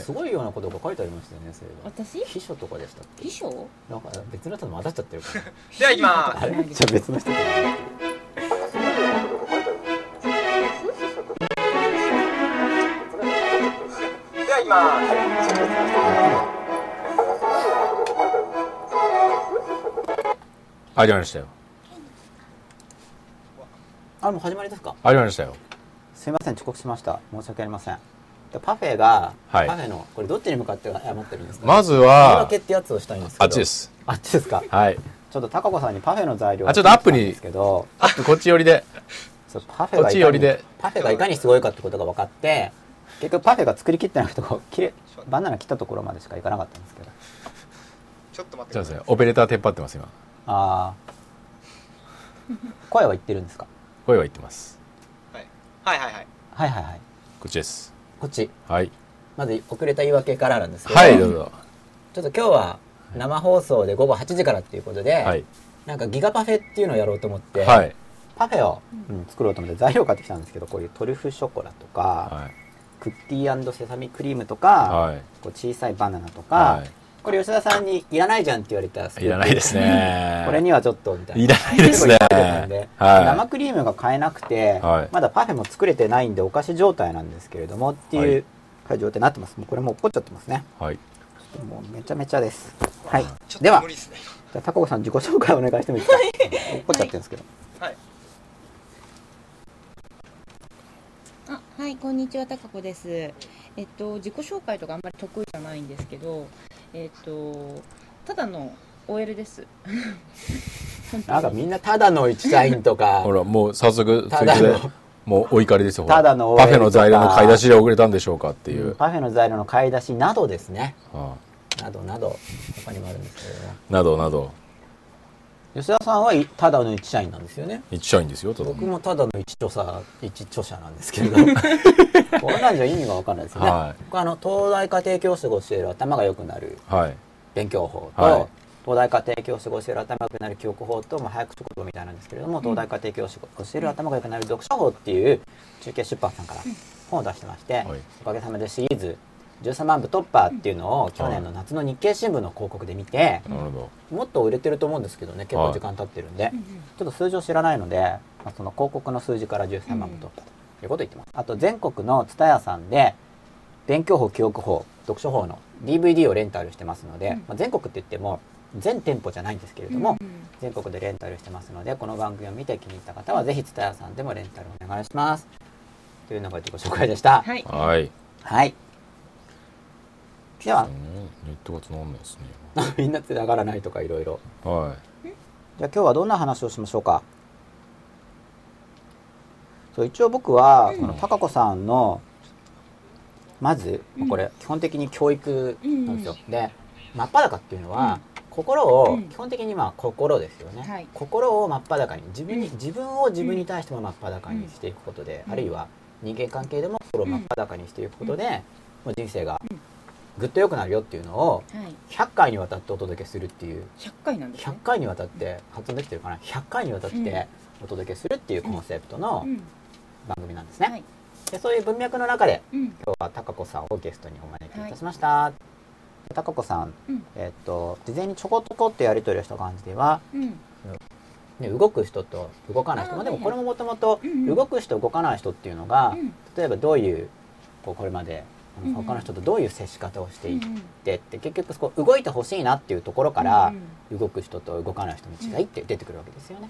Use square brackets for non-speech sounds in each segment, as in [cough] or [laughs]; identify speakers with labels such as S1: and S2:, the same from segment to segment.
S1: すごいようなことが書いてありましたよねそういえば
S2: 私
S1: 秘書とかでしたっけ
S2: 秘書
S1: なんか別の人と混ざっちゃってるから
S3: では行き
S1: [laughs]
S3: ま
S1: あれ [laughs] じゃあ別の人と
S3: すでは行きます
S4: ありましたよ
S1: あもう始まりですか
S4: ありましたよ
S1: すいません遅刻しました申し訳ありませんでパフェが、
S4: はい
S1: パフェのこれどっちに向かって謝ってるんですか、
S4: まず
S1: 言い
S4: は
S1: 訳ってやつをしたいんですけど
S4: あっちです
S1: あっちですか
S4: はい
S1: ちょっとタカ子さんにパフェの材料を
S4: あちょっとアップに
S1: 聞いたんですけど
S4: あとこっち寄りで
S1: そうパフェが
S4: こっち
S1: い
S4: 寄
S1: か
S4: り
S1: に
S4: で
S1: パフェがいかにすごいかってことが分かって結局パフェが作り切ってなくてこう切れバナナ切ったところまでしかいかなかったんですけど
S3: ちょっと待って
S4: ちょっ
S3: く
S4: と待ってくだ
S3: だ
S4: さいオペレーターテンパってます今
S1: ああ声は言ってるんですか
S4: 声は言ってます
S3: さいはいはいはいはい
S1: はいはいはい
S4: こっちです
S1: こっち
S4: はい
S1: まず遅れた言い訳からなんですけど、
S4: はい
S1: ちょ
S4: ど
S1: っ
S4: うぞ
S1: と今日は生放送で午後8時からっていうことで、
S4: はい
S1: なんかギガパフェっていうのをやろうと思って、
S4: はい
S1: パフェを、うん作ろうと思って材料買ってきたんですけどこういうトリュフショコラとか、
S4: はい
S1: クッティーセサミクリームとか、
S4: はい
S1: こう小さいバナナとか、
S4: は
S1: これ吉田さんに「いらないじゃん」って言われた
S4: いいらないですね
S1: これにはちょっとみたいない
S4: らないですね
S1: 結構言われたんで生
S4: は
S1: クリームが買えなくて、
S4: はい
S1: まだパフェも作れてないんでお菓子状態なんですけれどもっていう状態になってますもうこれもう落っこっちゃってますね
S4: いはい
S1: もうめちゃめちゃですはい
S3: ちょっ
S1: で
S3: と
S1: は
S3: 無理ですね
S1: じゃあタコさん自己紹介お願いしてもいいですか落っこっちゃってるんですけど
S2: あはいこんにちはたかこですえっと自己紹介とかあんまり得意じゃないんですけどえっとただの OL です本当
S1: なん
S2: に
S1: かみんなただの一社員とか
S4: ほらもう早速
S1: た
S4: 追
S1: だ
S4: 加
S1: の
S4: でもうお怒りですよほら
S1: ただの
S4: パフェの材料の買い出しで遅れたんでしょうかっていう、
S1: パフェの材料の買い出しなどですね
S4: は
S1: などなど他にもあるんですけれども
S4: いなどなど
S1: 吉田さんはいただの一社員なんですよね
S4: 一社員ですよと
S1: 僕もただの一著者一著者なんですけれ
S4: [laughs]
S1: どこんなんじゃ意味が分かんないですよね、
S4: はい
S1: 僕はあの東大家庭教師を教える頭が良くなる
S4: はい
S1: 勉強法と、
S4: はい
S1: 東大家庭教師を教える頭が良くなる記憶法と、まあ、早口言葉みたいなんですけれども、東大家庭教師を教える頭が良くなる読書法っていう中継出版さんから本を出してまして、
S4: はい
S1: おかげさまでシリーズ13万部突破っていうのを去年の夏の日経新聞の広告で見て、
S4: なるほど
S1: もっと売れてると思うんですけどね結構時間経ってるんで、ちょっと数字を知らないので、まあ、その広告の数字から13万部取ったということを言ってます、あと全国の蔦屋さんで勉強法記憶法読書法の DVD をレンタルしてますので、
S2: うん
S1: まあ、全国って言っても全店舗じゃないんですけれ
S2: うん
S1: ど
S2: うん
S1: も、全国でレンタルしてますのでこの番組を見て気に入った方はぜひ蔦屋さんでもレンタルお願いしますというのが自己紹介でした
S2: はい
S4: はい
S1: はいでは [laughs]
S4: うんネットがつながんないですね
S1: みんな繋がらないとかいろいろ
S4: は
S1: じゃあ今日はどんな話をしましょうかそう一応僕はこの高子さんのまず
S2: うん
S1: これ基本的に教育なんですよ、で真っ裸っていうの
S2: う
S1: は
S2: ん
S1: 心を
S2: うん
S1: 基本的にまあ心ですよね、
S2: はい
S1: 心を真っ裸に自分に
S2: うん
S1: 自分を自分に対しても真っ裸にしていくことで、
S2: うん
S1: あるいは人間関係でも心を真っ裸にしていくことで、もう人生がぐっと良くなるよっていうのを
S2: はい
S1: 100回にわたってお届けするっていう
S2: 100回なんですね
S1: 100回にわたって発音できてるかな100回にわたっ
S2: うん
S1: てお届けするっていうコンセプト
S2: う
S1: の
S2: ん
S1: 番組なんですね、
S2: はい
S1: でそういう文脈の中で
S2: うん
S1: 今日は高子さんをゲストにお招きいたしました、で高子さん、
S2: うん
S1: えっと事前にちょこっとこってやり取りをした感じでは、
S2: うん
S1: ね、動く人と動かない人
S2: あー
S1: まあでも
S2: はい
S1: これももともと
S2: うんうん
S1: 動く人動かない人っていうのが、
S2: うん
S1: 例えばどういうこうこれまであ
S2: うん
S1: の
S2: うん
S1: 他の人とどういう接し方をしていっ
S2: うんうん
S1: てって結局そこ動いてほしいなっていうところから、
S2: うん
S1: 動く人と動かない人の違いって出てくるわけですよね。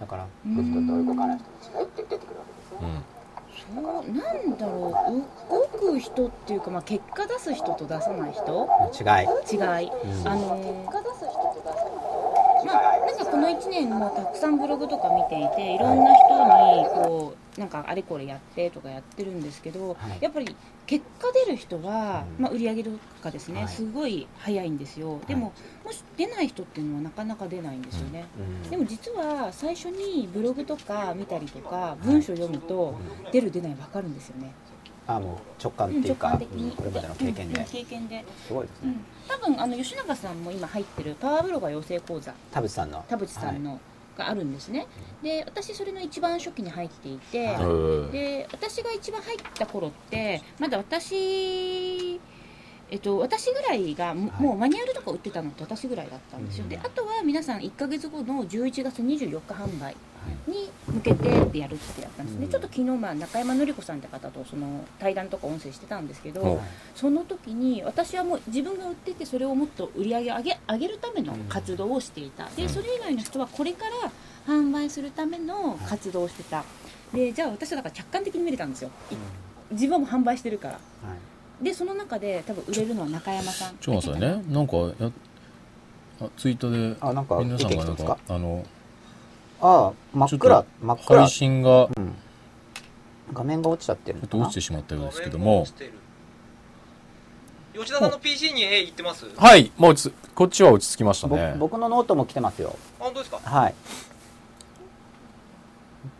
S1: だから
S2: うん
S1: 動く人と動かない人の違いって出てくるわけですよ
S4: い、う
S1: ね。
S4: ん、
S2: そうなんだろう動く人っていうか、まあ、結果出す人と出さない人
S1: 違い。
S2: 違い、
S1: うん
S2: あのーまあなんかこの1年もたくさんブログとか見ていていろんな人にこうなんかあれこれやってとかやってるんですけど、
S1: はい
S2: やっぱり結果出る人は、
S1: うん
S2: まあ、売り上げとかですね、
S1: はい
S2: すごい早いんですよでも、もし出ない人っていうのはなかなか出ないんですよね、
S1: うん
S2: でも実は最初にブログとか見たりとか文章読むと出る出ない分かるんですよね、
S1: あもう直感っていうか、
S2: 直感的に
S1: うんこれまでの経験
S2: うん
S1: で
S2: うん経験です
S1: ごいです
S2: う
S1: ね。
S2: ん多分あの吉永さんも今入ってるパワーブロガー養成講座
S1: 田淵さんの。
S2: 田淵さん
S1: は
S2: のがあるんですね、で私それの一番初期に入っていて、
S1: は
S4: うん
S2: で私が一番入った頃ってまだ私えっと、私ぐらいがも,、
S1: はいう
S2: マニュアルとか売ってたのって私ぐらいだったんですよ、
S1: うん
S2: であとは皆さん1か月後の11月24日販売に向けてってやるってやったんですね、
S1: うん
S2: ちょっと昨日、まあ、中山紀子さんって方とその対談とか音声してたんですけど、
S4: お
S2: その時に私はもう自分が売っててそれをもっと売り上げ上げ上げるための活動をしていた、
S4: う
S2: で
S4: ん
S2: それ以外の人はこれから販売するための活動をしてたでじゃあ私はだから客観的に見れたんですよい自分はもう販売してるから
S1: はい
S2: でその中で多分売れるのは中山さん
S4: ちょっと待ってくださいねなんかやあツイッターで
S1: あなんか
S4: 皆
S1: 出
S4: さ
S1: て
S4: ん
S1: き
S4: が
S1: た
S4: なんん
S1: ですか
S4: かあの
S1: ああ真っ
S4: ちょっ
S1: 暗
S4: と
S1: 真っ暗
S4: 配、信が
S1: うん、画面が落ちちゃってる
S4: ちょ
S1: のかな
S4: っと落ちてしまったようですけ
S3: 画
S4: ど
S3: 面が
S4: も
S3: 落ちてる吉田さんの PC に A 行ってますあ
S4: はいもう落ち着こっちは落ち着きました
S1: ぼ
S4: ね
S1: 僕のノートも来てますよ
S3: 本当ですか
S1: はい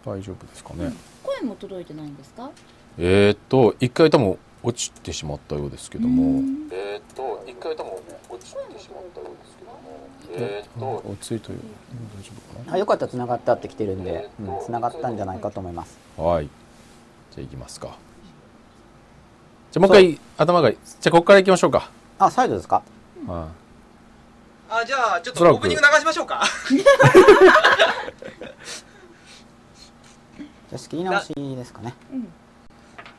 S4: 大丈夫ですかね
S2: 声も届いてないんですか
S4: えーっと一回多分落ちてしまったようですけど
S2: う
S4: も
S2: ん
S4: えーっと一回多分落ちてしまったようですけどもえーっと落ち着いたよ大丈夫か
S1: あよかったら繋がったって来てるんで、うん、繋がったんじゃないかと思います
S4: なはいじゃあ行きますかじゃあもう一回頭がじゃあここから行きましょうか
S1: あ再度ですか
S4: は
S3: あじゃあちょっ
S4: おそら
S3: とオ
S4: く
S3: ープニング流しましょうか
S1: じゃあ仕切り直しですかね
S2: うん
S1: は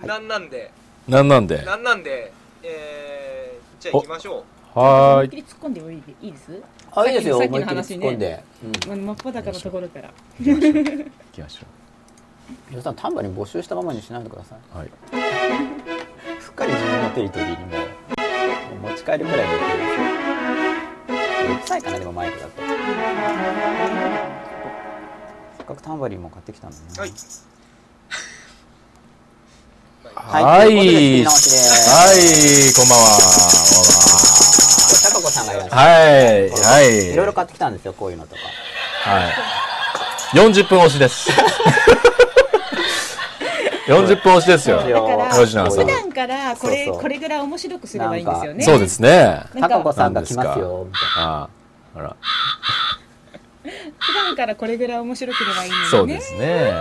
S1: い
S3: なんなんで
S4: いなんなんで
S3: なんなんでえー、じゃあ行きましょう
S4: は
S2: 思いっ
S4: ーい
S2: きり突っ込んでもいいでいいです
S1: あいいですよ
S2: さ
S1: 思
S2: っきの
S1: いっきり突っ込んで、
S2: ま真っ裸のところから
S4: 行きましょ
S1: うん、皆さんタンバリン募集したままにしないでくださいう
S4: はい
S1: すっかり自分のテリトリーにもう持ち帰るくらいでいいうるさいかなでもマイクだとせっかくタンバリンも買ってきたんだね
S3: はい
S1: は
S4: はい
S1: と
S4: い
S1: いうことで
S4: はいこんばんは
S1: タカコさんがいらっし
S4: こんばんは
S1: ゃ
S4: はいはい
S1: いろいろ買ってきたんですよこういうのとか
S4: はい。40分押
S1: [laughs]
S4: しです。40分押しですよ。
S1: そうよ
S4: 吉永さ
S1: そ
S2: 普
S1: う
S4: ん。
S2: 段からこれ
S1: そうそう
S2: これぐらい面白くすればいいんですよね
S4: そうですね。
S1: タ
S2: な
S1: カ
S2: ん
S1: コ
S2: か
S1: さんが来ますよみたいな
S4: ああ、あら、
S2: 普段からこれぐらい面白ければいい
S4: そ
S2: の
S4: う
S2: にね
S4: ですね。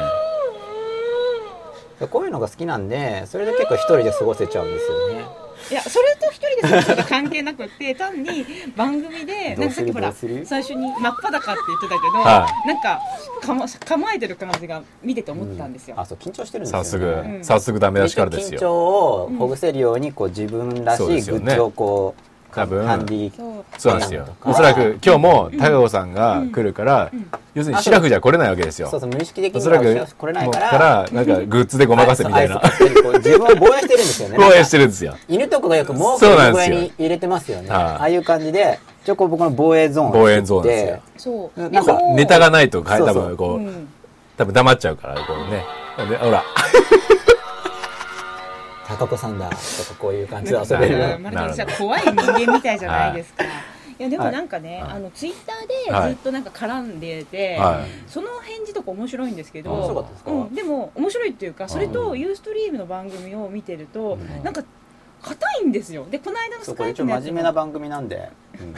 S1: でこういうのが好きなんでそれで結構一人で過ごせちゃうんですよね
S2: いやそれと一人で過ごすのが関係なくって単に番組で
S1: ど
S2: な
S1: う
S2: んか
S1: す
S2: さっ
S1: る
S2: きほら
S1: どうする
S2: 最初に真っ裸って言ってたけど、
S4: は
S2: なんかかま構えてる感じが見てて思ったんですよ、
S1: あそう緊張してるんですよ、ね、
S4: 早速
S2: う、ん
S4: 早速ダメ出しからです
S1: 緊
S4: よ。
S1: 張をほぐせるようにこう自分らし
S4: そうで
S1: い
S4: す
S1: グ
S4: よね
S1: ッズをこう
S4: 多分
S1: ハンディ
S2: そう
S4: そうなんですよ。おそらく今日も高尾さんが来るから
S2: ん、
S4: 要するにシラフじゃ来れないわけです
S1: そう
S4: よ。
S1: そう無意識的
S4: お
S1: に
S4: そらく、も
S1: あ
S4: う
S1: これない
S4: か
S1: から
S4: ら、なんかグッズでごまかせみたいな
S1: あ。そうあそうこう自分を防衛してるんですよね
S4: [laughs] 応援してるんですよ。
S1: 犬とかがよく毛
S4: そうな
S1: 布
S4: ん
S1: を
S4: で
S1: 上
S4: すよ
S1: に入れてますよね
S4: はい
S1: ああいう感じで一応こう僕の防衛ゾーンを
S4: 防衛ゾーンですよ
S1: 作って
S2: そう
S1: なん
S2: で
S1: か
S2: も
S4: ネタがないと、多
S1: そうそう
S4: 分こ
S2: う
S4: う、
S2: ん
S4: 多分黙っちゃうから、こうね。でほら。
S1: 高子さんだとかこういう感じで
S2: なん
S1: 遊
S2: か
S1: べる
S4: な
S2: マルコさん怖い人間みたいじゃないですか、い、やでもなんかね、
S4: はい
S2: あのツイッターでずっとなんか絡んでて、
S4: はい。
S2: その返事とか面白いんですけど
S4: 面
S1: 面白かったですか、
S2: うん、でも面白いっていうかそれと
S4: うん
S2: ユーストリームの番組を見てると、
S1: うん
S2: なんか硬いんですよでこの間の
S1: そ
S2: ス
S1: うこ
S2: カ
S1: れ
S2: イ
S1: 一
S2: プ
S1: 応
S2: のや
S1: 真
S2: つ
S1: 面目な番組なんで、うん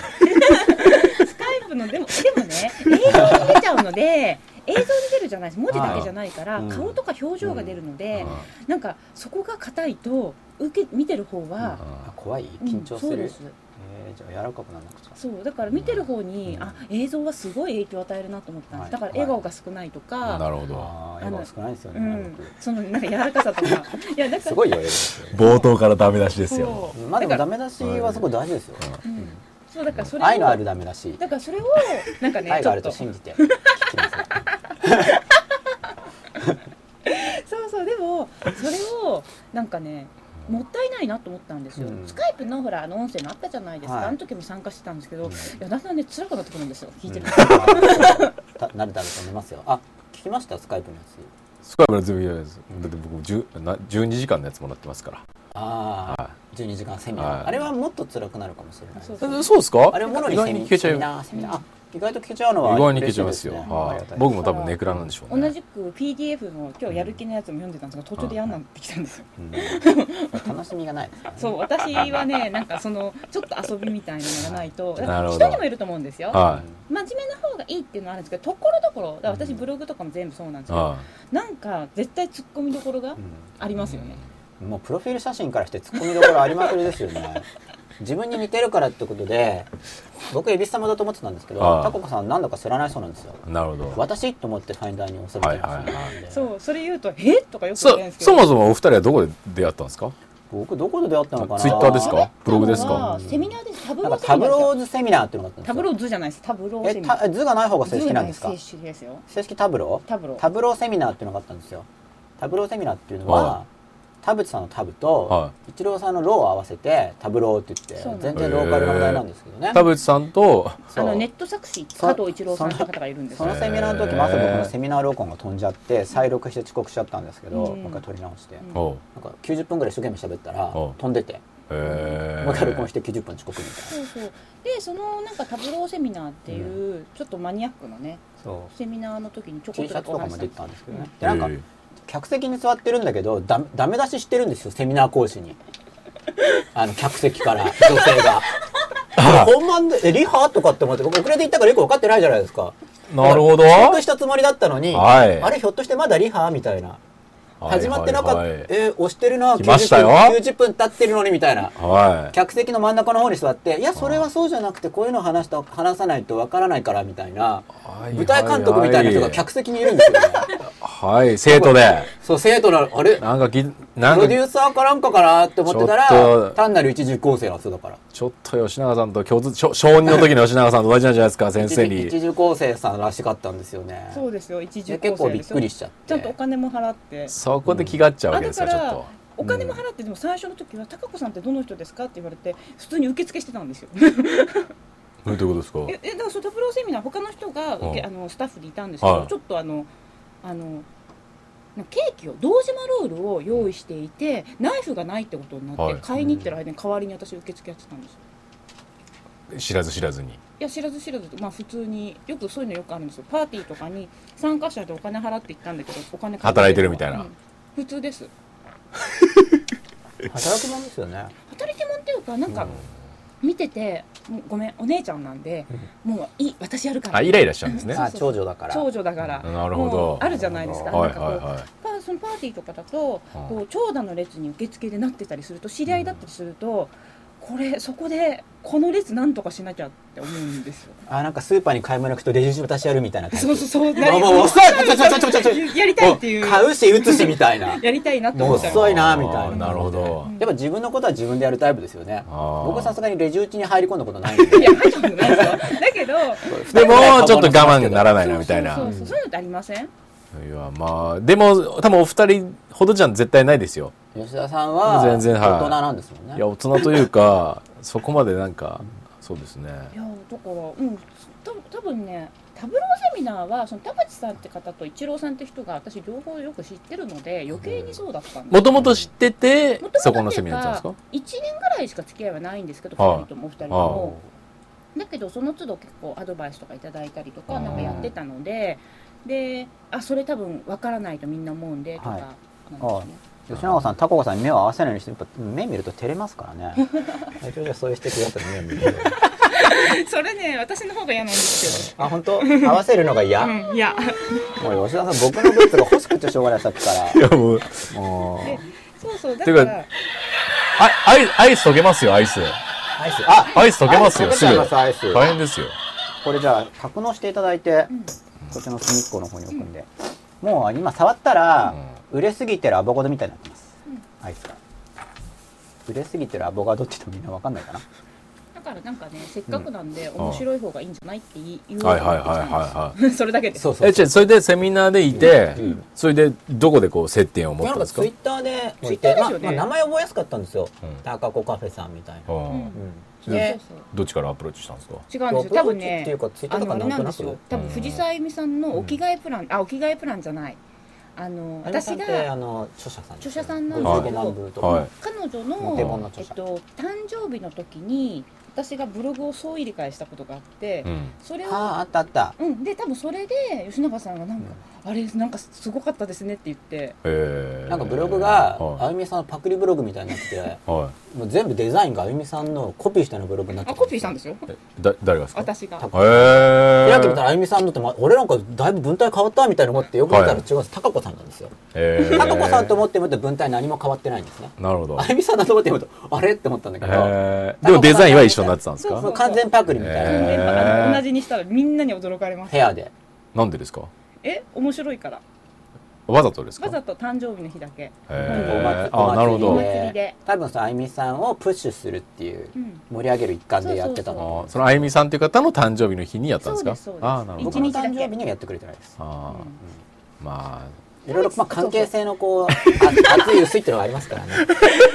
S2: スカイプのでもでもね映像に出ちゃう
S1: [laughs]
S2: ので映像に出るじゃないです文字だけじゃないから
S1: うん
S2: 顔とか表情が出るので、
S4: うん
S2: なんかそこが硬いと受け見てる方は、
S1: あ怖い緊張す
S2: うんそう
S1: る、
S2: です
S1: えーじゃあ柔らかくならなくちゃ
S2: そうだから見てる方に、
S1: うん
S2: あ映像はすごい影響を与えるなと思ったんで
S1: は
S2: す、
S1: い
S2: だから笑顔が少ないとか、
S4: なるほど
S1: ああ笑顔少ないですよね、
S2: うん
S1: 僕、
S2: そのなんか柔らかさとかいやだか
S1: す
S2: ら
S1: ごい言われるんですよ
S4: 冒頭からダメ出しですよ
S2: そう
S1: まあでも
S2: だか
S1: ダ
S2: ら
S1: メ出しはすごい大事ですよ、
S2: うんそうだからそれを
S1: 愛のあるダメ出し
S2: だからそれをなんかね
S1: 愛
S2: ち
S1: があ
S2: ょっ
S1: ると
S2: と
S1: 信じて聞きなさい
S2: そうそうでもそれをなんかねもったいないなと思ったんですよ、
S1: うん
S2: スカイプのほらあの音声のあったじゃないですか、
S1: はい
S2: あの時も参加してたんですけど、
S1: うん
S2: いやだんだんね辛くなってくるんですよ聞いてる、 [laughs]
S1: た慣れたらと思いますよあ聞きましたスカイプのやつ
S4: スカイプのズームじゃないですだって僕十な12時間のやつもらってますか
S1: ああ、
S4: は
S1: 12時間セミナー、
S4: はい
S1: あれはもっと辛くなるかもしれないです
S2: そう
S4: らそうですか
S1: あれをもろ
S4: 意
S1: にセ
S4: 外
S1: ミ
S4: に聞けち
S1: セ
S4: ゃう
S1: ミ
S4: 意
S1: ナーセミナーあ意外と聞けちゃうのは
S4: 外に聞けちゃいますよ
S1: 嬉しですねあ
S4: は
S1: りがた
S4: い
S1: い
S4: 僕も多分ネクラなんでしょう
S2: [laughs] 同
S4: ね
S2: じく PDF の今日やる気のやつも読んでたんですが途中で嫌になってきたんですよ、 [laughs]
S1: うん楽しみがないですからね
S2: そう私は
S1: [laughs]
S2: ねなんかそのちょっと遊びみたいなのがないとだか
S4: なる
S2: ら
S4: ほど
S2: 人にもいると思うんですよ
S4: は
S2: 真面目な方がいいっていうのはあるんですけどところどころだから私ブログとかも全部そうなんですけ
S4: い
S2: ど、
S4: は
S2: なんか絶対ツッコミどころ
S1: う
S2: が
S1: ん
S2: ありますよね、
S4: [laughs]
S1: もうプロフィール写真からしてツッコミどころありまくりですよね。自分に似てるからってことで僕蛭子様だと思ってたんですけど
S4: ああ
S1: タココさん何だか知らないそうなんですよ
S4: なるほど。
S1: 私と思ってファインダーに収めてま
S4: はいはい
S1: す
S2: そうそれ言うと「えとかよく言われるんで
S4: そ
S2: すけ
S4: そ
S2: ど
S4: もそもお二人はどこで出会ったんですか
S1: 僕どこで出会ったのかな
S4: ツイッターですかブログですか
S5: あセミナーですタブ
S1: な
S5: ロ
S1: んか
S5: ー
S1: タブロ
S5: ー
S1: ーズセミナーっていうのがあった
S2: タ
S1: ん
S2: ブ
S1: です
S2: ロ
S1: よ
S2: ーズじゃないですタブローセ
S1: え
S2: ミナ
S1: た
S2: ー
S1: 図がない方が正式なんです
S2: ズー
S1: か
S2: ムの正式ですよ
S1: 正式タブロー
S2: タブロー
S1: タブローセミナーっていうのがあったんですよタブローセミナーっていうの
S4: は
S1: は田淵さんのタブと
S4: は
S1: 一郎さんのローを合わせてタブローって言
S2: そう
S1: っ
S2: な
S1: て
S2: んだ
S1: 全然ローカルな話題なんですけどね
S4: 田淵さんと、
S1: そ
S5: あ
S1: う
S5: のネット作詞加藤一郎さんって方がいるんです
S1: そ
S5: よ
S1: のセミナーの時も朝僕のセミナー録音が飛んじゃって再録して遅刻しちゃったんですけど、
S2: うん
S1: もう一回撮り直して、
S2: ん
S4: おう
S1: なんか90分ぐらい一生懸命喋ったら
S4: お
S1: 飛んでて
S4: へー
S1: もう一回録音して90分遅刻みたいな
S5: そうそうでそのなんかタブローセミナーっていう、ちょっとマニアックなね
S1: そう
S5: セミナーの時にちょこ
S1: T
S5: っ
S1: シ
S5: とだ
S1: ャツ
S5: け
S1: と
S5: お
S1: か
S5: 話しし
S1: も
S5: たん
S1: 出て
S5: です
S1: たんですけどね、
S4: え
S1: でなんか
S4: ー
S1: 客席に座ってるんだけどダメダメ出ししてるんですよセミナー講師に [laughs] あの客席から女性
S4: [laughs]
S1: が本番でえリハとかって思って僕遅れて行ったからよく分かってないじゃないですか
S4: なるほど。
S1: 遅刻したつもりだったのに、
S4: はい
S1: あれひょっとしてまだリハみたいな始まってなかった、
S4: はいはいはい
S1: えー押してるな
S4: 来ましたよ
S1: 90分90分経ってるのにみたいな
S4: はい。
S1: 客席の真ん中の方に座っていやそれはそうじゃなくてこういうの話した話さないとわからないからみたいな
S4: はい
S1: 舞台監督みたいな人が客席にいるんです
S4: [laughs]
S1: よね
S4: はい、生徒で。
S1: そう生徒なのあれ
S4: なんかぎ、な
S1: プロ
S4: ん
S1: デュ
S4: か、
S1: ーサーかなんかかなって思ってた
S4: ちょっ
S1: ら
S4: と
S1: 単なる一時構成なんですよだから
S4: ちょっと吉永さんと共通、小小2の時の吉永さんと同じなんじゃないですか、先
S1: 一
S4: 生
S1: 時
S4: に
S1: 一。時構成さんらしかったんですよね
S2: そうですよ一時
S1: で
S2: 構
S1: 結構
S2: 成
S1: び
S2: で
S1: っ
S2: す
S1: く
S2: よ
S1: りしちゃっ
S2: ちゃんとお
S1: て
S2: 金も払って
S4: そこで気が合っちゃうわ
S2: あ
S4: け
S2: だ
S4: です
S2: か
S4: よ、ちょっ
S2: ら
S4: と。
S2: お金も払ってでも最初の時は「高子さんってどの人ですか?」って言われて普通に受付してたんですよ
S4: どういうことですか
S2: [laughs] ええだからそのタブローセミナー他の人が受け
S4: うん
S2: あのスタッフでいたんですけど、
S4: はい
S2: ちょっとあのあのなんかケーキを堂島ロールを用意していてナイフがないってことになって、
S4: はい
S2: 買いに行ってる間に代わりに私受付やってたんですよ
S4: 知らず知らずに。
S2: いや知らず知らずとまあ普通によくそういうのよくあるんですよパーティーとかに参加者でお金払って行ったんだけどお金かけ
S4: 働いてるみたいな
S2: うん普通です
S1: 働き者ですよね
S2: 働き者っていうかなんか見てて、もうごめんお姉ちゃんなんで、もういい私やるから
S4: あ、イライラしちゃうんですね。
S1: あ長女だから
S2: 長女だから
S4: なるほど
S2: もうあるじゃないですか,、
S4: はい
S2: なんかこう、
S4: は
S2: パーそのパーティーとかだと、
S4: はい
S2: こう長蛇の列に受付でなってたりすると知り合いだったりすると、これそこでこの列なんとかしなきゃって思うんですよ。
S1: あなんかスーパーに買い物行くとレジ打ちやるみたいなタイプ
S2: そうそうそう。な
S1: もうもう遅いちょちょちょちょちょち
S2: やりたいってい
S1: ょ
S2: う。
S1: 買うし打つしみたい
S2: [laughs]
S1: な
S2: やりたいなって
S1: もう
S2: 思っちゃう。
S1: 遅いなみたい
S4: あー
S1: な
S4: なるほど
S1: やっぱ自分のことは自分でやるタイプですよね
S4: あー
S1: 僕さすがにレジ打ちに入り込んだことないんで
S2: い [laughs] や入ったことないですよ。だけど。
S4: い。でも、ちょっと我慢ならないな、みたいな。
S2: そうそうそうそういうのってありません。
S4: いや、まあ、でも、多分お二人ほどじゃ絶対ないですよ。
S1: 吉田さんは
S4: 全
S1: 大
S4: 然はい
S1: 人なんですもんね
S4: いや、大人というか、そこまでなんか、そうですね。
S2: いやだからうん多分多分ねタブローセミナーはその田淵さんって方と一郎さんって人が私両方よく知ってるので余計にそうだったんです
S4: もともと知ってて
S2: も、
S4: そこのセミナーだったんで
S2: 1年ぐらいしか付き合いはないんですけど
S4: は
S2: 2
S4: い
S2: 人ともお二人ともだけどその都度結構アドバイスとかいただいたりと
S4: う
S2: か
S4: ん
S2: なんかやってたのでであそれ多分わからないとみんな思うんでとか、
S1: はい
S2: なんですね
S1: 吉永さん、タココさんに目を合わせないようにして、やっぱ目見ると照れますからね。
S4: [laughs]
S1: 最初じゃそういう指摘だったら目を見る。
S2: [laughs] それね私の方が嫌なんです
S1: あ、本当合わせるのが嫌
S2: けど、うん、いや
S1: もう吉田さん、僕のグッズが欲しくてしょうがないさっきから。
S4: すかいや、もう、
S1: もう、
S2: そうそうだ
S4: て
S2: か
S4: いうからあアイス、アイス溶けますよ、アイス。
S1: アイス。あ
S4: アイス溶けますよ、
S1: アイス
S4: す
S1: 溶けちゃい
S4: ぐ。
S1: ますアイス
S4: 大変ですよ。
S1: これじゃあ、格納していただいて、こっちの隅っこの方に置くんで。もう今触ったら、売れすぎてるアボカドみたいになってます。アイスが。売れすぎてるアボカドって言ってもみんなわかんないかな。
S2: だからなんかねせっかくなんで面白い方がいいんじゃないって言い言おうと
S4: はいはい
S2: 思
S4: は
S2: っ
S4: い
S2: てきたんですよ [laughs]
S4: は
S2: それだけです
S1: そう
S4: いはい。え、じゃあそれでセミナーでいて
S1: うんうん、
S4: それでどこでこう接点を持っ
S1: な
S4: た
S1: ん
S4: ん
S1: か
S4: ですか
S1: ツイッターで、
S2: ツイッターです
S1: ま
S2: よね
S1: あまあ名前覚えやすかったんですよ
S4: うん。
S1: タカコカフェさんみたいな。
S4: う
S2: うん
S4: ん
S1: うん
S2: そう
S1: で
S2: そうそう
S4: どっちからアプローチしたんですか
S2: 違うんですよ多分
S1: ア
S2: ね
S1: プローチっていうか Twitter
S2: あ
S1: と
S2: の
S1: か
S2: あれ
S1: なん
S2: な
S1: と
S2: んで
S1: な
S2: す
S1: く
S2: よ多分藤沢恵美さんのお着替えプラン、あお着替えプランじゃないあの
S1: あれ
S2: 私
S1: さんってあ
S2: が
S1: の著者さん
S2: 著者さんなん
S4: ですけど
S1: 55万部とか、
S4: はい。
S2: 彼女
S1: モテモン
S2: の
S1: の
S2: え
S1: 著
S2: っ
S1: 者
S2: と誕生日の時に私がブログを総入れ替えしたことがあって、
S4: うん。
S2: それ
S1: あ
S2: を
S1: ああったあった
S2: うんで多分それで吉永さんがなんか、あれなんかすごかったですねって言って
S4: えー
S1: なんかブログがあ
S4: は
S1: ゆみさんのパクリブログみたいになってて
S4: い、は
S1: もう全部デザインがあゆみさんのコピーしたのブログになって
S2: あ
S1: た
S2: コピーしたんですよ
S4: い、えだ誰がですか
S2: 私が
S1: た
S4: えー、
S1: 開けてみたらあゆみさんのって、ま、俺なんかだいぶ文体変わったみたいな思ってよく見たら違うんです、高子さんなんですよ
S4: えー
S1: 高子さんと思っても文体何も変わってないんですね
S4: なるほど
S1: あ、ゆみさんだと思ってもあれって思ったんだけど、
S4: えー、でもデザインは一緒になってたんです
S2: そう
S4: か
S2: そ
S1: もう完全パクリみたいな、
S4: へ
S2: 全部
S4: ー
S2: あの同じにしたらみんなに驚かれます
S1: 部屋で
S4: なんでですか
S2: え面白いから
S4: わざとですか
S2: わざと誕生日の日だけ
S4: えー、
S1: お祭
S4: あなるほ
S1: お
S4: ど
S1: 祭り
S2: お祭
S1: で
S2: りで
S1: 多分そのあゆみさんをプッシュするっていう
S2: うん
S1: 盛り上げる一環でやってたの
S4: あそのあゆみさんという方の誕生日の日にやったんですか
S2: そうですそうです
S4: あーなるほ
S1: 僕
S4: ど
S2: 一
S1: の
S2: 日だけ
S1: 誕生日にはやってくれてないです
S4: あー、まあ
S1: いろいろまあ関係性のこうあ
S4: [laughs]
S1: 熱い薄いっていうのがありますからね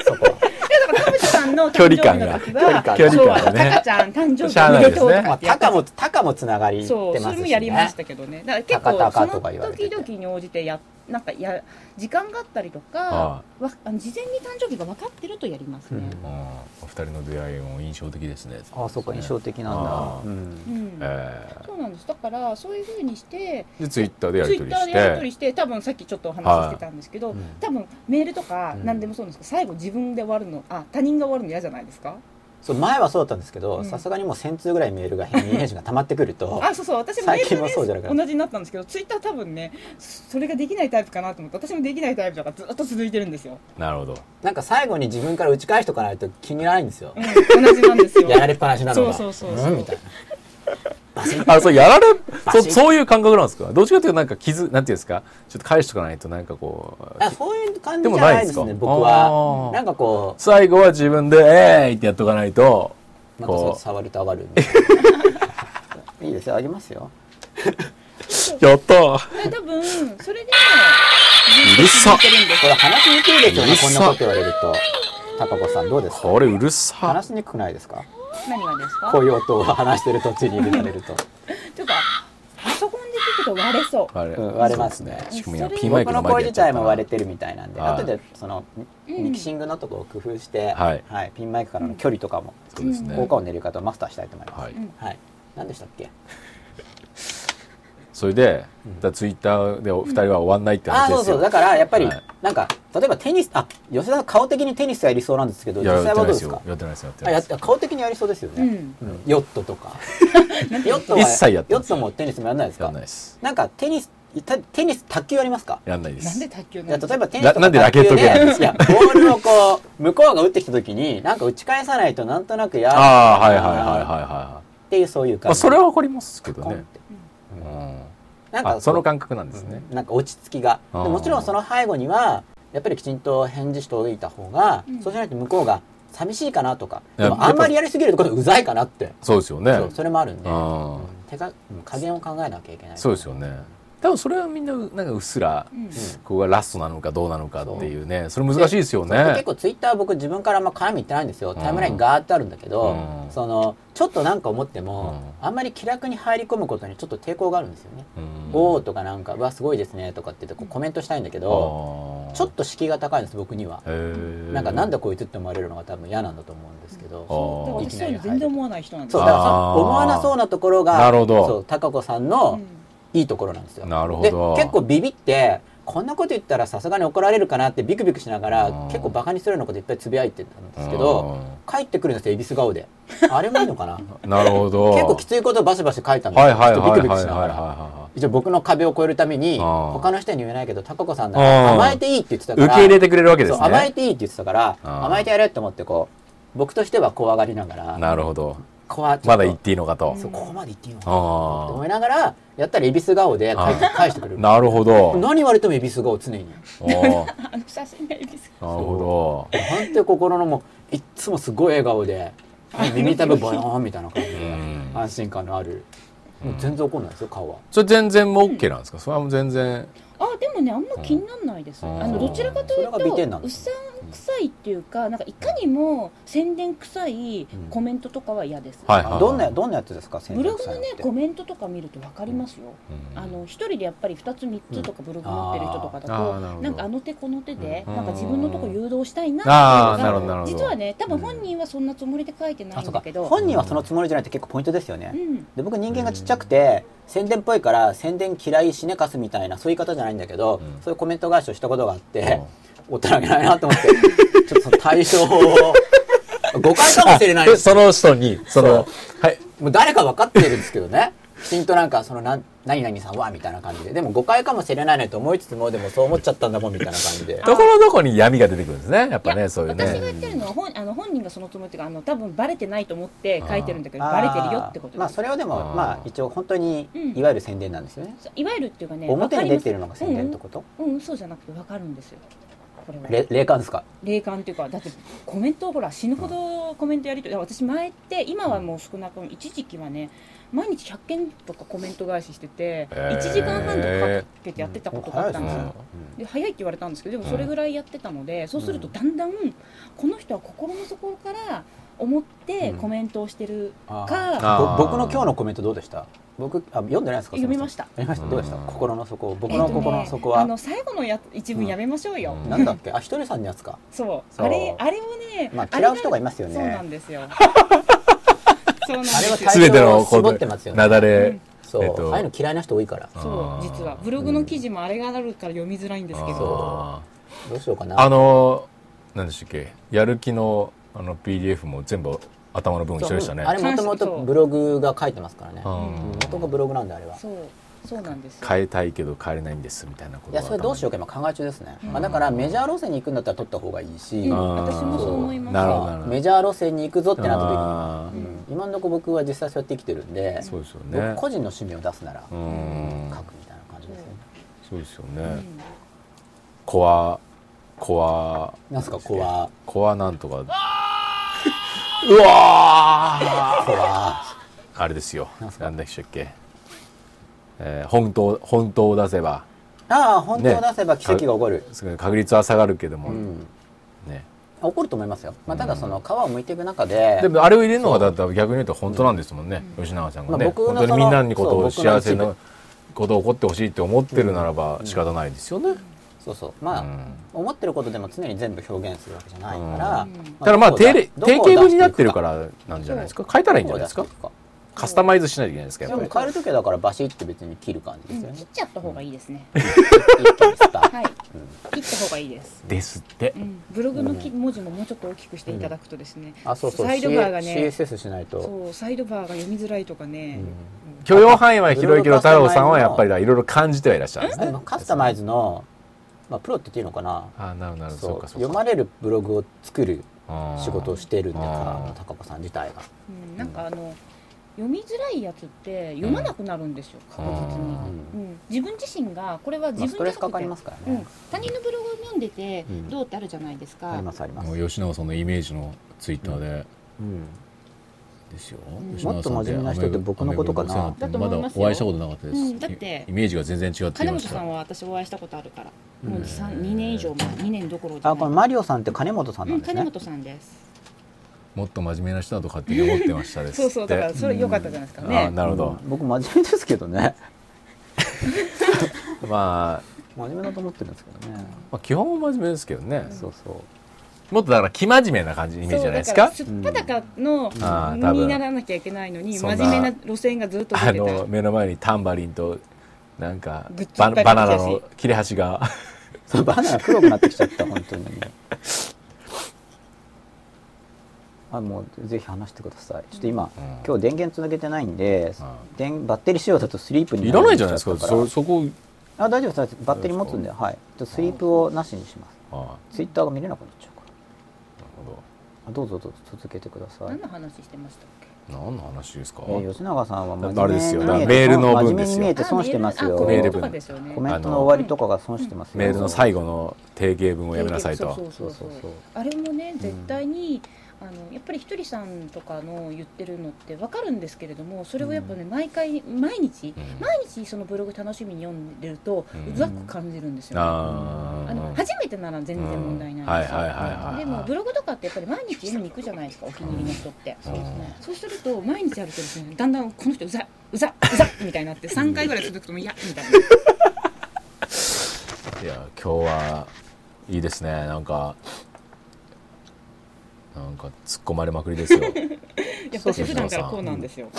S1: そこは
S2: だから田淵さんの誕生日の時は
S4: 距離
S2: そう
S4: 感がね
S2: タカちゃん誕生
S4: しゃ
S2: 日お
S4: あな
S2: め
S4: い
S2: で
S4: です
S2: とう
S4: ね
S2: と
S1: ま
S2: か
S1: あ
S2: ってや
S1: タ
S2: った
S1: カもタカもつながりって
S2: そ
S1: ま
S2: うそ
S1: す
S2: れ
S1: し
S2: もやりま
S1: ね
S2: したけどねだから結
S1: タカ
S2: 構
S1: タカ
S2: そ
S1: とか言わ
S2: の
S1: れてて
S2: 時々に応じてやなんかや時間があったりとか
S4: は
S2: わあの事前に誕生日が分かってるとやりますね、
S4: うんお二人の出会いも印象的ですね
S1: ああそうか印象的なんだ
S4: あー
S1: うん
S2: うん
S4: え
S2: そうなんですだからそういうふうにして
S4: ー、でツイッターでや
S2: ツイ
S4: り取
S2: ッターで
S4: りして
S2: やり取りして多分さっきちょっとお話ししてたんですけど、
S1: はいうん
S2: 多分メールとか
S1: うん
S2: 何でもそうなんですけど最後自分で終わるのあ他人が終わるの嫌じゃないですか
S1: そう前はそうだったんですけ
S2: う
S1: ど
S2: ん
S1: さすがにもう1000通ぐらいメールが返信が溜まってくると
S2: あそうそう私もメ
S1: 最近
S2: ー
S1: はそうじゃな
S2: ル
S1: く
S2: で
S1: なった
S2: 同じになったんですけどツイッター多分ねそれができないタイプかなと思って私もできないタイプだからずっと続いてるんですよ、
S4: なるほど
S1: なんか最後に自分から打ち返しとかないと気にならないんですよ
S2: うん、同じなんですよ
S1: やられっぱなしなのが
S2: そうそうそうそうん
S1: みたいな
S4: あそうや
S2: [laughs]
S4: られ
S1: バシ
S4: そ
S1: ッ
S4: そういう感覚なんですかどっちかというとなんか傷なんていうんですかちょっと返しとかないとなんかこう
S1: あそういう感
S4: で
S1: じじ
S4: も
S1: ゃ
S4: ない
S1: ない
S4: で
S1: です
S4: か
S1: すね僕
S4: あ
S1: は
S4: ー
S1: なんかこ
S4: 最後は自分で「えーい!」ってやっとかないと
S1: うなんかそう
S4: こ
S1: 触ると上がるんで [laughs] いいですよありますよ
S4: う「やったー
S2: で多分それで
S4: うるさ
S2: 続いてるんです
S1: これ話しにくいですよ
S4: う
S1: ね
S4: る
S1: こ
S4: さ
S1: んなこと言われると高子さんどうですか
S4: これうるさ
S1: 話しにくくないですか
S2: 何がですか
S1: こういう音を話してる途中に入れられると
S2: ちょっとパソコンで聞くと割れそう
S4: あれ
S1: うん割れますね
S4: そうですしかも今
S2: それ
S4: ピンマイ
S1: 僕
S4: ク
S1: の
S4: の前
S1: 声
S4: でやっ
S1: 自
S4: ちゃっ
S1: 体
S4: たな
S1: も割れてるみたいなんで
S4: はい
S1: 後でそのミキシングのとこを工夫して
S4: はい
S1: はいピンマイクからの距離とかも
S4: そうですね
S1: 効果音の入れ方をマスターしたいと思います
S4: はい
S1: はい何でしたっけ
S4: それでツイッターでお二人は終わんないって
S1: あ
S4: 話
S1: あ
S4: で
S1: そう
S4: す
S1: そう
S4: よ
S1: だからやっぱり、
S4: はい
S1: なんか例えばテニスあ吉田さん顔的にテニスやりそうなんですけど
S4: い
S1: 実
S4: ややっ
S1: 際
S4: て
S1: は
S4: な
S1: どで
S4: いうで
S1: すす
S4: よ
S1: か
S4: やってないですよやっ
S1: あ
S4: てない
S1: やっ
S4: です
S1: 顔的にやりそうですよ
S2: う
S1: ね、
S2: ん
S1: うんヨットとかヨットは
S4: 一切や [laughs] ってない
S1: ヨットもテニスもやらないです
S4: や
S1: か
S4: んないです
S1: なんかテニスたテニス卓球やりますか
S4: やんないで
S2: なん
S4: す
S2: で卓球
S1: いや
S2: なん
S1: 例えばテニス
S4: な
S1: と
S4: な
S1: か
S4: んでラケット
S1: 卓球
S4: 系なんです
S1: いやボールをこう向こうが打ってきた時になんか打ち返さないとなんとなくや
S4: ああはいはいはいはいは
S1: っていうそういう
S4: いま
S1: 感
S4: あ
S1: じ、
S4: それはわかりますけど
S1: コンっ
S4: ね
S1: て
S4: うん
S1: なん
S4: あ
S1: か
S4: その感覚なんですね
S1: なんか落ち着きがで
S4: あー
S1: もちろんその背後にはやっぱりきちんと返事しておいた方が、
S2: うん
S1: そうしないと向こうが寂しいかなとか
S4: いや
S1: でもあんまりやりすぎるとこれうざいかなって
S4: そうですよね
S1: そうそれもあるんで
S4: あー
S1: 手がうん加減を考えなきゃいけない
S4: そうですよね多分それはみんななんかうっすら
S2: うん
S4: ここがラストなのかどうなのかっていうねそれ難しいですよ
S1: で結
S4: ね
S1: 構ツイッター僕自分からあんま絡み言ってないんですよ
S4: ん
S1: タイムラインガーッとあるんだけど、
S4: うん
S1: そのちょっとなんか思っても、あんまり気楽に入り込むことにちょっと抵抗があるんですよね、
S4: うん
S1: おーとかなんか「うわすごいですね」とかって言ってこうコメントしたいんだけど、
S4: あー
S1: ちょっと敷居が高いんです僕には、
S4: へえ
S1: なんかなんだこいつって思われるのが多分嫌なんだと思うんですけど、
S4: あー
S2: 私そういうの全然思わない人なんです
S1: そう
S2: よ
S1: だからそ
S4: あ
S1: の
S4: ー
S1: 思わなそうなところが
S4: なるほど
S1: そう高子さん
S2: う
S1: の
S2: ん
S1: いいところなんですよ。
S4: なるほど
S1: で結構ビビってこんなこと言ったらさすがに怒られるかなってビクビクしながら
S4: あー
S1: 結構バカにするようなこといっぱいつぶやいてたんですけど帰ってくるんですよ恵比寿顔であれもいいのかな
S4: [laughs] うんなるほど
S1: 結構きついことをバシバシ書いたんです
S4: は
S1: よ
S4: いはい
S1: ちょっ
S4: は
S1: とビク
S4: いはい
S1: ビ
S4: は
S1: ク
S4: い
S1: しな
S4: は
S1: が
S4: い
S1: ら
S4: は
S1: 一応僕の壁を越えるために
S4: あー
S1: 他の人には言えないけど高子さんだ
S4: あ
S1: ら
S4: ー
S1: 甘えていいって言ってた
S4: い
S1: から
S4: 受け入れてくれるわけです
S1: そう甘え
S4: ね
S1: ていいって言ってたから
S4: あー
S1: 甘えてやれって思ってこう僕としては怖がりながら
S4: なるほど
S1: 怖
S4: まだ言っていいのかと
S1: そうここまで言っていいのかなと思
S4: あ
S1: いながらやったら恵比寿顔で返して返してくれ
S4: あ
S1: る
S4: なるほど
S1: 何言われても恵比寿顔常に
S4: おーなる
S2: あの写真がいいです
S4: ほ
S1: なんて心のもういっつもすごい笑顔で耳たぶボヨーンみたいな感じで
S4: うん
S1: 安心感のあるもう全然怒んないですよ顔は
S4: どそれ全然もう OK なんですかそれはもう全然
S2: あでもねあんま気にならないです、
S4: うん
S2: あのどちらかという
S1: それが美点
S2: と
S1: なん
S2: う
S1: で
S2: さ
S1: す
S2: んくさいっていうかなんかいかにも宣伝臭いコメントとかは嫌です、
S4: はい
S1: あどんなどんなやつですか先
S2: ブ
S1: 生
S2: ログ
S1: 臭い
S2: の
S1: の
S2: ね
S1: って
S2: コメントとか見ると分かりますよ、
S4: うん
S2: あの一人でやっぱり2つ3つとかブログ持ってる人とかだ
S4: うん
S2: と、
S4: あーなるほど
S2: なんかあの手この手で、
S4: うん
S2: なんか自分のとこ誘導したいな
S4: あ
S2: っ
S4: あ
S2: て
S4: な
S2: いう
S4: る
S2: の
S4: ほどな
S2: が
S4: るほど
S2: 実はね多分本人はそんなつもりで書いてな
S1: あ
S2: い
S1: そう
S2: ん
S1: か
S2: だけど、
S1: 本人はそのつもりじゃないって結構ポイントですよね、
S2: うん
S1: で僕人間がちっちゃくて宣伝っぽいから宣伝嫌いしねかすみたいなそういう言い方じゃないんだけど、
S4: うん
S1: そういうコメント返しをしたことがあって、おったらげないなと思ってちょっとその対象
S4: [laughs]
S1: を誤解かもしれない
S4: あ
S1: で
S4: ですその人にそのはい
S1: もう誰か分かってるんですけどねきちんとなんかそのなん何々さんはみたいな感じででも誤解かもしれないねと思いつつもでもそう思っちゃったんだもんみたいな感じで
S4: ところどころに闇が出てくるんですねやっ
S2: いや
S4: ぱねそういう
S2: 私が言
S4: ね
S2: ってるのは本あの本人がそのつもりっていうかあの多分バレてないと思って書いてるんだけど
S1: あー
S2: バレてるよってこと
S1: まあ
S2: です、
S1: それはでも
S4: あー
S1: まあ一応本当に
S2: うん
S1: いわゆる宣伝なんですよね、
S2: いわゆるっていうかね
S1: 表に出てるの
S2: わ
S1: が
S2: かり
S1: 宣伝って
S2: ます
S1: こと、
S2: うんうん、うんそうじゃなくて分かるんですよこれは
S1: れ霊感ですか
S2: 霊感っていうかだってコメントをほら死ぬほどコメントやりとりいや私前って今はもう少なく一時期はね毎日100件とかコメント返ししてて
S4: ー
S2: 1時間半とかかけてやってたことがあったんです
S4: うん
S2: よ。で早いって言われたんですけどでもそれぐらいやってたのでそうすると
S1: うん
S2: だんだんこの人は心の底から思って
S1: うん
S2: コメントをしてる
S1: あー
S2: か、
S4: あー
S1: ぼ僕の今日のコメントどうでした僕あ読んでないですか
S2: 読みました
S1: すいせん読みましたどうでした
S4: うん
S1: 心の底を僕
S2: えー
S1: の
S2: とね
S1: 心の底
S2: あ
S1: は、
S2: の最後のや一文やめましょうよ、
S4: うん
S1: なんだっけあひとりさんのやつか
S2: そう
S1: そう
S2: あれあれをね、
S1: まあ
S2: あれ
S1: 嫌
S2: が
S1: う人がいますよね
S2: そうなんで
S1: [laughs]
S2: すよ
S1: あれは
S2: そうなんです
S1: 大
S2: よ
S4: 全てのこ
S1: 絞
S4: う
S1: ってますよね
S4: なだれ
S1: そう、
S4: えっと
S1: ああいうの嫌いな人多いから
S2: そう実はブログの記事もあれがあるから読みづらいんですけど
S1: ど
S4: あー
S1: どうしようかな
S4: あの何でしたっけやる気のあの PDF も全部頭の分一緒でしたね
S1: あれもともとブログが書いてますからね
S4: う
S1: も
S4: ん
S2: うん
S1: とブログなんであれは
S2: そうそうなんですよ
S4: 変えたいけど変えれないんですみたいなこと
S1: い
S4: が
S1: やそれどうしようか今考え中ですね、
S2: うん
S1: まあ、だからメジャー路線に行くんだったら取った方がいいし、
S2: うん
S4: あー
S2: 私もそう思います
S4: なるほどなるほど
S1: メジャー路線に行くぞってなった
S4: あ
S1: 時に、うん今のとこ僕は実際そうやって生きてるんで
S4: ーそうですよね
S1: 僕個人の趣味を出すなら
S4: う
S1: 書
S4: ん
S1: くみたいな感じですよね、
S4: そうですよ
S2: う
S4: ね
S2: ん
S4: コアコア
S1: なんすかコア
S4: コアなんとかうわー
S1: コア
S4: あれですよ
S1: なんすか
S4: なんでしたっけえー本当本当を出せば
S1: ああ本当を出せば奇跡が起こる、
S4: すごい確率は下がるけども
S1: うん
S4: ね
S1: 起こると思いますよ、まあ、ただその皮を剥いていく中で、
S4: でもあれを入れるのがだったら逆に言うと本当なんですもんね、吉永さんがね、
S1: まあ僕の
S4: 本当に
S1: その
S4: みんなにことを
S1: そう僕の
S4: 幸
S1: 一
S4: せ
S1: 部
S4: なことを起こってほしいって思ってるならば仕方ないですよね、
S1: そうそうまあ、
S4: うん
S1: 思ってることでも常に全部表現するわけじゃないから、
S2: うん
S4: ただまあ
S1: どこを
S4: 定例
S1: ど
S4: 定
S1: こを出
S4: 型文になっ
S1: して
S4: て
S1: い
S4: る
S1: くか
S4: からなんじゃないですか変えたらいいんじゃないですか
S1: どこを出してい
S4: カスタマイズしないといけないですか
S1: く
S4: ら
S1: かで
S4: やっ
S1: も
S4: ぱ
S1: 変える時はだからバシッと別に切る感じですよ
S2: うん切
S1: ね
S2: っ、ちゃった方がいいですね
S1: 一気に切った
S4: [laughs]
S2: はい切った方がいいです
S4: りですって
S2: うんブログのき文字ももうちょっと大きくしていただくとですね
S1: あそうそう
S2: サイドバーが
S1: C-
S2: ね
S1: CSS しないと
S2: そうサイドバーが読みづらいとかね
S4: 許容範囲は広いけど太郎さんはやっぱりいろいろ感じてはいらっしゃるんです
S1: で
S4: ね
S1: もカスタマイズの、まあ、プロって言っていいのかな
S4: ああなるほどなるほどそ
S1: そうう
S4: かそう
S1: 読ま
S4: か
S1: れるブログを作る
S4: あー
S1: 仕事をしてるんだか
S4: あー
S1: ら高子さん自体が
S2: うんなんかあの読みづらいやつって読まなくなるんですよ確実に
S4: あ
S1: ー
S2: うん自分自身がこれは
S1: ま
S2: 自
S1: あ
S2: 分
S1: ス
S2: じ
S1: ト
S2: ゃ
S1: レ
S2: な
S1: スか
S2: く
S1: かり
S2: て
S1: ますから
S2: う
S1: ね
S2: ん、他人のブログを読んでて
S1: うん
S2: どうってあるじゃないです
S1: あ
S2: か
S1: りますあります
S4: もう吉永さんのイメージのツイッターで、
S1: うん
S4: ですよ、
S2: ん
S4: 吉永さん
S1: もっと真面目な人って僕のことかな
S4: アメブロのお世話にな
S2: だと思いま
S4: ってますだ
S2: よ
S4: お会いしたことなかったです、
S2: うんだって
S4: イメージが全然違ってい
S2: 金
S4: ま
S2: 本
S4: し
S2: さ
S4: た
S2: んは私お会いしたことあるからもう3 2年以上前2年どころじゃ
S1: あ
S2: な
S1: こ
S2: い
S1: のマリオさんって金本さんな
S2: うんん
S1: です
S2: 金
S1: ね
S2: 本さんです
S4: もっと真面目な人だと勝手に思ってましたです
S2: そうそうだから
S4: で
S2: それ良かったじゃないですか
S4: あー
S2: ね
S4: なるほど
S1: う、ん僕真面目ですけどね
S4: まあ、
S1: 真面目だと思ってるんですけどね
S4: まあ基本は真面目ですけどね、
S1: そうそう
S4: もっとだから気真面目な感じイメージじゃないですか
S2: そうだからすっぱだかの
S4: あー多分
S2: にならなきゃいけないのに
S4: そんな
S2: 真面目な路線がずっと
S4: あ
S2: 出てた
S4: の目の前にタンバリンとなんか
S2: グッズい
S4: バ
S2: っぱい
S4: バナナ
S2: 持っ
S4: の
S2: て
S4: 切れ端が
S1: そうバナナ黒くなってきちゃった本当にあもうぜひ話してくださいちょっと今、
S4: うん
S1: 今日電源つなげてないんで、
S4: うん
S1: 電バッテリー仕様だとスリープに
S4: いらないじゃないですか
S1: なっちゃった
S4: そそこ
S1: あ大丈夫です大丈夫ですバッテリー持つんではいちょっとスリープをなしにします
S4: あーなる
S1: ツイッターが見れなくなっちゃうから
S4: ほ
S1: あどうぞどうぞ続けてください
S2: 何の話してましたっけ
S4: ど何の話ですか、
S1: えー吉永さんは真
S4: あ
S1: 面
S4: れ
S1: 目
S4: です
S1: に
S4: よ
S1: 見
S4: だか
S1: え
S4: ら
S1: て
S4: メールの
S1: 真面
S4: 分
S1: 目
S4: です
S1: に
S4: よ
S1: 見えて損してます
S2: あ
S1: よ
S2: コ
S4: メ
S2: メン
S4: ール
S2: ト
S4: 文
S2: とかですよね
S1: コメントの終わりとかが損してますよ
S4: メールの最後の定型文をやめなさいと
S2: そうそうそうそう
S1: そうそうそう
S2: あれもね絶対に、あのやっぱりひとりさんとかの言ってるのって分かるんですけれどもそれをやっぱね、毎回毎日毎日そのブログ楽しみに読んでると、
S4: う
S2: うんざく感じるんですよ、
S4: あー
S2: あの初めてなら全然問題ないんですよ、
S4: うんはいはいはいはい
S2: でもブログとかってやっぱり毎日読みに行くじゃないですかお気に入りの人って、そうすると毎日やるとですねだんだんこの人うざいうざうざみたいになって3回ぐらい続くともう嫌みたいな。
S4: いや今日はいいですねなんかなんか突っ込まれまくりですよ
S2: いや私普段からこうなんですよ。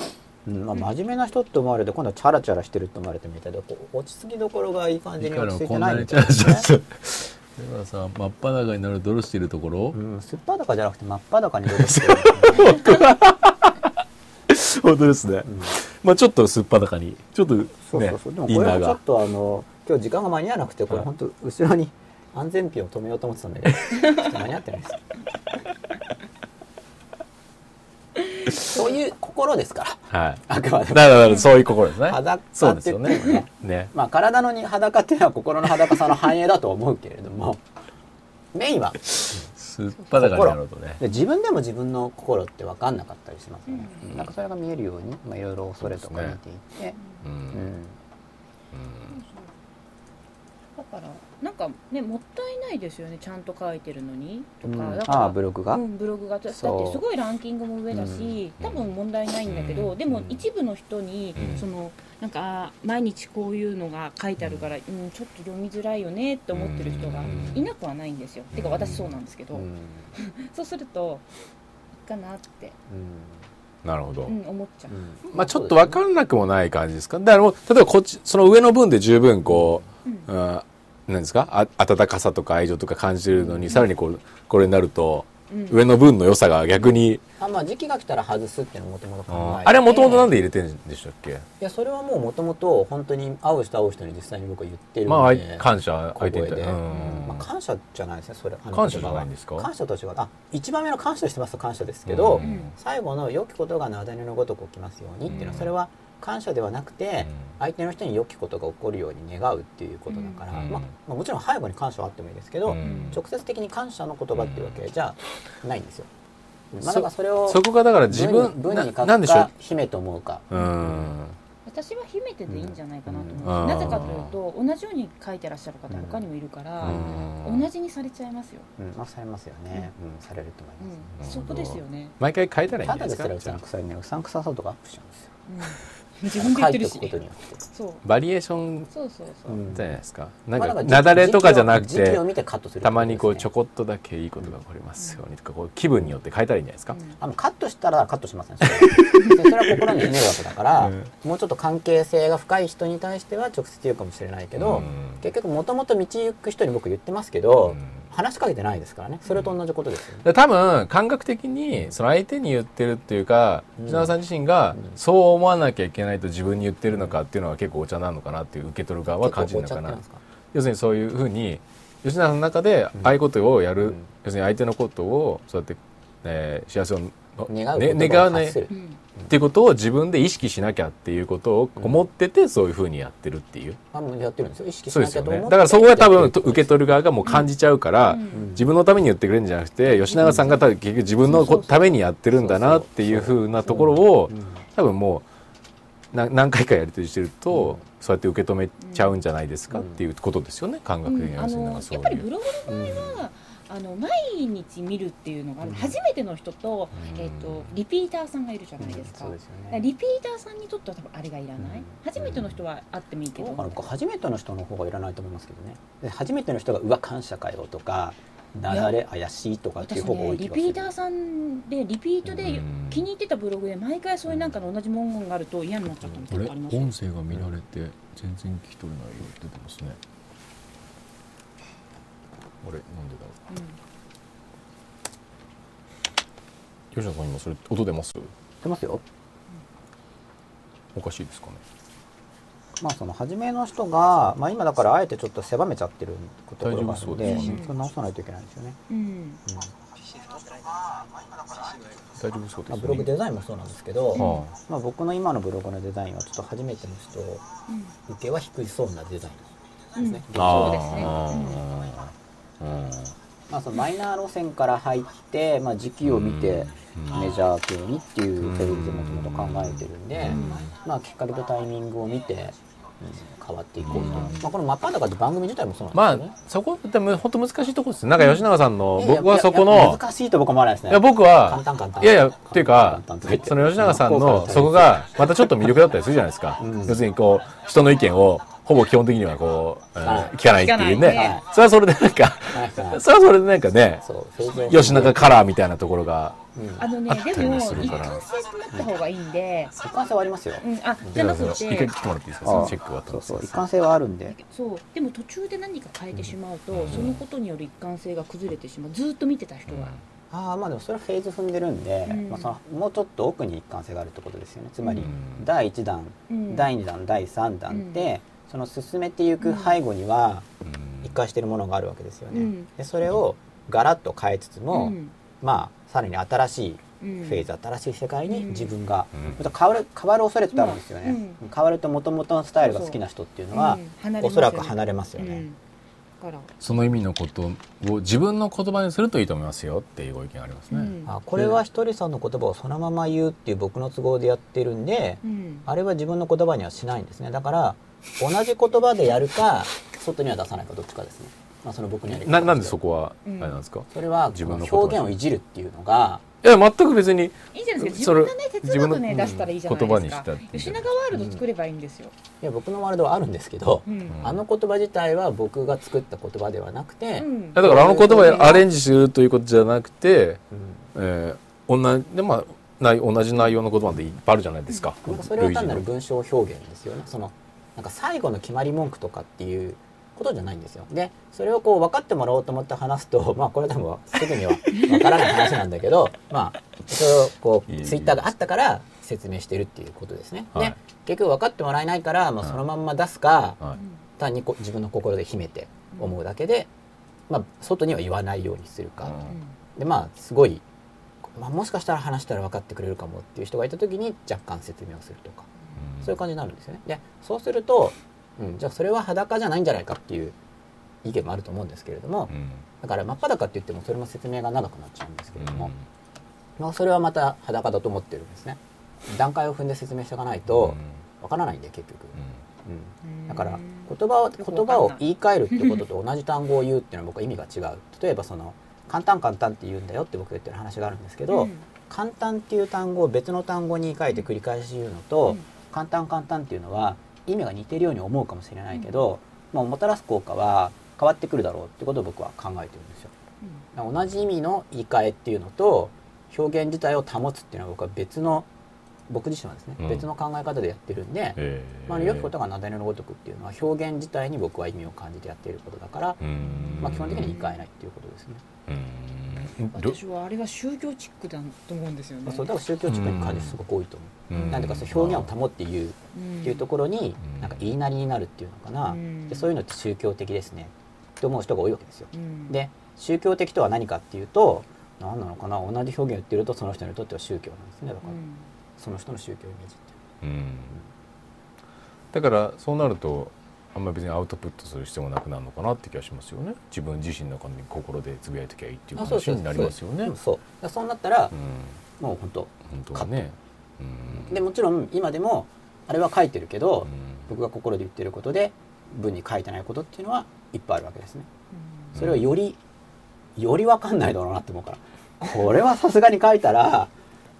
S1: うんまあ、真面目な人って思われて今度はチャラチャラしてるって思われてみたいでこう落ち着きどころがいい感じに落ち着いてないみたいな、ね
S4: [laughs] ちょっとではさ真っ裸になるドロしているところ
S1: うん、すっぱだかじゃなくて真っ裸に出てきて
S4: 本当ですね、まあちょっとすっぱだかにちょっとね
S1: [laughs] そうそうそう、でも
S4: イン
S1: これ
S4: ナ
S1: はち
S4: ー
S1: ょっ
S4: が
S1: とあの今日時間が間に合わなくてこれ
S4: はい
S1: 本当後ろに安全ピンを止めようと思ってたんだけど [laughs] ちょっと間に合ってないですそういう心ですから
S4: はい
S1: あくまで
S4: だ
S1: も
S4: からだからそういう心ですねそ
S1: 裸
S4: う
S1: っ
S4: で
S1: て
S4: す
S1: 言
S4: よ
S1: ってもね
S4: ねね
S1: まあ体のに裸っていうのは心の裸さの反映だと思うけれどもメインは
S4: すっぱだかになるとね
S1: で自分でも自分の心って分かんなかったりしますよね、なんかそれが見えるように、まあ、いろいろ恐れとか見ていって、
S4: う
S1: うんん
S2: だからなんかねもったいないですよねちゃんと書いてるのにとか、
S1: うん
S2: だから
S1: ああブログが、
S2: うん、ブログがだだってす
S1: そう
S2: ごいランキングも上だし、
S4: うん
S2: 多分問題ないんだけど、
S4: うん
S2: でも一部の人に、
S4: うん
S2: そのなんかあー毎日こういうのが書いてあるから、うんちょっと読みづらいよねって思ってる人がいなくはないんですよ、てか私そうなんですけど、
S1: うん
S2: そうするといいかなって、
S4: なるほど、
S2: うん、思っちゃう、
S1: うん
S4: まあちょっと分かんなくもない感じですかだからもう例えばこっちその上の分で十分こう、うんなんですかあ温かさとか愛情とか感じるのに、さらにこうこれになると、
S2: うん
S4: 上の分の良さが逆に、
S1: あまあ時期が来たら外すっていうのもともと考えて
S4: あれはもともとなんで入れてるんでしたっけ、
S1: いやそれはもうもともと本当に会う人会う人に実際に僕は言ってるんで、
S4: まああい感謝
S1: 小声
S4: 相手
S1: で
S4: に対してうん
S1: まあ、感謝じゃないですねそれあの
S4: 感謝じゃないんですか
S1: 言葉は感謝と違うあ一番目の感謝してますと感謝ですけど、
S4: うん
S1: 最後の良きことがなだれのごとく起きますようにっていうのは、
S4: うん
S1: それは感謝ではなくて、
S4: うん
S1: 相手の人に良きことが起こるように願うっていうことだから、
S4: うん
S1: まあまあもちろん背後に感謝はあってもいいですけど、
S4: うん
S1: 直接的に感謝の言葉っていうわけじゃないんですよ。ま
S4: そ
S1: あ、だからそれを
S4: そこがだから自分
S1: 文に文に書
S4: な
S1: く
S4: なんでしょ
S1: か
S4: う
S1: 姫と思うか、
S4: うん
S2: 私は秘めてでいいんじゃないかなと思
S4: うんうん
S2: う、なぜかというと同じように書いてらっしゃる方他にもいるから、
S4: うん
S2: 同じにされちゃいますよ、
S1: うんまあ、されますよね、うんされると思います、
S2: うん、そこですよね、
S4: 毎回変えたらいいん
S1: た
S4: じゃ
S1: だ
S4: ない
S1: で
S4: です
S1: すらうさん
S4: かじゃあ
S1: くさいねうさんくささとかアップしちゃうんですよ [laughs]
S2: うん、自分で言ってるし
S1: 書いておくことによって
S2: そう
S4: バリエーション
S2: そうそうそう、
S1: うん
S4: じゃないですかなんか
S1: まあ
S4: 雪崩とかじゃなく
S1: 時期を時
S4: て
S1: 期を見てカットするって
S4: た
S1: と
S4: ま
S1: ですね
S4: にこうちょこっとだけいいことが起こりますようにとかこう気分によって変えたらいいんじゃないですか、
S1: あのカットしたらカットしませんそれはそれは心に秘めるわけだ
S4: [laughs]
S1: から、
S4: うん
S1: もうちょっと関係性が深い人に対しては直接言うかもしれないけど、
S4: うん
S1: 結局もともと道行く人に僕言ってますけど、
S4: うん
S1: 話しかけてないですからねそれと同じことですよね、
S4: で多分感覚的にその相手に言ってるっていうか
S1: うん
S4: 藤沢さん自身がそう思わなきゃいけないと自分に言ってるのかっていうのは結構お茶なのかなっていう受け取る側は感じるのか
S1: 結構
S4: な
S1: 怒っちゃってますか
S4: 要するにそういうふうに吉永さんの中でああいうことをや
S1: う
S4: る、
S1: ん
S4: 要するに相手のことをそうやって、えー幸せを
S1: 願う
S4: ね
S1: 言
S4: 願
S1: 葉
S4: わ
S1: を
S4: ない
S1: 発す
S4: っ
S1: る、
S4: ていうことを自分で意識しなきゃっていうことを思っててそういうふうにやってるっていう。
S1: あもうやってるんですよ意識し
S4: そう
S1: な
S4: です
S1: きゃ
S4: よ
S1: と思
S4: ね
S1: って、
S4: だからそこが多分と受け
S1: け
S4: 取る側がもう感じちゃうから、自分のために言ってくれるんじゃなくて吉永さんが多分結局自分のこためにやってるんだなっていうふうなところを多分もうな何回かやり取りしてると、そうやって受け止めちゃうんじゃないですかっていうことですよね感覚的に
S2: あ
S4: はですねなん
S2: の
S4: かそ
S2: や
S4: う
S2: っぱ
S4: い
S2: り
S4: う
S2: ブ。ログの場合は、あの毎日見るっていうのがある、初めての人と,、
S4: うん
S2: えっとリピーターさんがいるじゃないですか,、
S1: そうですよね
S2: リピーターさんにとっては多分あれがいらな
S1: う
S2: い、
S1: ん
S2: 初めての人はあってもいいけ
S1: ど
S2: ど、
S1: うかな僕初めての人の方がいらないと思いますけどねで初めての人が「うわ感謝かよ」とか「流れ怪しい」とかっていう
S2: 私
S1: 方が多
S2: ね
S1: い気
S2: リ
S1: がす
S2: ピ
S1: る
S2: ーターさんでリピートで
S4: うん
S2: 気に入ってたブログで毎回そういうなんかの同じ文言があると嫌になっちゃったみたいなのありますよ
S4: 声が見られて全然聞き取れないよって出てますね。あれなんでだろう。吉永さん今それ音出ます？
S1: 知ってますよ
S4: おかしいですかね。
S1: まあその初めの人が、まあ、今だからあえてちょっと狭めちゃってるところがあるので
S4: 大丈夫そう
S2: です
S1: それ直さないといけないんですよね、
S2: うんうん
S1: うん
S3: PC 使ってないな PC のやつ
S4: 大丈夫そうです
S1: まあ
S4: よね。
S1: ブログデザインもそうなんですけど、
S4: はあ
S1: まあ、僕の今のブログのデザインはちょっと初めての人受けは低いそうなデザインですね、
S4: あ
S2: そうですね
S4: ーうん
S1: まあ、そのマイナー路線から入って、まあ、時期を見てメジャー級にっていう手引きをもともと考えてるんで、まあ、きっかけとタイミングを見て、うん変わっていこうと、まあ、この「マッパンダカ」って番組自体もそう
S4: ま
S1: なんですよね。
S4: あそこって本当難しいとこですねなんか吉永さんの
S1: いやいや
S4: 僕はそこ
S1: いやいや
S4: の
S1: 難しいと僕は思わないですね。
S4: いや僕
S1: 簡
S4: は
S1: 単簡単。
S4: いやいやっていうか
S1: 簡単とか言って
S4: その吉永さんのそこ。
S1: うん
S4: がまたちょっと魅力だったりするじゃないですか、
S1: うん
S4: 要するにこう人の意見をほぼ基本的にはこう、うん
S1: はい
S4: 聞かないってい
S2: 聞か
S4: う
S2: ない
S4: ね
S1: ね
S4: それはそれでなんか
S1: はいはい
S4: それはそれでなんかね
S1: そう、そうそう
S4: 吉永カラーみたいなところが
S1: うん
S2: あの
S4: あ
S2: ね
S4: った
S2: で
S4: り
S2: も
S4: も
S2: 一
S4: するから
S2: 貫性となった方がいいんで、
S1: 一貫性はありますよ。
S2: うん、あじゃなく
S4: 一
S2: て
S4: 回来てもらっていいですかそのチェックがあった
S1: そ
S4: んで
S1: う
S4: す
S1: そう、一貫性はあるんで。
S2: そうでも途中で何か変えてしまうと、そのことによる一貫性が崩れてしまうずーっと見てた人は、
S1: ああ、まあでもそれはフェーズ踏んでるんで、
S2: うん
S1: まあそのもうちょっと奥に一貫性があるってことですよね。つまり、
S4: うん
S1: 第1弾、
S2: うん
S1: 第2弾、第3弾って、その進めていく背後には一貫してるものがあるわけですよね。
S2: うん
S1: でそれをガラッと変えつつも、
S2: うん
S1: まあさらに新しい
S2: うん
S1: フェーズ、新しい世界に
S2: うん
S1: 自分が、
S4: うん
S1: また変わる変わる恐れってあるんですよね、
S2: う
S1: 変わるともともとのスタイルが好きな人っていうのは
S2: うん離れますよね
S1: おそらく離れますよね、
S2: うん、だから、
S4: その意味のことを自分の言葉にするといいと思いますよっていうご意見ありますね、
S2: うん
S1: あこれはひとりさんの言葉をそのまま言うっていう僕の都合でやってるんで、
S2: うん
S1: あれは自分の言葉にはしないんですねだから同じ言葉でやるか外には出さないかどっちかですね、まあ、その僕にはでき
S4: ななん
S1: で
S4: ですそ
S1: けど
S4: こはあれなんですか、
S1: それは
S4: 自分の言葉
S1: 表現をいじるっていうのが
S4: いや全く別に
S2: いいじゃないです
S4: そ
S2: か
S4: れ
S2: 自分がね哲学
S4: 自分
S2: ね
S4: の
S2: 出したらいいじゃない
S4: うん
S2: です
S4: 言葉
S2: か
S4: にしたって
S2: 吉永ワールド作ればいいんですよ、
S1: いや僕のワールドはあるんですけど、
S2: うん
S4: ん
S1: あの言葉自体は僕が作った言葉ではなくて、
S2: うん
S4: だからあの言葉をアレンジするということじゃなくて、
S1: うん
S4: えー、同じでまあない同じ内容の言葉でいっぱいあるじゃないですか。
S1: なんかそれは単なる
S4: 類似の
S1: 文章表現ですよねそのなんか最後の決まり文句とかっていうことじゃないんですよでそれをこう分かってもらおうと思って話すと [laughs] まあこれは多分すぐには分からない話なんだけど [laughs] まあそれをこ
S4: いえいうえ
S1: ツイッターがあったから説明してるっていうことですね、
S4: はい
S1: で結局分かってもらえないから、まあ、
S4: はい
S1: そのまんま出すか、
S4: はい
S1: 単にこ自分の心で秘めて思うだけで、まあ、外には言わないようにするか、でまあすごい、まあ、もしかしたら話したら分かってくれるかもっていう人がいた時に若干説明をするとかそういう感じになるんですよね。でそうすると、うん、じゃあそれは裸じゃないんじゃないかっていう意見もあると思うんですけれども
S4: うん
S1: だから真っ裸って言ってもそれも説明が長くなっちゃうんですけれど
S4: う
S1: も
S4: ん、
S1: まあ、それはまた裸だと思ってるんですね。段階を踏んで説明していかないとわからないんで結局、うん、だから言葉を言葉を言い換えるってことと同じ単語を言うっていうのは僕は意味が違う例えばその簡単簡単って言うんだよって僕が言ってる話があるんですけど、
S2: うん
S1: 簡単っていう単語を別の単語に言い換えて繰り返し言うのと、
S2: うん
S1: 簡単簡単っていうのは意味が似てるように思うかもしれないけど、まあ、もたらす効果は変わってくるだろうってことを僕は考えてるんですよ。だから同じ意味の言い換えっていうのと表現自体を保つっていうのは僕は別の僕自身はですね、
S4: うん
S1: 別の考え方でやってるんで、
S4: えー
S1: まあ、良きことがなだれのごとくっていうのは表現自体に僕は意味を感じてやっていることだから、
S4: うん
S1: まあ、基本的には言い換えないっていうことですね。
S4: うんど
S2: 私はあれは宗教チックだと思うんですよね
S1: まあ、そうだから宗教地区に感じすごく多いと思う。
S4: うん
S1: なんていうかそう表現を保って言う
S2: うん
S1: っていうところに
S4: うん
S1: なんか言いなりになるっていうのかな、
S2: うん
S1: でそういうのって宗教的ですねって思う人が多いわけですよ。
S2: うん
S1: で宗教的とは何かっていうと何なのかな同じ表現を言ってるとその人にとっては宗教なんですねだか
S2: う
S1: ら、
S2: ん
S1: その人の宗教イメージっていう
S4: うんだからそうなるとあんまり別にアウトプットする必要もなくなるのかなって気がしますよね。自分自身の中に心でつぶやいてきゃいいっていう
S1: あそう
S4: 話
S1: そう
S4: になりますよね。
S1: そううんそうだからそうなったら、
S4: 本
S1: もう本当
S4: 当はね。うん
S1: でもちろん今でもあれは書いてるけど、
S4: うん
S1: 僕が心で言ってることで文に書いてないことっていうのはいっぱいあるわけですね。それをよりよりわかんないだろうなって思うからこれはさすがに書いたら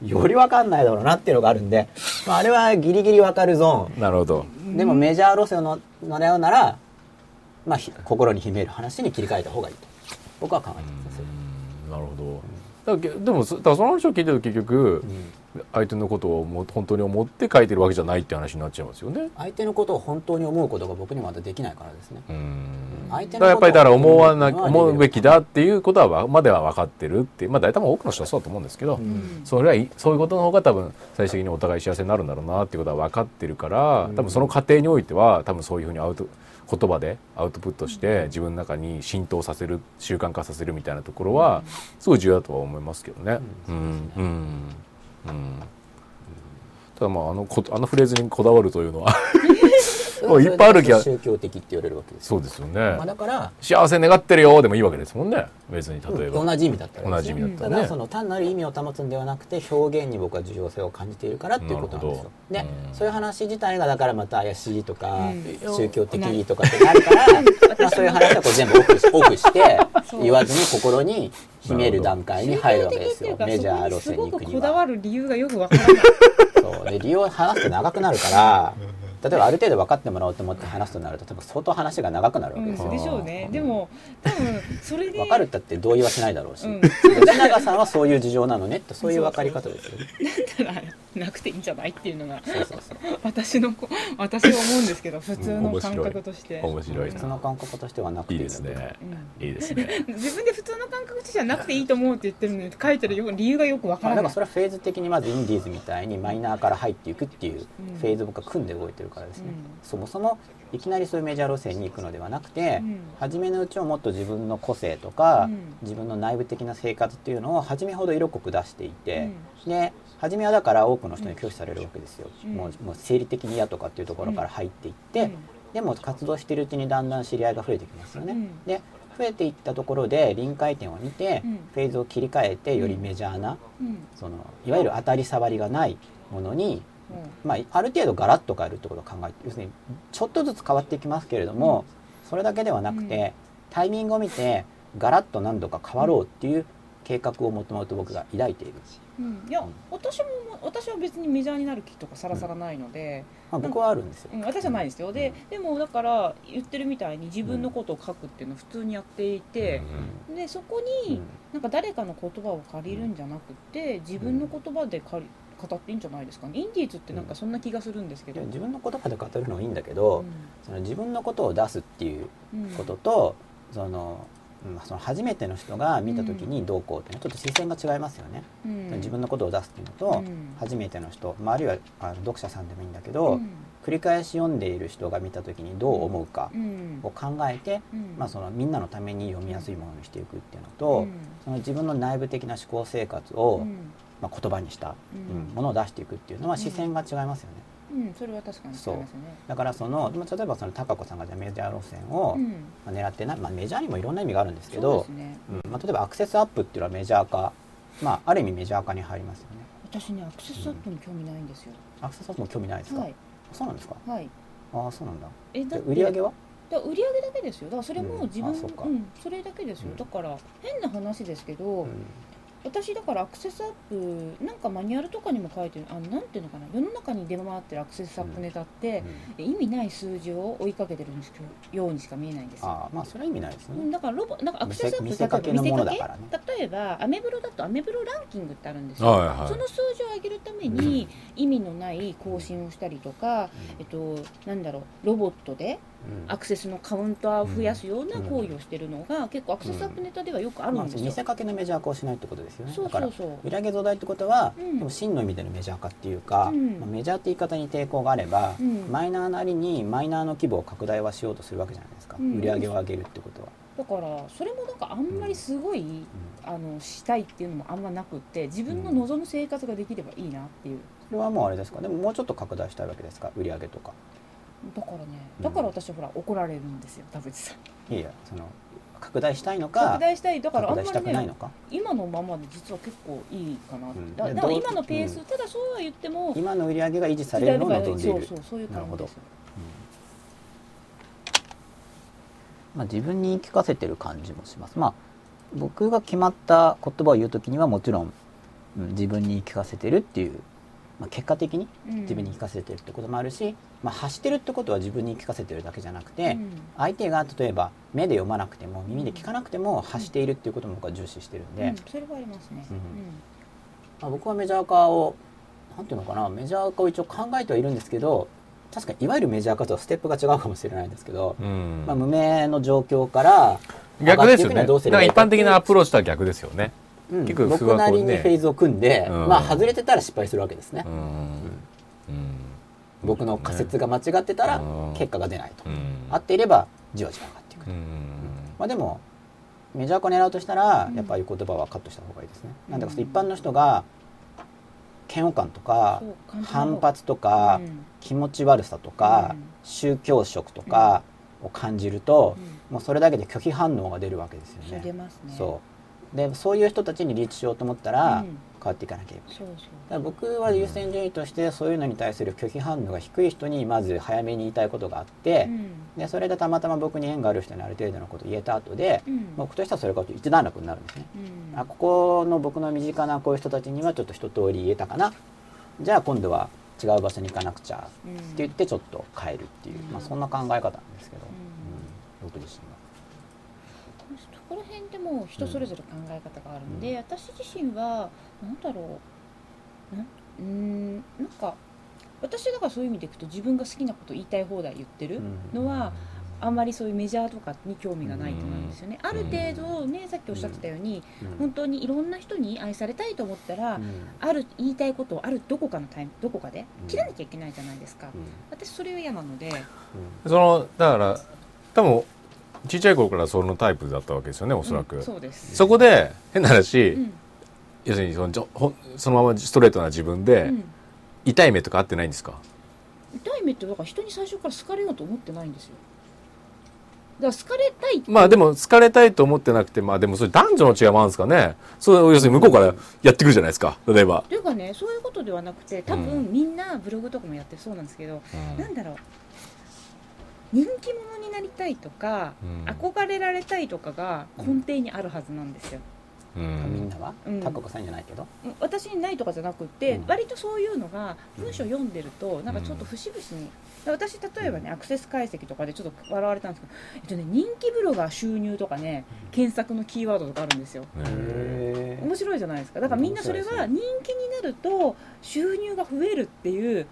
S1: よりわかんないだろうなっていうのがあるんで、まあ、あれはギリギリわかるゾ
S4: なるほど。
S1: ーンでもメジャー路線をの狙うなら、まあ、ひ心に秘める話に切り替えた方がいいと僕は考えてますね
S4: うんなるほど。だからけでもそだからその話を聞いてると結局、
S1: それうん
S4: 相手のことをも本当に思って書いてるわけじゃないって話になっちゃいますよね。
S1: 相手のことを本当に思うことが僕にはまだできないからですね
S4: うん
S1: 相手の
S4: だからやっぱりだから思わな
S1: ことを
S4: 思うべきだっていうことはわまでは分かってるってまあ大体まあ多くの人はそうだと思うんですけど、
S1: うん
S4: それはいそういうことの方が多分最終的にお互い幸せになるんだろうなっていうことは分かってるから
S1: うん
S4: 多分その過程においては多分そういうふうにアウト言葉でアウトプットして自分の中に浸透させる習慣化させるみたいなところはすごい重要だとは思いますけどね。うんうん
S1: [laughs]
S4: うんただまああのこあのフレーズにこだわるというのはおいっぱいある気が
S1: 宗教的って言われるわけですよ
S4: そうですよね、
S1: まあ、だから
S4: 幸せ願ってるよでもいいわけですもんね別に例えば、
S1: 同じ意味だったら
S4: 同
S1: です
S4: じ意
S1: よ
S4: 味だっ
S1: た
S4: たらね、
S1: だその単なる意味を保つんではなくて表現に僕は重要性を感じているからっていうことなんですよ。
S4: なる
S1: で
S4: ほどうん
S1: そういう話自体がだからまた怪しいとか、
S4: うん
S1: 宗教的とかってなるから、まあ、そういう話はこう全部オフしオフして言わずに心に秘める段階に入るわけですよメジャー路線に行くに
S2: こだわ
S1: は。
S2: る理由がよくわからない。
S1: そうで理由を話すと長くなるから例えばある程度分かってもらおうと思って話すとなると多分相当話が長くなるわけです
S2: う
S1: よ
S2: ん、。でしょうね。でも多分それで
S1: 分かるったって同意はしないだろうし、
S2: うん
S1: 吉永さんはそういう事情なのねってそういう分かり方ですよ。
S2: たらなくていいんじゃないっていうのが
S1: そうそうそう
S2: 私のこ私は思うんですけど普通
S4: うん面
S2: の
S4: 白い
S2: 感覚として。
S4: 面白い
S1: 普通の
S4: な
S1: 感覚としてはなくて
S4: い
S1: い
S4: い
S1: い
S4: ですね
S2: うん
S4: いいで
S1: [laughs]
S4: すね
S2: 自分で普通の感覚としてはなくていいと思うって言ってるのに書いてるよ理由がよくわ
S1: ま
S2: か
S1: あ、
S2: ら
S1: だ
S2: な
S1: から
S2: い。
S1: それはフェーズ的にまずインディーズみたいにマイナーから入っていくっていうフェーズを僕は組んで動いてるからですね、
S2: うん
S1: そもそもいきなりそういうメジャー路線に行くのではなくて、
S2: うん
S1: 初めのうちはもっと自分の個性とか、
S2: うん
S1: 自分の内部的な生活っていうのを初めほど色濃く出していて、で初めはだから多くの人に拒否されるわけですよ、
S2: うん
S1: もうもう生理的に嫌とかっていうところから入っていって、
S2: うん
S1: でも活動しているうちにだんだん知り合いが増えてきますよね、
S2: うん
S1: で増えていったところで臨界点を見て、
S2: うん
S1: フェーズを切り替えてよりメジャーな、
S2: うん
S1: そのいわゆる当たり障りがないものに、
S2: うん
S1: まあ、ある程度ガラッと変えるってことを考えて要するにちょっとずつ変わっていきますけれども、それだけではなくて、
S2: うん
S1: タイミングを見てガラッと何度か変わろうっていう計画をもともと僕が抱いている、
S2: うんいや私も私は別にメジャーになる気とかさらさらないので。
S1: まあ、僕はあるんですよ。
S2: うん、私はないですよででもだから言ってるみたいに自分のことを書くっていうのを普通にやっていて、でそこ
S1: うん
S2: になんか誰かの言葉を借りるんじゃなくて自分の言葉で借り語っていいんじゃないですかねインディーズってなんかそんな気がするんですけ
S1: い
S2: ど、
S1: や
S2: うん
S1: 自分の言葉で語るのはいいんだけど、その自分のことを出すっていうことと、そのうんその初めての人が見た時にどうこうっていうのはちょっと視線が違いますよね。
S2: うん
S1: 自分のことを出すっていうのと、
S2: うん
S1: 初めての人、まあ、あるいはあの読者さんでもいいんだけど、繰り返し読んでいる人が見た時にどう思うか
S2: うん
S1: を考えて、
S2: うん
S1: まあ、そのみんなのために読みやすいものにしていくっていうのと、
S2: うん
S1: その自分の内部的な思考生活を、
S2: うん
S1: まあ、言葉にした、
S2: うん
S1: うんものを出していくっていうのは視線が違いますよね。
S2: うんそれは確かに違いますよね
S1: だからそのまあ例えばその高子さんがじゃあメジャー路線を
S2: うん
S1: まあ狙ってない、まあ、メジャーにもいろんな意味があるんですけ
S2: そうで
S1: ど
S2: すね
S1: うんまあ、例えばアクセスアップっていうのはメジャー化、まあ、ある意味メジャー化に入りますよね
S2: 私ねアクセスアップに興味ないんですよ、
S1: アクセスアップも興味ないですか、
S2: はい
S1: そうなんですか
S2: はい
S1: ああそうなんだ
S2: えだ
S1: で
S2: って
S1: 売り上げは
S2: だから売り上げだけですよだからそれも自分、
S1: う
S2: うん
S1: あ
S2: ん
S1: そっか
S2: それだけですよ、
S1: うん
S2: だから変な話ですけど、
S1: うん
S2: 私だからアクセスアップなんかマニュアルとかにも書いてるあのなんていうのかな世の中に出回ってるアクセスアップネタって、意味ない数字を追いかけてるんですけどようにしか見えないんですよ
S1: ああまあそれは意味ないです
S2: う
S1: ね
S2: んだからロボなんかアクセスアップ
S1: 見せ見せかけのものだからね
S2: 例えばアメブロだとアメブロランキングってあるんですよ、
S4: はいはい
S2: その数字を上げるために意味のない更新をしたりとか、えっと、なんだろうロボットで
S1: うん
S2: アクセスのカウンターを増やすような行為をしてるのが、結構アクセスアップネタではよくある
S1: まあ
S2: んですよ、
S1: 見せかけのメジャー化をしないってことですよね
S2: そ
S1: だ
S2: う
S1: か
S2: そ
S1: ら
S2: うそう
S1: 売り上げ増大ってことは、
S2: うん
S1: でも真の意味でのメジャー化っていうか、
S2: うん
S1: まあメジャーって言い方に抵抗があれば、
S2: うん
S1: マイナーなりにマイナーの規模を拡大はしようとするわけじゃないですか、
S2: うん
S1: 売り上げを上げるってことは、
S2: だからそれもなんかあんまりすごい、あのしたいっていうのもあんまなくって自分の望む生活ができればいいなっていう
S1: それはもうあれですかでももうちょっと拡大したいわけですか売り上げとか
S2: だからね
S1: うん
S2: だから私はほら怒られるんですよ田淵さん
S1: いやいやその拡大したいのか
S2: 拡大したいだからあ
S1: 拡大
S2: んま
S1: したく
S2: り
S1: ない
S2: ね
S1: のか
S2: 今のままで実は結構いいかな、
S1: ん
S2: だ
S1: で
S2: だから
S1: どう
S2: 今のペース、
S1: うん
S2: ただそうは言っても
S1: 今の売り上げが維持されるのを望んでい
S2: そう
S1: る
S2: そうそういう感じです
S1: まあ、自分に言い聞かせてる感じもします。まあ、僕が決まった言葉を言うときにはもちろん、うん自分に言い聞かせてるっていう、まあ、結果的に
S2: うん
S1: 自分に言い聞かせてるってこともあるし、まあ、発してるってことは自分に言い聞かせてるだけじゃなくて、
S2: うん
S1: 相手が例えば目で読まなくても耳で聞かなくても発しているっていうことも僕は重視してるんで、
S2: うんそれはありますね、
S1: うん
S2: うん
S1: まあ、僕はメジャー化をなんていうのかなメジャー化を一応考えてはいるんですけど確かにいわゆるメジャー化とはステップが違うかもしれないんですけど、
S4: うん
S1: まあ、無名の状況から
S4: 逆です
S1: 上がっていく
S4: よ
S1: には
S4: ね
S1: どうすればいい
S4: なんか一般的なアプローチとは逆ですよね、
S1: うん
S4: 結局
S1: 僕なりに
S4: そこはこうね
S1: フェーズを組んで、
S4: うん
S1: まあ外れてたら失敗するわけですね
S4: う、んうん
S1: 僕の仮説が間違ってたら
S4: うん
S1: 結果が出ないと、
S4: うん
S1: 合っていればじわじわ上がっていく、
S4: うん
S1: まあ、でもメジャー化を狙うとしたら
S2: うん
S1: やっぱり言葉はカットした方がいいですね、
S2: うん
S1: なんだかその一般の人が嫌悪感とか
S2: そう感じの方
S1: 反発とか、
S2: うん
S1: 気持ち悪さとか、
S2: うん
S1: 宗教色とかを感じると
S2: う、ん
S1: もうそれだけで拒否反応が出るわけですよ
S2: そう出
S1: ね。
S2: ますね
S1: そうでそういう人たちにリーチしようと思ったら、
S2: うん
S1: 変わっていかなければいけない
S2: そうそう
S1: だから僕は優先順位としてそういうのに対する拒否反応が低い人にまず早めに言いたいことがあって、
S2: うん
S1: でそれでたまたま僕に縁がある人にある程度のことを言えた後で、
S2: うん
S1: 僕としてはそれが一段落になるんですね。
S2: うん
S1: あここの僕の身近なこういう人たちにはちょっと一通り言えたかなじゃあ今度は違う場所に行かなくちゃって
S2: うん
S1: 言ってちょっと変えるっていう、まあ、そんな考え方なんですけど、うん、僕自身は。
S2: そこら辺でもう人それぞれ考え方があるんで、
S1: うん
S2: 私自身は何だろうなんうーんなんか私だからそういう意味でいくと自分が好きなこと言いたい放題言ってるのは、あんまりそういうメジャーとかに興味がないと思うんですよね。ある程度ねさっきおっしゃってたように、
S1: うん
S2: 本当にいろんな人に愛されたいと思ったら、
S1: うん
S2: ある言いたいことをあるどこかのタイムどこかで
S1: うん
S2: 切らなきゃいけないじゃないですか。
S1: うん
S2: 私それは嫌なので、
S4: そのだから多分小さい頃からそのタイプだったわけですよねおそらく、
S2: うん
S4: そ
S2: そうです。
S4: こで変な話、
S2: うん
S4: 要するにそのじょほんそのままストレートな自分で、
S2: うん
S4: 痛い目とか合ってないんですか
S2: 痛い目ってだから人に最初から好かれようと思ってないんですよだから好かれたいって
S4: まあでも好かれたいと思ってなくてまあでもそれ男女の違いもあるんですかねそう要するに向こうからやってくるじゃないですか例えば、
S2: というかねそういうことではなくて多
S4: う
S2: 分みんなブログとかもやってそうなんですけど、
S4: うん
S2: なんだろう人気者になりたいとか、
S4: うん
S2: 憧れられたいとかが根底にあるはずなんですよ、
S4: う
S1: みん
S4: ん
S1: なは、
S2: うん
S1: タッココさんじゃないけど、
S2: 私にないとかじゃなくって、
S1: うん
S2: 割とそういうのが文章読んでるとなんかちょっと節々に、私例えばねアクセス解析とかでちょっと笑われたんですけど、えっとね、人気ブロガー収入とかね検索のキーワードとかあるんですよ
S1: へー
S2: 面白いじゃないですかだからみんなそれ
S1: 面白
S2: はい人気になると収入が増えるってい
S1: う
S2: う
S1: ん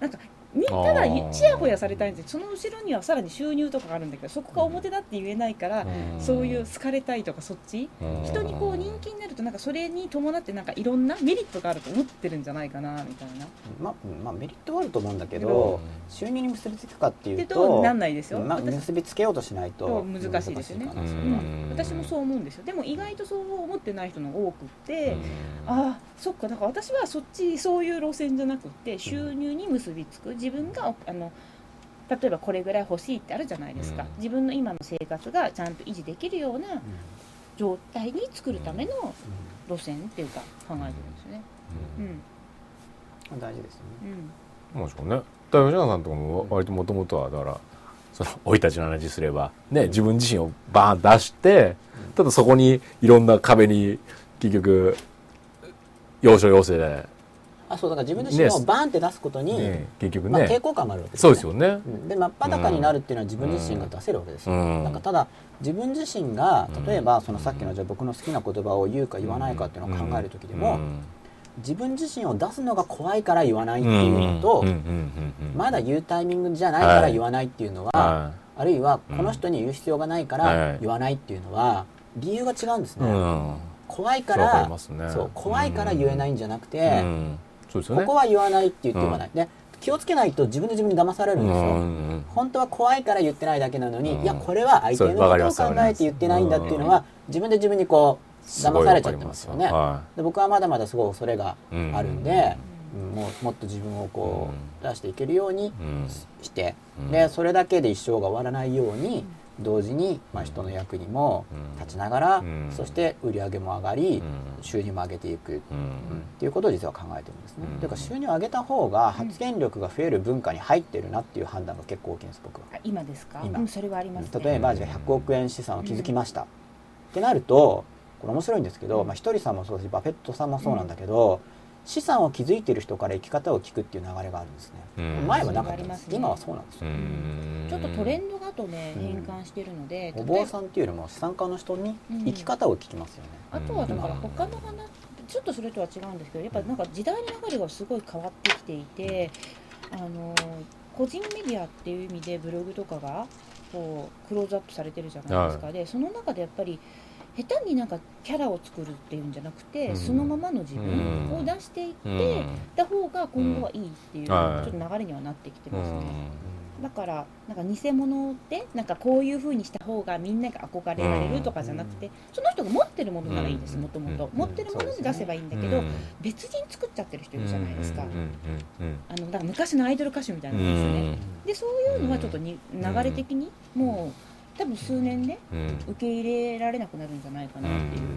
S2: なんかみた
S4: あ
S2: だ
S4: ー
S2: ちやほやされたいんですよその後ろにはさらに収入とかがあるんだけどそこが表だって言えないから、そういう好かれたいとかそっち人にこう人気になるとなんかそれに伴ってなんかいろんなメリットがあると思ってるんじゃないかなみたいな。
S1: まあうんまあメリットはあると思うんだけ
S4: うん
S1: ど、収入に結びつくかってい
S2: で
S1: う
S2: と
S1: と
S2: なんないですよ。
S1: まあ
S2: 私
S1: 結びつけようとしないと
S2: そう難しいですよね
S1: 難しいかな
S4: うん
S1: それ
S2: う
S1: は
S2: ん私もそう思うんですよ。でも意外とそう思ってない人の方が多くって。ああそっかだから私はそっちそういう路線じゃなくって収入に結びつく自分があの例えばこれぐらい欲しいってあるじゃないですか、
S4: うん
S2: 自分の今の生活がちゃんと維持できるような状態に作るための路線っていうか考えてるんですよね。
S4: う
S2: うんん
S1: うん大事ですよね。
S2: うん
S4: もしかねだから吉永さんとかも割ともともとはだからその生い立ちの話すればね自分自身をバーン出してただそこにいろんな壁に結局要所要所で、
S1: あそうだから自分自身をバーンって出すことに、
S4: ね、結局
S1: まあ、
S4: ね
S1: 抵抗感があるわけです
S4: そ
S1: よ
S4: う
S1: ね。
S4: ですよね。
S1: うんで真っ裸になるっていうのは自分自身が出せるわけですよ、
S4: うん
S1: なんかただ自分自身が
S4: うん
S1: 例えばそのさっきのじゃあ僕の好きな言葉を言うか言わないかっていうのを考える時でも、自分自身を出すのが怖いから言わないっていうのと、まだ言うタイミングじゃないから言わないっていうのは、
S4: は
S1: あるいは
S4: うん
S1: この人に言う必要がないか
S4: は
S1: ら
S4: い
S1: 言わないっていうのは理由が違うんです
S4: い、う
S1: ね、
S4: ん、
S1: 怖いか
S4: そうわからりますね
S1: そう怖いから言えないんじゃなくて、
S4: うんそうですよ
S1: こ
S4: ね。
S1: こは言わないって言って言わない、で気をつけないと自分で自分に騙されるんですよ、
S4: うん
S1: 本当は怖いから言ってないだけなのに、
S4: うん
S1: いやこれは相手の
S4: そうわかりま
S1: こ
S4: す
S1: とを考えて言ってないんだっていうのは、
S4: う
S1: 自分で自分にこう騙されちゃってますよね
S4: すごいわか
S1: で僕はまだまだすごい恐れが
S4: りますわはい
S1: あるんで、うんもうもっと自分をこう、出していけるように
S4: うんうん
S1: して、
S4: うん
S1: でそれだけで一生が終わらないように、同時に、まあ、人の役にも立ちながら、
S4: うん
S1: そして売り上げも上がり、
S4: うん
S1: 収入も上げていく、
S4: う
S1: うんっ
S4: ん
S1: ていうことを実は考えてるんですね。
S4: うん
S1: というか収入を上げた方が発言力が増える文化に入ってるなっていう判断が結構大きいんです僕は。
S2: あ今ですか
S1: 今
S2: うん、それはありますね。
S1: 例えばじゃあ100億円資産を築きました、ってなるとこれ面白いんですけど、まあ、ひとりさんもそうだしバフェットさんもそうなんだけど、資産を築いてる人から生き方を聞くっていう流れがあるんですね、
S4: うん
S1: 前はなかったんです
S2: それはありますね
S1: 今はそうなんですよ、
S4: うん
S2: ちょっとトレンドがとね
S1: うん
S2: 変換してるので、
S1: お
S2: 例え
S1: 坊
S2: ば
S1: さんっていうよりも資産家の人に
S2: うん
S1: 生き方を聞きますよね、
S2: あとはだから
S4: うん
S2: 他の話ちょっとそれとは違うんですけどやっぱなんか時代の流れがすごい変わってきていてあの個人メディアっていう意味でブログとかがこうクローズアップされてるじゃないですか、でその中でやっぱり下手になんかキャラを作るっていうんじゃなくて、
S4: うん
S2: そのままの自分を出していっ
S4: うん
S2: ていった方が今後はいいっていう、
S4: ん
S2: ちょ
S4: はい
S2: っと流れにはなってきてますね。
S1: う
S2: だからなんか偽物でなんかこういう風にした方がみんなが憧れられるとかじゃなくて、その人が持ってるものならいいんですもともと
S4: うん
S2: 持ってるもので出せばいいんだけど、別人作っちゃってる人いるじゃないですか、あのだから昔のアイドル歌手みたいなもんですよね、でそういうのはちょっとに流れ的にもう多分数年で受け入れられなくなるんじゃないかなっていう、うん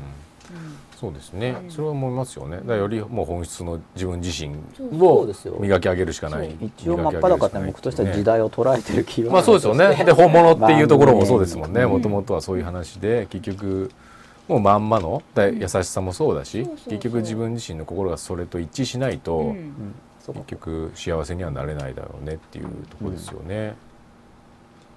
S4: そうですね、
S2: うん
S4: それは思いますよねだからよりもう本質の自分自身
S1: そう
S4: を
S1: ですよ
S4: 磨き上げるしかない
S1: 一応真っ裸って僕としては時代を捉えてる気は
S4: まあそうですよ [laughs] ね。で本物っていうところもそうですもんね。
S2: うん
S4: もともとはそういう話で結局もうまんまのだ優しさもそうだ
S2: そ
S4: し、
S2: うそうそう
S4: 結局自分自身の心がそれと一致しないと、
S2: うん
S1: うんそうか
S4: 結局幸せにはなれないだろうねっていうところですよね。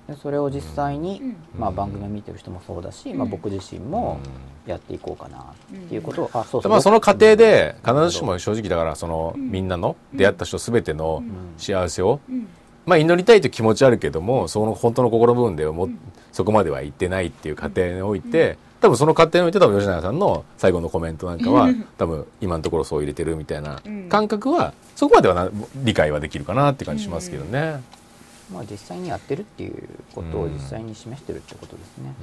S1: でそれを実際に、
S2: うん
S1: まあ、番組見てる人もそうだし、
S2: うん
S1: まあ、僕自身
S4: うん
S1: もやっていこうかなっていうことを、あそうそう
S4: まあその過程で必ずしも正直だからそのみんなの出会った人すべての幸せを
S2: うん
S4: まあ、祈りたいという気持ちあるけどもその本当の心の部分ではもうそこまでは行ってないっていう過程において、多分その過程において多分吉永さんの最後のコメントなんかは多分今のところそう入れてるみたいな
S2: うん
S4: 感覚はそこまではな理解はできるかなって感じしますけどね。
S1: まあ、実際にやってるっていうことを実際に示してるってことですね。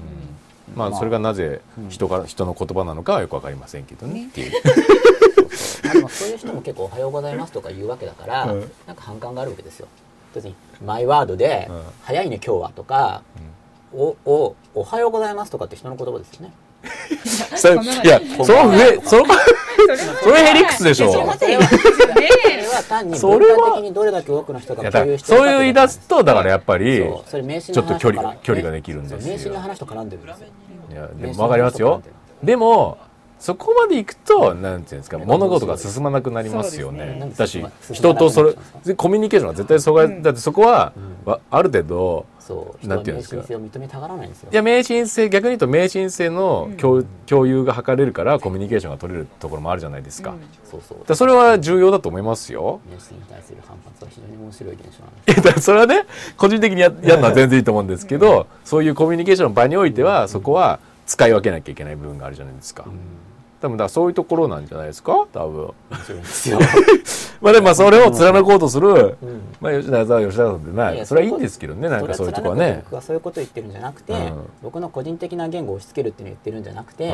S4: うんまあ、それがなぜ人から人の言葉なのかはよくわかりませんけどね [laughs] っていう。
S1: まあでもそういう人も結構「おはようございます」とか言うわけだから、
S4: うん
S1: なんか反感があるわけですよ。別に「マイワード」で
S4: うん
S1: 「早いね今日は」とか「おおおはようございます」とかって人の言葉ですよね。
S4: それいやその上そのそれヘリクスでしょ。
S1: それはそれは単に
S4: そ
S1: 文
S4: れは
S1: 化的にどれだけ多くの人
S4: いや
S1: が共
S4: だか
S1: 有
S4: ら
S1: してるか
S4: そういう言い出すとだからやっぱり
S1: そうそれ名刺
S4: ちょ
S1: の
S4: っと
S1: 話
S4: 距離
S1: とか
S4: 距離ができるんですよ
S1: 名刺の話と絡んでるんですよ。
S4: いやでも分かりますよでもそこまでいくとなんていうんですか物事が進まなくなりますよね
S1: そうで
S4: だ
S1: す
S4: し
S1: ね
S4: 人とそれコミュニケーションが絶対阻害、だってそこは、
S1: うん
S4: わある程度
S1: そう。
S4: なんていうんですか
S1: 人は名刺性を認めたがらないんですよ。
S4: いや迷信性逆に言うと迷信性の共,、共有が図れるからコミュニケーションが取れるところもあるじゃないですか,、だか
S1: そうそう。
S4: らそれは重要だと思いますよ [laughs]
S1: 名刺に対する反発は非常に面白い現象なんです。
S4: いやだからそれはね個人的にややるのは全然いいと思うんですけど、そういうコミュニケーションの場においては、そこは使い分けなきゃいけない部分があるじゃないですか、多分だからそういうところなんじゃないですか多分
S1: 面白いんです
S4: [laughs]
S1: よ。
S4: まあでもまあそれを貫こうとする、
S1: うん
S4: まあ吉田さんは吉田さんでない
S1: いや
S4: それはいいんですけどねなんかそういうとこは
S1: それ貫く
S4: ね
S1: 僕がそういうこと言ってるんじゃなくて、
S4: うん
S1: 僕の個人的な言語を押し付けるっていうのを言ってるんじゃなくて、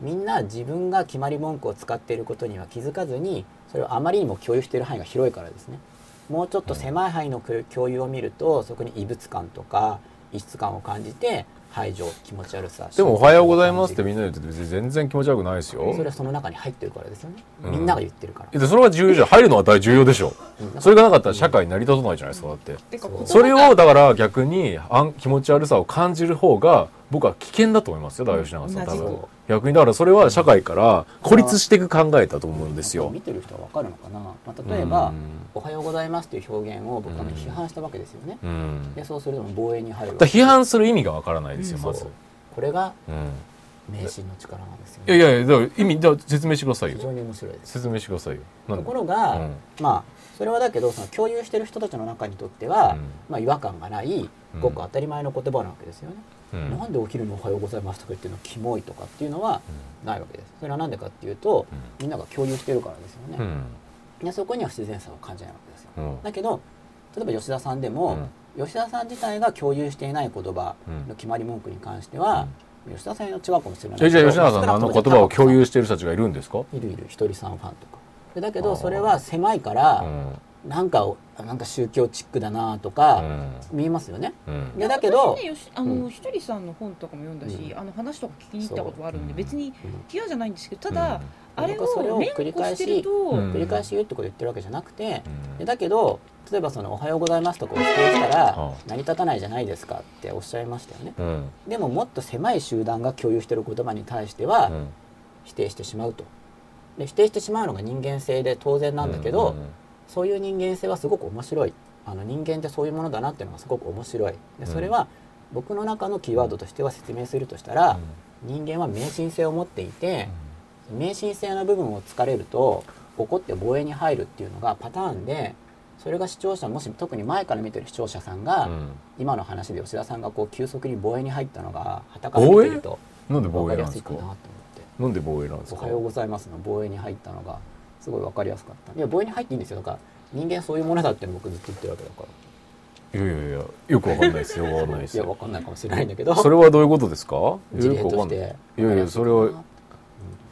S4: う
S1: みんな自分が決まり文句を使っていることには気づかずにそれをあまりにも共有している範囲が広いからですねもうちょっと狭い範囲の共共有を見るとそこに異物感とか異質感を感じて排除気持ち悪さ
S4: でも「おはようございます」って
S1: み
S4: みんなで言って別に全然気持ち悪くないですよ
S1: それはその中に入ってるからですよね、
S4: うん
S1: みんなが言ってるから
S4: いやそれは重要じゃん入るのは大重要でしょそれがなかったら社会成り立たないじゃないですかだって
S2: てか
S1: そう
S4: それをだから逆にあん気持ち悪さを感じる方が僕は危険だと思いますよだから吉永さん多
S2: 同じ
S4: 分
S1: く
S4: 逆にだからそれは社会から孤立していく考えだと思うんですよ
S1: 見てる人はわかるのかな、まあ、例えば、
S4: うん
S1: おはようございます」という表現を僕はね
S4: うん
S1: 批判したわけですよね、
S4: うん
S1: でそうすると防衛に入るわ
S4: だ
S1: け
S4: から批判する意味がわからないですよまず
S1: そうこれが
S4: うん
S1: 迷信の力なんですよ
S4: い
S1: ね
S4: やいやいやだから意味だから説明してください
S1: 非常
S4: よ
S1: に面白いです
S4: 説明してくださいよ
S1: と
S4: なんで
S1: ころが、
S4: うん
S1: まあそれはだけどその共有してる人たちの中にとっては、
S4: うん
S1: まあ、違和感がない
S4: うん
S1: ごく当たり前の言葉なわけですよね、
S4: うん
S1: なんでお昼に「おはようございます」とか言ってるのキモいとかっていうのはないわけですそれは何でかっていうと、
S4: うん
S1: みんなが共有してるからですよね、
S4: うん
S1: でそこには不自然さを感じないわけですよ
S4: うん
S1: だけど例えば吉田さんでも、吉田さん自体が共有していない言葉の決まり文句に関しては、吉田さんの違うかもしれないけど
S4: えじゃあ吉永さんのあの言葉を共有している人たちがいるんですか
S1: いるいるひとりさんファンとかでだけ
S4: あ
S1: ど
S4: ー
S1: それは狭いか
S4: う
S1: ら、
S4: ん
S1: なんかなんか宗教チックだなと
S4: う
S1: か、
S4: ん
S1: 見えますよね
S4: うん
S1: いやだけど、
S2: 私ねよしあ
S1: う
S2: のひとりさんの本とかも読んだし、
S1: う
S2: あの話とか聞きに行ったことはあるん
S4: そ
S2: で
S4: う
S2: 別
S1: う
S2: に
S1: ん
S2: 嫌じゃないんですけどただ、
S1: うん
S2: あれ
S1: 僕はそれ
S2: を
S1: を
S2: 連
S1: 繰り
S2: 呼
S1: 返し
S2: してると、
S4: うん
S1: 繰り返し言うってことを言ってるわけじゃなくて、
S4: うん
S1: でだけど例えばその「おはようございます」とかを否定したら
S4: あ
S1: 成り立たないじゃないですかっておっしゃいましたよね
S4: うん
S1: でももっと狭い集団が共有してる言葉に対しては、
S4: うん
S1: 否定してしまうとで否定してしまうのが人間性で当然なんだけど、そういう人間性はすごく面白いあの人間ってそういうものだなっていうのがすごく面白いでそれは僕の中のキーワードとしては説明するとしたら、人間は迷信性を持っていて、迷信性の部分を突かれると怒って防衛に入るっていうのがパターンでそれが視聴者もし特に前から見てる視聴者さんが、
S4: うん
S1: 今の話で吉田さんがこう急速に防衛に入ったのが旗から見てると
S4: なんで
S1: 分
S4: 防
S1: か
S4: 衛
S1: り
S4: な
S1: や
S4: ん
S1: す
S4: で
S1: いか
S4: すか
S1: なと思って。
S4: なんで防衛なんです
S1: お
S4: か
S1: はようございますの防衛に入ったのがすごい分かりやすかったいや防衛に入っていいんですよだから人間そういうものだって僕ずっと言ってるわけだから
S4: いやいやいやよくわかんないですよ。わかんないです
S1: いやわ
S4: よ。
S1: かんないかもしれないんだけど
S4: それはどういうことですか？よ
S1: 事例
S4: くわ
S1: と
S4: かん
S1: し
S4: ない。い
S1: て
S4: やいやそれは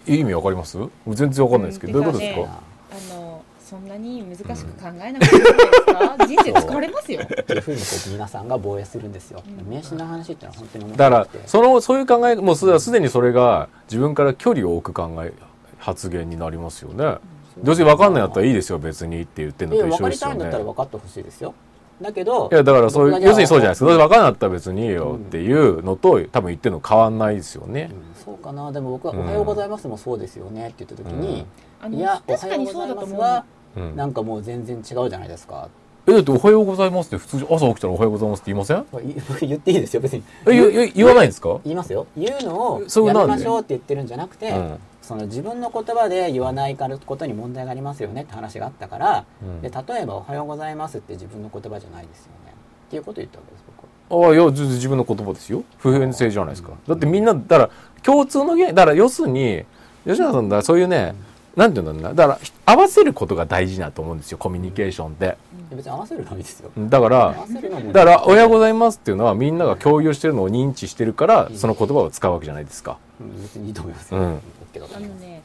S4: 意味わかります？全然わかんないですけどどういうことです
S2: うん
S4: か？
S2: あのそんなに難しく考えなくていいんですか、人生疲れますよ
S1: っていうふうにこう皆さんが防衛するんですよ
S2: うん
S1: 名刺の話っていうのは本当に面
S4: だ
S1: 白
S4: か
S1: くて
S4: らそのそういう考えもうすすでにそれが自分から距離を置く考え発言になりますよね。どうせわかんないんだったらいいですよ別にって言ってんの
S1: いや
S4: と
S1: 分
S4: 一緒
S1: か
S4: で
S1: り
S4: す
S1: た
S4: よ
S1: いんだ
S4: ね
S1: った。ら分かってほしいですよだけど
S4: いやだからそういう
S1: 僕がじゃあ
S4: 要するにそうじゃないですか。どうせわかんなかったら別にいいよっていうのと多分言ってるの変わんないですよね
S1: う。んそうかなでも僕は「おはようございます」もそうですよねって言った時に「
S2: あの
S1: いやおは
S2: 確
S1: よ
S2: か
S1: う
S2: に
S1: ご
S2: そう
S1: ざ
S2: だ
S1: いま
S2: と思
S1: す
S2: う
S1: は
S4: うん
S1: なんかもう全然違うじゃないですか
S4: えだっておはようございますって普通に朝起きたらおはようございますって言いません？
S1: い [laughs] 僕言っていいですよ別に
S4: えゆゆ言わないんですか？
S1: 言いますよ言うのを
S4: そう
S1: や
S4: なんで
S1: めましょうって言ってるんじゃなくて、
S4: うん
S1: その自分の言葉で言わないからことに問題がありますよねって話があったから、
S4: うん
S1: で例えば「おはようございます」って自分の言葉じゃないですよねっていうことを言ったわけです僕は
S4: ああいやず自分の言葉ですよ普遍性じゃないですか、だってみんなだから共通の原因だから要するに吉永さんだからそういうね、なんていうんだろうなだからひ合わせることが大事だと思うんですよコミュニケーションって、
S1: で別に合わせるのはいいですよ
S4: だか
S1: 合
S4: ら
S1: わせるのも
S4: だから「おはようございます」っていうのはみんなが共有してるのを認知してるからその言葉を使うわけじゃないですか、
S1: うん別にいいと思います
S4: う
S1: よ、
S4: ん、
S1: OK だと
S2: あ
S1: 思い
S2: の
S1: ます
S2: ね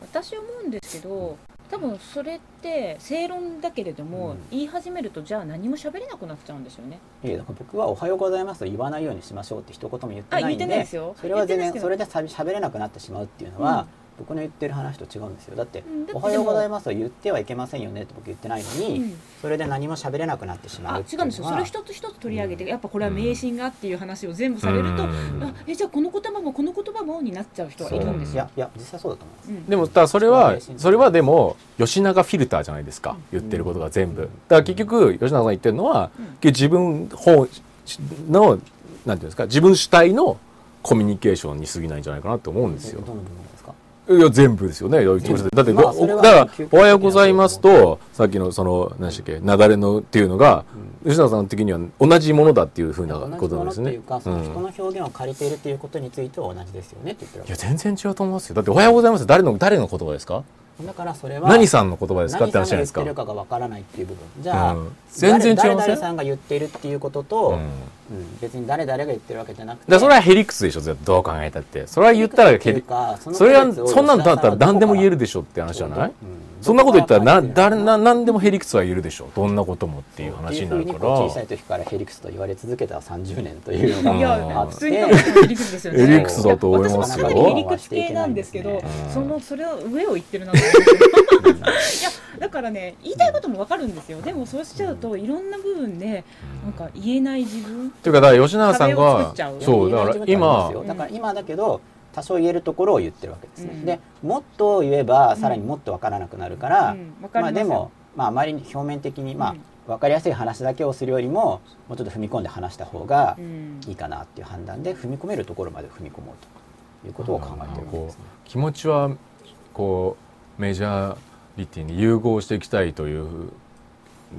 S2: 私思うんですけど多分それって正論だけれど
S1: う
S2: も、
S1: ん
S2: 言い始めるとじゃあ何も喋れなくなっちゃうんですよね
S1: いやだから僕は「おはようございます」と言わないようにしましょうって一言も言って
S2: あ
S1: な
S2: 言
S1: い
S2: っ
S1: ん
S2: て
S1: で
S2: ないですよ
S1: それは全然そ
S2: れ
S1: れでしゃ喋れなくなってしまうっていうのは、
S2: うん
S1: 僕の言ってる話と違うんですよだって
S2: うんだってで
S1: お
S2: も
S1: はようございます」は言ってはいけませんよねって僕言ってないのに、
S2: うん
S1: それで何も喋れなくなってしま
S2: あ
S1: う
S2: 違うんですよそれを一つ一つ取り上げて、やっぱこれは迷信がっていう話を全部されると、
S4: うん
S2: あえじゃあこの言葉もこの言葉もになっちゃう人はいるんです
S1: い
S2: よ
S1: や。いや実際そうだと思います、
S2: うん
S4: でもだからそれはそれはでも吉永フィルターじゃないですか言ってることが全部だから結局吉永さんが言ってるのは
S2: うん
S4: 自分本のなんていうんですか自分主体のコミュニケーションに過ぎないんじゃないかなと思うんですよ
S1: どの部分ですか
S4: いや全部ですよねだって
S1: 部
S4: だって
S1: まあ
S4: ご
S1: それは
S4: だから
S1: 究極的
S4: 「お
S1: な
S4: はようございます」とさっきのその何でしたっけ雪崩のっていうのが吉永さん的には同じものだっていうふうな
S1: 同
S4: こ
S1: じ
S4: と
S1: も
S4: な
S1: の
S4: ん
S1: っ
S4: です
S1: て
S4: ね
S1: いうか、そ
S4: うん
S1: の人の表現を借りているということについては同じですよねって言ってるわ
S4: いや全然違うと思いますよだって「おはようございます」誰の誰の言葉ですか
S1: けだからそれは
S4: 何さんの言葉ですかっ
S1: 何
S4: て
S1: さん
S4: 話じ
S1: が
S4: ゃな
S1: 言ってる
S4: いですか
S1: かがわからないっていう部分じゃあ、
S4: うん全然違いませ
S1: 誰
S4: ん
S1: 誰々さんが言っているっていうことと、うん別に誰々が言ってるわけじゃなく
S4: だから
S1: て
S4: それはヘリクスでしょ絶対どう考えたってそれは言ったら
S1: って
S4: ヘ
S1: いう
S4: リ
S1: かの
S4: それは
S1: 区別を
S4: そんなんだったら何でも言えるで
S1: し
S4: しょって
S1: ょ
S4: 話じゃないそんなこと言ったらな誰な何でもヘリクスは言えるでしょどんなこともっていう話になるか
S1: っていうふうにこう小さい
S4: ら
S1: 時からヘリクスと言われ続けた30年というの
S4: い
S1: が
S4: や
S1: あって
S2: 普通に多分ヘリクスですよね。
S4: エリクスだと思いますよ
S2: 私もかなりヘリクス系なんですけど、
S4: ん
S2: そのそれを上を行ってるなと思って。いやだからね言いたいこともわかるんですよ。でもそうしちゃうといろんな部分でなんか言えない自分。
S4: というかだから吉永さん
S2: 壁を作っ
S4: が
S2: ちゃう
S4: そうだから今
S1: 言えない自分ってありますよだから今だけど多少言えるところを言ってるわけですね、
S2: うん
S1: でもっと言えばさらにもっとわからなくなるから、
S2: うんわかり
S1: ま
S2: ま
S1: あ
S2: すよ
S1: でも、まあ、あまりに表面的に、まあ
S2: うん
S1: 分かりやすい話だけをするよりももうちょっと踏み込んで話した方が
S2: うん
S1: いいかなっていう判断で踏み込めるところまで踏み込もうということを考えてるわけですね。
S4: 気持ちはこうメジャーリティに融合していきたいという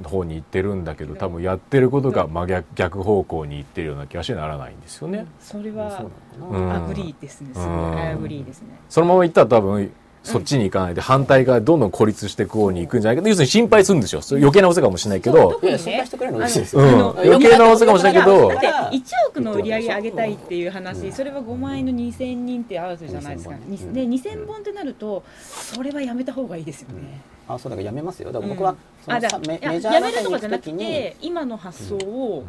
S4: 方に行ってるんだけど多分やってることが真逆逆方向に行ってるような気がしてならないんですよね。
S2: それ
S1: まあ
S2: は
S1: そうなのかな、
S4: うん
S2: アグリーですね。すごい
S4: うん
S2: アグリーですね。
S4: そのまま行ったら多分そっちに行かないで反対側にどんどん孤立していく方に行くんじゃないか要するに心配するんですよそう余計なお世話かもしれないけど
S2: 特
S1: いや
S2: に
S1: 心配
S2: ね
S1: してくれるの嬉しいです
S4: う
S1: よ、
S4: ん
S2: あの
S4: 余計なお世話かもしれないけど
S1: よく
S2: だって1億の売り上げ上げたいっていう
S1: う
S2: 話
S1: ん
S2: それは5万円の2000人って合うじゃないですか
S1: 2000本
S2: に
S1: うん
S2: ね2000本ってなるとそれはやめた方がいいですよね、
S1: あそうだからやめますよだから僕
S2: う
S1: は
S2: ん
S1: その
S2: あじゃ
S1: さ
S2: あ
S1: メ
S2: いや
S1: メジャー
S2: や
S1: の
S2: めると
S1: に
S2: か
S1: 行
S2: じ
S1: く
S2: ゃな
S1: と
S2: く
S1: きに
S2: て今の発想を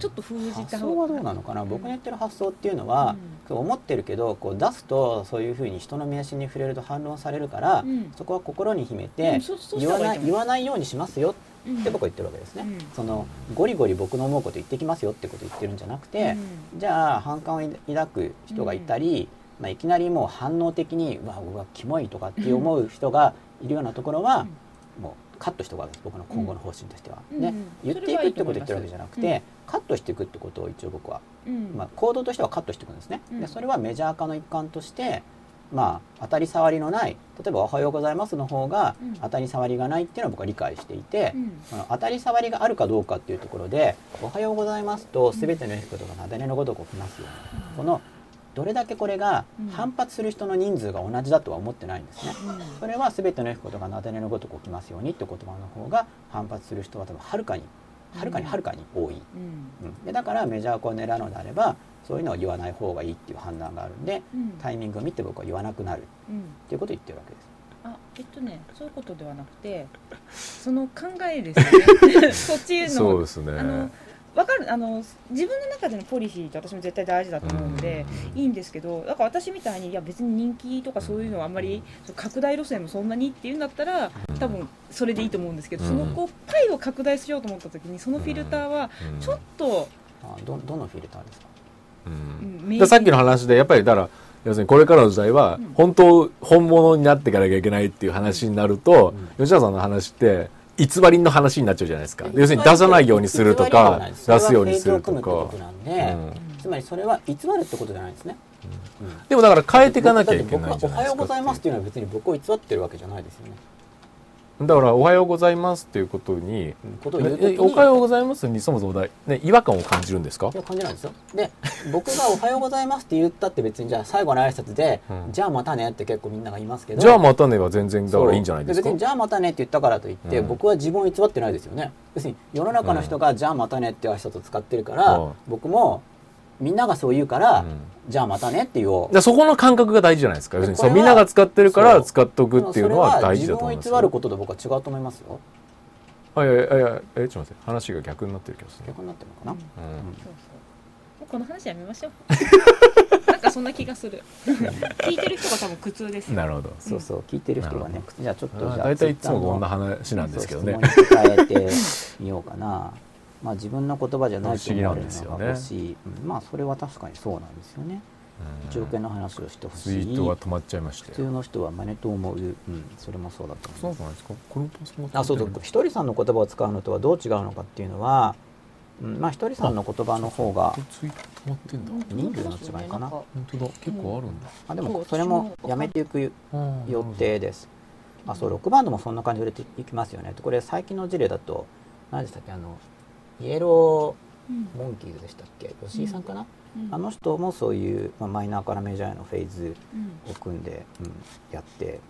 S2: ちょっと封じた
S1: 発想
S2: 方が
S1: はどうなのかな僕のやってる発想っていうのは、そう思ってるけどこう出すとそういうふうに人の迷信に触れると反論されるから、
S2: うん
S1: そこは心に秘め
S2: う
S1: て
S2: んそうそうし
S1: 言
S2: た
S1: わ
S2: 方が
S1: ない
S2: い
S1: い
S2: い
S1: 言わないようにしますよって僕は言ってるわけですね、
S2: うん
S1: そのゴリゴリ僕の思うこと言ってきますよってこと言ってるんじゃなくて、じゃあ反感を抱く人がいたり、まあ、いきなりもう反応的に「うわうわキモい」とかって思う人がいるようなところは、もうカットしておくわけです僕の今後の方針としては。
S2: うん
S1: ね
S2: うん
S1: 言っていくってことを言ってるわけじゃなく
S2: それはい
S1: て、カットしていくってことを一応僕は、ま
S2: ま
S1: あ、行動としてはカットしていくんですね。
S2: うん
S1: でそれはメジャー化の一環としてまあ、当たり障りのない例えば「おはようございます」の方が
S2: うん
S1: 当たり障りがないっていうのは僕は理解していて、
S2: うん
S1: あの当たり障りがあるかどうかっていうところで「おはようございます」と全ての良いことがなだれのごとく起きますよ、うにこのどれだけこれが
S2: うん
S1: 反発する人の人数が同じだとは思ってないんですね。
S2: うん
S1: それは全ての良いことがなだれのごとく起きますようにって言葉の方が反発する人は多分はるかにはるかにはるかに多い、うん、でだからメジャーを狙うのであればそういうのを言わない方がいいっていう判断があるんでタイミングを見て僕は言わなくなるっていうことを言ってるわけです。
S2: あえっとねそういうことではなくてその考えです
S4: [laughs]
S2: ねそっちの
S4: そうです
S2: あの
S4: ね。
S2: わかるあの自分の中でのポリシーって私も絶対大事だと思うので、いいんですけどだから私みたいにいや別に人気とかそういうのはあんまり拡大路線もそんなにっていうんだったら多分それでいいと思うんですけど、
S4: うん
S2: そのこうパイを拡大しようと思った時にそのフィルターは
S4: うん
S2: ちょっと、
S1: あどどのフィルターですか
S4: うん
S2: うん
S4: だからさっきの話でやっぱりだから要するにこれからの時代は本当本物になっていかなきゃいけないっていう話になると、吉田さんの話って偽りの話になっちゃうじゃないですか
S2: 偽り
S4: 要するに出さないようにすると
S1: 偽りでは
S4: か
S1: ないです
S4: 出すようにする
S1: それ
S4: と
S1: はフェーズを組むってこと
S4: か、
S1: なん
S4: う
S1: で、
S4: ん、
S1: つまりそれは偽るってことじゃないんですね。
S4: でもだから変えていかなきゃいけないじ
S1: 僕が
S4: ゃ
S1: お
S4: な
S1: は
S4: いで
S1: よ
S4: す
S1: う
S4: か
S1: ございます
S4: っ
S1: ってていうのは別に僕を偽ってるわけじゃないですよね。
S4: いうだから「おはようございます」っていうこと
S1: う
S4: に
S1: ん
S4: 「
S1: ことを言うとき
S4: え
S1: に
S4: おはようございます」にそもそもだい、ね、違和感を感じるんですか
S1: いや感じないですよで僕が「おはようございます」って言ったって別にじゃあ最後の挨拶で「
S4: うん
S1: じゃあまたね」って結構みんなが言いますけど
S4: じゃあまたねは全然だからいいんじゃないです
S1: そう
S4: か
S1: 別に「じゃあまたね」って言ったからといって、
S4: うん
S1: 僕は自分を偽ってないですよね要するに世の中の人が「じゃあまたね」っていう挨拶を使ってるから、
S4: うん
S1: 僕もみんながそう言うから「
S4: うん
S1: じゃあまたね」って言おう
S4: だからそこの感覚が大事じゃないですか要するに
S1: こ
S4: そ
S1: れ
S4: う
S1: は
S4: みんなが使ってるか
S1: そ
S4: ら
S1: う
S4: 使っておくっていうのは大事だと思います
S1: それは自分を偽ることと僕は違うと思いますよ
S4: あいやいやいやえちょっと待って話が逆になってる気がするね、
S1: 逆になってるのかな、
S4: うん
S2: そうそうもうこの話やめましょ [laughs] うなんかそんな気がする聞いてる人が多分苦痛です
S4: なるほど
S1: そうそう聞いてる人がねじゃあちょっとじゃあ
S4: 大体いつも
S1: Twitter の
S4: こんな話なんですけどね
S1: そう質問に答えてみようか
S4: [laughs]
S1: な。まあ自分の言葉じゃないと思われる
S4: 不
S1: の
S4: 思議
S1: が
S4: なん
S1: 欲
S4: です
S1: しい、うんまあそれは確かにそうなんですよね。
S4: うん
S1: 1億円の話をしてほ
S4: ツ
S1: し
S4: イ
S1: い。
S4: ートが止まっちゃいまし
S1: 普
S4: て
S1: 通の人は真似と思う。うん、それもそうだと思
S4: そう
S1: う。
S4: じゃないですかこのパスも
S1: あ、そうそう。ひとりさんの言葉を使うのとはどう違うのかっていうのは、うん、まあひとりさんの言葉の方が
S4: ツイート止まってんだ
S1: 人数の違いかな。
S4: 本当だ結構あるんだ
S1: あでもそれもやめていく
S4: あー
S1: 予定です。あ、そう6バンドもそんな感じで売れていきますよね。これ最近の事例だと何でしたっけあのイエロー
S2: うん
S1: モンキーズでしたっけ吉井さんかな、
S2: うん
S1: あの人もそういう、まあ、マイナーからメジャーへのフェーズ
S2: うん
S1: を組んで、うん、やって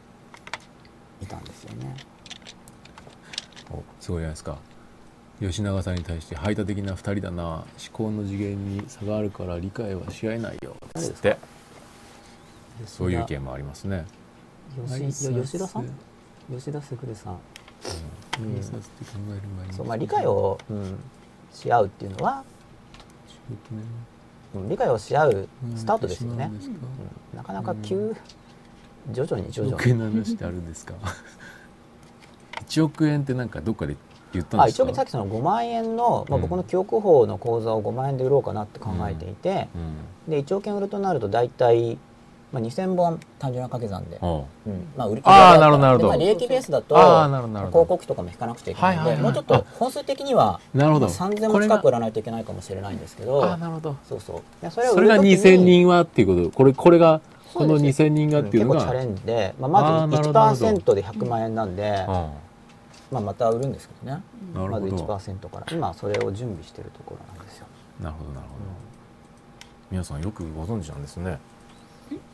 S1: いたんですよね。
S4: おすごいじゃないですか吉永さんに対して排他的な二人だな思考の次元に差があるから理解はし合えないよ
S1: 誰
S4: つ
S1: で
S4: っ
S1: す
S4: てそういう意
S1: 吉
S4: 見もありますね
S1: 田吉いや吉田さん吉田卓さん。うん
S4: 印刷って考える前に
S1: そうまあ、理解を、うん、し合うっていうのは、うん理解をし合うスタートですよね。うんなかなか急、徐々に徐
S4: 1
S1: 々
S4: 億
S1: に。
S4: 円の話ってある
S1: [laughs]
S4: んですか1億円ってなんかどっかで言ったん
S1: あ
S4: です
S1: 一
S4: か
S1: 応さっきその5万円の、まあ、
S4: うん
S1: 僕の記憶法の口座を5万円で売ろうかなって考えていて、
S4: うん
S1: で1億円売るとなると大体、まあ、2000本単純な掛け算で、
S4: あ
S1: うんまあ、売り
S4: あーなるほどなるほ
S1: で
S4: ど
S1: まあ、利益ベースだと
S4: ああなるほどなる
S1: 広
S4: ほど
S1: 告費とかも引かなくちゃいけないので、
S4: はいはいはい
S1: もうちょっと本数的には
S4: なるほど
S1: 3000
S4: こ
S1: も
S4: れが
S1: 近く売らないといけないかもしれないんですけ
S4: ああ
S1: ど
S4: なるほど
S1: そうそういやそ
S4: それが
S1: 売る時に
S4: 2000人はっていうことこれこれがこの
S1: そうです
S4: 2000人がっていうの
S1: 結構チャレ
S4: が
S1: ンジで、まあ、ま
S4: あー
S1: ず
S4: なるほどなるほど
S1: 1%で100万円なんで
S4: あ
S1: まあ、また売るんですけどね
S4: あなる
S1: ま
S4: ほ
S1: ず
S4: ど
S1: 1%から今それを準備してるところなんですよ
S4: なるほどなるほど皆さんよくご存知なんですね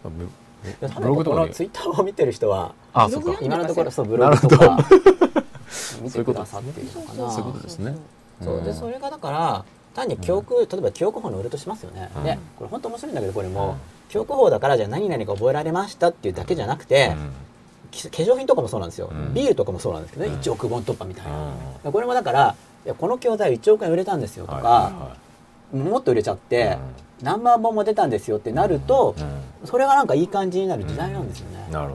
S4: あブ
S1: いや多
S4: ブロ
S1: 分
S4: グ
S1: ことこ
S4: か
S1: の
S4: で
S1: ツイッターを見てる人は
S4: あそっか
S2: ブログ
S1: 今のところそうブ
S4: な
S1: ロ
S4: る
S1: グ
S4: ほ
S1: と
S4: ど
S1: か見てくださっているのかな
S4: そういうことですね
S1: そうでそれがだから単に記憶、例えば記憶法の売るとしますよね、
S4: うん
S1: でこれ本当面白いんだけどこれ
S4: うん
S1: も、記憶法だからじゃあ何々が覚えられましたっていうだけじゃなくて、き化粧品とかもそうなんですよ、
S4: うん
S1: ビールとかもそうなんですけどね、
S4: うん
S1: 1億本突破みたいな、
S4: う
S1: これもだからいやこの教材1億円売れたんですよとか、
S4: は
S1: もっと売れちゃっ
S4: いはい
S1: て
S4: は、
S1: 何万本も出たんですよってなると
S4: い、うん
S1: それがなんかいい感じになる時代なんですよね、
S4: なる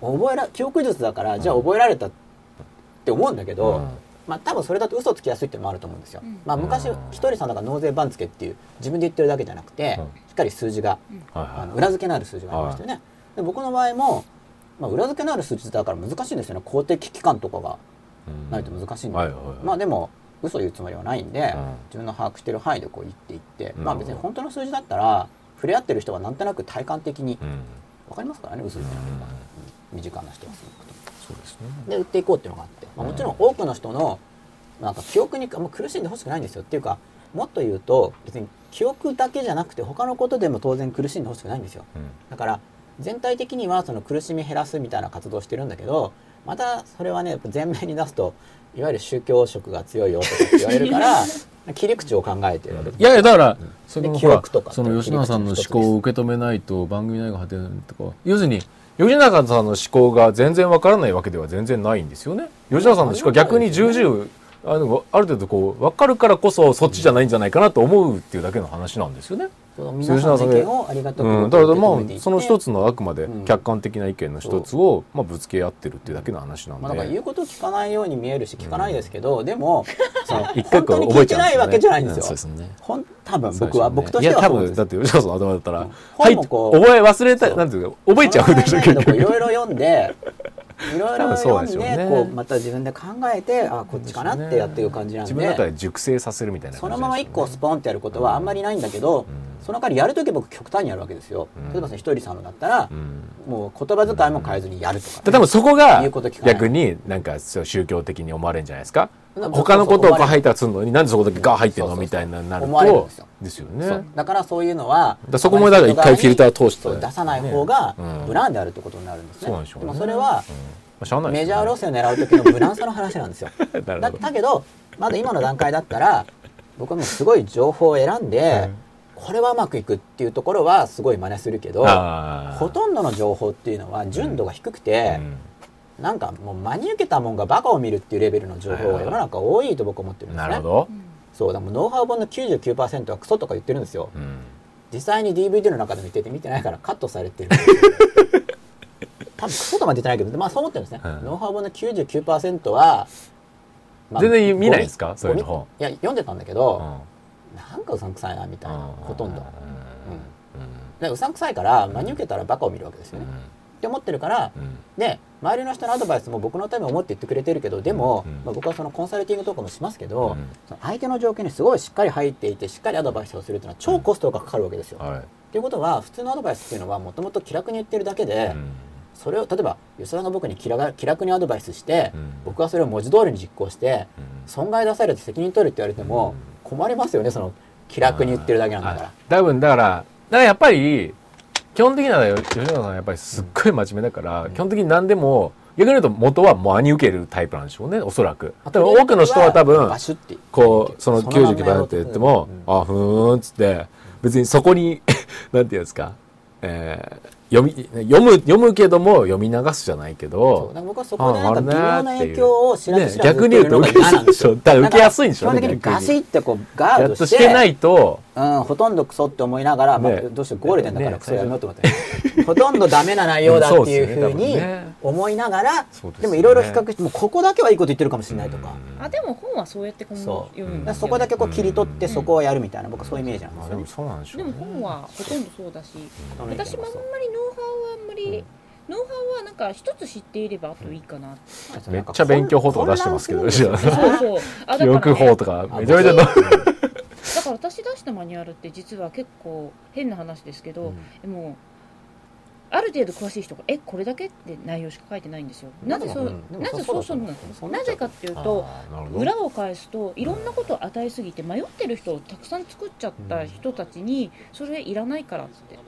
S4: ほ
S1: 覚えら記憶術だからじゃあ覚えられたって思うんだけ
S4: ど
S1: ど、まあ、多分それだと嘘つきやすいっていうのもあると思うんですよ、まあ、昔
S4: うん
S1: ひとりさんだから納税番付っていう自分で言ってるだけじゃなくて、
S4: うん
S1: しっかり数字が、
S4: はい
S1: あの
S4: は
S1: 裏付けのある数字がありましたよね、で僕の場合も、まあ、裏付けのある数字だから難しいんですよね公的機関とかが
S4: いうん
S1: ないと難しいんで、
S4: はいはいはい
S1: まあでも嘘を言うつもりはないんで、
S4: うん
S1: 自分の把握してる範囲でこう言っていって、
S4: うん
S1: まあ別に本当の数字だったら触れ合ってる人はなんとなく体感的に
S4: うん
S1: 分かりますからね嘘言ってないのが、うん身近な人はすごく
S4: そうです
S1: で売っていこうっていうのがあって、まあ、もちろん多くの人のなんか記憶にあんま苦しんでほしくないんですよっていうかもっと言うと別に記憶だけじゃなくて他のことでも当然苦しんでほしくないんですよ
S4: ね
S1: だから全体的にはその苦しみ減らすみたいな活動をしてるんだけどまたそれはね前面に出すといわゆる宗教色が強いよとかって言われるから
S4: [laughs]
S1: 切り口を考えてるわけです
S4: いやいやだからその
S1: で
S4: ほら
S1: 記憶とか
S4: その吉永さんの思考を受け止めないと番組内が果てないとか要するに吉永さんの思考が全然わからないわけでは全然ないんですよね吉永さんの思考は逆に重々あのある程度こう分かるからこそそっちじゃないんじゃないかなと思うっていうだけの話なんですよね。
S1: その皆さんの意見をありがたく
S4: う
S1: 受
S4: ん、
S1: け
S4: だか
S1: 止めて
S4: ら
S1: い
S4: ま
S1: っ
S4: あ
S1: て
S4: その一つのあくまで
S1: うん
S4: 客観的な意見の一つを、まあ、ぶつけ合ってるっていうだけの話なん
S1: まあ、だから言
S4: で
S1: うこと聞かないように見えるし聞かないですけど、でもその
S4: 一
S1: 本
S4: 回こ
S1: 当に
S4: う
S1: 聞
S4: 覚
S1: いて
S4: えち
S1: な
S4: ゃ
S1: いわ
S4: うん
S1: け
S4: で
S1: じ
S4: す
S1: ゃ
S4: よね
S1: ないんです
S4: そう
S1: よ。
S4: すね
S1: ほん多分
S4: 最初
S1: 僕は、
S4: ね
S1: 僕として
S4: いや
S1: は
S4: 多
S1: そう
S4: 分
S1: です
S4: だって吉川さんの頭だったら、は
S1: 本
S4: い
S1: もこう
S4: 覚え忘れた
S1: そう
S4: なんていうか覚えちゃう
S1: [laughs]
S4: でしょ結
S1: いろ
S4: 局
S1: いろ読んでいろい
S4: 多
S1: ろ
S4: 分そ
S1: 読
S4: うでし
S1: ん
S4: ょう
S1: で
S4: ね
S1: こうまた自分で考えてあこっちかなってやっていう感じなんで
S4: 自分の中で熟成させるみたいな
S1: そ
S4: 感
S1: の
S4: じ
S1: ま
S4: な
S1: ま
S4: んで
S1: 一
S4: すよ
S1: 個
S4: ね
S1: スポンってやることはあんまりないんだけど、
S4: うん
S1: その代わりやるとき僕極端にやるわけですよ、
S4: うん
S1: 例えばそのひとりさんのだったら、
S4: うん
S1: もう言葉遣いも変えずにやるとかね、
S4: で多分そこが
S1: 言うこと聞かない
S4: 逆になんかそう宗教的に思われるんじゃないですか
S1: だから
S4: 他の
S1: そう
S4: こ
S1: そう
S4: とをこう入ったらするのになんでそこだけガー入ってん
S1: そう
S4: の
S1: そうそう
S4: みたいななる
S1: 思われるん
S4: と
S1: ですよ
S4: ですよ
S1: そ
S4: ね
S1: うだからそういうのは
S4: だそこもだから一回フィルター通して
S1: そう出さない方が
S4: うん
S1: 無難であるってことになるんですね,、
S4: そうなんでしょうね
S1: もそれは
S4: うんまあしゃあない
S1: メ
S4: です
S1: ジ
S4: よ
S1: ャ
S4: ね
S1: ー路線を狙う時の無難さの話なんですよ
S4: なる
S1: だ
S4: ほど
S1: だけどまだ今の段階だったら僕はもうすごい情報を選んで、これはうまくいくっていうところはすごい真似するけど
S4: あー
S1: ほとんどの情報っていうのは純度が低くて、
S4: うん
S1: なんかもう真に受けたもんがバカを見るっていうレベルの情報が世の中多いと僕は思ってるんです
S4: な
S1: ね。
S4: るほど、
S1: そうだからもうノウハウ本の99%はクソとか言ってるんですよ。
S4: うん
S1: 実際に DVD の中で見てて見てないからカットされ
S4: [laughs]
S1: てる。多分クソとまで言ってないけど、まあそう思ってるんですね。
S4: うん
S1: ノウハウ本の99%は、ま
S4: 全然見ないですかそういうの
S1: ゴ
S4: 本
S1: ミいや読んでたんだけ
S4: う
S1: ど、
S4: ん
S1: なんかうさんくさいなみたいな、ほとんど。
S4: うん
S1: でうさんくさいから真に受けたらバカを見るわけですよね。って思ってるから、
S4: うんうん
S1: で周りの人のアドバイスも僕のためを思って言ってくれてるけどでも、
S4: うん
S1: まあ、僕はそのコンサルティングとかもしますけど、
S4: うん
S1: その相手の条件にすごいしっかり入っていてしっかりアドバイスをするっていうのは超コストがかかるわけですよ。と、
S4: はい
S1: いうことは普通のアドバイスっていうのはもともと気楽に言ってるだけで、
S4: うん
S1: それを例えば吉田が僕に気楽気楽にアドバイスして、
S4: うん
S1: 僕はそれを文字通りに実行して
S4: うん
S1: 損害出されて責任取るって言われても困りますよねその気楽に言ってるだけなんだから。
S4: 多分だからだからやっぱり基本的なのは吉野さんはやっぱりすっごい真面目だから、基本的に何でも逆に言うと元は真に受けるタイプなんでしょうねおそらく多分多くの人は多分
S1: バシュって
S4: こうその
S1: そのまんまやろう
S4: 99%って
S1: と
S4: 言っても
S1: うん
S4: 「あふーん」っつって別にそこに [laughs] なんていうんですか、えー読み読む読むけども読み流すじゃないけ
S1: そうだか
S4: ど
S1: ら僕はそこでなん
S4: あ
S1: か
S4: あ
S1: 微
S4: るね
S1: 妙な
S4: っていう
S1: 影響を知らず知らず
S4: ね逆に
S1: 受
S4: 言
S1: け
S4: う
S1: るの
S4: と
S1: が
S4: 受け
S1: 嫌
S4: や
S1: なんで
S4: すいですし
S1: よ
S4: ょだから受けやすいんでしょ
S1: 基本的に
S4: 逆に
S1: ガシッてこうガ
S4: や
S1: ー
S4: っ
S1: ド
S4: と
S1: し
S4: しててないと
S1: うん、ほとんどクソって思いながら、まあ
S4: ね
S1: どうしてゴールデンだから
S4: ね
S1: クソやめようと思って、 [laughs] ほとんどダメな内容だっていうふう
S4: うんそうです
S1: に
S4: よね多分ね
S1: 思いながら、
S4: そうですよね
S1: でもいろいろ比較してもうここだけはいいこと言ってるかもしれないとか,、
S2: あでも本はそうやってこう
S1: そう
S2: 読むん
S1: だから
S2: ですよね
S1: そこだけこう切り取って
S4: うん
S1: そこをやるみたいな、僕はそういうイメージなんで
S4: ま
S1: す
S4: あで
S1: よ
S4: も
S1: ね。
S4: そうなんでしょ
S2: で
S4: うね
S2: も本はほとんどそうだし私もあんまりノウハウはあんまり、ノウハウはなんか一つ知っていればあといいかなって、
S4: めっちゃ勉強法とか出してますけど吉野さん
S2: そうそうあだか
S4: 記
S2: ら、ね、
S4: 憶法とかめちゃめちゃの
S2: だから私出したマニュアルって実は結構変な話ですけど、
S1: うん
S2: でもある程度詳しい人が「えこれだけ?」って内容しか書いてないんですよ。なぜそう、
S1: うんでも
S2: な
S1: そ
S2: ぜそう
S1: そ
S2: うそうう
S1: だ
S2: な
S1: と
S2: の
S1: 思う
S2: なぜかっていうと
S4: あーなるほど
S2: 裏を返すといろんなことを与えすぎて迷ってる人をたくさん作っちゃった人たちにそれいらないからって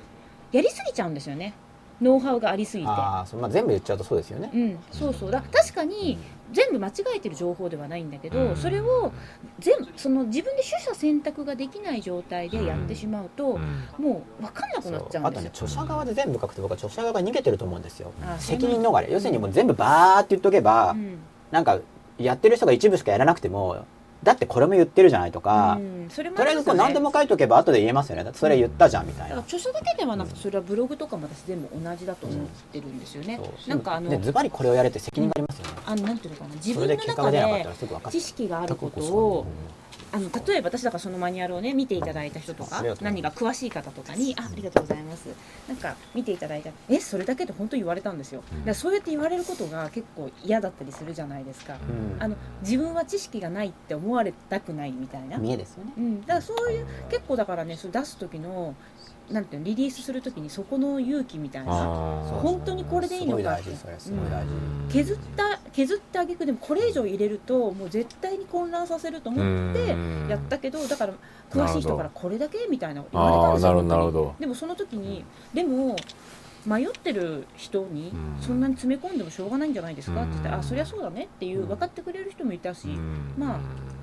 S2: やりすぎちゃうんですよねノウハウがありすぎて。
S1: あーそうまあ、全部言っちゃうとそうですよね。
S2: うん、そうそうだ確かに全部間違えてる情報ではないんだけど、
S4: うん
S2: それを全その自分で取捨選択ができない状態でやってしまうと、
S4: うん
S2: もう分かんなくなっちゃう
S1: あ
S2: ん
S1: と
S2: です
S1: ね
S2: よ。
S1: 著者側で全部書くと僕は著者側が逃げてると思うんですよ。
S2: あ
S1: 責任逃れ要するにもう全部バーって言っとけば、
S2: うん
S1: なんかやってる人が一部しかやらなくてもだってこれも言ってるじゃないとか、
S2: うんそれも
S1: とりあえずこう何でも書いとけば後で言えますよねだってそれ言ったじゃんみたい
S2: だか
S1: な
S2: ら。著書だけではなくそれはブログとかも私全部同じだと思ってるんですよね。なんかあの、
S1: ねズバリこれをやれって責任がありますよね。
S2: あのなんていうのかな自
S1: そ
S2: 分
S1: れ
S2: の
S1: で結果が
S2: 中
S1: 出なかった
S2: で
S1: らすぐ分かっ
S2: 知
S1: ち
S2: 識があ
S1: ゃう
S2: ることをあの例えば私だからそのマニュアルをね見ていただいた人と
S1: あ
S2: か
S1: りがとうござい
S2: 何
S1: ま
S2: が詳しい方とかにあありがとうございますなんか見ていただいたえそれだけで本当言われたんですよだからそうやって言われることが結構嫌だったりするじゃないですか
S1: うん
S2: あの自分は知識がないって思われたくないみたいな
S1: 見えですよね。
S2: うん、だからそういう結構だからねそれ出す時のなんていうのリリースする時にそこの勇気みたいな
S4: あー
S2: 本当にこれでいいのかって
S1: すごい大事それすごい大事。
S2: 削った削ってあげくでもこれ以上入れるともう絶対に混乱させると思って
S4: うん
S2: やったけどだから詳しい人からこれだけみたいな言われた
S4: あ
S2: ん
S4: あ
S2: です
S4: な
S2: よ
S4: る
S2: 本当
S4: ほど
S2: に
S4: なるほど
S2: でもその時にでも迷ってる人に
S4: うん
S2: そんなに詰め込んでもしょうがないんじゃないですかって言って、
S4: うん
S2: あそりゃそうだねっていう分かってくれる人もいたし、まあ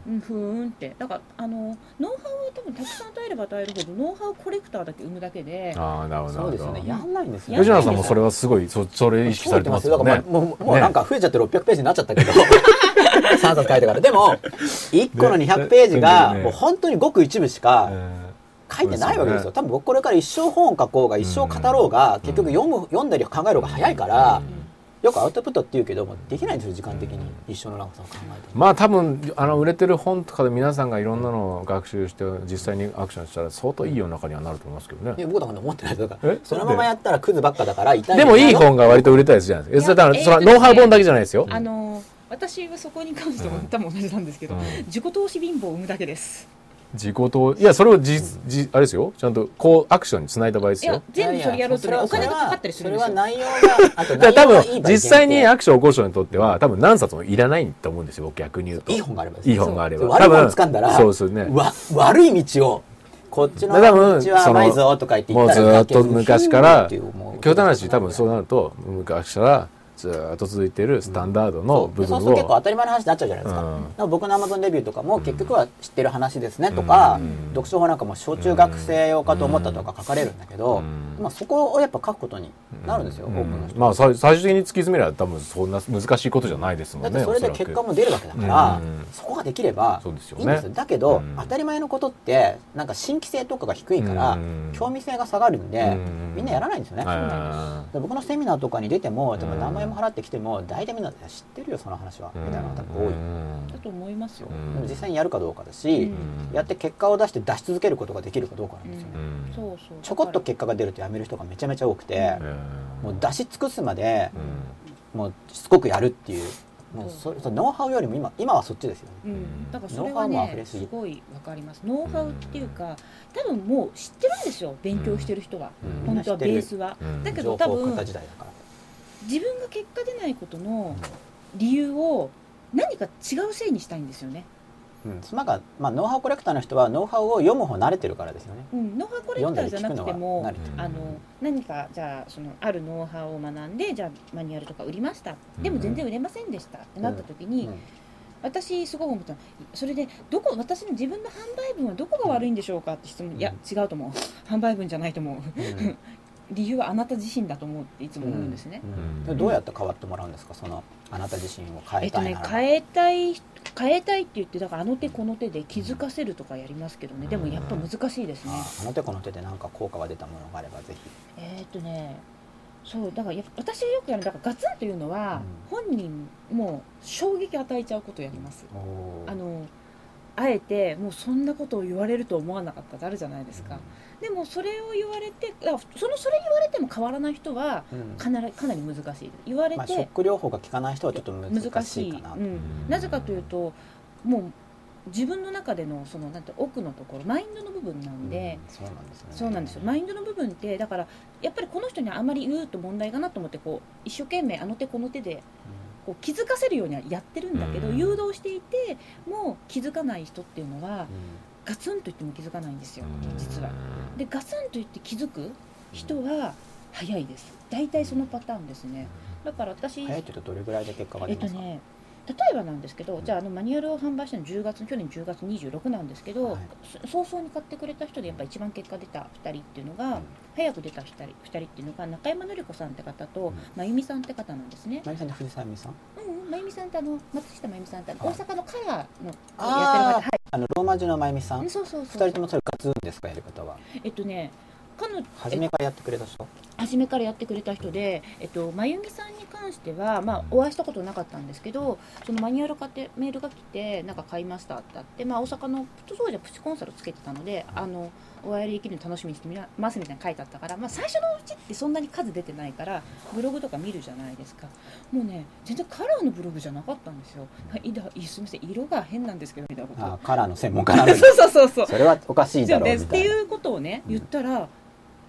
S2: うん、ふーんってだからあのノウハウを多分たくさん与えれば与えるほどノウハウコレクターだけ生むだけで
S4: ああなるほど
S1: そう
S4: な
S1: で
S4: る
S1: す
S4: ほ
S1: よね
S4: ど
S1: やんないんですよ
S4: 吉永さんもそれはすごいそそれ意識されてますよ
S1: だから
S4: ね
S1: まあもうもうなんか増えちゃって600ページになっちゃったけ
S4: [laughs]
S1: ど、3冊書いたからでも1個の200ページが
S4: ね
S1: もう本当にごく一部しか
S4: うん
S1: 書いてないわけです
S4: そうですよね
S1: よ多分僕これから一生本を書こうが一生語ろうが結局読む読んだり考える方が早いからよくアウトプットって言うけどもできないんですよ時間的に一生の長さを考えても。
S4: まあ多分あの売れてる本とかで皆さんがいろんなのを学習して実際にアクションしたら相当いい世の中にはなると思いますけど
S1: い
S4: ね
S1: や僕だから思ってないですだか
S4: え
S1: らそのままやったらクズばっかだから痛い
S4: でもいい
S1: 方
S4: 本が割と売れたりするじゃないですか
S2: いや
S4: だからそれは
S2: えー
S4: ノウハウ本だけじゃないですよ、
S2: あの私はそこに関しても
S4: うん
S2: 多分同じなんですけど、
S4: うん
S2: 自己投資貧乏を生むだけです
S4: 自己投いやそれをじじあれですよちゃんとこうアクションにつないだ場合です
S2: い
S4: よ
S2: や全部それやろうとねお金がかかったりするんです
S1: そ
S2: よ
S1: れは内容があと
S4: だ
S1: 内
S4: から
S1: 容が
S4: 多
S1: いい
S4: 分
S1: 場合
S4: 実際に
S1: 限
S4: アクション起こす人にとっては多分何冊もいらないと思うんですよ僕逆に言うと
S1: 定いい本があればです
S4: い
S1: ね
S4: い本があれば
S1: そう悪い本掴んだら
S4: そうですよね
S1: わ悪い道をこっちの
S4: だから多分
S1: 道は甘いぞとか言って
S4: も
S1: 言っ
S4: う
S1: た
S4: ず
S1: ら
S4: ーっと昔から極端な話多分そううなると昔からずーっと続いてるスタンダードの部分
S1: そうすると結構当
S4: を
S1: たり前の話になっちゃうじゃないですか,、
S4: うん
S1: だから僕の Amazon レビューとかも結局は知ってる話ですねとか、
S4: うん
S1: 読書法なんかも小中学生用かと思ったとか書かれるんだけど、
S4: うん
S1: まあ、そこをやっぱ書くことになるんですよ、
S4: うん
S1: 多くの人、
S4: まあさ最終的に突き詰めれば多分そんな難しいことじゃないですも
S1: だ
S4: ん
S1: っ
S4: ね
S1: てそれで
S4: おらく
S1: 結果も出るわけだから、
S4: うん
S1: そこができればい
S4: そ
S1: い
S4: うん
S1: で
S4: で
S1: すす
S4: よ
S1: よ
S4: ね
S1: だけど、
S4: うん
S1: 当たり前のことってなんか新規性とかが低いから、
S4: うん
S1: 興味性が下がるんで、
S4: うん
S1: みんなやらないんですよね、
S4: あ
S1: で僕のセミナーとかに出ても多
S4: う
S1: 分
S4: ん
S1: 何万円も払ってきても大体みんな知ってるよその話は
S4: ー
S1: みたいな方が多い、
S4: うん
S2: だと思いますよ、
S1: でも実際にやるかどうかだし、
S4: うん
S1: やって結果を出して出し続けることができるかどうかなんですよね、
S4: うん
S2: そうそう
S1: ちょこっと結果が出るとやめる人がめちゃめちゃ多くて、
S4: うん
S1: もう出し尽くすまで
S4: う、ん
S1: もうしつこくやるっていうもうそれそれノウハウよりも今今はそっちですよね
S2: うん、だからそれは
S1: ノウハウも溢れ
S2: ね
S1: すぎ
S2: すごいわかりますノウハウっていうか多分もう知ってるんですよ勉強してる人は、
S4: うん
S2: 本当はベースは、
S4: うん
S2: だけ
S1: 情
S2: ど
S1: 報
S2: 多
S1: を
S2: 分
S1: 型時代だから
S2: 自分が結果出ないことの理由を何か違うせいにしたいんですよね、
S1: うん、そのなんか、まあ、ノウハウコレクターの人はノウハウを読む方慣れてるからですよね。
S2: うん、ノウハウコレ
S1: 読
S2: ク
S1: ん
S2: タ
S1: だ
S2: ー
S1: り
S2: じゃ
S1: 聞
S2: な
S1: く
S2: く
S1: の
S2: て
S1: は
S2: も
S1: 慣れてる。
S2: あの何かじゃあそのあるノウハウを学んでじゃあマニュアルとか売りましたでも全然売れませんでしたってなった時に、
S1: うん
S2: 私すごい思ったのそれでどこ私の自分の販売分はどこが悪いんでしょうかって質問、いや違うと思う [laughs] 販売分じゃないと思
S1: う
S2: う
S1: ん
S2: 理由はあなた自身 [laughs] だと思うっていつも思うんですね、
S1: うんでどうやって変わってもらうんですかそのあなた自身を変
S2: え
S1: え
S2: っと
S1: たい
S2: ね
S1: なら、
S2: 変えたい変えたいって言ってだからあの手この手で気づかせるとかやりますけどねでもやっぱ難しいですね、
S1: ああの手この手で何か効果が出たものがあればぜひ。
S2: えーっとねそうだからやっぱ私がよくやるだからガツンというのは、本人も衝撃与えちゃうことやります、
S1: おー
S2: あのあえてもうそんなことを言われると思わなかったってあるじゃないですか、でもそれを言われてあそのそれ言われても変わらない人は
S1: うん
S2: かなりかなり難しいです言われ
S1: まあ、ショッ
S2: て
S1: ク療法が効かない人はちょっと難
S2: 難
S1: し
S2: し
S1: い
S2: い
S1: かな。
S2: う、
S4: うん
S2: なぜかというともう自分の中でのそのなんて奥のところマインドの部分なんで、
S1: うんそうなんですね。
S2: そうなんですよマインドの部分ってだからやっぱりこの人にあまり言うと問題かなと思ってこう一生懸命あの手この手でこう気づかせるようにはやってるんだけど、
S4: うん
S2: 誘導していてもう気づかない人っていうのは
S1: う
S2: ガツンと言っても気づかないんですよ
S4: うん
S2: 実は。でガツンと言って気づく人は早いです大体そのパターンですねだから私
S1: ん早いというとどれぐらいで結果が出
S2: えっと
S1: ますか。
S2: ね例えばなんですけどじゃああのマニュアルを販売したの10月去年10月26なんですけど、
S1: はい
S2: そ早々に買ってくれた人でやっぱ一番結果出た2人っていうのが、
S1: うん
S2: 早く出た2人二人っていうのが中山典子さんって方と、
S1: ん
S2: 真由美さんって方なんですね、
S1: 何さんで藤沢美さん。
S2: うんうん、真由美さんってあの松下真由美さんってあの
S1: はい
S2: 大阪のカラーのやってる方
S1: あー
S2: は
S1: あのローマ字のまゆみさん。
S2: い
S1: 二
S2: そうそうそ
S1: 人
S2: う
S1: ともそれガツンですかやり方は。
S2: えっとね彼女
S1: 初めからやってくれた人。
S2: 初めからやってくれた人で、えっと、真由美さんに関しては、まあ、お会いしたことなかったんですけどそのマニュアル買ってメールが来てなんか買いましたってあって、まあ、大阪の当時はプチコンサルつけてたのであのお会いできるの楽しみにしてみますみたいなの書いてあったから、まあ、最初のうちってそんなに数出てないからブログとか見るじゃないですかもうね全然カラーのブログじゃなかったんですよはいだいすみません色が変なんですけどみたいなこと
S1: あカラーの専門家なのに
S2: [laughs] そうそうそうそう
S1: それはおかしい
S2: じゃ
S1: だ
S2: あ
S1: ろう
S2: ねっ
S1: みた
S2: て
S1: いな。
S2: いうことをね
S1: うん
S2: 言ったら、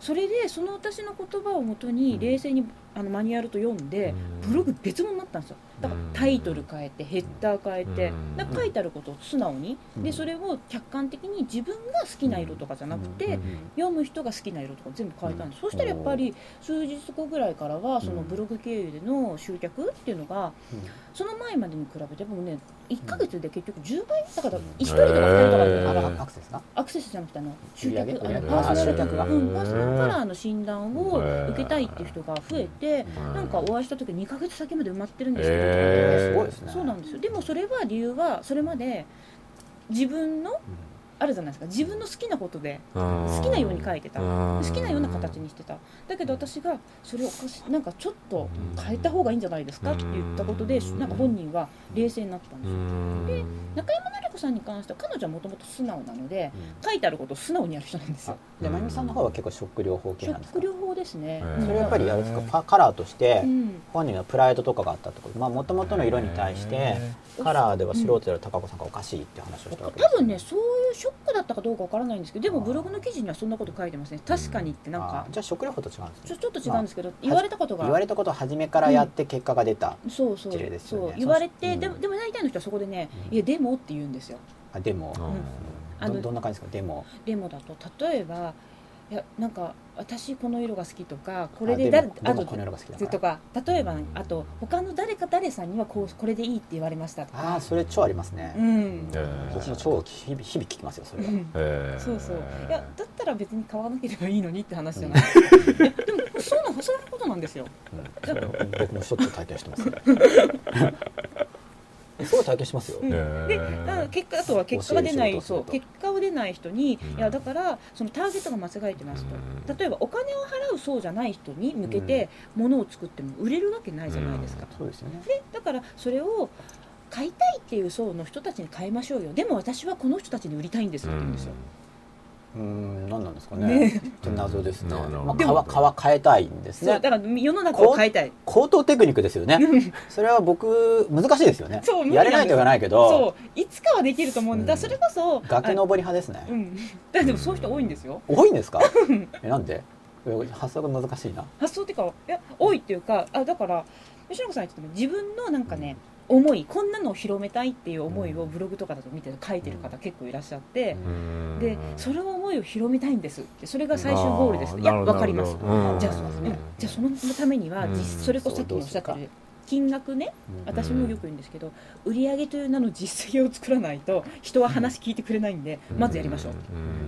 S2: それでその私の言葉をもとに冷静にあのマニュアルと読んで、ブログ別物になったんですよだからタイトル変えてヘッダー変えて、
S4: うん
S2: なんか書いてあることを素直に、
S1: うん
S2: でそれを客観的に自分が好きな色とかじゃなくて、
S1: うん
S2: 読む人が好きな色とか全部変えたんです、
S1: うん
S2: そしたらやっぱり数日後ぐらいからはその
S1: うん
S2: ブログ経由での集客っていうのが、
S1: うん
S2: その前までに比べてもうね1ヶ月で結局10倍だから
S1: うん
S2: 1人とか2人とかで、
S4: へー
S1: あのアクセスが
S2: アクセスじゃなくてあの集
S1: 売り上げ
S2: 客あ
S1: 売り
S2: の
S1: 上げ
S2: パーソナル
S1: あ集客が
S2: うん、パーソナルカラーの診断を受けたいっていう人が増えて、なんかお会いした時2ヶ月先まで埋まってるんですけど、
S4: へー
S1: すごいですね
S2: そうなんですよでもそれは理由はそれまで自分のあるじゃないですか自分の好きなことで好
S4: 好
S2: きなように書いてた
S4: 好
S2: 好きなような形にしてただけど私がそれおかしいなんかちょっと変えた方がいいんじゃないですかって言ったことで
S4: うん
S2: なんか本人は冷静になったんですよ
S4: で
S2: 中山成子さんに関しては彼女はもともと素直なので書いてあることを素直にやる人なんです
S1: あ
S2: よ
S1: でまゆみさんの方は結構ショック療法系なんです
S2: 食
S1: か
S2: 療法ですね
S4: へー
S2: うん
S1: それはやっぱりやるんですかパカラーとして
S2: うん
S1: 本人のプライドとかがあったってことまあもともとの色に対してカラーでは素人である高子さんがおかしいって話をしたわけです
S2: 多分ねそういうショックだったかどうかわからないんですけどでもブログの記事にはそんなこと書いてますね確かにってなん
S1: あ
S2: か
S1: ーじゃあ食療法と違うんです
S2: ちょ
S1: ね
S2: ちょっと違うんですけど言われたことが
S1: 言われたことを初めからやって結果が出た、
S2: そうそう
S1: 事例ですよね
S2: そう言われて、
S1: うん
S2: でもでも大体の人はそこでね、
S1: うん
S2: いやでもって言うんですよ
S1: あでも、
S2: あ
S1: ど
S2: の
S1: どんな感じですかでも
S2: でもだと例えばいやなんか私この色が好きとかこれで
S1: あ
S2: 誰
S1: でも
S2: あ
S1: でも
S2: と
S1: この色が好きだ
S2: と
S1: から
S2: か例えばあと他の誰か誰さんにはこうこれでいいって言われましたと
S1: あ
S2: か
S1: あそれ超ありますね、
S2: うん、
S4: ー
S1: 僕も超日々日々聞きますよそれは、
S2: うんそうそういやだったら別に買わなければいいのにって話じゃない、いやでもそうなのそういうことなんですよ
S1: うん僕もしょっちゅう体験して
S2: [laughs]
S1: ますすごい体験してますよ、
S2: うんでだから結果あとは結果が出ないそう結果を出ない人に、
S4: うん
S2: いやだからそのターゲットが間違えてますと、
S4: うん
S2: 例えばお金を払うそうじゃない人に向けて物を作っても売れるわけないじゃないですか、
S1: そうですよね
S2: でだからそれを買いたいっていう層の人たちに買いましょうよでも私はこの人たちに売りたいんですって言うんですよ、
S1: うーん何なんですかね
S2: ね
S1: ちょっと謎ですね、
S4: なるほど
S1: まあ、皮皮変えたいんです
S2: そう
S1: ね
S2: だから世の中を変え [laughs] たい
S1: 高等テクニックですよね
S2: うん
S1: それは僕難しいですよね
S2: そう無理
S1: や
S2: なん
S1: れ
S2: です
S1: ないといけないけど
S2: そういつかはできると思うんだ、
S1: うん
S2: それこそ
S1: 崖
S2: あ
S1: 登り派ですね、
S2: うんだでもそういう人多いんですよ
S1: 多いんですかえなんでえ発想が難しいな
S2: 発想っていうかいや多いっていうかあだから吉永さん言ってたの自分のなんかね、思いこんなのを広めたいっていう思いをブログとかだと見て書いてる方結構いらっしゃって、でその思いを広めたいんですってそれが最終ゴールですいやわかりま
S1: う
S2: す
S1: ん
S2: じゃあ,、うん、じゃあそのためには、
S4: うん
S2: 実それこそさっきおっしゃってる金額ね
S1: うん
S2: 私もよく言うんですけど、売り上げという名の実績を作らないと人は話聞いてくれないんで、まずやりましょうって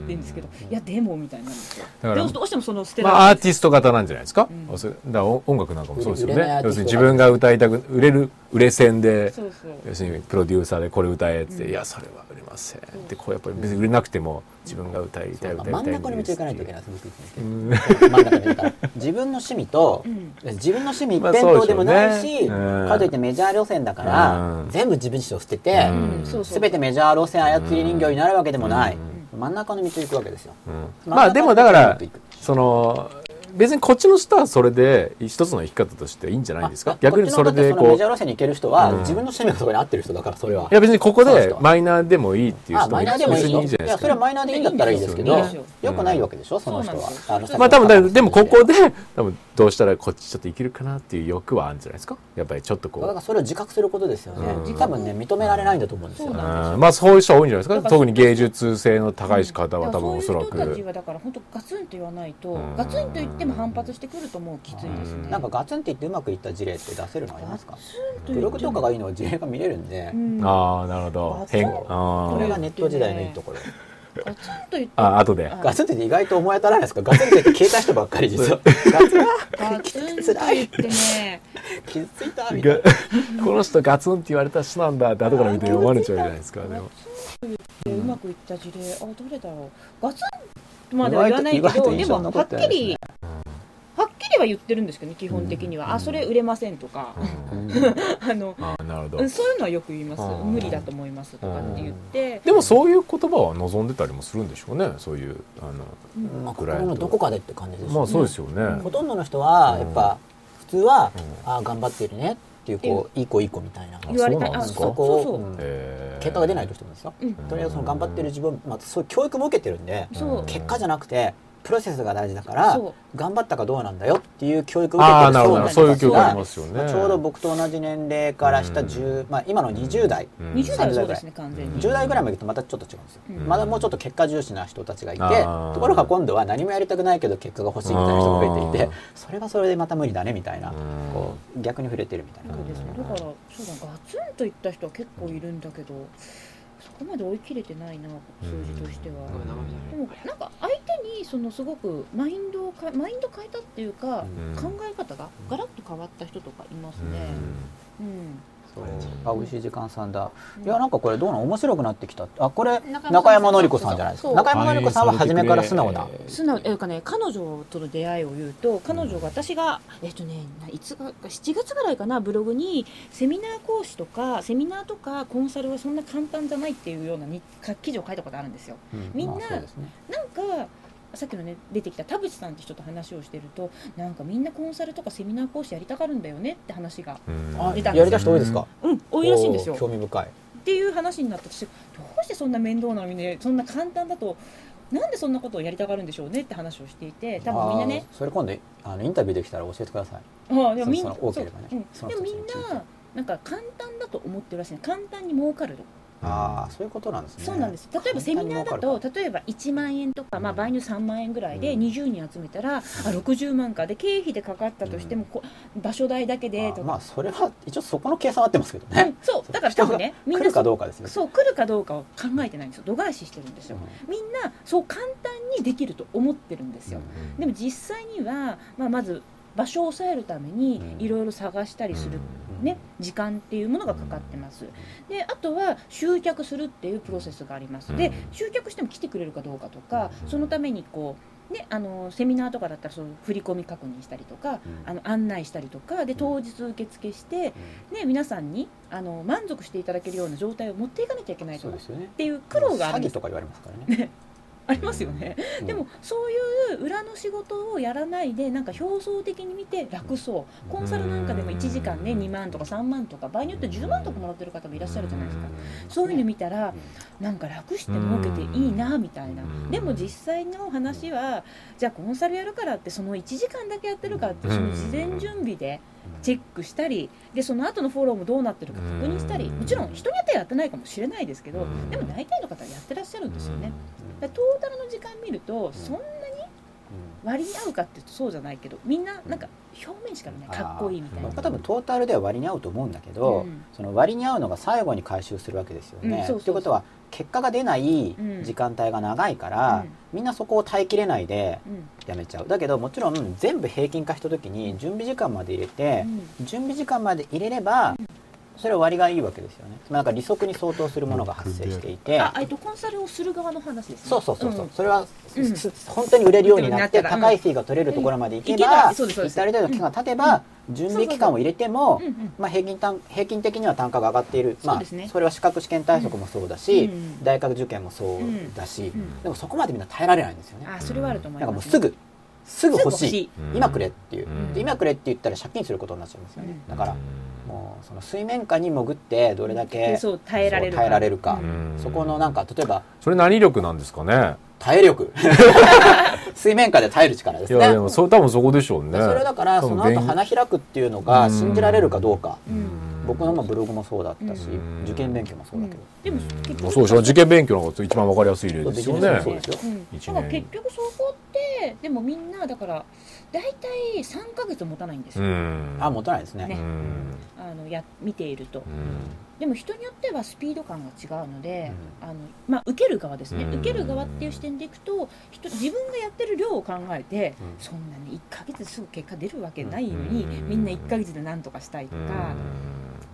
S2: 言うんですけど、いやでもみたいになるんですよ
S4: だから
S2: どうどうしてもその捨て
S4: ま
S2: られ
S4: あ、
S2: ない
S4: アーティスト型なんじゃないですか,、
S2: うん
S4: おそだからお音楽なんかもそうですよ
S1: 売れないアー
S4: ね
S1: ティ
S4: 要
S1: スト
S4: するに自分が歌いたく売れる売れ線で
S2: そうそう
S4: 要するにプロデューサーでこれ歌えって、
S2: うん
S4: いやそれは売れませんってこうやっぱり別に売れなくても自分が歌いたい歌いた
S1: 真
S4: い
S1: ん中に持っていかないといけないいです僕いつ
S4: う
S1: も
S4: ん
S1: 言ってる真ん中にだから自分の趣味と
S2: [laughs] うん
S1: 自分の趣味一
S4: まあ
S1: 辺
S4: そ
S1: 倒
S4: うでし
S1: で
S4: ょう
S1: も
S4: ね
S1: ないし、
S4: うん
S1: かといってメジャー路線だから、
S4: うん
S1: 全部自分史を捨てて、
S4: うん
S2: うんそうそう
S1: 全てメジャー路線操り人形になるわけでもない、
S4: う
S1: 真ん中の道を行くわけですよ
S4: うんまあでもだか
S1: 真ん中の
S4: ら
S1: 道を行く
S4: その別にこっちの人はそれで一つの生き方としていいんじゃないですか
S1: あ
S4: 逆にそれで
S1: こっちの
S4: こ
S1: メ
S4: う
S1: ジャー路線に行ける人は、
S4: うん
S1: 自分の趣味がそこに合ってる人だからそれはい
S4: や別にここ
S1: そうです
S4: で
S1: か
S4: マイナーでもいいっていう
S1: あ
S4: 人も
S1: マイナーでもいい
S4: 別
S1: よ
S4: にいいんじゃない
S1: い
S4: で
S1: や
S4: す
S1: それは
S4: か
S1: マイナーでいいんだったらいいですけ
S2: い
S1: ど
S2: いですよ
S1: よくないわけでしょその人
S2: そう
S1: は
S2: なんです
S1: あのさっきの
S4: まあ多分だでもここで多分どうしたらこっちちょっといけるかなっていう欲はあるんじゃないですかやっぱりちょっとこ
S1: だか
S4: う
S1: らそれを自覚することですよね、
S4: うん
S1: 多分ね認められないんだと思うんですよ、
S2: そうだ
S4: うんまあそういう人は多いんじゃないで
S2: だか
S4: すから特に芸術性の高い方は多分おそら
S2: だからそういう人たち
S4: く
S2: はだから本当ガツンと言わないと、
S4: うん
S2: ガツンと言っても反発してくるともうきついですね。
S1: なんかガツンって言ってうまくいった事例って出せるのありますか
S2: と
S1: ブログとかが
S2: い
S1: いいのは事例が見れるんで、
S2: うん、ガ
S4: ああなるほど変
S2: そう
S1: こ
S4: あ
S1: れ
S4: ー
S1: がネット時代のいいところ、
S2: ツンと言って
S4: あ後で
S2: あ
S1: ガツンって言って意外と思い当たらないですかガツンって言って消えた人ばっかり実
S4: [laughs]
S1: はガツン
S2: ガツンと言ってね、
S1: 傷ついたみたい
S4: が [laughs] この人ガツンって言われた人なんだって後から見て思われちゃうじゃないですかでも
S2: うまくいった事例、あどれだろう。ガツンまでは言わないけ
S1: 意外と
S2: ど、
S1: 意外と
S2: で
S1: 印象に
S2: も
S1: 残
S2: は
S1: っ
S2: って
S1: ない
S2: き
S1: です
S2: り
S1: ね。
S2: はっきりは言ってるんですけどね基本的には、あそれ売れませんとか、
S4: うん
S1: な
S2: あの
S4: あーなるほ
S2: う
S4: ど
S2: んそういうのはよく言います、
S4: うん
S2: 無理だと思いますとかって言って、
S4: でもそういう言葉は望んでたりもするんでしょうねそういうあの
S1: まあ心のどこかでって感じですね
S4: まあそうですよね、
S1: ほとんどの人はやっぱ普通は、
S4: う
S1: ああ頑張ってるねっていうこういい子いい子みたいな
S2: 言われたい
S4: あ
S2: あ
S4: そう
S2: そ
S1: そうこ
S2: そう
S1: を
S2: そう、
S1: うん
S4: えー
S1: 結果が出ないとしてもですよ
S2: うん
S1: とりあえずその頑張ってる自分、まあ、そういう教育も受けてるんで
S2: そう
S1: 結果じゃなくてプロセスが大事だから
S2: そう
S1: 頑張ったかどうなんだよっていう教育を受けて
S4: ああ
S1: る
S4: なるほ
S1: 層
S4: ど
S1: の
S4: そういう
S1: 人
S4: 教
S1: た
S4: 育
S1: ち
S4: あ
S1: が
S4: りますよね、
S1: まあちょうど僕と同じ年齢からした10、まあ、今の20代、
S4: うん
S2: 20代はそうですね完全に、
S1: 10代ぐらいまで行くとまたちょっと違うんですよ、
S2: うん
S1: まだもうちょっと結果重視な人たちがいて
S4: あー
S1: ところが今度は何もやりたくないけど結果が欲しいみたいな人が増えてい
S4: あー
S1: てそれはそれでまた無理だねみたいな、
S4: うん
S1: こう逆に触れてるみたいな
S2: そう
S1: 感じ
S2: ですねだからそうだガツンといった人は結構いるんだけどそこまで追い切れてないな数字としては。
S3: ごめんなごめん
S2: でもなんか相手にそのすごくマインドをかマインド変えたっていうか、
S4: うん
S2: 考え方がガラッと変わった人とかいます
S4: うん
S2: ね。うん。
S1: そう
S4: うん
S1: あ美味しい時間さんだ
S2: うん
S1: いやなんかこれどうなん面白くなってきたあこれ
S2: 中山さん
S1: 中山のり子さんじゃないです
S2: そ
S1: か
S2: う
S1: 中山のり子さんは初めから素直な
S2: 素直えかね彼女との出会いを言うと彼女が私がえっとねないつが7月ぐらいかなブログにセミナー講師とかセミナーとかコンサルはそんな簡単じゃないっていうようなに記事を書いたことあるんですよ。みんな
S1: まあそうですね
S2: なんかさっきのね出てきた田淵さんって人と話をしてるとなんかみんなコンサルとかセミナー講師やりたがるんだよねって話が
S4: うん
S1: あ
S2: 出たんですよ
S1: やりたい人多いですか
S2: うん多いらしいんです
S1: お
S2: よ
S1: ー興味深い
S2: っていう話になって私どうしてそんな面倒なのにねそんな簡単だとなんでそんなことをやりたがるんでしょうねって話をしていて多分みんなね
S1: あーそれ今度あのインタビューできたら教えてください
S2: ああでもみんな
S1: そのその多ければね
S2: そううんでもみん
S1: その人たちに聞い
S2: ななんか簡単だと思ってるらしいね簡単に儲かると、
S1: ああそういうことなんですね
S2: そうなんです例えばセミナーだ
S1: 簡単に儲
S2: と
S1: か
S2: 例えば1万円とか、まあ、
S1: うん
S2: 場合による3万円ぐらいで
S1: うん
S2: 20人集めたら、あ60万かで経費でかかったとしても、
S1: うん
S2: こ場所代だけで
S1: あ
S2: と
S1: ー
S2: か、
S1: まあそれは一応そこの計算合ってますけど
S2: う
S1: ね
S2: んそうだから
S1: 人
S2: 多
S1: が
S2: 分ねみん
S1: 来
S2: な
S1: るか
S2: そ
S1: どうかですよね
S2: そう来るかどうかを考えてないんですよ度外視してるんですよみんなそう簡単にできると思ってるんですよ、
S4: うん
S2: でも実際には、まあ、まず場所を抑えるために
S1: うん
S2: いろいろ探したりする、
S1: うん
S2: ね、時間っていうものがかかってますであとは集客するっていうプロセスがあります
S4: う
S2: で
S4: ん
S2: 集客しても来てくれるかどうかとか
S4: うん
S2: そのためにこう、ね、あのセミナーとかだったらその振り込み確認したりとか
S1: うん
S2: あの案内したりとかで当日受付して、ね、皆さんにあの満足していただけるような状態を持っていかなきゃいけないと
S1: そう
S2: かっ
S1: ですよね
S2: ていう苦労がある
S1: 詐
S2: んで
S1: 欺
S2: す
S1: とか言われますからね
S2: ありますよね。
S1: うん
S2: [laughs] でもそういう裏の仕事をやらないでなんか表層的に見て楽そうコンサルなんかでも1時間ね2万とか3万とか場合によって10万とかもらってる方もいらっしゃるじゃないですかそういうの見たらなんか楽して儲けていいなみたいなでも実際の話はじゃあコンサルやるからってその1時間だけやってるかってその事前準備でチェックしたりでその後のフォローもどうなってるか確認したりもちろん人によってはやってないかもしれないですけどでも大体の方はやってらっしゃるんですよね。だからトータルの時間見るとそん割に合うかっていうとそうじゃないけどみんななんか表面しか見ない
S1: あー
S2: かっこいいみたいな
S1: 僕は多分トータルでは割に合うと思うんだけど、
S2: うん
S1: その割に合うのが最後に回収するわけですよ
S2: うん
S1: ね。
S2: そうそうそう
S1: ということは結果が出ない
S2: うん
S1: 時間帯が長いから、みんなそこを耐えきれないで
S2: うんうん
S1: やめちゃうだけどもちろん全部平均化した時に準備時間まで入れて、準備時間まで入れればそれは割がいいわけですよね。つまりなんか利息に相当するものが発生していて。
S2: あえっとコンサルをする側の話ですね
S1: そうそうそうそう、
S2: ん
S1: それは、
S2: うん
S1: す本当に売れるようになって
S2: 売れるようになったら
S1: 高いフィーが取れるところまでいけ
S2: うんいけ
S1: ば、
S2: ばそうですそうです
S1: 一定の期間が経てば、準備期間を入れても、
S2: うんうん
S1: まあ、平均単平均的には単価が上がっている、ま
S2: そう
S1: あ
S2: ですね
S1: れは資格試験対策もそうだし、
S2: うんうん
S1: 大学受験もそうだし、
S2: ん
S1: でもそこまでみんな耐えられないんですよね。
S2: あそれはあると思い
S1: なんかも
S2: ま
S1: う
S2: す
S1: すぐすぐ欲しい
S4: うん
S1: 今くれっていう、
S4: うん
S1: で今くれって言ったら借金することになっちゃいますよね、
S2: うん
S1: だからもうその水面下に潜ってどれだけ
S2: そう耐えられる
S1: そう耐えられるか、
S4: うん
S1: そこのなんか例えば
S4: それ何力なんですかね
S1: 耐え力 [laughs] 水面下で耐える力です
S4: い
S1: ね
S4: やでもそれ多分そこでしょうね
S1: でそれだから
S4: 多
S1: そ
S4: 分
S1: の後
S4: 勉
S1: 花開くっていうのが信じられるかどうか、
S4: うん
S1: 僕のまあブログもそうだったし、
S4: うん
S1: 受験勉強もそうだけど、
S2: でも結局
S4: そうでしょ受験勉強のが一番わかりやすい例
S1: そう
S4: ですよ
S1: ビジネス
S4: ね
S1: もそうですよ
S2: うん
S4: 一年
S2: だから結局そこってでもみんなだから大体三ヶ月持たないんです
S4: う
S2: よ
S4: ん
S1: あ持たないですね
S4: う
S2: ね
S4: ん
S2: あのや見ていると
S4: うん
S2: でも人によってはスピード感が違うので、
S1: う
S2: あのまあ、受ける側ですね、
S4: うん
S2: 受ける側っていう視点でいくと人自分がやってる量を考えて、
S1: うん
S2: そんなに1ヶ月ですぐ結果出るわけないのに、
S4: うん
S2: みんな1ヶ月で何とかしたいと
S4: うん
S2: か、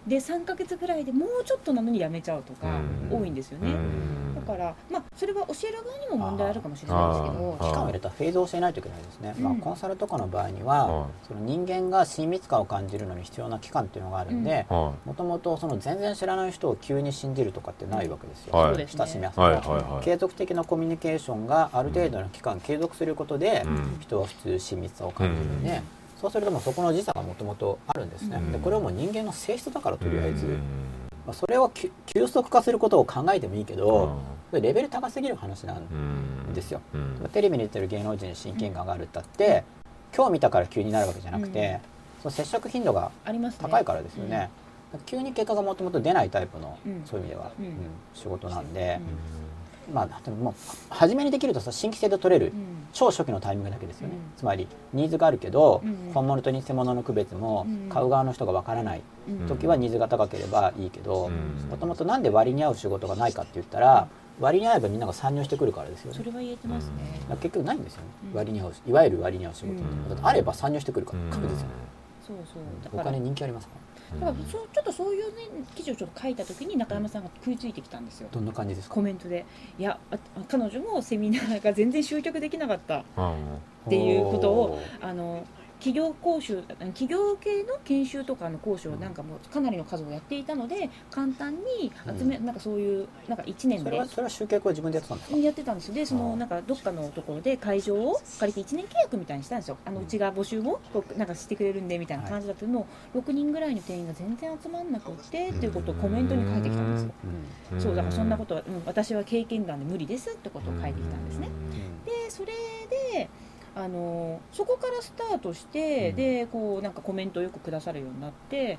S2: で3ヶ月ぐらいでもうちょっとなのにやめちゃうとか、
S4: うん
S2: 多いんですよね、
S4: うん
S2: だから、まあ、それは教える側にも問題あるかもしれないですけど
S4: あーあ
S1: 期間を入れたフェーズをしないといけないですね、
S2: うん
S1: まあ、コンサルとかの場合には、
S4: はい
S1: その人間が親密感を感じるのに必要な期間っていうのがあるんで、
S4: は
S1: もともとその全然知らない人を急に信じるとかってないわけですよ、
S4: はい
S2: そうですね
S1: 親しみやす
S4: い
S1: さ
S4: はい
S1: が
S4: はいはい
S1: 継続的なコミュニケーションがある程度の期間継続することで、
S4: うん
S1: 人は普通親密さを感じるね、そうするともうそこの時差がもともとあるんですね、
S4: うん
S1: でこれはもう人間の性質だからとりあえず、
S4: うん
S1: まあ、それをき急速化することを考えてもいいけど、
S4: うん
S1: れレベル高すぎる話なんですよ。テレビに出てる芸能人に親近感があるったって、今日見たから急になるわけじゃなくて、その接触頻度が高いからですよね。急に結果がもともと出ないタイプの、そういう意味では、仕事なんで、まあ、でももう初めにできるとさ新規性で取れる、超初期のタイミングだけですよね、つまりニーズがあるけど、本物と偽物の区別も買う側の人がわからない時はニーズが高ければいいけどもともと何で割に合う仕事がないかって言ったら、割に合えばみんなが参入してくるからですよね
S2: それは言えてますね
S1: 結局ないんですよね、割に合ういわゆる割に合う仕事、うあれば参入してくるから確実に、
S2: そうそう
S1: お金人気ありますか
S2: だからそちょっとそういう、ね、記事をちょっと書いた時に中山さんが食いついてきたんですよ。
S1: どんな感じですか
S2: コメントでいや彼女もセミナーが全然集客できなかったっていうことをあの企業講習企業系の研修とかの講師をなんかもうかなりの数をやっていたので簡単に集め、うん、なんかそういうなんか1年で
S1: それはそれは集客は自分でやってたんですか
S2: やってたんですでそのなんかどっかのところで会場を借りて1年契約みたいにしたんですよあのうちが募集をなんかしてくれるんでみたいな感じだったのを6人ぐらいの店員が全然集まんなくてっていうことをコメントに書いてきたんですよ、うん、そうだからそんなことは、うん、私は経験談で無理ですってことを書いてきたんですねでそれであのそこからスタートして、うん、でこうなんかコメントをよくくださるようになって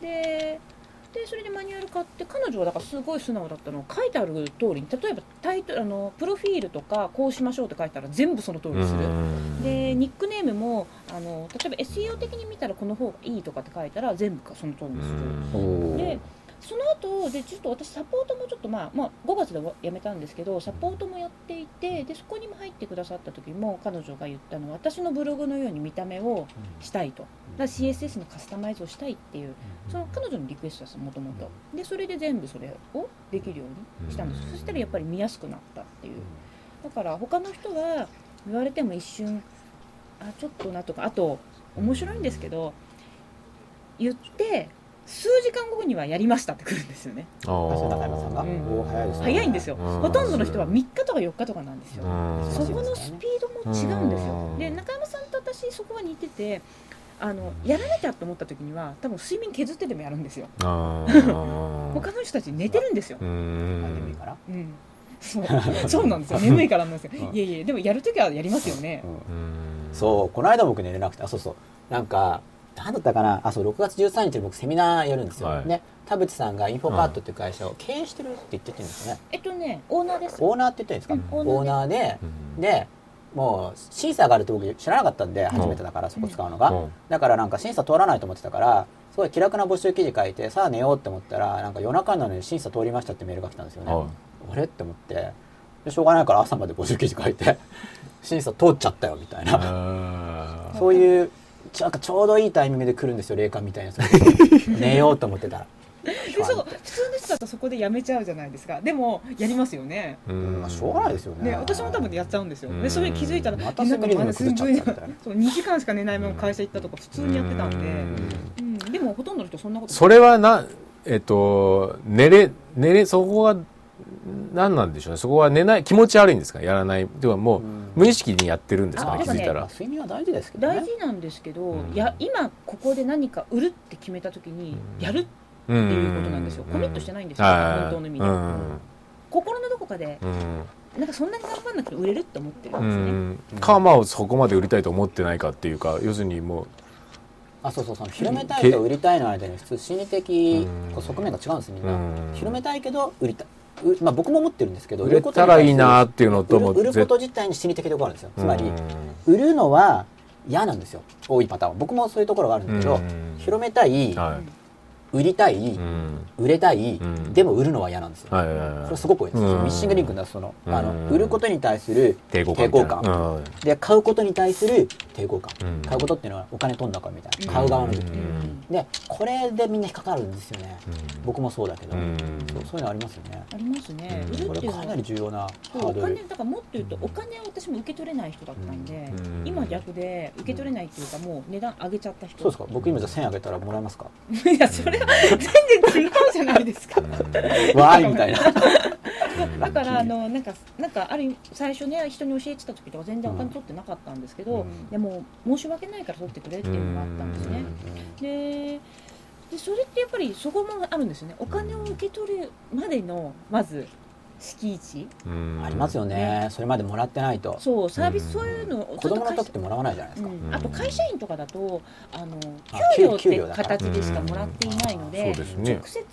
S2: ででそれでマニュアル買って彼女はだからすごい素直だったの書いてある通りに例えばタイトあのプロフィールとかこうしましょうって書いたら全部その通りにする、でニックネームもあの例えば SEO 的に見たらこの方がいいとかって書いたら全部その通りにする。でその後でちょっと私サポートもちょっとまあ、まあ、5月で辞めたんですけどサポートもやっていてでそこにも入ってくださった時も彼女が言ったのは私のブログのように見た目をしたいとだ CSS のカスタマイズをしたいっていうその彼女のリクエストですもともとでそれで全部それをできるようにしたんですそしたらやっぱり見やすくなったっていうだから他の人は言われても一瞬あちょっとなとかあと面白いんですけど言って数時間後にはやりましたってくるんですよね。早いんですよ。ほとんどの人は3日とか4日とかなんですよ。そこのスピードも違うんですよ。で中山さんと私そこが似てて。あのやらなきゃと思った時には多分睡眠削ってでもやるんですよ [laughs] 他の人たち寝てるんですよ
S1: 眠いから、
S2: うん、そうそうなんですよ眠いからなんです [laughs] よいやいやでもやる時はやりますよね、
S1: うん、そうこの間僕寝れなくてあそうそうなんか何だったかなあそう6月13日に僕セミナーやるんですよ、はい、ね田淵さんがインフォカートっていう会社を経営してるって言っててんですね、
S2: えっとねオーナーです
S1: オーナーって言ってるんですか、うん、オーナーで、でもう審査があるって僕知らなかったんで初めてだからそこ使うのが、うんうん、だからなんか審査通らないと思ってたからすごい気楽な募集記事書いてさあ寝ようって思ったらなんか夜中なのに審査通りましたってメールが来たんですよね、あれって思ってしょうがないから朝まで募集記事書いて審査通っちゃったよみたいなそういうちょちょうどいいタイミングで来るんですよ霊感みたいな寝ようと思ってたら。
S2: でそう普通の人だとそこでやめちゃうじゃないですかでもやりますよね [laughs]
S1: うんしょうがないですよね
S2: 私も多分やっちゃうんですよでそれ気づいたら
S1: またセミリズム崩れちゃったみたいな
S2: そう2時間しか寝ないまま会社行ったとか普通にやってたんでうんでもほとんどの人そんなこと
S4: それはなえっと寝れ寝れそこが何なんでしょうねそこは寝ない気持ち悪いんですかやらないではもう無意識にやってるんですかね気づいたら、
S1: 睡眠は大事ですけ
S2: ど、大事なんですけど、いや今ここで何か売るって決めた時にやるっていうことなんですよ、コミットしてないんですよ、本当の意味で、心のどこかで、なんかそんなに頑張んなくて売れるって思ってるんですね、
S4: かまをそこまで売りたいと思ってないかっていうか要するにもう
S1: あそうそうそう広めたいと売りたいの間に普通心理的側面が違うんですみんな、広めたいけど売りたいまあ、僕も思ってるんですけど
S4: 売れたらいいなっていうのとも
S1: 売ること自体に心理的ところあるんですよつまり売るのは嫌なんですよ多いパターンは僕もそういうところがあるんだけど広めたい、売りたい、売れたい、でも売るのは嫌なんですよ、それすごく多いですミッシングリンクだそのあの売ることに対する抵抗感で買うことに対する抵抗感、買うことっていうのはお金取んだかみたいな買う側の時、でこれでみんな引っかかるんですよね、僕もそうだけど、そうそういうのありますよね
S2: ありますね、
S1: これかなり重要な
S2: お金だからもっと言うとお金を私も受け取れない人だったんで、今逆で受け取れないっていうかもう値段上げちゃった人
S1: そうですか僕今じゃ1000円上げたらもらえますか
S2: いやそれ全然違うじゃないです
S1: [laughs]
S2: か
S1: わーいみたいな
S2: だからあのなんかなんかある最初ね人に教えてた時とか全然お金取ってなかったんですけど、うん、でも申し訳ないから取ってくれっていうのがあったんですね。ででそれってやっぱりそこもあるんですよねお金を受け取るまでのまず月一
S4: うん
S1: ありますよねそれまでもらってないと
S2: そうサービス、
S4: うん
S2: そういうのを
S1: 子供の
S2: 会
S1: 時
S2: 社
S1: ってもらわないじゃないですか、
S2: うん
S4: うん
S2: あと会社員とかだとあの
S1: あ
S2: 給料っ
S1: 給料
S2: て
S1: だから
S2: 形でしかもらっていないの
S4: そう
S2: で
S4: ですね
S2: 直接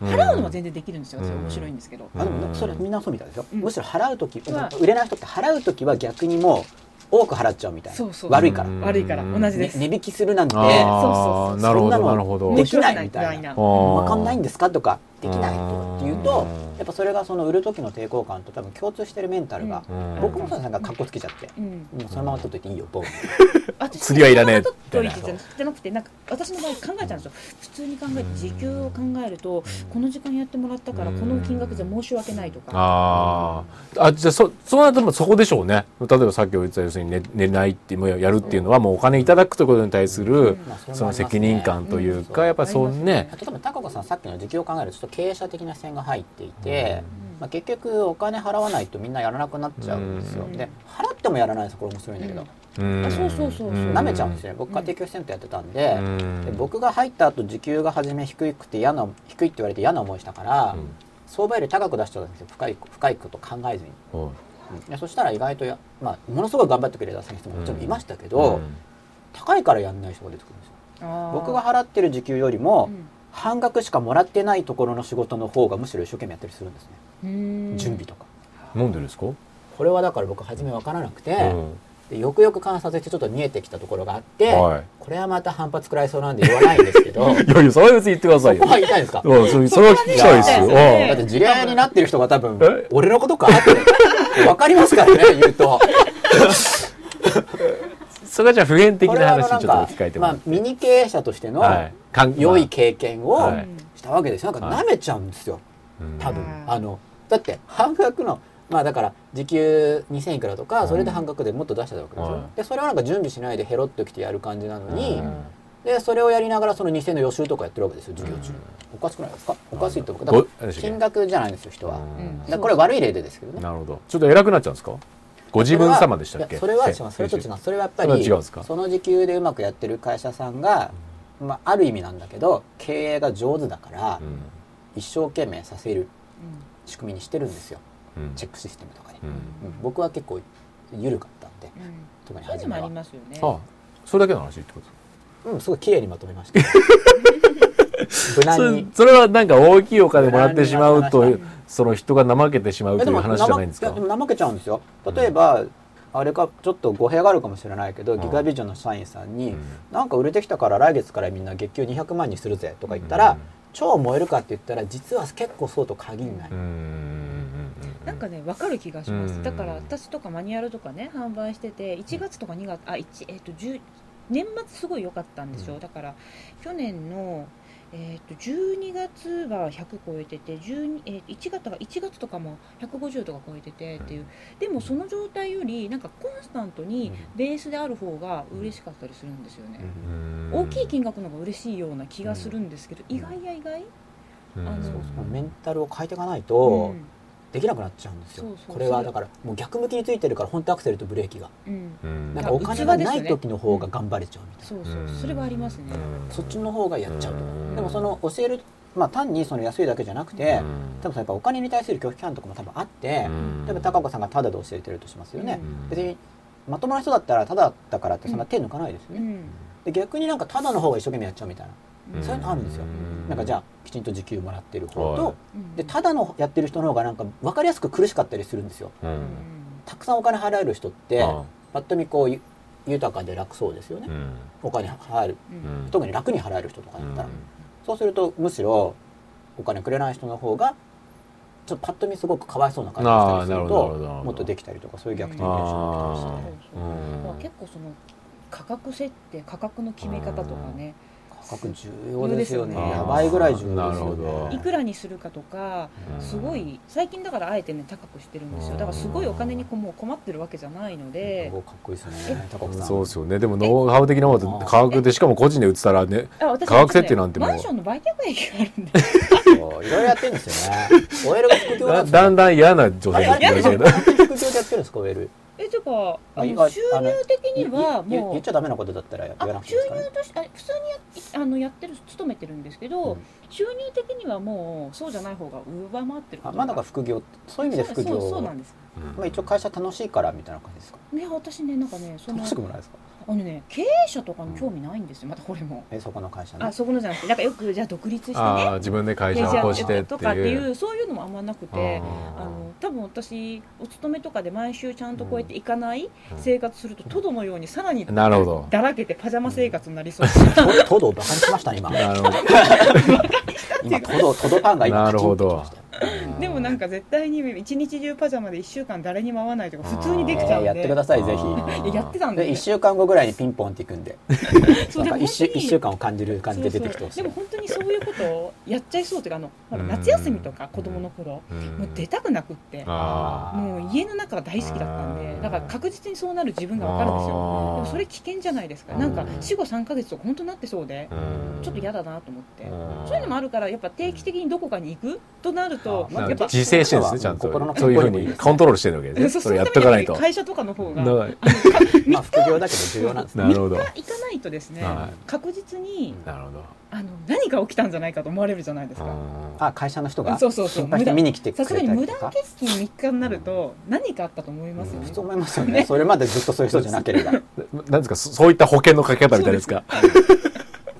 S1: うん
S2: 払うのは全然できるんですよ、
S4: うん
S2: それ面白いんですけど、
S1: あでもなんかそれみんなそうみたいですよ、
S2: うん
S1: むしろ払う時、
S2: うん
S1: 売れない人って払う時は逆にもう多く払っちゃうみたいな
S2: そうそう
S1: 悪いから、
S4: うん
S2: 悪いから同じで
S1: ね
S2: す、
S1: 値引きするなんて
S4: あ
S2: そうそうそう
S4: ーなるほ
S1: そんな
S4: ど
S1: の
S4: なるほど
S1: で
S2: 面
S1: き
S2: 白
S1: ないみたいな
S4: わ
S1: わかんないんですかとかできないとかっていうと
S4: うん
S1: やっぱそれがその売る時の抵抗感と多分共通してるメンタルが、僕もそうなんかかっこつけちゃって、
S2: うん、
S1: もうそのまま取っといていいよボン
S2: 私
S4: 釣りはいらねえ
S2: そんなこと言ってじゃなくてなんか私の場合考えちゃうんですよ普通に考えて時給を考えるとこの時間やってもらったからこの金額じゃ申し訳ないとか
S4: あーあじゃあそそうなるともうそこでしょうね例えばさっき言ってた要するに寝寝ないってもうやるっていうのはもうお金いただくということに対する
S1: まあれもありますね
S4: その責任感というかやっぱそうね
S1: 例えば高子さんさっきの時給を考えるとちょっと経営者的な視点が入っていて、まあ、結局お金払わないとみんなやらなくなっちゃうんですよ、
S2: うん
S1: で払ってもやらないんですよこれ面白いんだけど、
S4: うん
S2: あそうそうそうそう
S1: 舐めちゃうんです
S4: よ
S1: よね僕家庭教師センターやってたんで,、
S4: うん
S1: で僕が入った後時給が初め低くて嫌な低いって言われて嫌な思いしたから、
S4: うん
S1: 相場より高く出しちゃったんですよ深い深いこと考えずに、でそしたら意外とや、まあ、ものすごい頑張ってくれた先生ももちろんいましたけど、高いからやんない人が出てくるんですよ僕が払ってる時給よりも、半額しかもらってないところの仕事の方がむしろ一生懸命やったりするんですね、
S2: 準
S1: 準備とか
S4: 飲んでるんですか
S1: これはだから僕初め分からなくて、
S4: うん
S1: でよくよく観察してちょっと見えてきたところがあって、
S4: は
S1: これはまた反発食らいそうなんで言わないんですけど
S4: [laughs] いいやいやそれは別に言ってください
S1: こ
S4: よ
S1: こは言いたいんですか
S4: うんそれそれは聞きたいですよ
S2: いやいやいや
S1: だって地雷になってる人が多分
S4: え
S1: 俺のことかって分かりますから
S4: [laughs]
S1: ね言うと
S4: うんそれはじゃあ普遍的
S1: これ
S4: な
S1: はな
S4: 話に
S1: ん
S4: ちょっ
S1: か
S4: と置き換えても
S1: ま
S4: ら
S1: あ
S4: って
S1: ミニ経営者としての
S4: はいかん
S1: 良い経験を
S4: はい
S1: したわけですよなんか舐めちゃうんですよ
S4: うん
S1: 多分
S2: うん
S1: あのだって半額のまあだから時給2000いくらとかそれで半額でもっと出してたわけです
S4: は
S1: よ
S4: い
S1: でそれをなんか準備しないでヘロっときてやる感じなのに
S4: うん
S1: でそれをやりながらその2000の予習とかやってるわけですよ授業中おかしくないですかおかしいって僕だか
S4: ご
S1: ら金額じゃないんですよ人は
S4: うん
S1: だからこれ悪い例でですけどね
S4: なるほど。ちょっと偉くなっちゃうんですか。ご自分様でしたっけ。
S1: それは
S4: え
S1: いやそれは違うそれと違うそれはやっぱ
S4: それは
S1: り
S4: 違うんですか
S1: その時給でうまくやってる会社さんが、まあ、ある意味なんだけど経営が上手だから
S4: うん
S1: 一生懸命させる仕組みにしてるんですよ
S4: うん
S1: チェックシステムとかで、
S4: うん
S1: うん僕は結構緩かったんで特に
S2: そういう
S1: 初
S2: のも
S1: め
S2: あり
S1: は
S2: ますよね
S4: あ、それだけの話ってこと。
S1: うんすごい綺麗にまとめ
S4: [laughs]
S1: ました無
S4: そ
S1: 難
S4: れ
S1: に
S4: それはなんか大きいお金もらってしまう
S1: 無
S4: と
S1: 難に、
S4: その人が怠けてしまう
S1: え
S4: という話じゃないんですか
S1: で。も怠けちゃうんですよ例えば、あれかちょっと語弊があるかもしれないけど、ギガビジョンの社員さんに、なんか売れてきたから来月からみんな月給200万にするぜとか言ったら、超燃えるかって言ったら実は結構そうと限んない、
S4: うんうん
S2: なんかね分かる気がしま
S4: う
S2: す
S4: ん
S2: だから私とかマニュアルとかね販売してて1月とか2月あ1えっ、と10年末すごい良かったんですよ、だから去年のえっ、と12月は100超えてて12、えー、1月が1月とかも150とか超えててっていうでもその状態よりなんかコンスタントにベースである方が嬉しかったりするんですよね、
S4: うん
S2: 大きい金額の方が嬉しいような気がするんですけど、意外や意外、
S4: うん
S2: あの
S1: メンタルを変えていかないうと
S2: ん
S1: できなくなっちゃうんですよ、
S2: そうそう
S1: これはだからもう逆向きについてるから本当アクセルとブレーキが
S2: うん、
S4: うん
S1: なんかお金がない時の方が頑張れちゃうみたいな、
S2: そうそうそれはありますね、
S4: うん
S1: そっちの方がやっちゃうと、
S4: うん
S1: でもその教えるまあ単にその安いだけじゃなくて、
S4: うん
S1: 多分やっぱお金に対する拒否感とかも多分あって、
S4: うん
S1: 例えば高岡さんがタダで教えてるとしますよね、
S4: うん
S1: 別にまともな人だったらタダだったからってそんな手抜かないですよね、
S2: うん
S1: で逆になんかタダの方が一生懸命やっちゃうみたいな、
S4: うん
S1: そういうのあるんですよ、
S4: うん
S1: なんかじゃあきちんと時給もらってる方と、
S4: は
S2: うん
S1: でただのやってる人の方がなんか分かりやすく苦しかったりするんですよ
S4: うん
S1: たくさんお金払える人って
S4: あ
S1: ぱっと見こうゆ豊かで楽そうですよね、
S4: うん
S1: お金払える
S4: うん
S1: 特に楽に払える人とかだったら、
S4: うん
S1: そうするとむしろお金くれない人の方がちょっとパッと見すごくかわいそうな感じがしたりす
S4: あーなる
S1: る
S4: ほどなるほどなる
S1: と
S4: ほど
S1: もっとできたりとかそういう逆転現象が起きた
S4: あ
S1: りして
S4: ーうん
S2: まあ結構その価格設定価格の決め方とかね
S1: 価格重要ですよね
S2: そうですよね
S1: やばいぐらい重要です
S4: なるほ
S1: よ
S4: ど
S1: ね
S2: いくらにするかとかすごい最近だからあえてね高くしてるんですよだからすごいお金にこうもう困ってるわけじゃないの
S1: す
S2: で
S1: ごいかっこいいですね高岡さん
S4: そうですよね。でもノウハウ的なものって価格でしかも個人で売ってたらね。
S2: あ私
S4: 価格設定なんてもう
S2: マンションの売却益があるんで
S1: そういろいろやってるんですよね OL が副業な
S4: だ
S1: んですよ
S4: だんだん嫌な女性
S1: あれ
S4: に
S1: あ
S4: なって
S1: れ
S4: きましたけど
S1: 本当に副業でやってるんですか OL
S2: ええてか
S1: まあ
S2: あ
S1: 意
S2: の
S1: 外
S2: 収入的には
S1: あのいい言言
S2: も
S1: っちゃダメなことだったらや
S2: うあ
S1: らなくて
S2: 収
S1: いいですかね
S2: 入としてあ普通にやあのやってる勤めてるんですけど、
S1: うん
S2: 収入的にはもうそうじゃない方が上回ってるこ
S1: あ
S2: と
S1: まあだから
S2: が
S1: 副業そういう意味で副
S2: そう
S1: 業
S2: そうなんです
S1: まあ、一応会社楽しいからみたいな感じですか
S2: ね私ねなんかねその
S1: 楽しくもないですか
S2: あのね経営者とかに興味ないんですよまたこれも。
S1: えそこの会社の
S2: あそこのじゃなくてなんかよくじゃあ独立してね
S4: ああ自分で会社
S2: メジャ
S4: を
S2: ー
S4: 起こしてって
S2: とかって
S4: い。
S2: いううそういうのもあんまなくてあの多分私お勤めとかで毎週ちゃんとこうやって行かない生活するとトドのようにさらに
S4: あーなるほど。
S2: だらけてパジャマ生活になりそう
S1: とトドをバカにしましたね今
S4: なるほど。
S1: 今トドトドパンが今
S4: なるほ
S1: カチンときま
S4: ど
S1: したよ
S2: [laughs] でもなんか絶対に一日中パジャマで1週間誰にも会わないとか普通にできちゃうん
S1: えー
S2: で
S1: やってくださいぜ
S4: あ
S1: ひ
S4: ー
S2: いややってたん
S1: で
S2: で
S1: 1週間後ぐらいにピンポンっていくんで
S2: そう
S1: なんか 1,
S2: でも本
S1: 週
S2: 当に
S1: 一週間を感じる感じで出てきて
S2: そう
S1: ほ
S2: そ
S1: し
S2: う
S1: い
S2: でも本当にそういうことをやっちゃいそうっていうかあのほら
S4: うん
S2: 夏休みとか子供の頃も
S4: も
S2: う出たくなくって
S4: あ
S2: もう家の中が大好きだったん
S4: う
S2: で
S4: ん
S2: だから確実にそうなる自分がわかるんですよ
S4: あー
S2: でもそれ危険じゃないですかなんか
S4: うん
S2: 死後3ヶ月とか本当になってそうで
S4: あうん
S2: ちょっと嫌だなと思って
S4: うん
S2: そういうのもあるからやっぱ定期的にどこかに行くとなる
S1: あー
S2: と
S1: まあ
S2: やっぱ
S4: 自制してるんですねちゃん
S1: 心の
S4: と
S1: 健康
S4: そういうふ
S1: に
S4: う
S1: もいいで
S4: に
S1: すね
S4: コントロールしてるわけですね。
S2: そう
S4: そ
S2: そ
S4: れ
S2: の
S4: やったとかな
S2: め
S4: い
S2: に
S4: と。
S2: 会社とかの方が
S4: な
S1: まあ副業だけど重要なんですね
S4: なるほど。
S2: 行かないとですね
S4: はい
S2: 確実に
S4: なるほど。
S2: あの何か起きたんじゃないかと思われるじゃないですか。
S1: あ会社の人が
S2: そうそうそう
S1: 心配して見に来てく
S2: さ
S1: れた
S2: すが
S1: り
S2: に無断
S1: とか
S2: 欠勤3日になると何かあったと思いますよね
S1: 普。通思いますよねそれまでずっとそういう人じゃなければ
S4: ななんですかそそういった保険のかけ方みたいですか。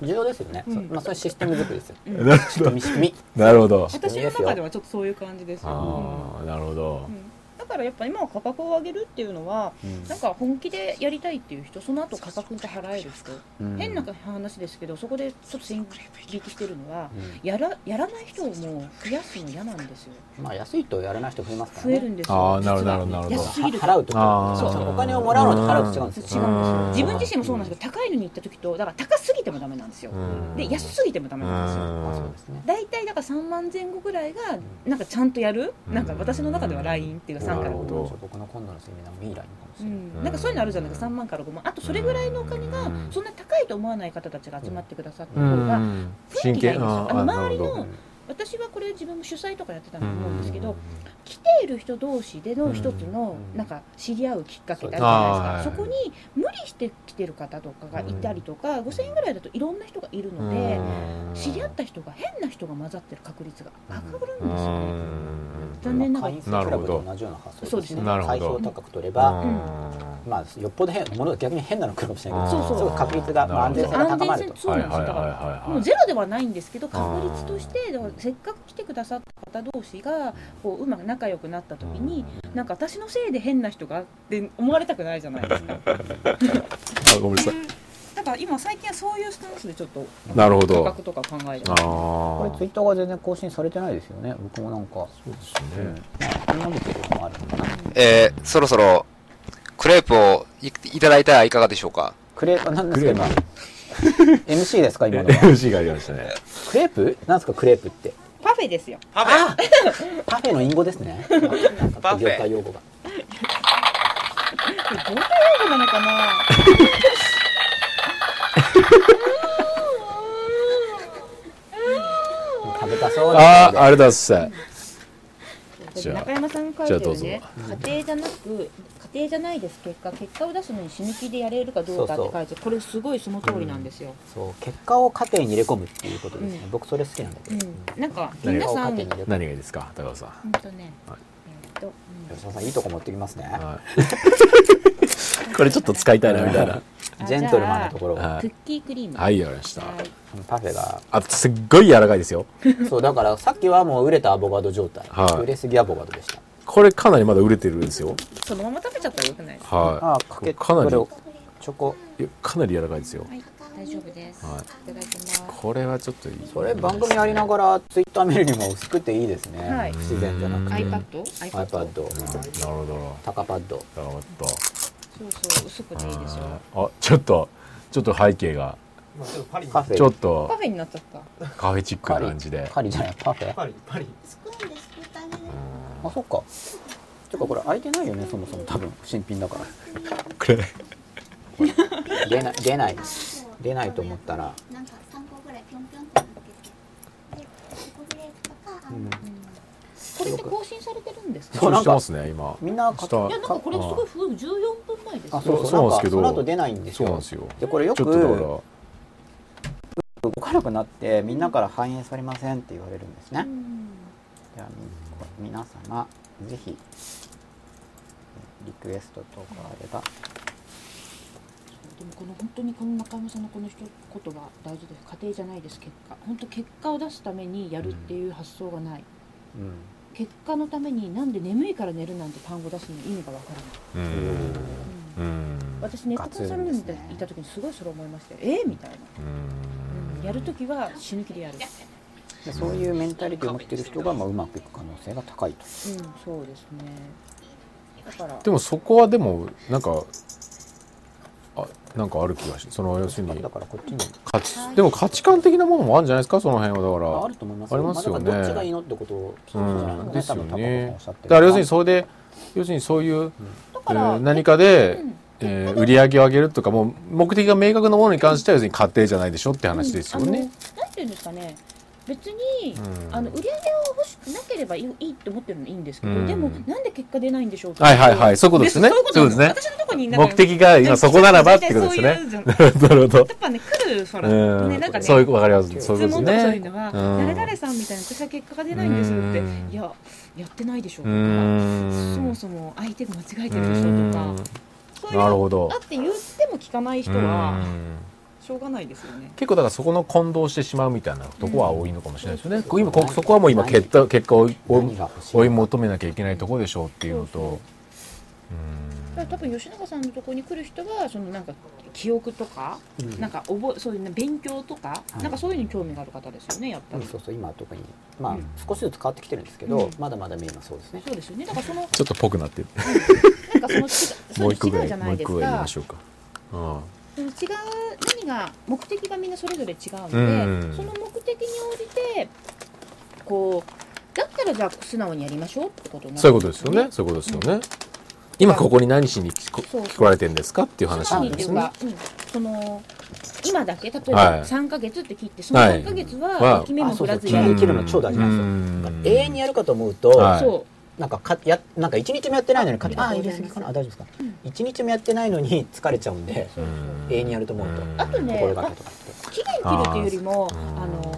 S1: 重要ですよね、そ
S2: うん
S1: まあ、それシステム作りですよ
S2: うん
S4: なる
S1: 仕組
S4: ほど
S1: み仕組み
S4: [laughs] なるほど。
S2: 私の中ではちょっとそういう感じです。
S4: ああなるほど
S2: う。んだからやっぱ今は価格を上げるっていうのは、なんか本気でやりたいっていう人その後価格が払える人、
S1: うん
S2: 変な話ですけどそこでちょっと線引きしてるのは
S1: うん
S2: やらやらない人をもう増やすの嫌なんですよ
S1: まあ安いとやらない人増えますから
S2: 増
S1: ね
S2: えるんですよ
S4: ああ
S2: 実は
S4: なるほどなるほどなるほど
S2: 安すぎると
S1: 払うと
S4: あー
S1: そうそうお金をもらうのと払うと違うんです
S2: 違
S1: よ
S4: う
S2: うんんです
S4: うん
S2: よ自分自身もそうなんですけど高いのに行った時とだから高すぎてもダメなんですよ
S4: うん
S2: で安すぎてもダメなんですよ
S1: まあそうですね
S2: 大体だから3万前後ぐらいがなんかちゃんとやる
S4: うん
S2: なんか私の中では LINE っていうか
S4: な
S2: 3か
S4: る
S2: ら
S4: ほ
S2: 5
S4: ど
S2: 万
S1: 僕の今度のセミナーもいいラインかもし
S2: う
S1: れない、
S2: んなんかそういうのあるじゃないですか3万から5万あとそれぐらいのお金が
S4: うん
S2: そんな高いと思わない方たちが集まってくださった
S4: う
S2: 方が
S4: ん。
S2: 雰囲気がいいんですよ
S4: あ
S2: あの
S4: あな
S2: 周り
S4: るほ
S2: の
S4: ど。
S2: 私はこれ自分も主催とかやってた
S4: う
S2: と思うんですけど
S4: ん
S2: 来ている人同士での一つの
S1: うん
S2: なんか知り合うきっかけってあるじゃないですか、
S4: そう
S2: そこに無理して来てる方とかがいたりとか、5000円ぐらいだといろんな人がいるので、知り合った人が変な人が混ざってる確率が上がるんですよね、残念なが
S1: 会
S2: ら
S1: 員制クラブと同じような発想ですね
S4: なるほど
S1: 会費を高く取れば、
S4: うん
S1: まあよっぽど変ものが逆に変なの来るかもしれないけ
S4: う
S1: ど
S4: ん
S1: すごい確率が、まあ、安
S4: なる
S1: 全
S4: ほ
S1: 性が高
S2: 安
S4: ど
S1: ま
S2: 全
S1: る
S2: 性
S1: と
S2: そうなんですよ、
S4: はい
S2: だ
S4: はいはい
S2: か
S4: はいは
S2: ら
S4: い
S2: もうゼロではないんですけど確率としてだからせっかく来てくださった方同士がこううまく仲良くなった時に、なんか私のせいで変な人がって思われたくないじゃ
S4: [laughs]
S2: ないですか
S4: あごめんなさい。
S2: だから今最近はそういうスタンスでちょっと
S4: なるほ
S2: 価
S4: ど。
S2: 格とか考えて
S4: あ
S2: ます
S1: これ
S4: あ
S1: ツイッターが全然更新されてないですよね僕もなんか
S4: そうですね。
S1: 気になるってこともあるのかな
S6: えー、そろそろ、クレープをいいただいたらいかがでしょうか
S1: クレープなんですけど
S4: クレ
S1: MC ですか今のは
S4: MC がありましたね。
S1: クレープなんですかクレープって
S2: パフェですよ
S3: パフェ
S1: パフェの隠語ですね
S3: パフェ
S1: 業界用語が
S2: これどういう用語なのか
S4: [laughs]
S2: な [laughs]
S1: 食べたそうな
S4: あ
S1: ので
S4: あありがとうございます。じゃあ
S2: 中山さんが
S4: じ
S2: 書
S4: ゃあ
S2: い
S4: ど
S2: て
S4: う
S2: る
S4: ぞ
S2: ね家庭じゃなく家庭じゃないです結果結果を出すのに死ぬ気でやれるかどうかって書いてあるこれすごいその通りなんですよ、
S1: そう結果を家庭に入れ込むっていうことですね、
S2: う
S1: 僕それ好きなんだけ
S2: う
S1: ど、
S2: ん、なんか
S4: 何
S2: 皆
S1: 結果を
S2: さ
S1: 家
S2: ん、
S1: 庭に入れ
S2: 本
S1: 込む
S4: 何がいいですか高尾さん。
S2: 当ね、
S4: はい
S2: えっと、
S1: 吉田さんいいとこ持ってきますね、
S4: はいこれちょっと使いたいなみたいな。
S2: あ
S1: ジェントルマンなところ
S4: は
S2: ク
S4: い
S2: ッキークリーム、
S4: はい、わかりました。
S2: はい
S1: パフェが
S4: あと、すっごい柔らかいですよ。
S1: そうだからさっきはもう売れたアボカド状態、
S4: はい
S1: 売れすぎアボカドでした
S4: これかなりまだ売れてるんですよ。
S2: そのまま食べちゃったらよくないですか。
S1: あ
S4: は
S1: かけ
S4: かなり
S1: これをチョコ
S4: い。いやかなり柔らかいですよ。
S2: はい、大丈夫です。
S4: はい
S2: い、ただきます。
S4: これはちょっといい。
S1: それ番組やりながらツイッター見るにも薄くていいですね、
S2: はい
S1: 不自然じゃなくて
S2: iPad、iPad、
S4: うん。な
S1: iPad
S4: るほど。な
S1: タカパッド
S4: るほど。
S2: そうそう、薄くていいですよ。
S4: あ、ちょっと、ちょっと背景が、
S3: 今ちょっとパリに
S1: カフェ
S4: ちょっ
S2: パ
S4: と
S2: フェになっちゃった。
S4: カフェチックな感じで。
S1: カリじゃないパフェ
S3: パリパリ
S7: スプーンですくってあげる
S1: あそっかてかこれ開いてないよねそもそも多分新品だから
S4: これ、
S1: 出ない出ない出ないと思ったら
S7: なんか3個ぐらいピョンピョンってなっててでチョコフレークとかあの、
S1: うん
S2: ここれって更新されてるんですか
S1: そうなんか
S4: してますね今
S1: みんな書
S4: し
S1: き
S4: た
S2: いやなんかこれすごい古い14分前です
S1: あ
S2: よ
S1: そうそう
S4: そうなんですけ
S1: なんかそ
S4: ど
S1: の後出ないんです
S4: そうなん
S1: よ
S4: ですよ
S1: でこれよ
S4: ち
S1: く
S4: ょっとだか
S1: 動
S4: ら
S1: かなくなってみんなから反映されませんって言われるんですね、じゃあみこれ皆様ぜひリクエストとかあれば
S2: でもこの本当にこの中山さんのこの一言は大事です家庭じゃないです結果本当結果を出すためにやるっていう発想がない、
S1: うん
S2: 結果のためになんで眠いから寝るなんて単語出すの意味がわからない、
S4: うん
S2: うん
S4: うん
S2: 私ネットコンサルにい
S1: ガツンですね
S2: た時にすごいそれ思いましたよえー、みたいな、
S4: うん
S2: やる時は死ぬ気でやる、
S1: でそういうメンタリティを持ってる人がまあうまくいく可能性が高いと
S2: うん、そうですねだから
S4: でもそこはでもなんかあなんかある気がしその要するに
S1: だからこっちに
S4: 価値でも価値観的なものもあるんじゃないですかその辺はだ
S1: あ
S4: か
S1: あると思います
S4: ありますよね
S1: あだからどっちがいいのってことを聞くんじゃないの
S4: うん
S1: ね
S4: ですよ
S1: 多
S4: ね
S1: 分高野さんおっしゃって
S4: ら
S1: る
S4: だから要するにそれで要するにそういう、
S2: だ
S4: え
S2: から、
S4: ー何かで、
S2: うん
S4: えー売り上げを上げるとかもう目的が明確なものに関しては要するに家庭じゃないでしょって話ですよね。
S2: あのなんていうんですかね別に、
S4: うん
S2: あの売り上げを欲しくなければいいいいって思ってるのいいんですけど、
S4: うん
S2: でもなんで結果出ないんでしょうか
S4: はいはいはいそういうことですね
S2: そういうことです
S4: そうです
S2: 私のとこになんか
S4: 目的が今そこならばってことですね。
S2: そういう
S4: [laughs] なるほど。
S2: やっぱね来るそら、
S4: う
S2: ねなんか
S4: ん、
S2: ね
S4: そういうわかります。そういう
S2: 質
S4: こと
S2: 問とか
S4: です
S2: そういう
S4: ね。
S2: のは、
S4: うん
S2: 誰々さんみたいな私は結果が出ないんですって、
S4: うん
S2: いややってないでしょう
S4: う
S2: とか、
S4: ん。
S2: そもそも相手が間違えて
S4: う
S2: るでしょうとか
S4: ん、
S2: そういう
S4: なる
S2: の
S4: ほど
S2: あ。って言っても聞かない人
S4: う
S2: は
S4: ん
S2: しょうがないですよね。
S4: 結構だからそこの混同してしまうみたいなとこは多いのかもしれないですよね。
S1: うん
S4: こ今こそこはもう今結果結果を追い
S1: 何が欲しい
S4: 追い求めなきゃいけないところでしょうっていうの
S2: そう
S4: と。うん
S2: だから多分吉永さんのところに来る人はそのなんか記憶とか、
S1: うん
S2: なんか覚えそういうね勉強とか、
S1: い
S2: なんかそういうのに興味がある方ですよねやっぱ
S1: うん
S2: り、
S1: そうそう今は特にまあ
S2: うん
S1: 少しずつ変わってきてるんですけど、
S2: うん
S1: まだまだメインはそうですね
S2: そうですよねだからその
S4: ちょっとぽくなってる。
S2: なんかその違
S4: [laughs]
S2: そ
S4: も
S2: の
S4: う一個ぐら
S2: 違うじゃ
S4: い、
S2: な
S4: もう
S2: い
S4: 一
S2: で
S4: 個
S2: す
S4: ぐらい入れ
S2: か
S4: ましょうか。うん
S2: その違う何が目的がみんなそれぞれ違うので、
S4: うん
S2: その目的に応じてこうだったらじゃあ素直にやりましょうってことになる
S4: そういうことですよね。そういうことですよね。今ここに何しに来こ
S2: そう
S4: 来られてるんですかっていう話
S2: 素
S4: な
S2: 直
S4: ん
S2: にっ
S4: で
S2: てい
S4: す
S2: う
S4: ね
S2: か。、うん、その今だけ例え
S4: はい
S2: ば3ヶ月って切ってその
S4: はい
S2: 3ヶ月
S4: は
S2: は決め
S1: あ
S2: も
S1: そ
S2: 振
S1: うそ
S2: ら
S1: う
S2: ず
S1: 切
S2: や
S1: り
S2: る
S1: 抜けるの超大事なんですよ、
S4: うん
S1: 永遠にやるかと思うと、
S4: はい
S2: そう
S1: なんかかやなんか1日もやってないのにかけ
S2: うん
S1: あ入れすぎかなあ大丈夫ですか、一日もやってないのに [laughs] 疲れちゃうんで
S2: そうそう
S1: 永遠にやると思うと
S4: うん
S2: あとね
S1: 心がけとかっ
S2: 期限切るというよりも
S4: う
S2: あ
S4: ん
S2: の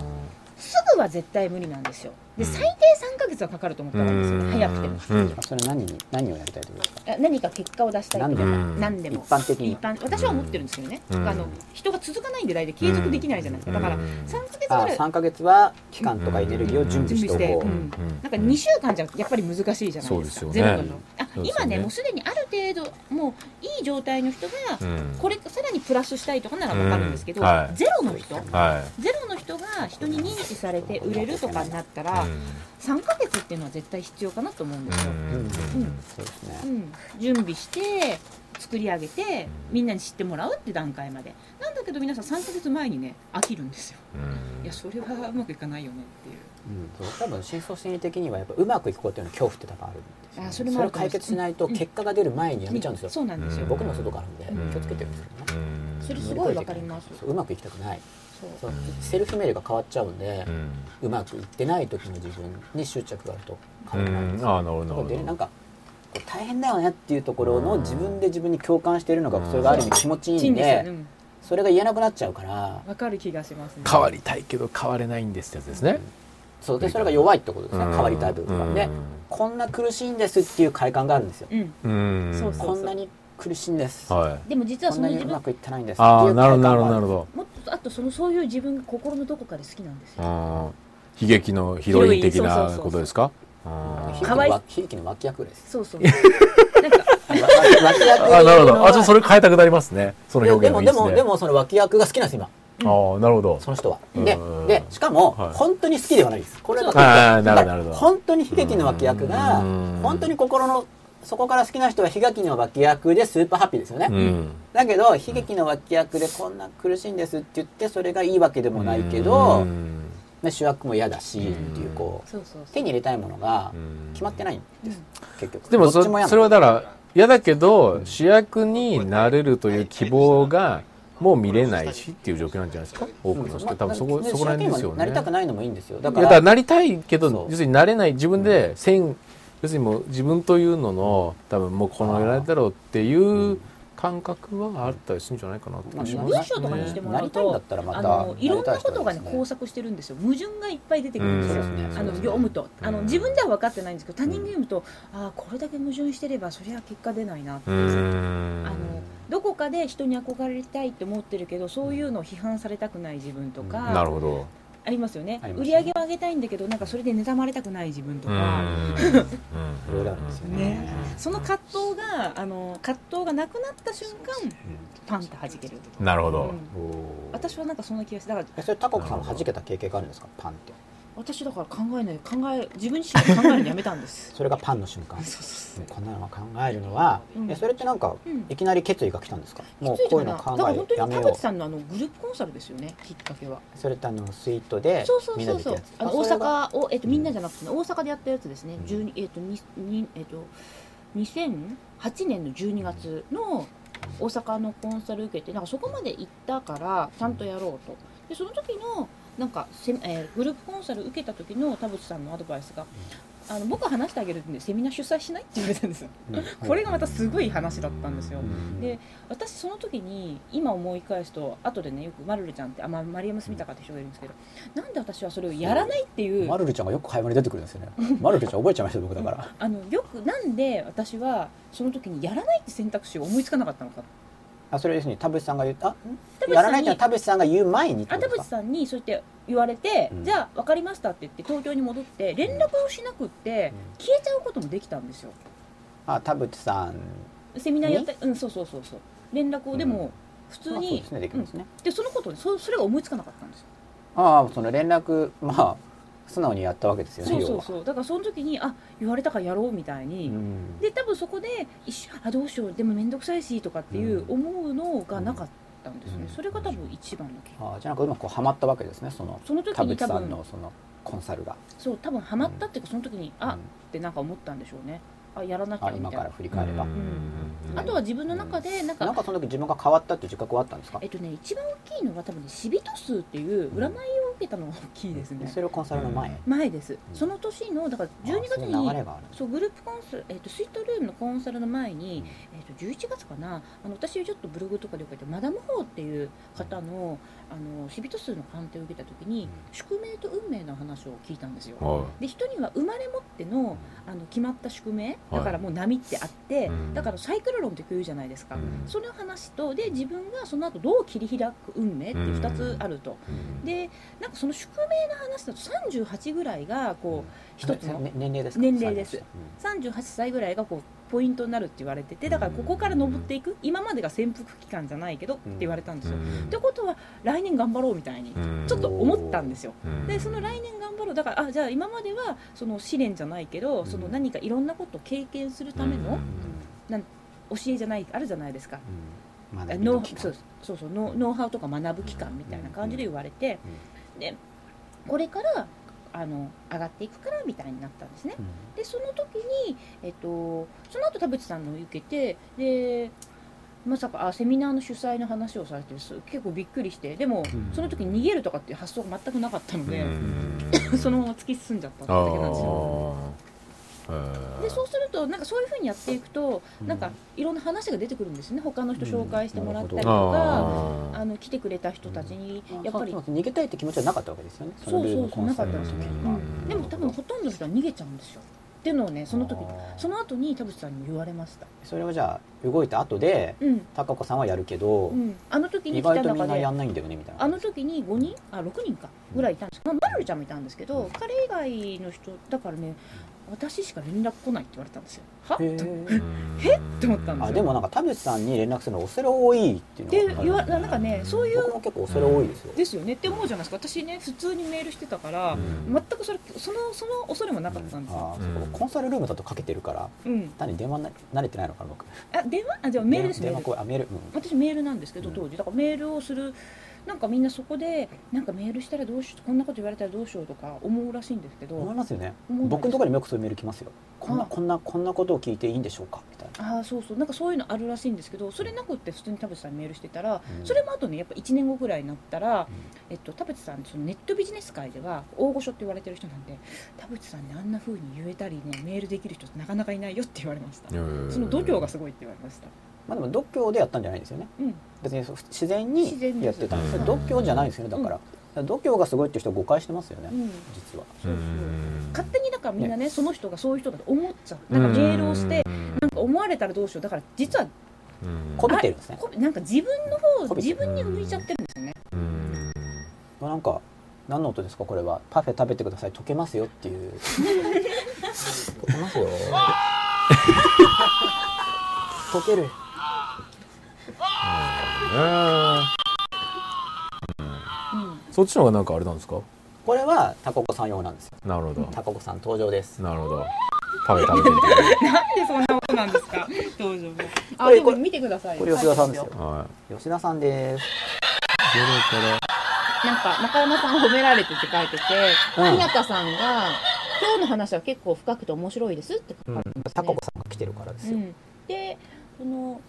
S2: すぐは絶対無理なんですよで
S4: うん
S2: 最低3ヶ月はかかると思ったらいいんですよね早くても
S4: うん
S1: てそれ何に何をやりたいってことですか
S2: あ何か結果を出したい
S1: 何
S2: と
S1: で
S2: か
S1: も
S4: うん
S2: 何でも
S1: 一般的に
S2: 一般私は思ってるんですけどね、
S4: うん
S2: あの人が続かないんで大体継続できないじゃないですか、だから
S4: うん
S2: 3ヶ月ぐ
S1: あ
S2: らい
S1: 3ヶ月は期間とかエネルギーを準備しておこう、
S2: うん
S4: うん
S2: なんか2週間じゃやっぱり難しいじゃないですか
S4: そうです
S2: 全
S4: よね
S2: 部のあ
S4: そうです
S2: 今
S4: よね
S2: ねもうすでにある程度もういい状態の人が
S4: うん
S2: これさらにプラスしたいとかなら分かるんですけど、
S4: うんはい
S2: ゼロの人
S4: は
S2: ゼロの人が人に認知されて売れるとかになったら、
S4: い。
S2: 3ヶ月っていうのは絶対必要かなと思うんですよ、
S4: うんうん
S1: そうですね
S2: うん、準備して作り上げてみんなに知ってもらうって段階までなんだけど皆さん3ヶ月前にね飽きるんですよいやそれはうまくいかないよねっていう
S1: うん、そう多分深層心理的にはやっぱうまくいくことへの恐怖って多分あるんですよね、
S2: あ
S1: そ
S2: そ
S1: れ
S2: れもあ
S1: を
S2: ると思
S1: 解
S2: います
S1: 決しないと結果が出る前にやめちゃうんですよ、
S2: そうなんですよ、
S4: うん
S1: 僕の外からあるん
S4: うん
S1: で気をつけてるんですけどね、
S4: うん
S2: それすごいわかります
S1: そううまくいきたくない
S2: そう
S1: そうセルフメールが変わっちゃうんで
S4: う、ん
S1: うまくいってない時の自分に執着があると
S4: う
S1: 変わらないんで
S4: ん
S1: す
S4: あ
S1: よ
S4: あなるほどなる
S1: な
S4: ほ
S1: のでなん
S4: ど。
S1: かこう大変だよねっていうところの自分で自分に共感しているのがそれがある意味気持ちい
S2: い
S1: い
S2: い
S1: ん
S2: んですよね
S1: で
S2: うん
S1: それが言えなくなっちゃうから
S2: わかる気がしますね
S4: 変わりたいけど変われないんですってやつですね。
S1: そうでそれが弱いってことですね
S4: うん
S1: 変わりたい部分がでこんな苦しいんですっていう快感があるんですよ
S2: うん
S4: うん。
S2: そうそう
S1: こんなに苦しいんですこ
S4: はい。
S2: でも実は
S1: ん
S2: そ
S1: な
S2: の
S1: に
S2: 自
S1: う
S2: 分
S1: まくいってないんですって
S4: あ
S1: い
S4: あ
S1: う
S4: なる
S1: 快
S4: ほど
S1: 感
S4: なるほど
S1: が
S4: な
S1: あ
S4: る
S1: る
S4: ほ
S2: もっとあとそのそういう自分が心のどこかで好きなんです
S4: ど。
S2: よ
S4: ああ悲劇のヒロイン的なことですか。
S1: ひ
S4: あ
S1: い
S4: ー
S1: き
S2: か
S1: の
S2: わい
S1: わひいきの脇役
S4: [laughs]
S1: です
S2: そうそうなんか
S1: 脇役
S4: あなるほど。あちょっとそれ変えたくなりますね。その
S1: で
S4: 表
S1: で
S4: 現
S1: も
S4: もいいで
S1: ですも
S4: ね。
S1: でもその脇役が好きなんです今
S4: ああなるほど。
S1: その人は。
S4: うん
S1: で
S4: うん、
S1: で、しかも、
S4: はい
S1: 本当に好きではないです。これだ
S4: あーなるほどなるほど
S1: 本当に悲劇の脇役が
S4: うん、
S1: 本当に心の、そこから好きな人は悲劇の脇役でスーパーハッピーですよね。
S4: うん。
S1: だけど、悲劇の脇役でこんな苦しいんですって言って、それがいいわけでもないけ
S4: う
S1: ど、
S4: ん
S1: ね主役も嫌だし、っていう、こ
S2: そうそう
S1: う、
S2: そ
S1: 手
S2: う
S1: に入れたいものが
S4: うん
S1: 決まってないんです。結局。
S4: でも
S1: ど
S4: そ
S1: っちも嫌な
S4: それはだから嫌だけど主役になれるという希望がもう見れないしっていう状況なんじゃないですか多くの人多分そこそこら辺ですよね。
S1: なりたくないのもいいんですよ。だ
S4: だ
S1: か、
S4: かららなりたいけ
S1: そ
S4: ど
S1: う
S4: 要するになれない自分で線、要するにもう自分というのの多分もうこのぐらいだろうっていう感覚はあったりするんじゃないかなって
S1: まあ
S4: 思い
S1: な
S4: ま
S2: 文
S4: す
S2: 章とかにしてもら
S1: な
S2: う
S1: りたいんだ
S2: と
S1: っ、たらまた
S2: あのいろんなことが
S1: なりたい人
S2: ね
S1: ですね
S2: 交錯してるんですよ矛盾がいっぱい出てくるんですよ、
S1: そうですね
S2: あの読むとあの
S4: うん
S2: 自分では分かってないんですけど他人が読むと、ああこれだけ矛盾してればそりゃ結果出ないなって
S4: う
S2: いう、
S4: ん
S2: あのどこかで人に憧れたいって思ってるけどそういうのを批判されたくない自分とか、
S4: なるほど。
S2: ありますよね
S1: あります
S2: 売り上げを上げたいんだけどなんかそれで妬まれたくない自分と
S4: うん
S2: か、
S1: [laughs] いろいろあるんですよね。
S2: ねその葛藤があの葛藤がなくなった瞬間パンって弾ける、
S4: なるほ
S2: う
S4: ど。
S2: ん、
S1: おー
S2: 私はなんかそんな気がするだから
S1: えそれタコさんは弾けた経験があるんですかパンって
S2: 私だから考えない考え自分自身が考えるのやめたんです
S1: [laughs] それがパンの瞬間
S2: そうそう
S1: こんなのは考えるのは、
S2: うん
S1: えそれってなんか、
S2: うん
S1: いきなり決意が来たんですか
S2: そ
S1: も
S2: う
S1: う
S2: きつい
S1: こうい
S2: か
S1: うの
S2: なだから
S1: 考え
S2: 本当
S1: やめ
S2: に田
S1: よ
S2: 淵
S1: う
S2: さんのあのグループコンサルですよねきっかけは
S1: それってあのスイートで
S2: そうそう
S1: みん
S2: そ
S1: な
S2: う
S1: でや
S2: そ
S1: る
S2: う
S1: やつ
S2: あの
S1: そ
S2: 大
S1: れが
S2: 阪をえっとみんなじゃなくてね大阪でやったやつですね
S1: うん
S2: 12えっとににえっと2008年の12月の大阪のコンサル受けてなんかそこまで行ったからちゃんとやろうとでその時のなんかせ、えーグループコンサル受けた時の田淵さんのアドバイスがあの僕は話してあげるんでセミナー主催しないって言われたんですよ
S1: うん
S2: これがまたすごい話だったんですよ
S1: うん
S2: で私その時に今思い返すと後でねよくマルルちゃんってあ、まあ、マリアム・スミタカって人がいるんですけどなんで私はそれをやらないっていう
S1: マルルちゃんがよく会話に出てくるんですよねマルルちゃん覚えちゃいました僕だから
S2: あのよくなんで私はその時にやらないって選択肢を思いつかなかったのか
S1: あそれですね田淵さんが言うあ
S2: 田淵
S1: やら
S2: さ
S1: ないっての
S2: ん
S1: は
S2: に
S1: 田淵さんが言う前にって
S2: あ
S1: こと
S2: 田
S1: で
S2: 淵
S1: すか
S2: さんにそうやって言われて、
S1: うん
S2: じゃあ分かりましたって言って東京に戻って連絡をしなくって
S1: う
S2: 消えちゃうこともできたんですよ
S1: あ田淵さん
S2: セミナーやったりうんそうそうそうそう連絡をでも普通
S1: まあそう
S2: に、
S1: ですねできますね、
S2: うんでそのことそそれが思いつかなかったんですよ
S1: ああその連絡まあ素直にやったわけですよね
S2: そう
S1: 要
S2: そう
S1: は
S2: そうだからその時にあ言われたからやろうみたいに、
S1: うん
S2: で多分そこで一緒あどうしようでも面倒くさいしとかっていう
S1: う
S2: 思うのがなかったんですよね、
S1: うん
S2: それが多分一番の結
S1: ああじゃなくうまくこうはまったわけですねその
S2: その時
S1: 田
S2: に
S1: 淵
S2: 多
S1: さ
S2: 分
S1: んのそのコンサルが
S2: そう多分ハマったっていうかその時に、
S1: う
S2: あっ
S1: ん
S2: てなんか思ったんでしょうねあやらなきゃ
S1: あ
S2: み
S1: 今
S2: たい
S1: か
S2: な
S1: ら振り返れば、
S4: うん
S2: あとは自分の中でなんか、
S1: なんかその時自分が変わったっていう自覚はあったんですか
S2: えっとね一番大きいのは多分ねシビト数っていう占いを受けたのが大きいですね、
S1: それをコンサルの前、
S2: 前ですその年のだから12月
S1: あそ
S2: に
S1: ういう流れがある
S2: そうグループコンサル、えっとスイートルームのコンサルの前に、
S1: うん
S2: えっと11月かなあの私ちょっとブログとかで書いてマダム・ホーっていう方のあのシビト数の鑑定を受けた時に、
S1: うん
S2: 宿命と運命の話を聞いたんですよ。
S4: は
S2: で人には生まれ持ってのあの決まった宿命だからもう波ってあって、
S4: うん
S2: だからサイクル論って言うじゃないですか、
S4: い
S2: それの話とで自分がその後どう切り開く運命っていう2つあると、でなんかその宿命の話だと38ぐらいがこう一つの
S1: ね年齢ですか
S2: 年齢です
S1: うん
S2: 38歳ぐらいがこうポイントになるって言われててだからここから登っていく今までが潜伏期間じゃないけどって言われたんですよ。ってことは来年頑張ろうみたいにちょっと思ったんですよ。でその来年頑張ろうだからあじゃあ今まではその試練じゃないけどその何かいろんなことを経験するための教えじゃないあるじゃないですか。
S1: うんまだ
S2: ノウ
S1: 期間
S2: そうそうそうノウノウハウとか学ぶ期間みたいな感じで言われてでこれからあの上がっていくからみたいになったんですね。
S1: うん
S2: でその時に、えっと、その後田淵さんのを受けてでまさかあセミナーの主催の話をされてす結構びっくりしてでも、
S1: うん
S2: その時に逃げるとかっていう発想が全くなかったので、 [laughs] そ
S4: そ
S2: のまま突き進んじゃったって
S4: あ
S2: だけなんですよ。
S4: あ
S2: でそうするとなんかそういうふうにやっていくと、
S1: うん
S2: なんかいろんな話が出てくるんですね他の人紹介してもらった
S1: う
S2: りと
S1: ん
S2: か、
S1: あ
S2: あの来てくれた人たちに、やっぱり
S1: そうそう逃げたいって気持ちはなかったわけですよね
S2: そう
S1: ルー
S2: そ
S1: ム
S2: うそ
S1: コ
S2: う
S1: ン
S2: な
S1: サ
S2: かっ
S1: ル
S2: たん
S1: の
S2: です
S1: 時
S2: よ、
S1: に
S2: う
S1: は
S2: ん、でも多分ほとんどの人は逃げちゃうんですよっていうのをねその時に
S1: あー
S2: その後に田淵さんに言われました
S1: それはじゃあ動いた後で
S2: うん、
S1: 高子さんはやるけど、
S2: うん、あの時
S1: 意
S2: に来た
S1: 外とみ
S2: 中
S1: んな
S2: で
S1: やんないんだよねみたいな
S2: あの時に5人あ6人かぐらいいたんですけど、まあ、マルルちゃんもいたんですけ
S1: うん
S2: ど彼以外の人だからね私しか連絡来ないって言われたんですよは
S1: へ
S2: っ
S1: ー
S4: え
S2: って思ったん
S1: あ
S2: す
S1: でもなんか田淵さんに連絡するの恐れ多いって
S2: て
S1: いうのが
S2: 言わなんかねそういう
S1: 僕も結構恐れ多いですよ、
S2: ですよねって思うじゃないですか私ね普通にメールしてたから全くそれそのその恐れもなかったんですよ、
S1: あーそう
S4: うん
S1: コンサルルームだとかけてるから
S2: うん、
S1: 単に電話な慣れてないのかな僕
S2: あ電話あじゃあメールです
S1: 電
S2: メ
S1: 話
S2: ー
S1: こ
S2: ル
S1: うあメール、うん
S2: 私メールなんですけど
S1: うん
S2: 当時だからメールをするなんかみんなそこでなんかメールしたらどうしようこんなこと言われたらどうしようとか思うらしいんですけど
S1: 思いますよね
S2: 思う
S1: 僕のところにもよくそういうメール来ますよこんな
S2: あ
S1: こんなこんなことを聞いていいんでしょうかみたいな
S2: ああそうそうなんかそういうのあるらしいんですけどそれなくって普通に田淵さんにメールしてたら、
S1: うん
S2: それもあとねやっぱ1年後ぐらいになったら、えっと、田淵さんそのネットビジネス界では大御所って言われてる人なんで田淵さんにあんな風に言えたりねメールできる人ってなかなかいないよって言われました、その度胸がすごいって言われました、
S1: まあでも度胸でやったんじゃないんですよね
S2: うん、
S1: 別にそう自然
S2: 自然
S1: に
S2: に
S1: やってたんです
S4: うん
S1: 度胸じゃないんですよねだから,、度胸がすごいっていう人は誤解してますよね、
S2: うん、
S1: 実は
S2: そうそう勝手にだからみんなねその人がそういう人だと思っちゃう
S4: な
S2: なんかメールをしてなんか思われたらどうしようだから実は
S1: こびてるんですね
S2: こなんか自分の方
S1: 媚びて
S2: 自
S1: る
S2: 分に向いちゃってるんですよね
S1: なんか何の音ですかこれはパフェ食べてください溶けますよっていう [laughs] 溶けますよ [laughs] 溶ける
S4: そっちの方がなんかあれなんですか
S1: これはタココさん用なんですよ
S4: なるほど
S1: タココさん登場です
S4: なるほどパフェ食べてみて
S2: なんでそんなことなんですか登場も
S1: こ
S2: あ
S1: れ
S2: で
S1: こ
S2: も
S1: れ
S2: 見てください
S1: これ吉田さんですよ
S4: は
S1: 吉田さんです
S4: いどれ
S2: なんか中山さん褒められてって書いてて
S1: うん
S2: 日向さんが「今日の話は結構深くて面白いです」って書かれてます
S1: タ
S2: ね
S1: ココさんが来てるからです
S2: う
S1: よ、
S2: んでその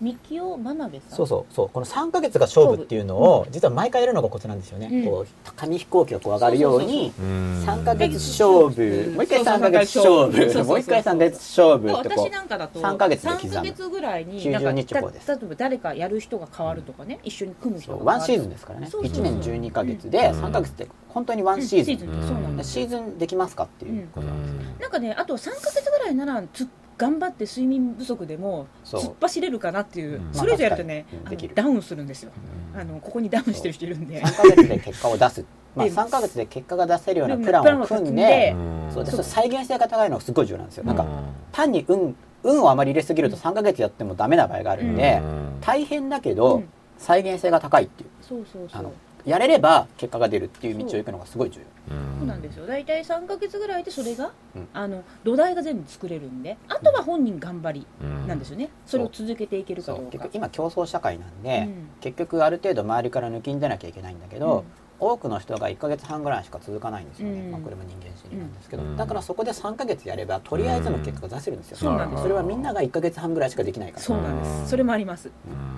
S2: 三木尾真鍋さん
S1: そうそうそうこの3ヶ月が勝負っていうのを実は毎回やるのがコツなんですよね、
S2: うん
S1: こう紙飛行機がこう上がるように3ヶ月勝負
S2: うん
S1: もう一回
S2: そう
S1: 3ヶ月勝
S2: そうそうそ
S1: 負
S2: う
S1: もう一回3ヶ月勝負ってこ
S2: 私なんかだと
S1: 3ヶ月で刻む
S2: 3ヶ月ぐらいに
S1: 90
S2: なんか
S1: 日後です
S2: た例えば誰かやる人が変わるとかね、一緒に組む
S1: うそ
S2: 人が
S1: う
S2: 変わ
S1: ワ
S2: る
S1: ンシーズンですからね
S2: そうそう
S4: そ
S1: 1
S4: う
S1: 年12ヶ月で
S4: うん
S1: 3ヶ月って本当にワンシーズン、
S2: うんそうなんです
S1: シーズンできますかっていうことなんですよ、
S2: なんかねあと3ヶ月ぐらいならつ頑張って睡眠不足でも
S1: そう
S2: 突っ走れるかなっていう
S4: うん
S2: それ以上やるとね
S1: まあ確かにうん、
S2: あの
S1: できる
S2: ダウンするんですよあ
S4: の
S2: のここにダウンしてる人いるんで
S1: 3ヶ月で結果を出す、まあ、
S2: で
S1: 3ヶ月で結果が出せるようなプランを組んでそうでそれ再現性が高いのがすごい重要なんですよなんか単に運運をあまり入れすぎると3ヶ月やってもダメな場合があるんで、大変だけ
S2: う
S1: ど
S2: ん
S1: 再現性が高いっていう
S2: そうそうそ
S1: あ
S2: う
S1: のやれれば結果が出るっていう道を行くのがすごい重要
S2: そうなんですよ大体3ヶ月ぐらいでそれが、
S1: うん
S2: あの土台が全部作れるんであとは本人頑張りなんですよね、それを続けていけるか
S1: そ
S2: ど
S1: う
S2: う
S1: 結
S2: か
S1: 局今競争社会なん
S2: う
S1: で、
S2: ん
S1: 結局ある程度周りから抜きんでなきゃいけないんだけど、多くの人が1ヶ月半ぐらいしか続かないんですよね、
S2: うん
S1: まあ、これも人間心理なんですけど、
S4: うん
S1: だからそこで3ヶ月やればとりあえずの結果が出せるんですよ、
S2: そうなんです
S1: それはみんなが1ヶ月半ぐらいしかできないから
S2: そうなんですそれもあります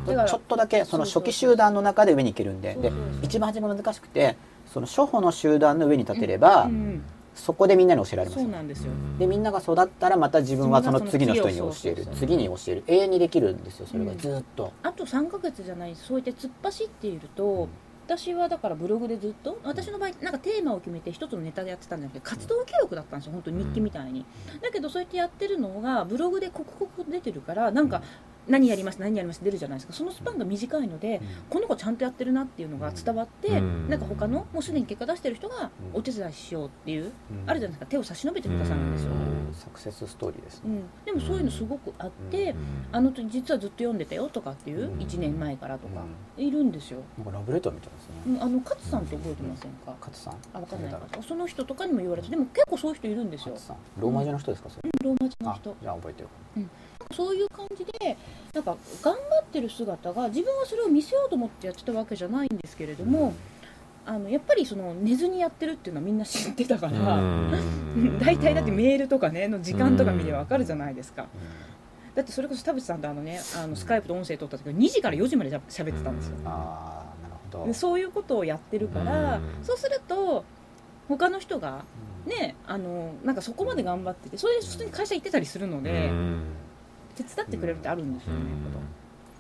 S2: だから
S1: ちょっとだけその初期集団の中で上に行けるんでで一番初め難しくてその初歩の集団の上に立てれば、
S2: うんうん
S1: そこでみんなに教えられます
S2: そう
S1: よ
S2: なんですよ、
S1: でみんなが育ったらまた自分はその次の人に教え
S2: 自分
S1: る
S2: がその次をそうそう
S1: 次に教える永遠にできるんですよそれが
S2: うん
S1: ずーっと、
S2: あと3ヶ月じゃないそうやって突っ走っていると私はだからブログでずっと私の場合なんかテーマを決めて一つのネタでやってたんじゃなくて活動記録だったんですよ本当に日記みたいにだけどそうやってやってるのがブログで刻々出てるからなんか何やります何やります出るじゃないですかそのスパンが短いのでこの子ちゃんとやってるなっていうのが伝わって
S4: うん
S2: なんか他のもうすでに結果出してる人が
S1: うん
S2: お手伝いしようっていう
S1: うん
S2: あるじゃないですか手を差し伸べてくださるんですよ
S4: う
S1: サクセスストーリーです
S2: う
S1: ね、
S2: んでもそういうのすごくあってあの時実はずっと読んでたよとかっていう1年前からとかいるんですよ
S1: なんかラブレターみたいですね、
S2: うんあの勝さんって覚えてませんか
S1: 勝さん
S2: あ分かんない
S1: 誰だ
S2: か
S1: ろう
S2: その人とかにも言われてでも結構そういう人いるんですよ
S1: 勝さんローマ字の人ですかそれ、
S2: ローマ字の
S1: あ
S2: 人
S1: じゃあ覚えてる
S2: そういう感じでなんか頑張ってる姿が自分はそれを見せようと思ってやってたわけじゃないんですけれども、あのやっぱりその寝ずにやってるっていうのはみんな知ってたから、 [laughs]
S4: [laughs]
S2: 大体だってメールとかねの時間とか見てわかるじゃないですか、だってそれこそ田淵さんとあのねあのスカイプと音声取った時は2時から4時までしゃ喋ってたんですよ、
S1: ああなるほ
S2: で
S1: ど
S2: そういうことをやってるから、
S4: うん
S2: そうすると他の人がねあのなんかそこまで頑張っててそれで普通に会社行ってたりするので、手伝ってくれるってあるんですよね、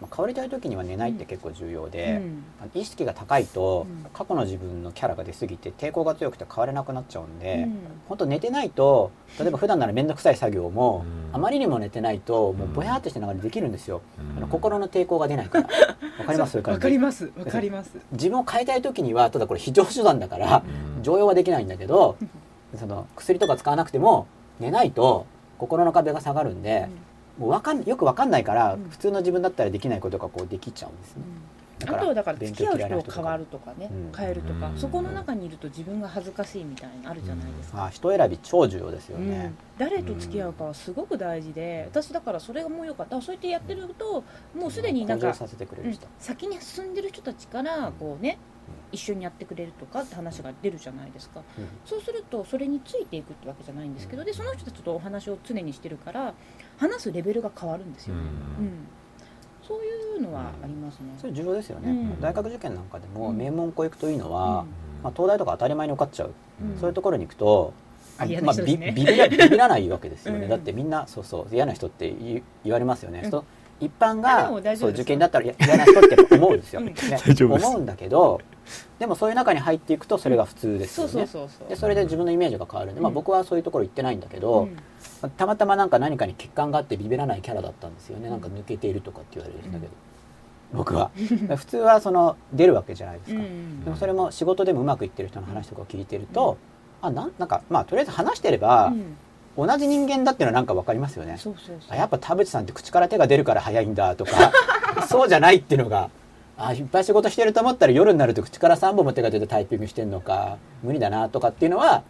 S1: まあ、変わりたい時には寝ないって結構重要
S2: う
S1: で、
S2: ん
S1: あの意識が高いと、
S2: うん
S1: 過去の自分のキャラが出すぎて抵抗が強くて変われなくなっちゃうん
S2: う
S1: で、
S2: ん
S1: 本当寝てないと例えば普段なら面倒くさい作業も、
S4: うん
S1: あまりにも寝てないともうぼやーっとしてながらできるんですよ、あの心の抵抗が出ない
S2: [laughs]
S1: からわかりますそういう
S2: わ
S1: 感
S2: かり
S1: じ
S2: ますわかります
S1: 自分を変えたい時にはただこれ非常手段だから常用はできないんだけどその薬とか使わなくても寝ないと心の壁が下がるんで、もうわかんよくわかんないから、
S2: うん
S1: 普通の自分だったらできないことがこうできちゃうんですね。だ
S2: あ
S1: から
S2: とはだから付き合う人
S1: 勉強
S2: を変わ。
S1: 嫌いな
S2: るとかね、
S1: うん
S2: 変えるとか、
S4: うん
S2: そこの中にいると自分が恥ずかしいみたいなのあるじゃないです
S1: と
S2: か、
S1: かあ人選び超重要ですよ
S2: うん
S1: ね。
S2: 誰と付き合うかはすごく大事で、私だからそれがもう良かったあそうやってやってるともうすでになん
S1: 向
S2: か
S1: 上させてくれ
S2: う
S1: る
S2: ん
S1: 人。
S2: 先に進んでる人たちからこうね一緒にやってくれるとかって話が出るじゃないですか、
S1: うん
S2: そうするとそれについていくってわけじゃないんですけどでその人たちとお話を常にしてるから話すレベルが変わるんですよね、うんそういうのはありますね、
S1: それ重要ですよね、
S2: うん
S1: 大学受験なんかでも
S2: うん
S1: 名門校行くといいのは、
S4: うん
S1: まあ、東大とか当たり前に受かっちゃう、
S2: うん
S1: そういうところに行くと
S2: あ嫌
S1: ま
S2: な
S1: あ、
S2: 人
S1: ビ
S2: ですね
S1: ビ
S2: [laughs]
S1: ビらビビらないわけですよね、
S2: うん
S1: だってみんなそうそう嫌な人って言言われますよね、
S2: うん
S1: 人一般
S2: あでも
S1: が
S2: 大丈
S1: そ
S2: 夫
S1: う
S2: です
S1: 受験だったら嫌嫌な人って思うんですよ、
S2: [laughs] うん
S1: ね
S4: 大丈夫です
S1: 思うんだけどでもそういう中に入っていくとそれが普通です
S2: そ
S1: よ
S2: う
S1: ね
S2: そうそうそう
S1: でそれで自分のイメージが変わるんで、まあ、
S2: うん
S1: 僕はそういうところ行ってないんだけど、
S2: うん
S1: まあたまたまなんか何かに欠陥があってビビらないキャラだったんですよねなんか抜けているとかって言われるんだけど、僕
S2: [laughs]
S1: は普通はその出るわけじゃないです
S2: う
S1: か、
S2: ん
S1: でもそれも仕事でもうまくいってる人の話とかを聞いてると、あなんなんかまあとりあえず話してれば
S2: う、ん
S1: 同じ人間だっていうのはなんかわかりますよね
S2: そうそうそ
S1: あ
S2: う
S1: やっぱ田淵さんって口から手が出るから早いんだとかそうじゃないっていうのがあいっぱい仕事してると思ったら夜になると口から3本も手が出てタイピングしてんのか無理だなとかっていうのは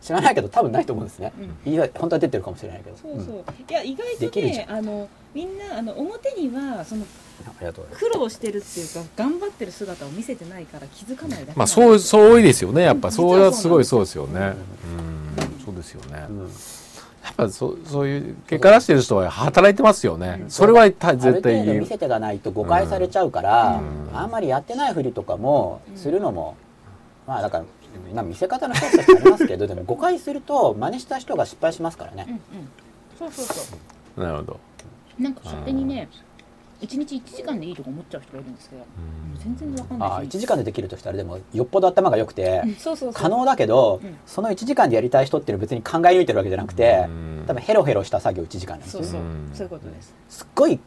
S1: 知らないけど多分ないと思うんですね、いや本当は出てるかもしれないけど
S2: そうそ
S1: ん
S2: う、いや意外
S1: で
S2: と
S1: きるじ
S2: ねあのみんなあの表にはその
S1: ありがとうございます
S2: 苦労してるっていうか頑張ってる姿を見せてないから気づかないだけなんです
S4: まあそうそう多いですよねやっぱ
S2: うん
S4: それはすごい
S2: 実
S4: そうですよねうんそうですよね
S1: うん
S4: やっぱそうそういう結果出してる人は働いてますよね
S2: うん
S4: それはた
S1: ある
S4: 絶対
S1: 程度
S4: 言
S1: 見
S4: う
S1: せてがないと誤解されちゃうから、
S4: うん
S1: あんまりやってないふりとかも
S2: うん
S1: するのも、まあだからまあ見せ方の一つとしてありますけど [laughs] でも誤解すると真似した人が失敗しますから
S2: うん
S1: ね、
S2: うんそうそうそ
S4: なるほど
S2: うなんか勝手にね一日一時間でいいとか思っちゃう人がいるんですけど全然わかん
S1: あ
S2: な
S1: あ
S2: い
S1: 1
S2: し
S1: 時間でできるとしたらでもよっぽど頭が良くて
S2: うんそうそうそう
S1: 可能だけど、
S2: うん
S1: その1時間でやりたい人っていうのは別に考え抜いてるわけじゃなくて、多分ヘロヘロした作業1時間なんです
S2: そう
S1: よ
S2: そう
S4: うん
S2: そういうことです
S1: すっごい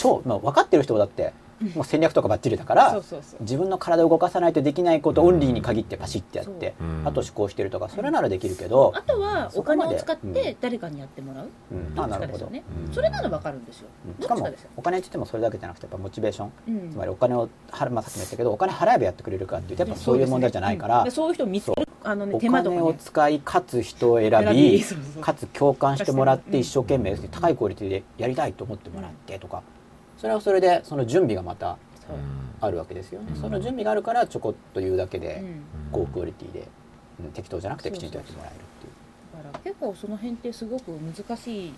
S1: 超、まあ、分かってる人だって
S2: うん
S1: もう戦略とかばっちりだから、
S2: そうそうそう
S1: 自分の体を動かさないとできないことオンリーに限ってパシッてやって、
S4: うん
S1: あと思考してるとかそれならできるけど
S2: あ、とはお金を使っ
S1: そこまでう
S2: て誰かにやってもらう
S1: うん
S2: ど
S1: あ
S2: っ
S1: な
S2: ちか
S1: る
S2: で
S1: ほ
S2: すよ
S1: ど、
S2: ね
S4: うん
S2: それならわかるんですよ
S1: うんし
S2: ど
S1: か
S2: っちか
S1: も
S2: ですよ
S1: お金って言ってもそれだけじゃなくてやっぱモチベーション
S2: うん
S1: つまりお金を払まあさっきも言ったけどお金払えばやってくれるかっていうとやっぱそういう問題じゃないか
S2: うん
S1: ら
S2: で、そういう人を見つけるあのね
S1: お
S2: 手間とか
S1: 金を
S2: ね
S1: 使いかつ人を選
S2: 選
S1: び
S2: びそうそう
S1: かつ共感してもらっ
S2: う
S1: て
S2: ん
S1: 一生懸命高いクオリティでやりたいと思ってもらってとかそれはそれでその準備がまた
S2: そう
S1: あるわけですよね
S4: うん
S1: その準備があるからちょこっと言うだけ
S2: う
S1: で
S2: ん
S1: 高クオリティでうん適当じゃなくてきちんとやってもらえるっていう。
S2: だから結構その辺ってすごく難しい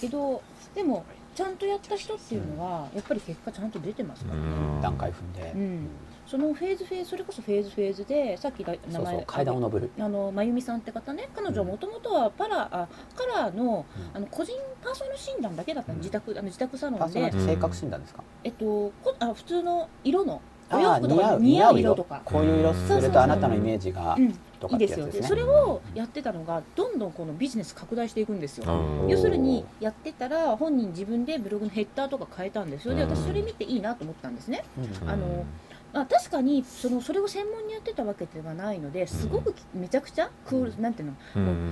S2: けどでもちゃんとやった人っていうのはやっぱり結果ちゃんと出てますからね、
S1: 段階踏んで、
S2: うんそのフェーズフェーズそれこそフェーズフェーズでさっきが名
S1: そう
S2: 前
S1: そう階段を登る
S2: あのまゆみさんって方ね彼女はもともとはパラあカラーの
S1: うん
S2: あの個人パーソナル診断だけだったの、
S1: うん
S2: 自宅あの自宅サロ
S1: パー
S2: ン
S1: ソナ
S2: で
S1: リ、ティ性格診断ですか、
S2: えっと、こあ普通の色のお洋
S1: あー
S2: 服と
S1: 似
S2: か
S1: 合う
S2: に似合う色とか。
S1: こういう色
S4: うん
S1: するとあなたのイメージが
S2: うん
S1: と
S2: い
S1: か
S2: い
S1: って
S2: で
S1: や
S2: す
S1: つ
S2: よ
S1: です
S2: で
S1: ね
S2: それをやってたのがどんどんこのビジネス拡大していくんですよ、
S4: うん
S2: 要するにやってたら本人自分でブログのヘッダーとか変えたんですよで
S4: うん
S2: 私それ見ていいなと思ったんですね、
S1: うん
S2: あのまあ、確かにそのそれを専門にやってたわけではないのですごくきめちゃくちゃクールなんていうの
S4: うん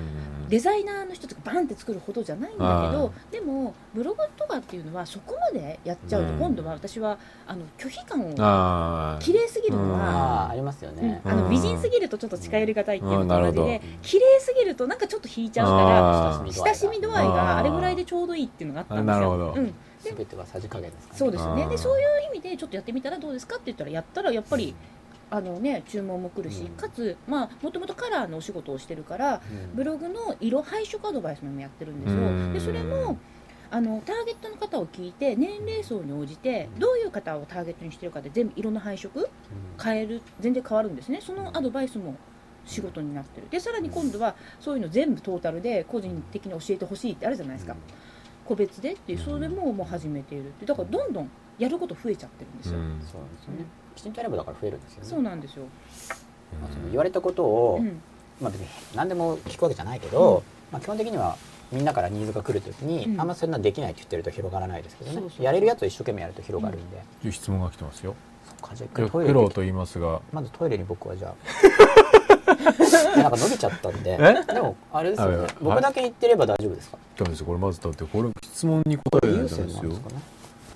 S2: デザイナーの人とかバンって作るほどじゃないんだけどでもブログとかっていうのはそこまでやっちゃうと
S4: うん
S2: 今度は私はあの拒否感を
S4: あー
S2: 綺麗すぎるの
S4: うん
S2: は、
S1: ああありますよね、
S2: うんあの美人すぎるとちょっと近寄りがたいっていうのと同じ
S4: うんうんな
S2: で
S4: るほ
S2: 綺麗すぎるとなんかちょっと引いちゃうから
S4: あー
S2: 親しみ度合いがあれぐらいでちょうどいいっていうのがあったんですよ。
S4: あなるほど
S2: うん、
S1: すべてはさじ加減ですか、ね、
S2: そうですよね
S4: あー
S2: でそういう意味でちょっとやってみたらどうですかって言ったらやったらやっぱり、あのね注文も来るし、
S1: うん
S2: かつまあもともとカラーのお仕事をしてるから
S1: うん
S2: ブログの色配色アドバイスもやってるんです
S4: う
S2: よ
S4: ん
S2: でそれもあのターゲットの方を聞いて年齢層に応じてどういう方をターゲットにしてるかで全部色の配色変える全然変わるんですねそのアドバイスも仕事になってるでさらに今度はそういうの全部トータルで個人的に教えてほしいってあるじゃないですか、個別でっていうそれももう始めているってだからどんどんやること増えちゃってるんですよ、
S4: うん
S1: そうですよねきちんとやればだから増えるんですよね
S2: そうなんですよ、
S1: まあその言われたことを、
S2: うん、
S1: まあ、別に何でも聞くわけじゃないけど、まあ、基本的にはみんなからニーズが来るときに、
S2: うん
S1: あんまそんなできないって言ってると広がらないですけどね
S2: そうそう
S1: やれるやつを一生懸命やると広がるんで、
S4: いう質問が来てますよ
S1: そっかじゃあ一回トイ
S4: 苦
S1: レ行
S4: 労
S1: って
S4: と言いますが
S1: まずトイレに僕はじゃ
S4: [laughs]
S1: あなんか伸びちゃったんで
S4: え
S1: でもあれですよ
S4: あいや
S1: ね
S4: はい
S1: 僕だけ言ってれば大丈夫ですか
S4: ダメですよこれまずだってこれ質問に答えられ
S1: 優
S4: るじゃな
S1: 先
S4: い
S1: な
S4: です
S1: んで
S4: よ
S1: すかね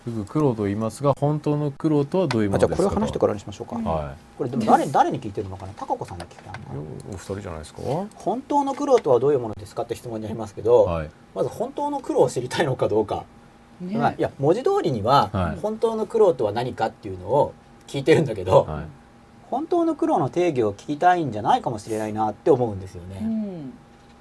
S4: すぐ苦労と言いますが本当の苦労とはどういうも
S1: あじ
S4: の
S1: ゃあ
S4: で
S1: こ
S4: す
S1: れ
S4: か
S1: を話してからにしましょうか、
S4: とは
S1: これでも誰誰に聞いてるのかなタカ子さんに聞いたのか
S4: い
S1: な
S4: よお二人じゃないですか
S1: 本当の苦労とはどういうものですかって質問になりますけど、
S4: はい
S1: まず本当の苦労を知りたいのかどうか、
S2: ね、
S1: まあいや文字通りには
S4: はい
S1: 本当の苦労とは何かっていうのを聞いてるんだけど、
S4: はい
S1: 本当の苦労の定義を聞きたいんじゃないかもしれないなって思うんですよ
S2: う
S1: ね。
S2: ん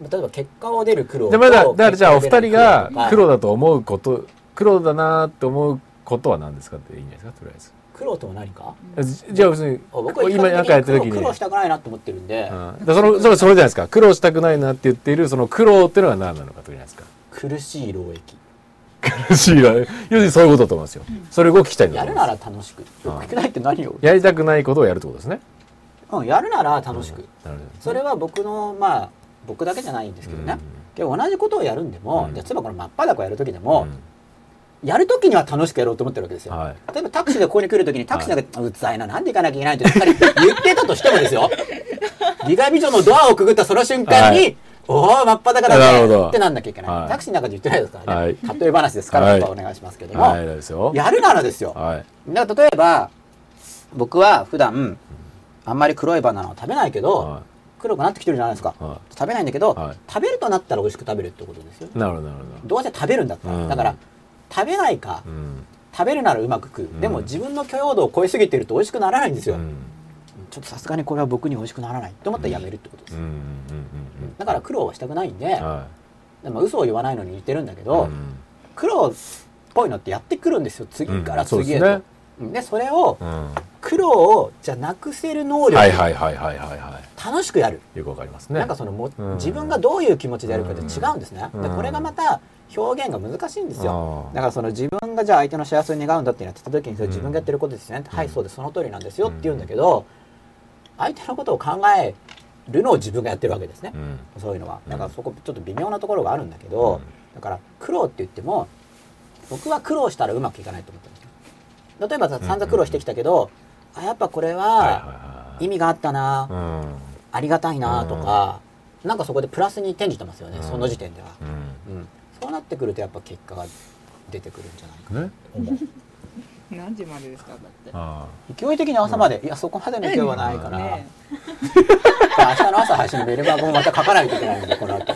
S1: 例えば結果を出る苦労
S4: でまだだからじゃあお二人が苦労
S1: だ
S4: だと思うこと苦労だなって思うことは何ですかっていいんじゃないですかとりあえず
S1: 苦労とは何か
S4: じじゃあ別に
S1: 僕は
S4: 今
S1: 今
S4: な
S1: なんん
S4: か
S1: か
S4: や
S1: や
S4: っ
S1: ったた時
S4: 時に
S1: に苦労したくないなと思ってるんで、
S4: うん、だからそのそれそれじゃないですか苦労したくないなって言っているその苦労っていうのは何なのかというじゃないですか
S1: 苦しい労役
S4: 苦 [laughs] しいな要するにそういうことだと思うんですよ、それを聞きたいんだ
S1: や
S4: と思
S1: る
S4: いま
S1: な
S4: す
S1: ら楽しくよくないって何を、
S4: やりたくないことをやるってことですね
S1: うん、やるなら楽しく、
S4: なるほど
S1: それは僕のまあ僕だけじゃないんですけどね、でも同じことをやるんでも、
S4: うん
S1: 例えばこの真っ裸やる時で
S4: うん
S1: も、やる時には楽しくやろうと思ってるわけですよ、
S4: はい
S1: 例えばタクシーでここに来るときにタクシーだけ、うざいな、なんで行かなきゃいけないってやっぱり言ってたとしてもです
S4: [laughs]
S1: よ。ギガビジョンのドアをくぐったその瞬間に、
S4: はい
S1: おー、真っ裸
S4: なる
S1: だ
S4: ほど
S1: ねってなんなきゃいけない。
S4: はい
S1: タクシーの中で言ってないですからね。
S4: はい
S1: 例え話ですから、
S4: はい
S1: やっぱお願いしますけども。
S4: はいですよ
S1: やるならですよ。
S4: はい
S1: だから例えば、僕は普段、あんまり黒いバナナを食べないけど、
S4: は
S1: 黒くなってきてるじゃないですか。
S4: いは
S1: 食べないんだけど、
S4: はい
S1: 食べるとなったら美味しく食べるってことですよね
S4: い。なるほどなるほど
S1: どうせ食べるんだったら。
S4: うん
S1: だから、食べないか、
S4: うん
S1: 食べるならうまく食う、
S4: ん
S1: でも自分の許容度を超えすぎてると美味しくならないんです
S4: う
S1: よ、
S4: ん
S1: ちょっとさすがにこれは僕に美味しくならないと思ったらやめるってことです、
S4: うんうんうん
S1: だから苦労はしたくないんで、
S4: うんは
S1: でも嘘を言わないのに言ってるんだけ
S4: い
S1: ど、
S4: うん
S1: 苦労っぽいのってやってくるんですよ次から次へ
S4: うんそう
S1: と
S4: で、
S1: うんでそれを
S4: うん
S1: 苦労をじゃなくせる能力、
S4: はいはいはいはいはいは
S1: 楽しくやる
S4: いよくわかりますね
S1: なんかそのも、
S4: うん
S1: 自分がどういう気持ちでやるかって違うんですね、
S4: うん
S1: でこれがまた表現が難しいんですよ、
S4: あ
S1: だからその自分がじゃあ相手の幸せを願うんだってなってた時にそれ自分がやってることですよね、
S4: ん
S1: はいそうですその通りなんですよって言うんだけど、相手のことを考えるのを自分がやってるわけですね
S4: ー、うん
S1: そういうのは
S4: うん
S1: だからそこちょっと微妙なところがあるんだけど、だから苦労って言っても僕は苦労したらうまくいかないと思ってますよ例えばさ散々苦労してきたけど、あやっぱこれ
S4: はいはい
S1: は
S4: はい
S1: 意味があったな、
S4: うん
S1: ありがたいなとか、なんかそこでプラスに転じてますよね、
S4: うん
S1: その時点では、
S4: う
S1: うん、そうなってくるとやっぱ結果が出てくるんじゃないかなん
S4: ね
S2: 何時までですかだって
S4: あ
S1: 勢い的に朝まで、いやそこまでの勢いはないから、
S2: ね
S1: 明日の朝配信のメルマガもまた書かないといけないんでこの後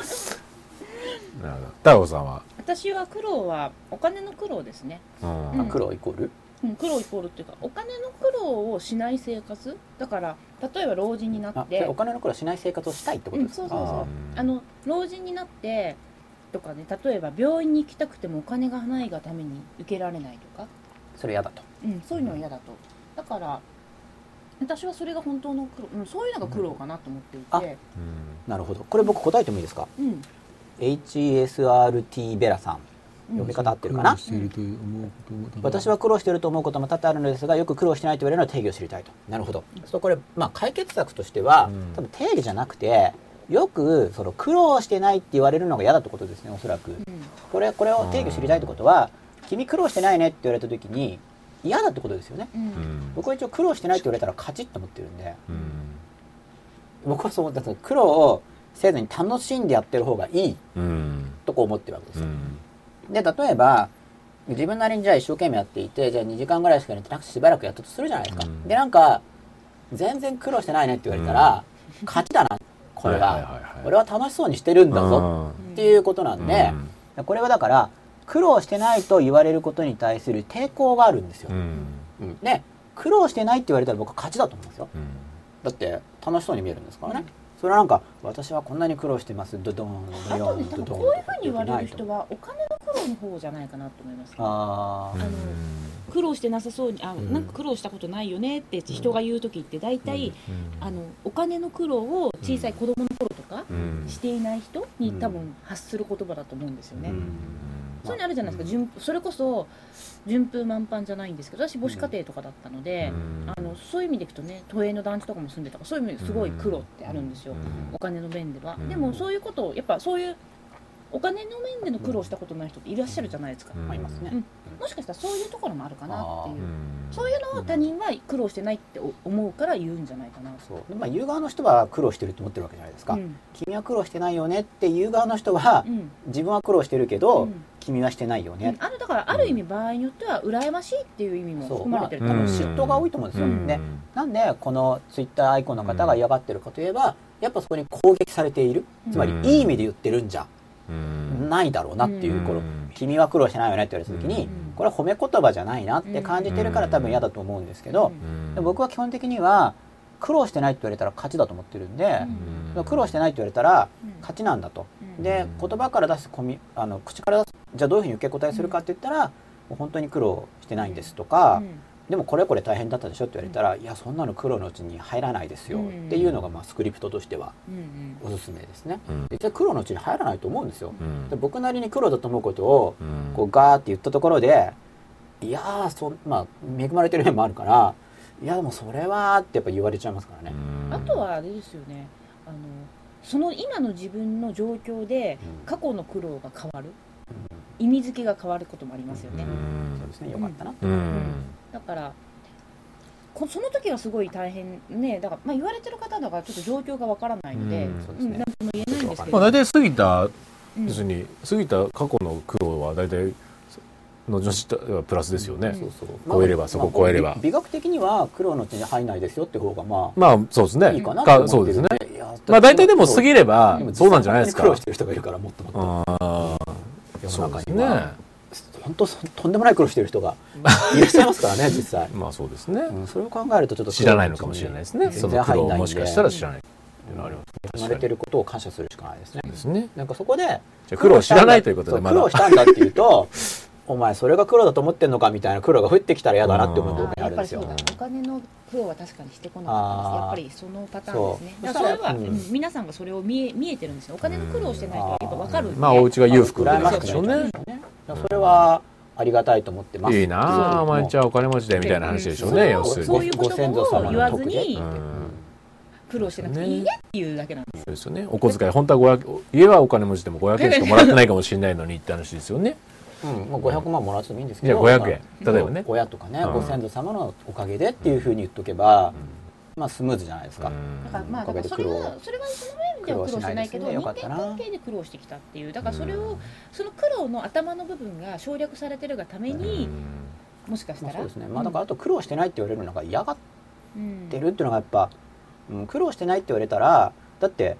S4: あなるほど太郎さんは
S2: 私は苦労はお金の苦労ですね、
S4: うん
S2: うん
S1: 苦労イコール
S2: うん、苦労イコールっていうかお金の苦労をしない生活だから例えば老人にな
S1: あ
S2: っ
S1: それ
S2: て
S1: お金の苦労しない生活をしたいってこと
S2: うん
S1: ですか、
S2: そうそうそう
S1: あ
S2: あの老人になってとかね例えば病院に行きたくてもお金がないがために受けられないとか、
S1: ーそれ嫌だと
S2: うん、そういうのは嫌だとだから私はそれが本当の苦労、うん、そういうのが苦労かなと思っていて、
S4: うん
S1: なるほどこれ僕答えてもいいですか
S2: うん
S1: HSRT ベラさん
S2: うん
S1: 読み方合ってるかな、
S7: していると思うことも多々
S1: 私は苦労していると思うことも多々あるのですがよく苦労してないと言われるのは定義を知りたいとなるほどそうこれ、まあ、解決策としては、
S4: うん
S1: 多分定義じゃなくてよくその苦労してないって言われるのが嫌だってことですねおそらく、
S2: うん
S1: これこれを定義知りたいってことは君苦労してないねって言われた時に嫌だってことですよね
S2: うん
S4: うん
S1: 僕は一応苦労してないって言われたら勝ちって思ってるんで
S4: うん
S1: 僕はそう思ったんですけど苦労をせずに楽しんでやってる方がいい
S4: うん
S1: とこう思ってるわけです
S4: う
S1: よ、
S4: ん
S1: で例えば自分なりにじゃあ一生懸命やっていてじゃあ2時間ぐらいしか寝てなくてしばらくやったとするじゃないですか、
S4: うん
S1: でなんか全然苦労してないねって言われたら、勝ちだなこれは,、
S4: はいはいはいはい
S1: 俺は楽しそうにしてるんだぞっていうことな
S4: うん
S1: んで、これはだから苦労してないと言われることに対する抵抗があるんですよ
S4: う、ん
S1: うんで苦労してないって言われたら僕は勝ちだと思いますよ
S4: うん
S1: だって楽しそうに見えるんですからね、それはなんか私はこんなに苦労してますドドーンド
S2: あ
S1: ヨ
S2: と
S1: ー
S2: ね
S1: ン
S2: 多
S1: ド
S2: 分
S1: ド
S2: こ
S1: ーン
S2: ういうふうに言われる人はお金の苦労の方じゃないかなと思います、
S1: ああ
S4: うん
S2: 苦労してなさそうにあ、
S1: ん
S2: なんか苦労したことないよねって人が言う時って大体、
S4: うん
S2: あのお金の苦労を小さい子供の頃とか
S4: うん
S2: していない人に
S1: うん
S2: 多分発する言葉だと思うんですよね、
S1: うん
S2: そういうのあるじゃないですか、順それこそ順風満帆じゃないんですけど私母子家庭とかだったので、あのそういう意味でいくとね都営の団地とかも住んでたからそういう意味ですごい苦労ってあるんですよ、お金の面では、
S4: うん
S2: でもそういうことをやっぱそういうお金の面での苦労したことない人っていらっしゃるじゃないですか、
S1: ありますね、
S2: うんもしかしたらそういうところもあるかなっていううんそういうのを他人は苦労してないって思うから言うんじゃないかな
S1: そうでまあ、言う側の人は苦労してると思ってるわけじゃないですか、
S2: うん
S1: 君は苦労してないよねって言う側の人は、
S2: うん
S1: 自分は苦労してるけど、
S2: うん
S1: 君はしてないよね、
S2: あのだからある意味場合によっては羨ましいっていう意味も
S1: そう
S2: 含ま
S1: ま
S2: れ
S1: あ多
S2: て
S1: 分
S2: ると思う
S4: うん
S1: 嫉妬が多いと思うんですよ、
S4: うん
S1: ねなんでこのツイッターアイコンの方が嫌がってるかといえばやっぱそこに攻撃されているつまり
S4: うん
S1: いい意味で言ってるんじゃ
S4: うん
S1: ないだろうなっていう、
S4: うん
S1: この君は苦労してないよねって言われた時に、
S4: うん
S1: これは褒め言葉じゃないなって感じてるから多分嫌だと思うんですけど、でも僕は基本的には苦労してないって言われたら勝ちだと思ってるんで、苦労してないって言われたら勝ちなんだと、で言葉から出すコミあの口から出すじゃあどういうふうに受け答えするかって言ったら、もう本当に苦労してないんですとか、でもこれこれ大変だったでしょって言われたら、いやそんなの苦労のうちに入らないですよっていうのが、まあ、スクリプトとしてはおすすめですね。
S4: うん
S1: 実際苦労のうちに入らないと思うんですよ。
S4: うん
S1: で僕なりに苦労だと思うことを
S4: うん
S1: こうガーって言ったところでいやーそんまあ恵まれてる面もあるからいやでもそれはってやっぱ言われちゃいますからね。
S4: うん
S2: あとはあれですよねあのその今の自分の状況で
S1: うん
S2: 過去の苦労が変わる意味付けが変わることもありますよ
S4: う
S2: ね、
S1: そうんですねよかったな。
S4: うん
S2: だからこその時はすごい大変ねだから、まあ、言われてる方だからちょっと状況がわからないので、
S4: うん
S1: そうで
S2: う
S1: す
S2: ん、
S1: ね
S2: なん。とも言えないんですけど、
S4: まあ大体過ぎた
S2: うん
S4: 別に過ぎた過去の苦労は大体の女子はプラスですよね、
S1: そうそう
S4: 超えればそこ超えれば
S1: まあ美学的には苦労のうちに入らないですよって方がま
S4: まあそうです
S1: あ
S4: ね
S1: いいかな
S4: か
S1: と
S4: そ
S1: 思
S4: う
S1: っ
S4: で
S1: て
S4: す
S1: るん
S4: ね
S1: で
S4: まあ大体でも過ぎれば
S1: でも
S4: そうなんじゃないですか
S1: 実際本当に苦労してる人がいるからもっともっと
S4: ああ
S1: 世
S4: そ
S1: の
S4: うで
S1: 中
S4: す
S1: に
S4: ね
S1: は本当そとんでもない苦労してる人がいらっしゃいますから
S4: [laughs]
S1: ね実際、
S4: まあそうですね、
S1: うんそれを考えるとちょっと
S4: 知らないのかもしれないですねそ
S1: 全然
S4: の苦
S1: 入
S4: 労
S1: ん
S4: を
S1: ないんで
S4: もしかしたら知らないっていうのはあります
S1: 生まれてることを感謝するしかないですね
S4: ですね
S1: なんかそこで
S4: じゃあ苦労を知らないということで
S1: そ
S4: ま
S1: 苦労し
S4: だ
S1: たんだっていうと [laughs] お前それが苦労だと思ってんのかみたいな苦労が降ってきたら嫌だなって思う部分
S2: あ
S1: が
S2: ー
S1: あ
S2: やっ
S1: るんで
S2: ぱり
S1: す
S2: そう
S1: よ
S2: だお金の苦労は確かにしてこなかったです
S1: あー
S2: やっぱりそのパターンですね
S1: そう
S2: だからそれは、
S1: うん
S2: うん皆さんがそれを見え見えてるんですよお金の苦労してない人はやっぱ分かるんで、
S4: まあお家が裕福
S1: 羨ま
S4: な
S1: しくなっ
S4: んで
S1: ち
S4: し
S1: ゃ
S4: ょ
S1: う
S4: うんね
S1: でしょうねだからそれはありがたいと思ってます
S4: いいなあ
S1: そう
S4: 毎日はお金持ちでみたいな話でしょうね要
S1: ん
S4: するに
S2: そういうことを言わずに
S4: うん
S2: 苦労してなくていいねっていうだけなんです
S4: そうですよねお小遣い本当は500家はお金持ちでも500円しかもらってないかもしれないのにって話ですよね
S1: うんもう500万もらってもいいんですけ
S4: [laughs] じゃ
S1: ど
S4: あ500円例えばね
S1: 親とかね
S4: うん
S1: ご先祖様のおかげでっていうふうに言っとけばまあスムーズじゃないですか
S2: だからまあだからそれ
S1: おかげで苦
S2: は
S1: 労
S2: それはその面では苦労してないけど
S1: 苦労し
S2: 人
S1: ないですね
S2: 間関係で苦労してきたっていうだからそれ
S4: う
S2: を
S4: ん
S2: その苦労の頭の部分が省略されてるがためにもしかした
S1: まあ
S2: ら
S1: そうですねまあだからあと苦労してないって言われるのが嫌がっ
S2: うん
S1: てるっていうのがやっぱうん苦労してないって言われたらだって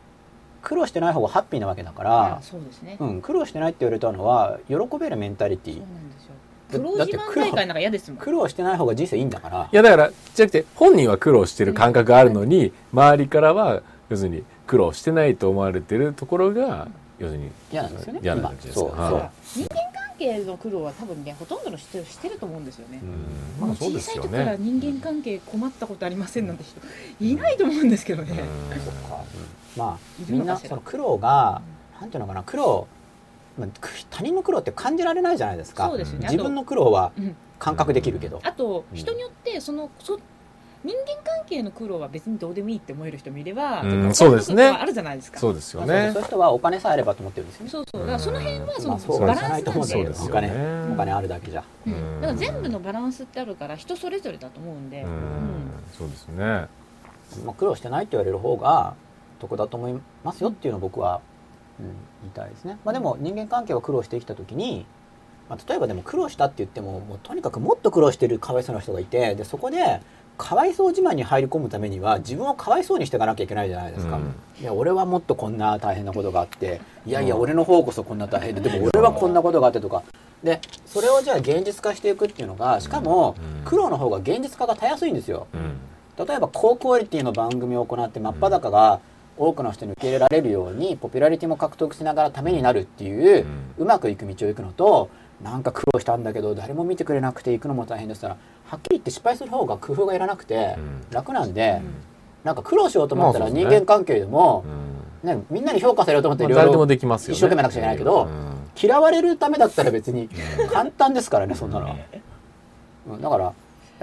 S1: 苦労してない方がハッピーなわけだか
S2: あ
S1: ら
S2: そうですね
S1: うん苦労してないって言われたのは喜べるメンタリテ
S2: そう
S1: ィ
S2: なんですよ
S1: だ
S2: 苦労自慢大会なんか嫌ですもん
S1: 苦労してない方が人生いいんだから
S4: いやだからじゃなくて本人は苦労してる感覚があるのに周りからは要するに苦労してないと思われてるところが要するに
S1: 嫌なんですよね
S4: 嫌な
S1: 今
S4: 感じですか
S1: そう
S4: はい
S1: そう
S2: 人間関係の苦労は多分ねほとんどの人してると思うんですよね、
S4: うんまあそうですよ
S2: 小さい時から
S4: ね
S2: 人間関係困ったことありませんなんて人いないと思うんですけどね、
S1: まあ
S2: いる
S1: み
S2: の
S1: ん
S2: か
S1: な
S2: しら
S1: その苦労がなんていうのかな苦労まあく他人の苦労って感じられないじゃないですか
S2: そうですよね
S1: 自分の苦労は
S2: うん
S1: 感覚できるけど
S2: あと
S4: うん
S2: 人によってそのそ人間関係の苦労は別にどうでもいいって思える人もいれば、
S4: うんそうですね
S2: 他のことはあるじゃないですか
S4: そううです
S1: ま
S4: よ
S1: あそう
S4: ね
S1: そういう人はお金さえあればと思ってるんですよね
S2: そうそうだからその辺はそ
S1: ま
S2: の
S1: あそう
S2: バランス
S1: じゃないと思うんだ
S2: な
S1: け
S2: ん
S1: ど
S2: で
S1: お金お金あ
S4: る
S1: るだけじゃ
S2: うんだから全部のバランスってあるから人それぞれだと思うんで、うん
S4: そうですね
S1: まあ苦労してないって言われる方が得だと思いますよっていうのを僕はうん言いたいですねまあでも人間関係は苦労してきた時にまあ例えばでも苦労したって言ってももうとにかくもっと苦労してるかわいそうな人がいてでそこでかわいそう自慢に入り込むためには自分をかわいそうにしていかなきゃいけないじゃないですか、
S4: うん
S1: いや俺はもっとこんな大変なことがあっていやいや俺の方こそこんな大変ででも俺はこんなことがあってとかでそれをじゃあ現実化していくっていうのがしかも
S4: うん
S1: 苦労の方が現実化がたやすいんですよ、
S4: うん
S1: 例えば高クオリティの番組を行って真っ裸が多くの人に受け入れられるようにポピュラリティも獲得しながらためになるっていううまくいく道を行くのとなんか苦労したんだけど誰も見てくれなくて行くのも大変でしたらはっきり言って失敗する方が工夫がいらなくて
S4: うん
S1: 楽なんでなんか苦労しようと思ったら
S4: まあそうで
S1: 人
S4: すね
S1: 間関係でも
S4: うん
S1: ねみんなに評価されようと思ってい
S4: まあ誰で
S1: ろい
S4: も
S1: ろ
S4: できますよね
S1: 一生懸命なくちゃいけないけど
S4: うん
S1: 嫌われるためだったら別に簡単ですからねそんなのは、うん、だからや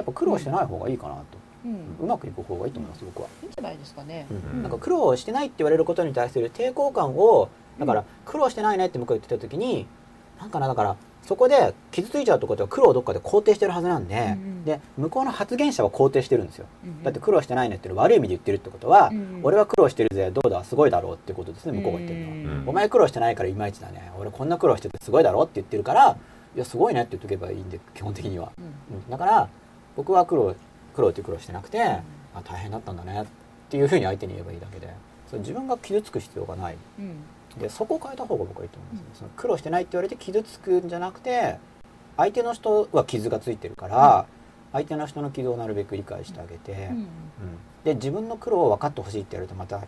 S1: っぱ苦労してない方がいいかなと
S2: う
S1: う
S2: ん
S1: まくいく方がいいと思います僕は。
S2: いいんじゃないですかね、
S4: うん
S1: なんか苦労してないって言われることに対する抵抗感をだから苦労してないねって僕が言ってた時になんかなだからそこで傷ついちゃうってことは苦労をどっかで肯定してるはずなんで、
S2: ん
S1: で向こうの発言者は肯定してるんですよ
S2: うん
S1: だって苦労してないねっていうのは悪い意味で言ってるってことは、
S2: うん
S1: 俺は苦労してるぜどうだすごいだろうってことですね向こうが言ってるのは、
S4: ん
S1: お前苦労してないからいまいちだね俺こんな苦労しててすごいだろって言ってるからいやすごいねって言っとけばいいんで基本的には、うんだから僕は苦労苦労って苦労してなくて、あ大変だったんだねっていうふうに相手に言えばいいだけでそう自分が傷つく必要がない
S2: うん
S1: でそこを変えた方が僕はいいと思うんですよ、その苦労してないって言われて傷つくんじゃなくて相手の人は傷がついてるから、相手の人の傷をなるべく理解してあげて、うんで自分の苦労を分かってほしいってやるとまた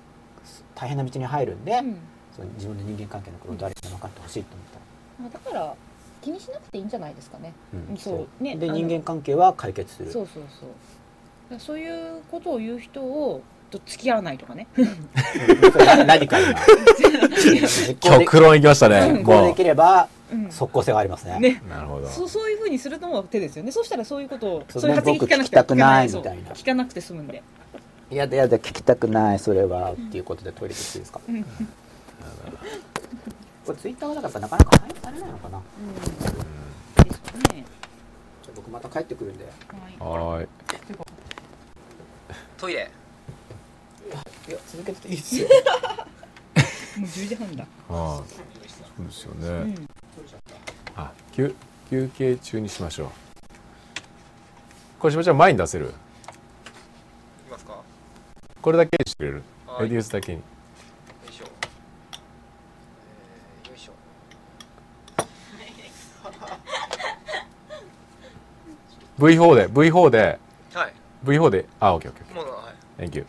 S1: す大変な道に入るんで、その自分の人間関係の苦労を誰かに分かってほしいと思ったら、
S2: まあだから気にしなくていいんじゃないですかね。
S1: うん
S2: そうね。
S1: で
S2: あの
S1: 人間関係は解決する
S2: そうそうそう。だからそういうことを言う人をと付き合わないとかね。
S1: うんそれは何か今実行で
S4: 極論いきましたね
S1: 実行で
S4: も
S1: きれば
S2: うん
S1: 即効性がありますね
S2: ね
S4: うなるほど
S2: そうそういうふうにするのも手ですよね。そうしたらそういうことを
S1: そう
S2: そういう発言
S1: 僕
S2: 聞かなく
S1: 聞き
S2: て
S1: たくない
S2: そう
S1: みたいな
S2: 聞かなくて済むんで。
S1: いやだやだ聞きたくないそれはっていうことでトイレ行っていいですか、
S2: ん
S1: これツイッターはだからやっぱなかなか反映されないのかな
S2: うん。でね。
S1: じゃあ僕また帰ってくるんで
S4: はーい
S3: トイレ
S1: いや続けてていいですよ
S2: もう10時半だ。
S4: ああそうですよね、
S2: ん
S4: あ休休憩中にしましょうこれしばちゃん前に出せる
S3: いきますかよ
S4: これだけにしてくれる
S3: はい
S4: レディースだけに
S3: いしょ、えー、よいしょ
S4: V4 で V4 で
S3: はい
S4: V4 であオッケーオッケー
S3: もうはい
S4: Thank you.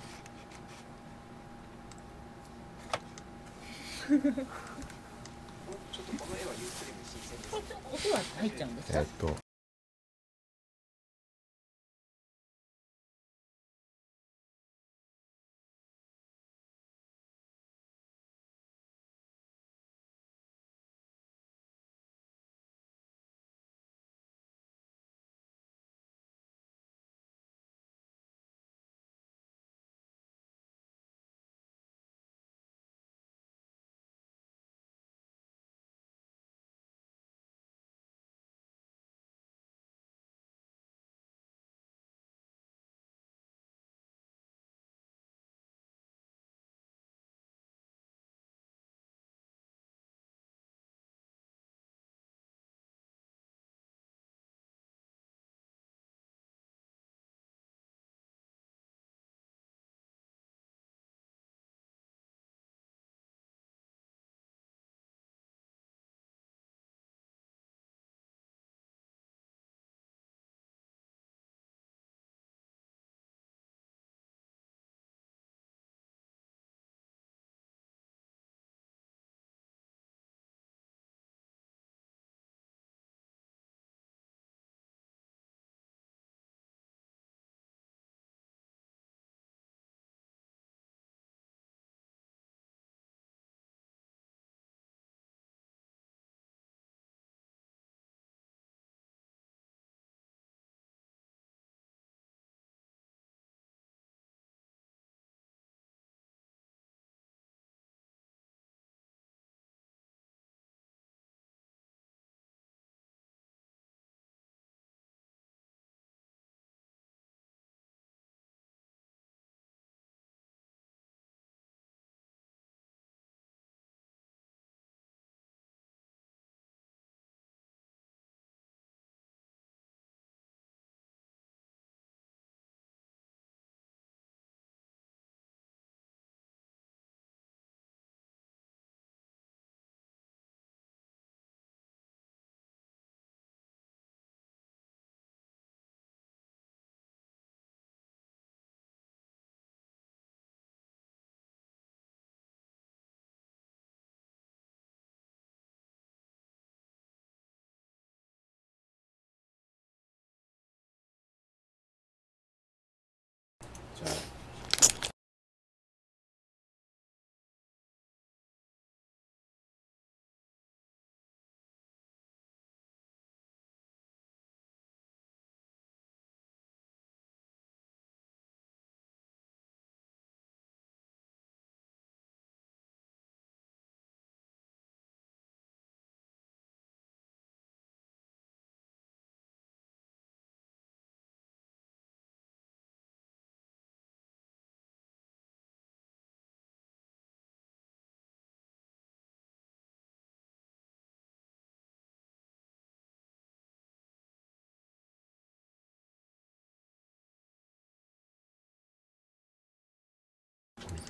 S2: 音は入っちゃうんです
S4: え
S2: か
S4: っ。と。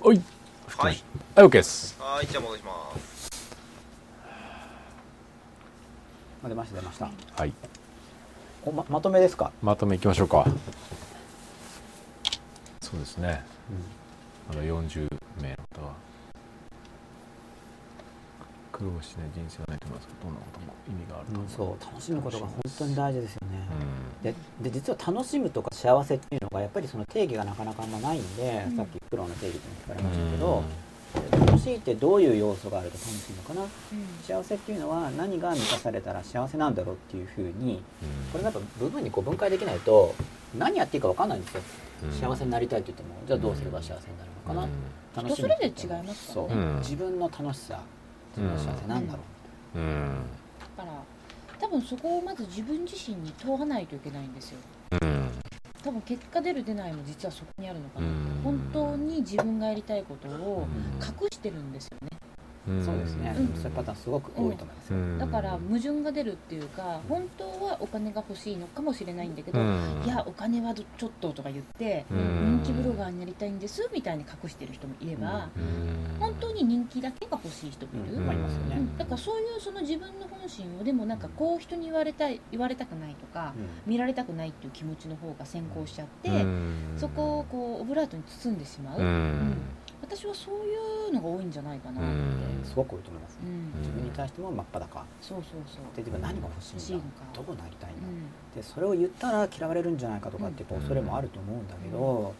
S4: はい。
S3: はい
S4: はい、OK です。
S3: はいじゃあ戻します
S1: あ出ました出ました
S4: はい
S1: おままとめですか、
S4: まとめいきましょうかそうですねまだ40名の方は苦労しない人生はないと思いますけどどんなことも意味があると思う、
S1: そう楽しむことが本当に大事ですよね、
S4: う
S1: でで実は楽しむとか幸せっていうのがやっぱりその定義がなかなかあんまないんで、さっき苦労の定義っていうのがありましたけど、楽しいってどういう要素があると楽しいのかな、幸せっていうのは何が満たされたら幸せなんだろうっていうふうにこれやっぱ部分にこう分解できないと何やっていいか分かんないんですよ、幸せになりたいって言ってもじゃあどうすれば幸せになるのかな、楽しみって言っても
S2: 人それぞれ違います
S1: そ
S2: か
S1: う、
S2: ら
S4: ねうん
S1: 自分の楽しさ自分の幸せなんだろう、
S4: うんうん
S2: だから多分そこをまず自分自身に問わないといけないんですよ
S4: うん
S2: 多分結果出る出ないも実はそこにあるのかな、
S4: うん
S2: 本当に自分がやりたいことを隠してるんですよね、
S1: そうですね、
S2: うん
S1: そういうパターンすごく多いと思います、
S4: ン
S2: だから矛盾が出るっていうか本当はお金が欲しいのかもしれないんだけど、いやお金はどちょっととか言って、
S4: うん
S2: 人気ブロガーになりたいんですみたいに隠してる人もいれば、本当
S4: に
S2: に人気だけが欲しい人もいる、
S1: うんありますよね
S2: うんだからそういうその自分の本心をでもなんかこう人に言われたい言われたくないとか、見られたくないっていう気持ちの方が先行しちゃって、そこをこうオブラートに包んでしまう、
S4: うん
S2: 私はそういうのが多いんじゃないかなって、う
S4: う
S2: ん
S4: ん
S1: すごく多いと思います、
S2: うん
S1: 自分に対しても真っ裸
S2: そうそうそう、
S1: で自分は何が欲しいんだ
S2: 欲しい
S1: ど
S2: のか
S1: うなりたいんだ、
S2: うん
S1: でそれを言ったら嫌われるんじゃないかとかってやっぱ恐れもあると思うんだけど、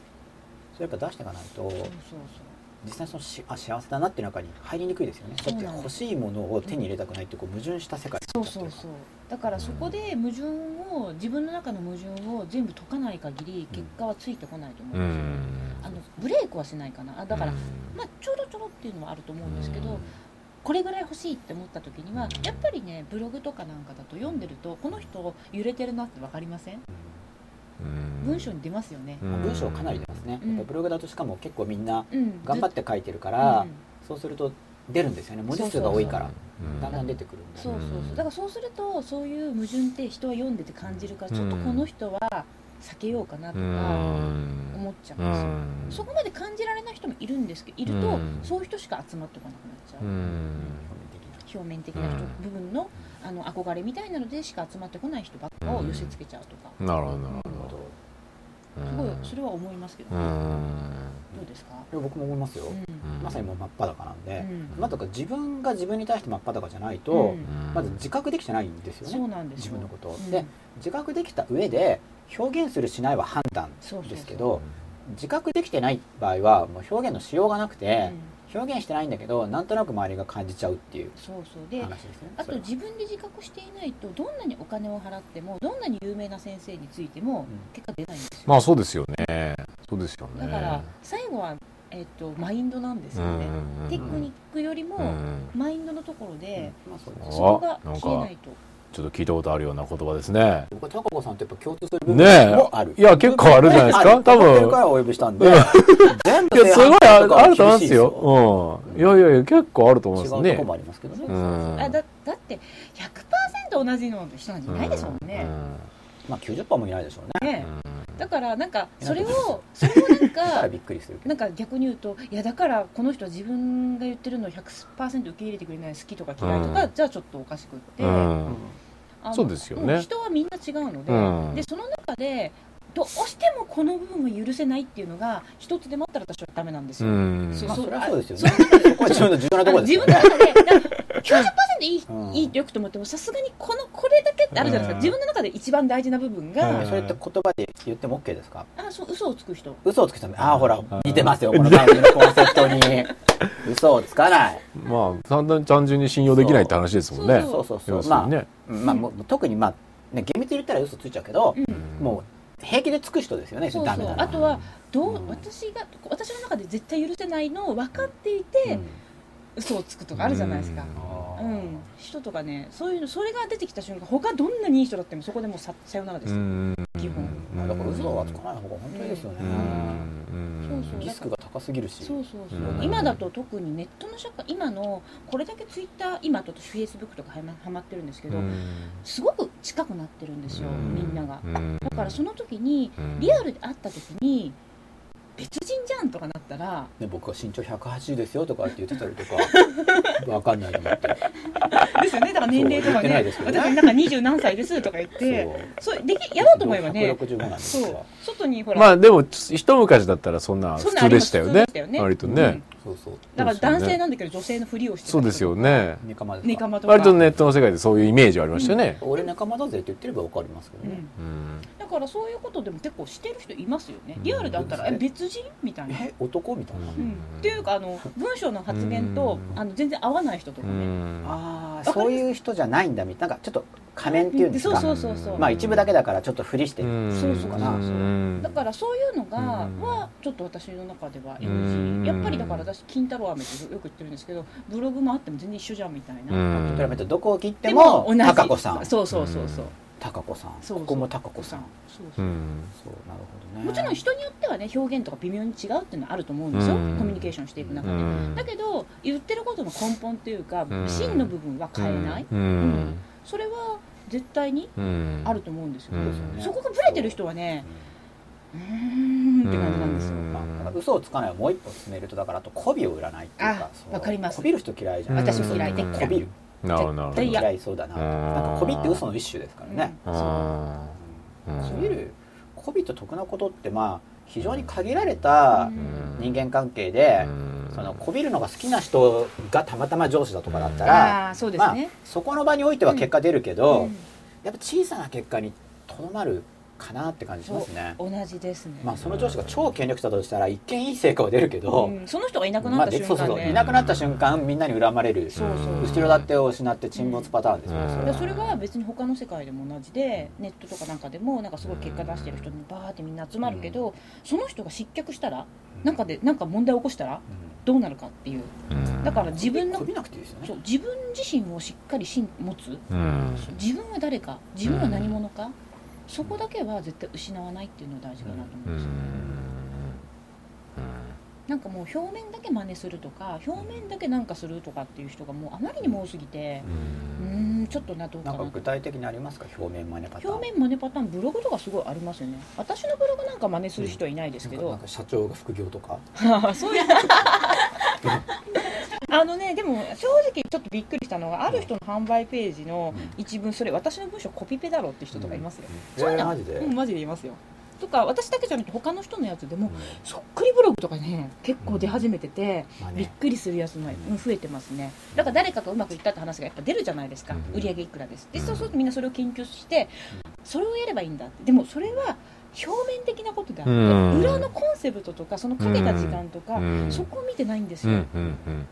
S1: それやっぱ出していかないと
S2: そうそう
S1: 実際そのしあ幸せだなっていう中に入りにくいですよねだ
S2: そう
S1: っ
S2: な
S1: て
S2: の
S1: 欲しいものを手に入れたくないってこう矛盾した世界
S2: そうそうそうそうだからそこで矛盾を自分の中の矛盾を全部解かない限り結果はついてこないと思うんですよ、あのブレイクはしないかなあだから、まあちょろちょろっていうのはあると思うんですけど、これぐらい欲しいって思った時にはやっぱりねブログとかなんかだと読んでるとこの人揺れてるなって分かりません文章に出ますよね
S1: まあ文章かなり出ますね、
S2: うん
S1: やっぱブログだとしかも結構みんな
S2: うん
S1: 頑張ってて書いてるから、そうすると出るんですよね文字数が多いからだんだん出てくるんで
S2: そうそうそうだからそうするとそういう矛盾って人は読んでて感じるからちょっとこの人は避けようかなとか思っちゃうんですよ、そこまで感じられない人もいるんですけどいると、
S4: うん
S2: そういう人しか集まってこなくなっちゃう、表面的な人、
S4: うん
S2: 部分のあの憧れみたいなのでしか集まってこない人ばっかを寄せつけちゃうとか、
S4: なるほどなる
S1: なるほど
S4: ほ
S2: すごい
S4: ど
S2: それは思いますけど、
S4: う
S2: ど
S4: ん
S2: うですか、
S1: いや僕も思いますよ、
S2: うん
S1: まさにもう真っ裸なんで、
S2: うん
S1: まあだから自分が自分に対して真っ裸じゃないと、
S2: うん
S1: まず自覚できてないんですよね
S2: そうなんで
S1: 自
S2: すよ
S1: 分のことを、
S2: うん
S1: で自覚できた上で表現するしないは判断
S2: そうそうそう
S1: ですけど自覚できてない場合はもう表現のしようがなくて
S2: う、ん
S1: 表現してないんだけどなんとなく周りが感じちゃうっていう
S2: そうそうで
S1: 話ですね
S2: あ
S1: そ
S2: と
S1: れは
S2: 自分で自覚していないとどんなにお金を払ってもどんなに有名な先生についても
S1: うん
S2: 結果出ないんですよ、
S4: まあそうですよねそうですよね
S2: だから最後は、えっとマインドなんですよね、テクニックよりも、マインドのところで、
S1: まあそうです
S4: うん
S2: そこが消えないと
S4: ちょっと聞いたことあるような言葉ですね
S1: 僕は高子さんとやっぱ共通する部
S4: ね
S1: 分
S4: え
S1: もある、
S4: いや結構あるんじゃないですか
S1: ある
S4: 多分
S1: 持ってるからお呼びしたんで
S4: うん
S1: 全
S4: い
S1: 部
S4: やす
S1: 正
S4: ごい
S1: 反
S4: あ
S1: 対
S4: る
S1: か
S4: あ
S1: は
S4: ると
S1: 厳
S4: 思いま
S1: しい
S4: すようんいやいやいや結構あると思い
S1: 違う
S4: ます
S1: とこ
S4: ね
S1: もありますけどね
S4: うん
S2: あだだって100%同じの人なんていないですもんね,、
S1: まあ90%もいないでしょうね
S2: ねだからなんかそれ
S1: いないと思い
S2: をそれをな
S1: だ
S2: ん
S4: [laughs]
S1: から
S2: か
S1: びっくりするけど
S2: なんか逆に言うといやだからこの人は自分が言ってるのを100%受け入れてくれない好きとか嫌いとか、
S4: うん
S2: じゃあちょっとおかしくって、
S4: うんうん
S2: あの
S4: そうですよね
S2: ん人はみんな違うので,、
S4: うん
S2: でその中でどうしてもこの部分は許せないっていうのが一つでもあったら私はダメなんですよ、
S4: うん
S2: そう
S1: まあ
S2: そ
S1: そうれはそうですよ
S2: あ
S1: ねそこは自分の重要 [laughs] なところです
S2: 自
S1: よ
S2: 分の
S1: ね
S2: 中でだから90%いい,、
S1: うん
S2: いいよくと思ってもさすがにこのこれだけってあるじゃないですか、
S4: うん
S2: 自分の中で一番大事な部分
S4: う
S2: が、
S4: ん
S1: それって言葉で言っても OK ですか
S2: あそう嘘をつく人
S1: 嘘をつくためああほら似てますよこの番組のコンセプトに嘘をつかない
S4: まあ単純単純に信用できないって話ですもんね
S1: そうそうそう
S4: 要する
S1: まあ
S4: にね
S1: うんまあ、もう特にまあ、ね、厳密に言ったら嘘ついちゃうけど、
S4: うん
S1: もう平気でつく人ですよね
S2: そう
S1: ダ
S2: そ
S1: メ
S2: う
S1: だな
S2: あとはどう、
S1: うん
S2: 私が私の中で絶対許せないのを分かっていて、
S1: うん
S2: 嘘をつくとかあるじゃないですか、うん人とかねそういうのそれが出てきた瞬間他どんなにいい人だってもそこでもうささよならです、
S4: うん
S2: 基本、
S1: まあだから嘘はつかない方が本当にですよね、
S4: うん
S2: そうそう
S1: リスクが高すぎるし
S2: そうそうそう、
S4: うん
S2: 今だと特にネットの社会今のこれだけツイッター今ちょっとフェイスブックとかはまはまってるんですけど、すごく近くなってるんですよ、みんなが、だからその時にリアルで会った時に別人じゃんとかなったら
S1: ね、僕は身長180ですよとかって言ってたりとか
S2: [laughs]
S1: わかんないと思って
S2: ですよねだから年齢とか
S1: そう言ってない
S2: ね
S1: ですけどね
S2: 私なんか二十何歳ですとか言ってそうできやろうと思えばね
S1: 165なんです
S2: そ
S1: よ
S2: う外にほら、
S4: まあでも一昔だったらそんな普通でしたよ
S2: そ
S4: ね
S2: んなあります普通でしたよね
S4: 割とね、
S1: そうそう
S2: だから男性なんだけど女性のふりをしてた
S4: そうですよね
S1: ネカマですか
S2: ネカマとか
S4: 割とネットの世界でそういうイメージはありましたよね、
S1: 俺ネカマだぜって言ってればわかりますけど
S2: う
S1: ね、
S2: ん、
S4: うん
S2: だからそういうことでも結構してる人いますよね
S4: うん
S2: リアルだったら「え別人?」みたいな。
S1: え男みたいな、
S2: うん、っていうかあの文章の発言と
S4: うん
S2: あの全然合わない人とか
S4: う
S2: ね。
S4: ん
S1: ああそういう人じゃないんだみたいななんかちょっと仮面っていうんですか、
S2: そうそうそうそう。
S1: まあ一部だけだからちょっとふりしてる、
S2: そうそうそう
S4: うん
S2: だからそういうのが
S4: うん
S2: はちょっと私の中では
S4: うん
S2: NG やっぱりだから私金太郎飴ってよく言ってるんですけどブログもあっても全然一緒じゃんみたいな、
S4: うん
S1: 比べてどこを切っても
S2: 同じ
S1: 高子さん
S2: そうそうそうそう
S1: 高子さん
S2: そうそう
S1: ここも高子さん
S2: そう
S4: う
S2: そう、
S4: ん
S1: そうなるほどね
S2: もちろん人によってはね表現とか微妙に違うっていうのはあると思うんですよ、
S4: うん
S2: コミュニケーションしていく中で、
S4: うん
S2: だけど言ってることの根本っていうか、
S4: うん
S2: 真の部分は変えない、
S4: う
S2: うん
S4: ん
S2: それは絶対に
S4: うん
S2: あると思うんですよ、
S4: うん
S1: そうですよね
S2: そこがブレてる人はねうーんって感じなんですよ、
S4: うん
S1: まあ、だから嘘をつかないをもう一歩進めるとだからあと媚びを売らないっていうか
S2: あ
S1: そう
S2: わかります
S1: 媚びる人嫌いじゃん
S4: 私
S1: 嘘
S4: 嫌いで
S1: 媚びる
S4: なるほどなる
S2: 絶
S4: ほど
S2: 対嫌
S1: 嫌いそうだななんか媚びって嘘の一種ですからね、
S2: うん
S4: あーうん
S1: 媚びる媚びと得なことってまあ非常に限られた
S4: うん
S1: 人間関係で、
S4: うん
S1: その媚びるのが好きな人がたまたま上司だとかだったら、
S2: ああーそうで
S1: ますあ
S2: ね、
S1: そこの場においては結果出るけど、
S2: うん
S1: やっぱ小さな結果にとどまるかなって感じしますね。
S2: 同じですね、
S1: まあその上司が超権力者だとしたら一見いい成果は出るけど、
S2: うん、その人がいなく
S1: ま
S2: な
S1: あ、
S2: った
S1: で
S2: 瞬
S1: そうそう
S2: 間
S1: そうい
S2: ね、
S1: なくなった瞬間みんなに恨まれる
S2: そうそう
S4: うん
S1: 後ろ盾を失って沈没パターンですよね、
S4: うん
S1: それ
S2: で
S1: は
S2: それが別に他の世界でも同じでネットとかなんかでもなんかすごい結果出してる人にバーってみんな集まるけど、その人が失脚したらなんかでなんか問題起こしたらどうなるかっていう
S4: うん
S2: だから自分の
S1: こびなくていいですよね
S2: そう自分自身をしっかり信持つ
S4: うん
S2: 自分は誰か自分は何者か、そこだけは絶対失わないっていうのが大事かなと思う
S4: うんん
S2: ですよ、なんかもう表面だけ真似するとか表面だけなんかするとかっていう人がもうあまりにも多すぎてうーんちょっとなどうか
S1: なん
S2: な
S1: か
S2: と
S1: 具体的にありますか表面真似パターン
S2: 表面真似パターンブログとかすごいありますよね私のブログなんか真似する人はいないですけ
S1: なんかなん
S2: ど、
S1: か社長が副業とか
S2: そういうあのねでも正直ちょっとびっくりしたのがある人の販売ページの一文それ私の文章コピペだろって人とかいますよ、
S1: え
S2: そういう
S1: ー
S2: の
S1: マジで、
S2: うんマジでいますよとか私だけじゃなくて他の人のやつでも
S1: うん
S2: そっくりブログとかね結構出始めてて、
S1: まあ
S2: びっ
S1: ね
S2: くりするやつもうん増えてますねだから誰かがうまくいったって話がやっぱ出るじゃないですか、
S4: うん
S2: 売り上げいくらですでそうするとみんなそれを研究してそれをやればいいんだってでもそれは表面的なことであって、
S4: うん
S2: 裏のコンセプトとかそのかけた時間とか、
S4: うん
S2: そこを見てないんです
S4: う
S2: よ、
S4: んうん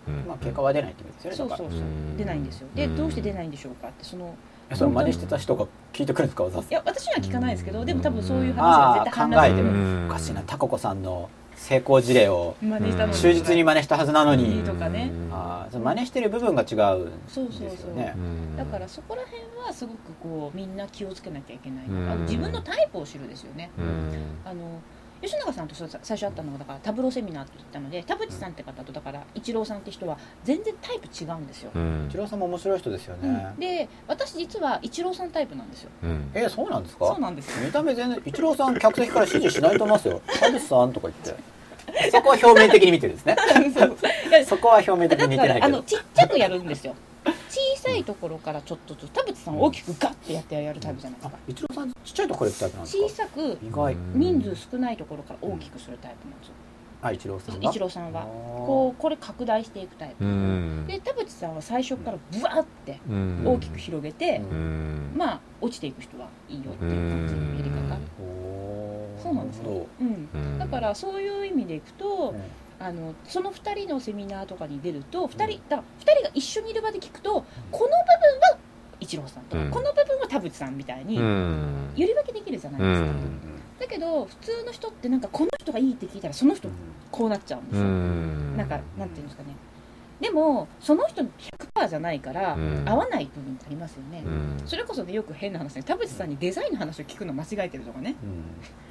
S4: うんうん
S1: まあ結果は出ないってことです
S2: そ
S1: よ
S2: う
S1: ねだ
S2: そ
S1: か
S2: う
S1: ら
S2: そう
S4: うん
S2: 出ないんですよで
S4: うん
S2: どうして出ないんでしょうかってその
S1: えその真似してた人が聞いてくるんですかわざわ
S2: い
S1: ざ
S2: や私には聞かないですけどでも多分そういう話
S1: あ
S2: が絶
S1: あ
S2: 対
S1: 考
S2: 反
S1: えて
S2: 乱
S1: る、
S2: する
S4: うん
S1: おかしいなタココさんの成功事例を
S2: 真似したの
S1: 忠実に真似したはずなのに、
S2: いいとかね
S1: ああその真似してる部分が違うんですよね
S2: そうそうそう
S4: うん
S2: だからそこら辺はすごくこうみんな気をつけなきゃいけないと
S4: うん
S2: か自分のタイプを知るですよね、
S4: うん
S2: あの吉永さんとさ最初会ったのがだからタブローセミナーって言ったので田淵さんって方とだから一郎さんって人は全然タイプ違うんですよ、
S4: うん
S1: 一郎さんも面白い人ですよね、
S2: で私実は一郎さんタイプなんですよ
S4: うん
S1: えそうなんですか
S2: そうなんですよ
S1: 見た目全然一郎さん客席から指示しないと思いますよ「田口さん」とか言ってそこは表面的に見てるんです
S2: [laughs]
S1: ね
S2: そう
S1: そこは表面的
S2: だか
S1: に見てない
S2: らあ
S1: け
S2: の
S1: ど
S2: ちっちゃくやるんですよ小さいところからちょっとずつ田淵さんは大きくガッてやってやるタイプじゃないです
S1: あ
S2: か
S1: 一郎さんちっちゃいとこから行くタイプなんですか
S2: 小さく
S1: 意外
S2: 人数少ないところから大きくするタイプなんですよ
S1: あ一郎さんが
S2: 一郎さんは
S1: あー
S2: こうこれ拡大していくタイプ、
S4: うん
S2: で田淵さんは最初からブワーって
S4: うん
S2: 大きく広げて、
S4: うん
S2: まあ落ちていく人はいいよっていう感じのやり方
S1: おー
S2: そうなんですよ
S1: なるほ
S2: うん、
S4: うん
S2: だからそういう意味でいくと
S1: ど、ね
S2: あのその2人のセミナーとかに出ると2人だから二人が一緒にいる場で聞くとこの部分は一郎さんと、
S4: うん
S2: この部分は田淵さんみたいに、
S4: うん
S2: より分けできるじゃないですか、だけど普通の人ってなんかこの人がいいって聞いたらその人こうなっちゃうんです
S4: う
S2: よ、
S4: ん
S2: なんかなんていうんですかねでもその人100%じゃないから、
S4: うん
S2: 合わない部分ってありますよね、
S4: うん
S2: それこそねよく変な話ね田淵さんにデザインの話を聞くの間違えてるとかね [laughs]
S1: うん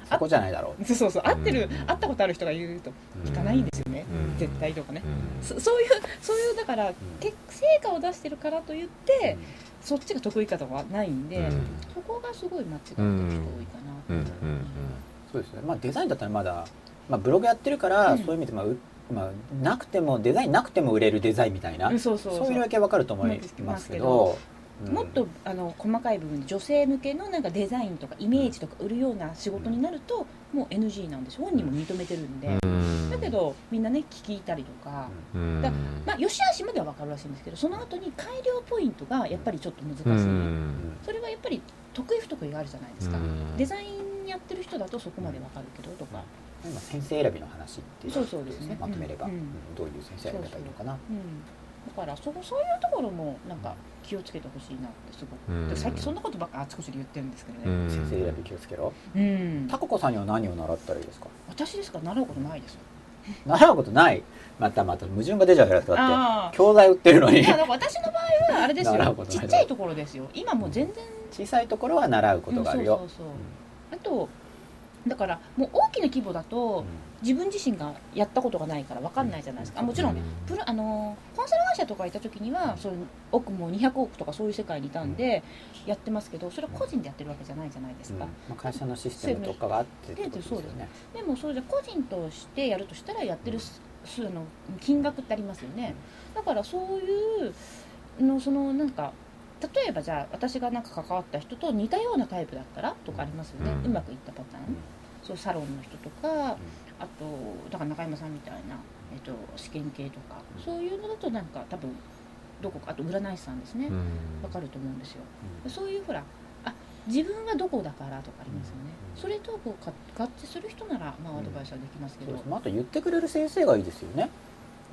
S1: そこじゃないだろう
S2: そうそうそう合ってる、
S4: うん
S2: 合ったことある人が言うと聞かないんですよね、
S4: うん
S2: 絶対とかね、
S4: うん
S2: そそういうそういうだから結成果を出してるからといって、そっちが得意かとかはないんで、
S4: うん
S2: そこがすごい間違ってる人多いかなって、
S4: うんうん
S1: そうですねまあデザインだったらまだまあ、ブログやってるから、そういう意味で、まあうまあ、なくてもデザインなくても売れるデザインみたいな、
S2: そうそうそう
S1: そういうわけわかると思いますけど、うん
S2: もっとあの細かい部分女性向けのなんかデザインとかイメージとか売るような仕事になるともう NG なんでしょ本人も認めてるんで、
S4: うん
S2: だけどみんなね聞いたりとか、
S4: うん
S2: だまあ良し悪しまでは分かるらしいんですけどその後に改良ポイントがやっぱりちょっと難しい、
S4: うん
S2: それはやっぱり得意不得意があるじゃないですか、
S4: うん
S2: デザインやってる人だとそこまで分かるけどとか、
S1: 今先生選びの話っていう
S2: そうそうですね
S1: まとめれば、
S2: うん
S1: うんどういう先生選べばいいのかな
S2: うん、だからそこそういうところもなんか気をつけてほしいなってすご
S4: うん
S2: く、で最近そんなことばっかあちこちで言ってるんですけど
S4: う
S2: ね、
S4: ん
S1: 先生選び気をつけろ
S2: うん
S1: タコ子さんには何を習ったらいいですか
S2: 私ですから習うことないですよ
S1: 習うことないまたまた矛盾が出ちゃうじゃないですかだっ
S2: あ
S1: て教材売ってるの
S2: [laughs] あい
S1: に
S2: やだから私の場合はあれです
S1: 習うこ
S2: よ
S1: と
S2: ち
S1: ない
S2: っちゃいところですよ今もう全然
S1: 小さいところは習うことがあるよ、
S2: うんそうそうそうあとだからもう大きな規模だと自分自身がやったことがないから分かんないじゃないですかあもちろんプロあのーコンサル会社とかいた時にはそういう億も200億とかそういう世界にいたんでやってますけどそれは個人でやってるわけじゃないじゃないです
S1: うん
S2: か
S1: ま、あ、会社のシステムとかがあってってことですよね
S2: でもそうじゃ個人としてやるとしたらやってるす数の金額ってありますよねだからそういうのそのなんか例えばじゃあ私がなんか関わった人と似たようなタイプだったらとかありますよね、
S4: う
S2: うんまくいったパターン、
S1: うん
S2: そうサロンの人とかあとだから中山さんみたいな、えっと、試験系とかそういうのだとなんか多分どこかあと占い師さんですね、わかると思うんですよ、
S1: うん
S2: そういうほらあ自分はどこだからとかありますよね、
S1: うん
S2: それとこうか合致する人なら、まあ、アドバイスはできますけ
S1: そ
S2: ど、
S1: うですまあ、あと言ってくれる先生がいいですよね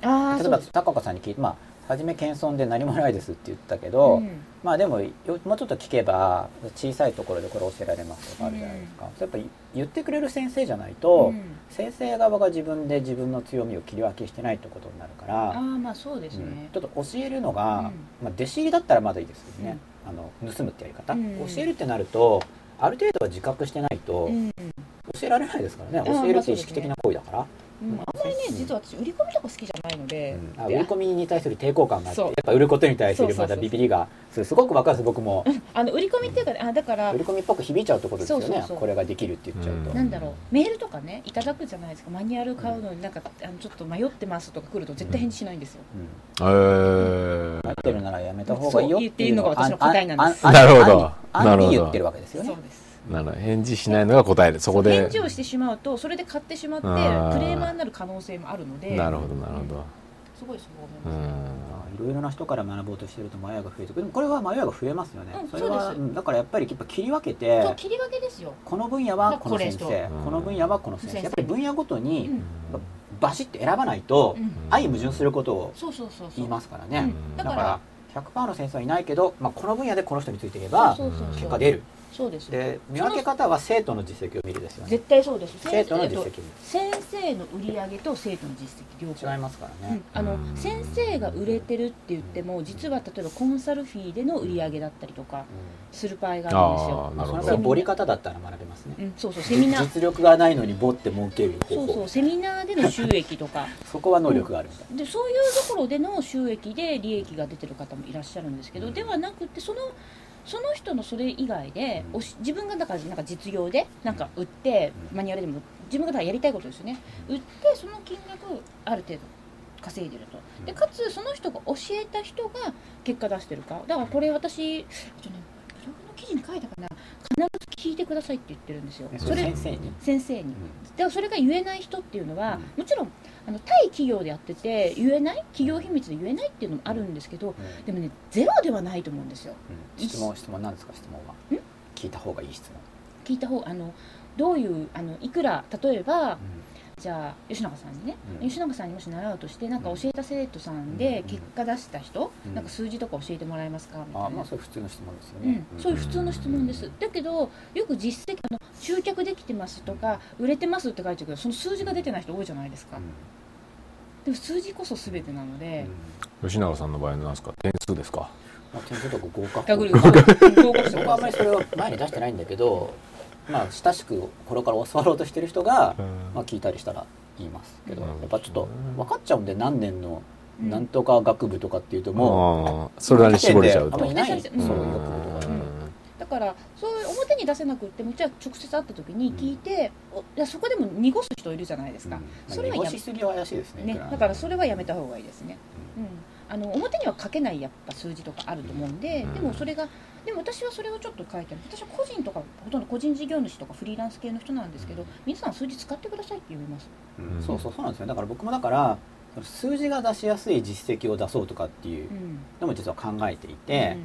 S2: ああ
S1: 例え
S2: そう
S1: ば
S2: です
S1: 高岡さんに聞いて、まあ、初め謙遜で何もないですって言ったけど、
S2: うん
S1: まあでもよもうちょっと聞けば小さいところでこれ教えられますとかあるじゃないですか、やっぱり言ってくれる先生じゃないと、
S2: うん
S1: 先生側が自分で自分の強みを切り分けしてないってことになるか
S2: ああ
S1: ら、
S2: まあそうです
S1: う
S2: ね、
S1: んちょっと教えるのが、
S2: うん
S1: まあ、弟子入りだったらまだいいですけどね、あの盗むってやり方、
S2: うん
S1: 教えるってなるとある程度は自覚してないと、
S2: うん
S1: 教えられないですからね
S2: あー
S1: 教えるって意識的な行為だから、
S2: うんあんまりね実は私売り込みとか好きじゃないので、
S1: うんあ売り込みに対する抵抗感があってや
S2: そう
S1: っぱ売ることに対す
S2: そ
S1: る
S2: うそうそ
S1: まだ
S2: う
S1: ビビりがそれすごくわかるんです僕も
S2: あの売り込みっていうかねあだから
S1: 売り込みっぽく響いちゃうってことですよね
S2: そうそうそう
S1: これができるって言っちゃうと、
S4: う
S2: なんだろうメールとかねいただくじゃないですかマニュアル買うのになんかあのちょっと迷ってますとか来ると絶対返事しないんですよ、
S1: うん
S4: えー
S1: なってるならやめた方がいいよっていう
S2: そう言っていいのが私の答えなんです
S1: ああ
S4: なるほど
S1: あんあん
S4: なるほど
S1: に言ってるわけですよね
S2: そうです
S4: なるほど返事しないのが答えでそこで
S2: 返事をしてしまうとそれで買ってしまってク
S4: あ
S2: レ
S4: ー
S2: ーマーになる可能性もあるので
S4: なるほどなるほど
S2: すごいそう思います
S4: う
S2: ね、
S4: ん
S1: いろいろな人から学ぼうとしてると迷いが増えてくるでもこれは迷いが増えますよね、
S2: うん
S1: それは
S2: そうです
S1: んだからやっぱりやっぱ切り分け
S2: そう
S1: て
S2: 切り分けですよ、
S1: この分野はこの
S2: これ
S1: 先
S2: と
S1: 生
S4: うん
S1: この分野はこの先生
S2: 先生
S1: やっぱり分野ごと
S2: う
S1: に
S2: ん
S1: バシッて選ばないと
S2: うん、
S1: 相矛盾することを
S2: そうそうそうそう
S1: 言いますから
S2: う
S1: ね、
S2: ん
S1: だ
S2: だ
S1: か
S2: からら
S1: 100%の先生はいないけど、まあ、この分野でこの人についていれば
S2: そうそうそう
S1: 結果出る
S2: そうです
S1: で見分け方は生徒の実績を見るですよね
S2: 絶対そうです
S1: 生徒の実績を
S2: えっと先生の売り上げと生徒の実績両
S1: 見
S2: 方
S1: る違いますから
S2: う
S1: ね
S2: ん、あの先生が売れてるって言っても実は例えばコンサルフィーでの売り上げだったりとかする場合があるんです
S4: あ
S2: よ
S4: あ
S1: ま
S4: な
S1: あ、その
S4: るほ
S1: 分
S4: ど
S1: ボリ方だったら学べますね、
S2: うん、そうそうセミナー
S1: 実力がないのにボって儲ける方
S2: そ
S1: 法
S2: う
S1: そ
S2: そうセミナーでの収益とか
S1: こは能力があるみたい
S2: でそういうところでの収益で利益が出てる方もいらっしゃるんですけど、ではなくてそのその人のそれ以外で、おし自分がだからなんか実業でなんか売って、マニュアルでも自分がだからやりたいことですよね売ってその金額をある程度稼いでるとでかつその人が教えた人が結果出してるかだからこれ私ちょっとねブログの記事に書いたかな必ず聞いてくださいって言ってるんですよ
S1: な、ね
S2: そ
S1: それ
S2: れ
S1: 先生に、
S2: 先生に
S1: う。ん
S2: だからそれが言えない人っていうのは、
S1: うん
S2: もちろんあの対企業でやってて言えない企業秘密で言えないっていうのもあるんですけどでもねゼロではないと思うんですよ
S1: うん質問質問なんですか質問は
S2: ん
S1: 聞いた方がいい質問、
S2: 聞いた方あのどういうあのいくら例えばじゃあ吉永さんにね、
S1: うん
S2: 吉永さんにもし習うとしてなんか教えた生徒さんで
S1: うん
S2: 結果出した人、
S1: うん
S2: なんか数字とか教えてもらえますかみたい
S1: あ
S2: な。
S1: あまあそれ普通の質問ですよ
S2: う
S1: ね
S2: ん、、そういう普通の質問です、だけどよく実績あの集客できてますとか売れてますって書いてるけどその数字が出てない人多いじゃないですか、
S1: う
S2: でも数字こそ全てなので、
S1: んうん
S4: 吉永さんの場合なんですか点数ですか
S1: まあ、点数とか合格
S2: ガグル合格
S1: 僕はあんまりそれを前に出してないんだけどまあ親しくこれから教わろうとしてる人が、まあ、聞いたりしたら言いますけど、
S4: うん
S1: やっぱちょっと分かっちゃうんで何年の
S2: うん
S1: なんとか学部とかっていうともう、
S4: もうんそれなりに絞れちゃう
S1: あんまり
S4: と
S1: ない
S2: うん
S1: そういう学部とか
S2: んだからそういう表に出せなくってもじゃあ直接会った時に聞いて、おいやそこでも濁す人いるじゃないですか、それは
S1: 濁
S2: や
S1: しすぎは怪しいですね
S2: ね
S1: いくら
S2: だからそれはやめた方がいいですね、うん、あの表には書けないやっぱ数字とかあると思うんで、
S4: うん
S2: でもそれがでも私はそれをちょっと書いてある私は個人とかほとんど個人事業主とかフリーランス系の人なんですけど皆さん数字使ってくださいって言います
S1: うんそうそうそうなんですよだから僕もだから数字が出しやすい実績を出そうとかっていう
S2: うん
S1: のも実は考えていて、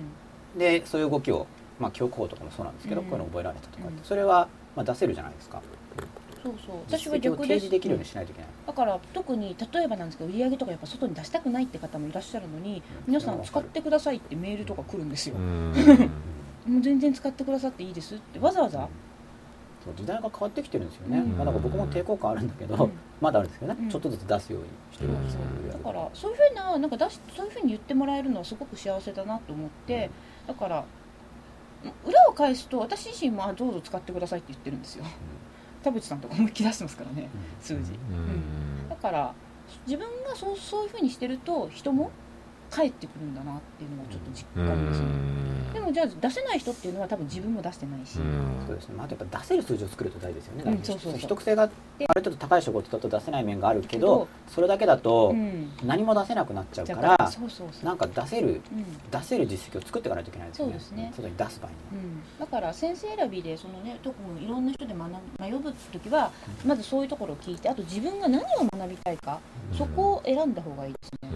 S1: でそういう動きをまあ教科法とかもそうなんですけど、
S2: うん
S1: こういうの覚えられたとかって
S2: うん
S1: それはまあ出せるじゃないですか
S2: うんそうそう私
S1: 実
S2: は
S1: 績を
S2: 逆
S1: 提
S2: です
S1: 示できるようにしないといけない
S2: だから特に例えばなんですけど売り上げとかやっぱ外に出したくないって方もいらっしゃるのに皆さん使ってくださいってメールとか来るんですよ、もう全然使ってくださっていいですってわざわざ、
S1: そう時代が変わってきてるんですよね、
S2: うん
S1: まあ、だから僕も抵抗感あるんだけど、
S2: うん
S1: まだあるんですけどね、
S2: うん
S1: ちょっとずつ出すようにしてるんですよ、
S4: うん
S1: や
S2: だ
S1: る
S2: からそういうふうななんか出しそういうふうに言ってもらえるのはすごく幸せだなと思って、だから裏を返すと私自身もあどうぞ使ってくださいって言ってるんですよ、田淵さんとか思いっきり出してますからね数字、だから自分がそうそういうふうにしてると人も帰ってくるんだ [laughs] なっていうのがちょっと実感ですね、でもじゃあ出せない人っていうのは多分自分も出してないし、
S1: そうですね、まあ、あとやっぱ出せる数字を作ると大事ですよね、
S2: うん
S1: だから
S2: そうそうそう
S1: 秘匿性がある程度高い仕事だと出せない面があるけどそれだけだと
S2: うん
S1: 何も出せなくなっちゃう
S2: じゃ
S1: か
S2: あ
S1: ら、
S2: そうそうそう
S1: なんか出せる
S2: うん
S1: 出せる実績を作っていかないといけないですよね
S2: そうですね
S1: 外に出す場合には、
S2: うんだから先生選びでそのね特にいろんな人で学ぶ迷ぶ時はまずそういうところを聞いてあと自分が何を学びたいかそこを選んだ方がいいですね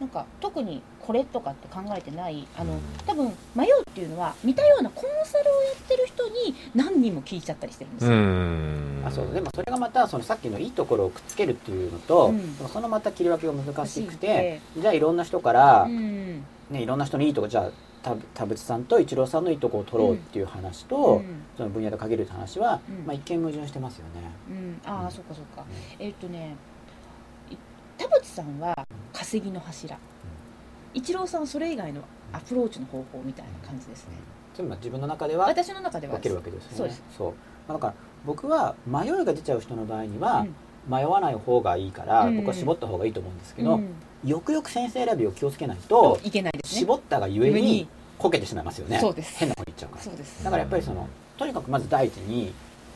S2: なんか特にこれとかって考えてないあの多分迷うっていうのは似たようなコンサルをやってる人に何人も聞いちゃったりしてるんですよ、
S1: あそうでもそれがまたそのさっきのいいところをくっつけるっていうのと、
S2: うん
S1: でもそのまた切り分けが難しく
S2: 難
S1: てじゃあいろんな人から、
S2: うん
S1: ね、いろんな人のいいとこじゃあ田田淵さんと一郎さんのいいとこを取ろうっていう話と、
S2: うん
S1: その分野で限るって話は、
S2: うん
S1: まあ、一見矛盾してますよね。
S2: うん、ああ、
S1: うん
S2: そっかそっか、えっとねい田淵さんは稼ぎの柱一郎さんはそれ以外のアプローチの方法みたいな感じですね
S1: つまり自分の中では
S2: 私の中では
S1: 分けるわけですよ
S2: そう
S1: ね
S2: です。
S1: そうまあだから僕は迷いが出ちゃう人の場合には、
S2: うん
S1: 迷わない方がいいから、
S2: うん
S1: 僕は絞った方がいいと思うんですけ
S2: う
S1: ど、
S2: ん
S1: よくよく先生選びを気をつけないと、
S2: いけないですね
S1: 絞ったがゆえ
S2: ゆえ
S1: に
S2: に
S1: こけてしまいますよね
S2: そうです
S1: 変な方にいっちゃうから
S2: そうです
S1: だからやっぱりそのとにかくまず第一に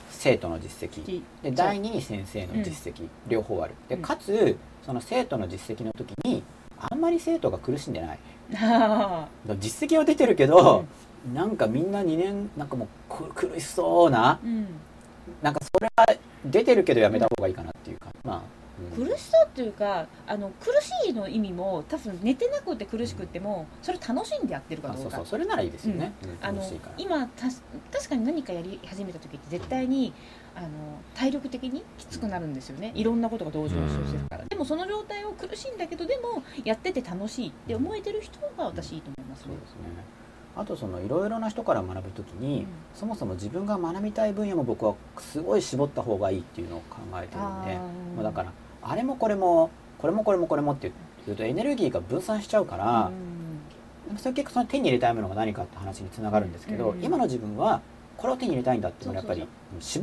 S1: 生徒の実績で第二に先生の実績、両方あるで
S2: うん
S1: かつその生徒の実績の時にあんまり生徒が苦しんでない
S2: あ
S1: 実績は出てるけど、なんかみんな2年なんかもうく苦しそうな
S2: ー [laughs] うん
S1: なんかそれは出てるけどやめた方がいいかなっていうかまあ、うん
S2: 苦しさっていうかあの苦しいの意味も多分寝てなくて苦しくってもそれ楽しんでやってるか
S1: あ
S2: ど
S1: そううそ
S2: か
S1: うそれならいいですよね、うん
S2: あの
S1: 楽しいから
S2: 今たし確かに何かやり始めた時って絶対にあの体力的にきつくなるんですよねいろんなことが同時に生じてるから、でもその状態を苦しいんだけどでもやってて楽しいって思えてる人が私いいと思います
S1: そう
S2: ね
S1: で、すねあとそのいろいろな人から学ぶときに、
S2: うん
S1: そもそも自分が学びたい分野も僕はすごい絞った方がいいっていうのを考えてるんで
S2: ー
S1: もうだからあれもこれもこれもこれもこれもって言うとエネルギーが分散しちゃうから
S2: う、ん
S1: それ結局その手に入れたいものが何かって話につながるんですけど、
S2: うん
S1: 今の自分はこれを手に入れたいんだっていうのをやっぱり
S2: そう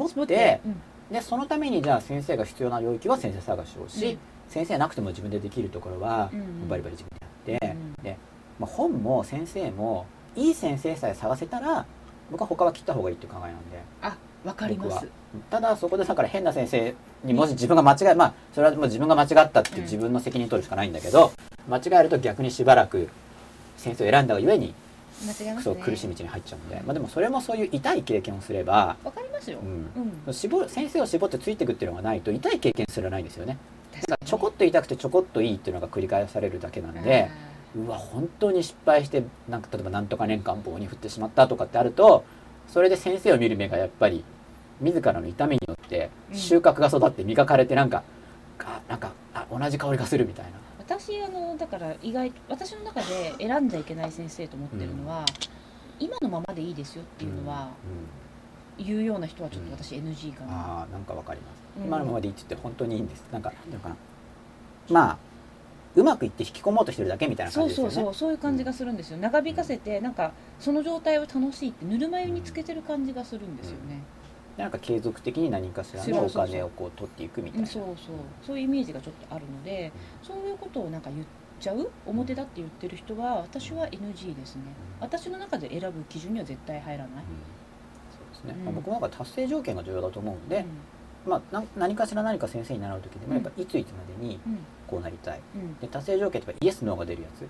S1: 絞って
S2: うん
S1: でそのためにじゃあ先生が必要な領域は先生探しをし、
S2: うん
S1: 先生なくても自分でできるところは
S2: うん
S1: バリバリ自分でやって。まあ、本も先生もいい先生さえ探せたら僕は他は切った方がいいっていう考えなんで
S2: あわかりま
S1: 僕は
S2: す
S1: ただそこでだから変な先生にもし自分が間違えまあそれはもう自分が間違ったって自分の責任取るしかないんだけど、間違えると逆にしばらく先生を選んだがゆえに
S2: 間違えま
S1: ク
S2: す
S1: ソ
S2: ね
S1: 苦しい道に入っちゃうんで、まあ、でもそれもそういう痛い経験をすれば、
S2: わかりますよ
S1: う、ん、
S2: うん
S1: 絞る先生を絞ってついていくっていうのがないと痛い経験すらないんですよね
S2: 確
S1: だからちょこっと痛くてちょこっといいっていうのが繰り返されるだけなん
S2: あ
S1: で。
S2: ー
S1: うわ本当に失敗してなんか例えばなんとか年間棒に振ってしまったとかってあるとそれで先生を見る目がやっぱり自らの痛みによって
S2: うん
S1: 収穫が育って磨かれてなんか、あなんかあ同じ香りがするみたいな
S2: 私あのだから意外私の中で選んじゃいけない先生と思ってるのは、今のままでいいですよっていうのは、言うような人はちょっと私 NG か
S1: うんうん
S2: な、
S1: あーなんかわかります、
S2: うん
S1: 今のままでいいって言って本当にいいんですなんかなんていうのかなまあうまくいって引き込もうとしてるだけみたいな感
S2: そう
S1: じですよ
S2: そ
S1: ね
S2: うそうそういう感じがするんですよ長引かせてなんかその状態を楽しいってぬるま湯につけてる感じがするんですよね、
S1: でなんか継続的に何かしらのお金をこう取っていくみた
S2: う
S1: い
S2: ん
S1: な
S2: そうそうそういうイメージがちょっとあるのでそういうことをなんか言ちゃう表だって言ってる人は私は NG ですね私の中で選ぶ基準には絶対入らない、
S1: そうですね、まあ僕もなんか達成条件が重要だと思うんで、まあ、な何かしら何か先生に習う時でもやっぱいついつまでに
S2: うん
S1: こうなりたい
S2: うん
S1: で達成条件ってやっぱイエス・ノーが出るやつ、うん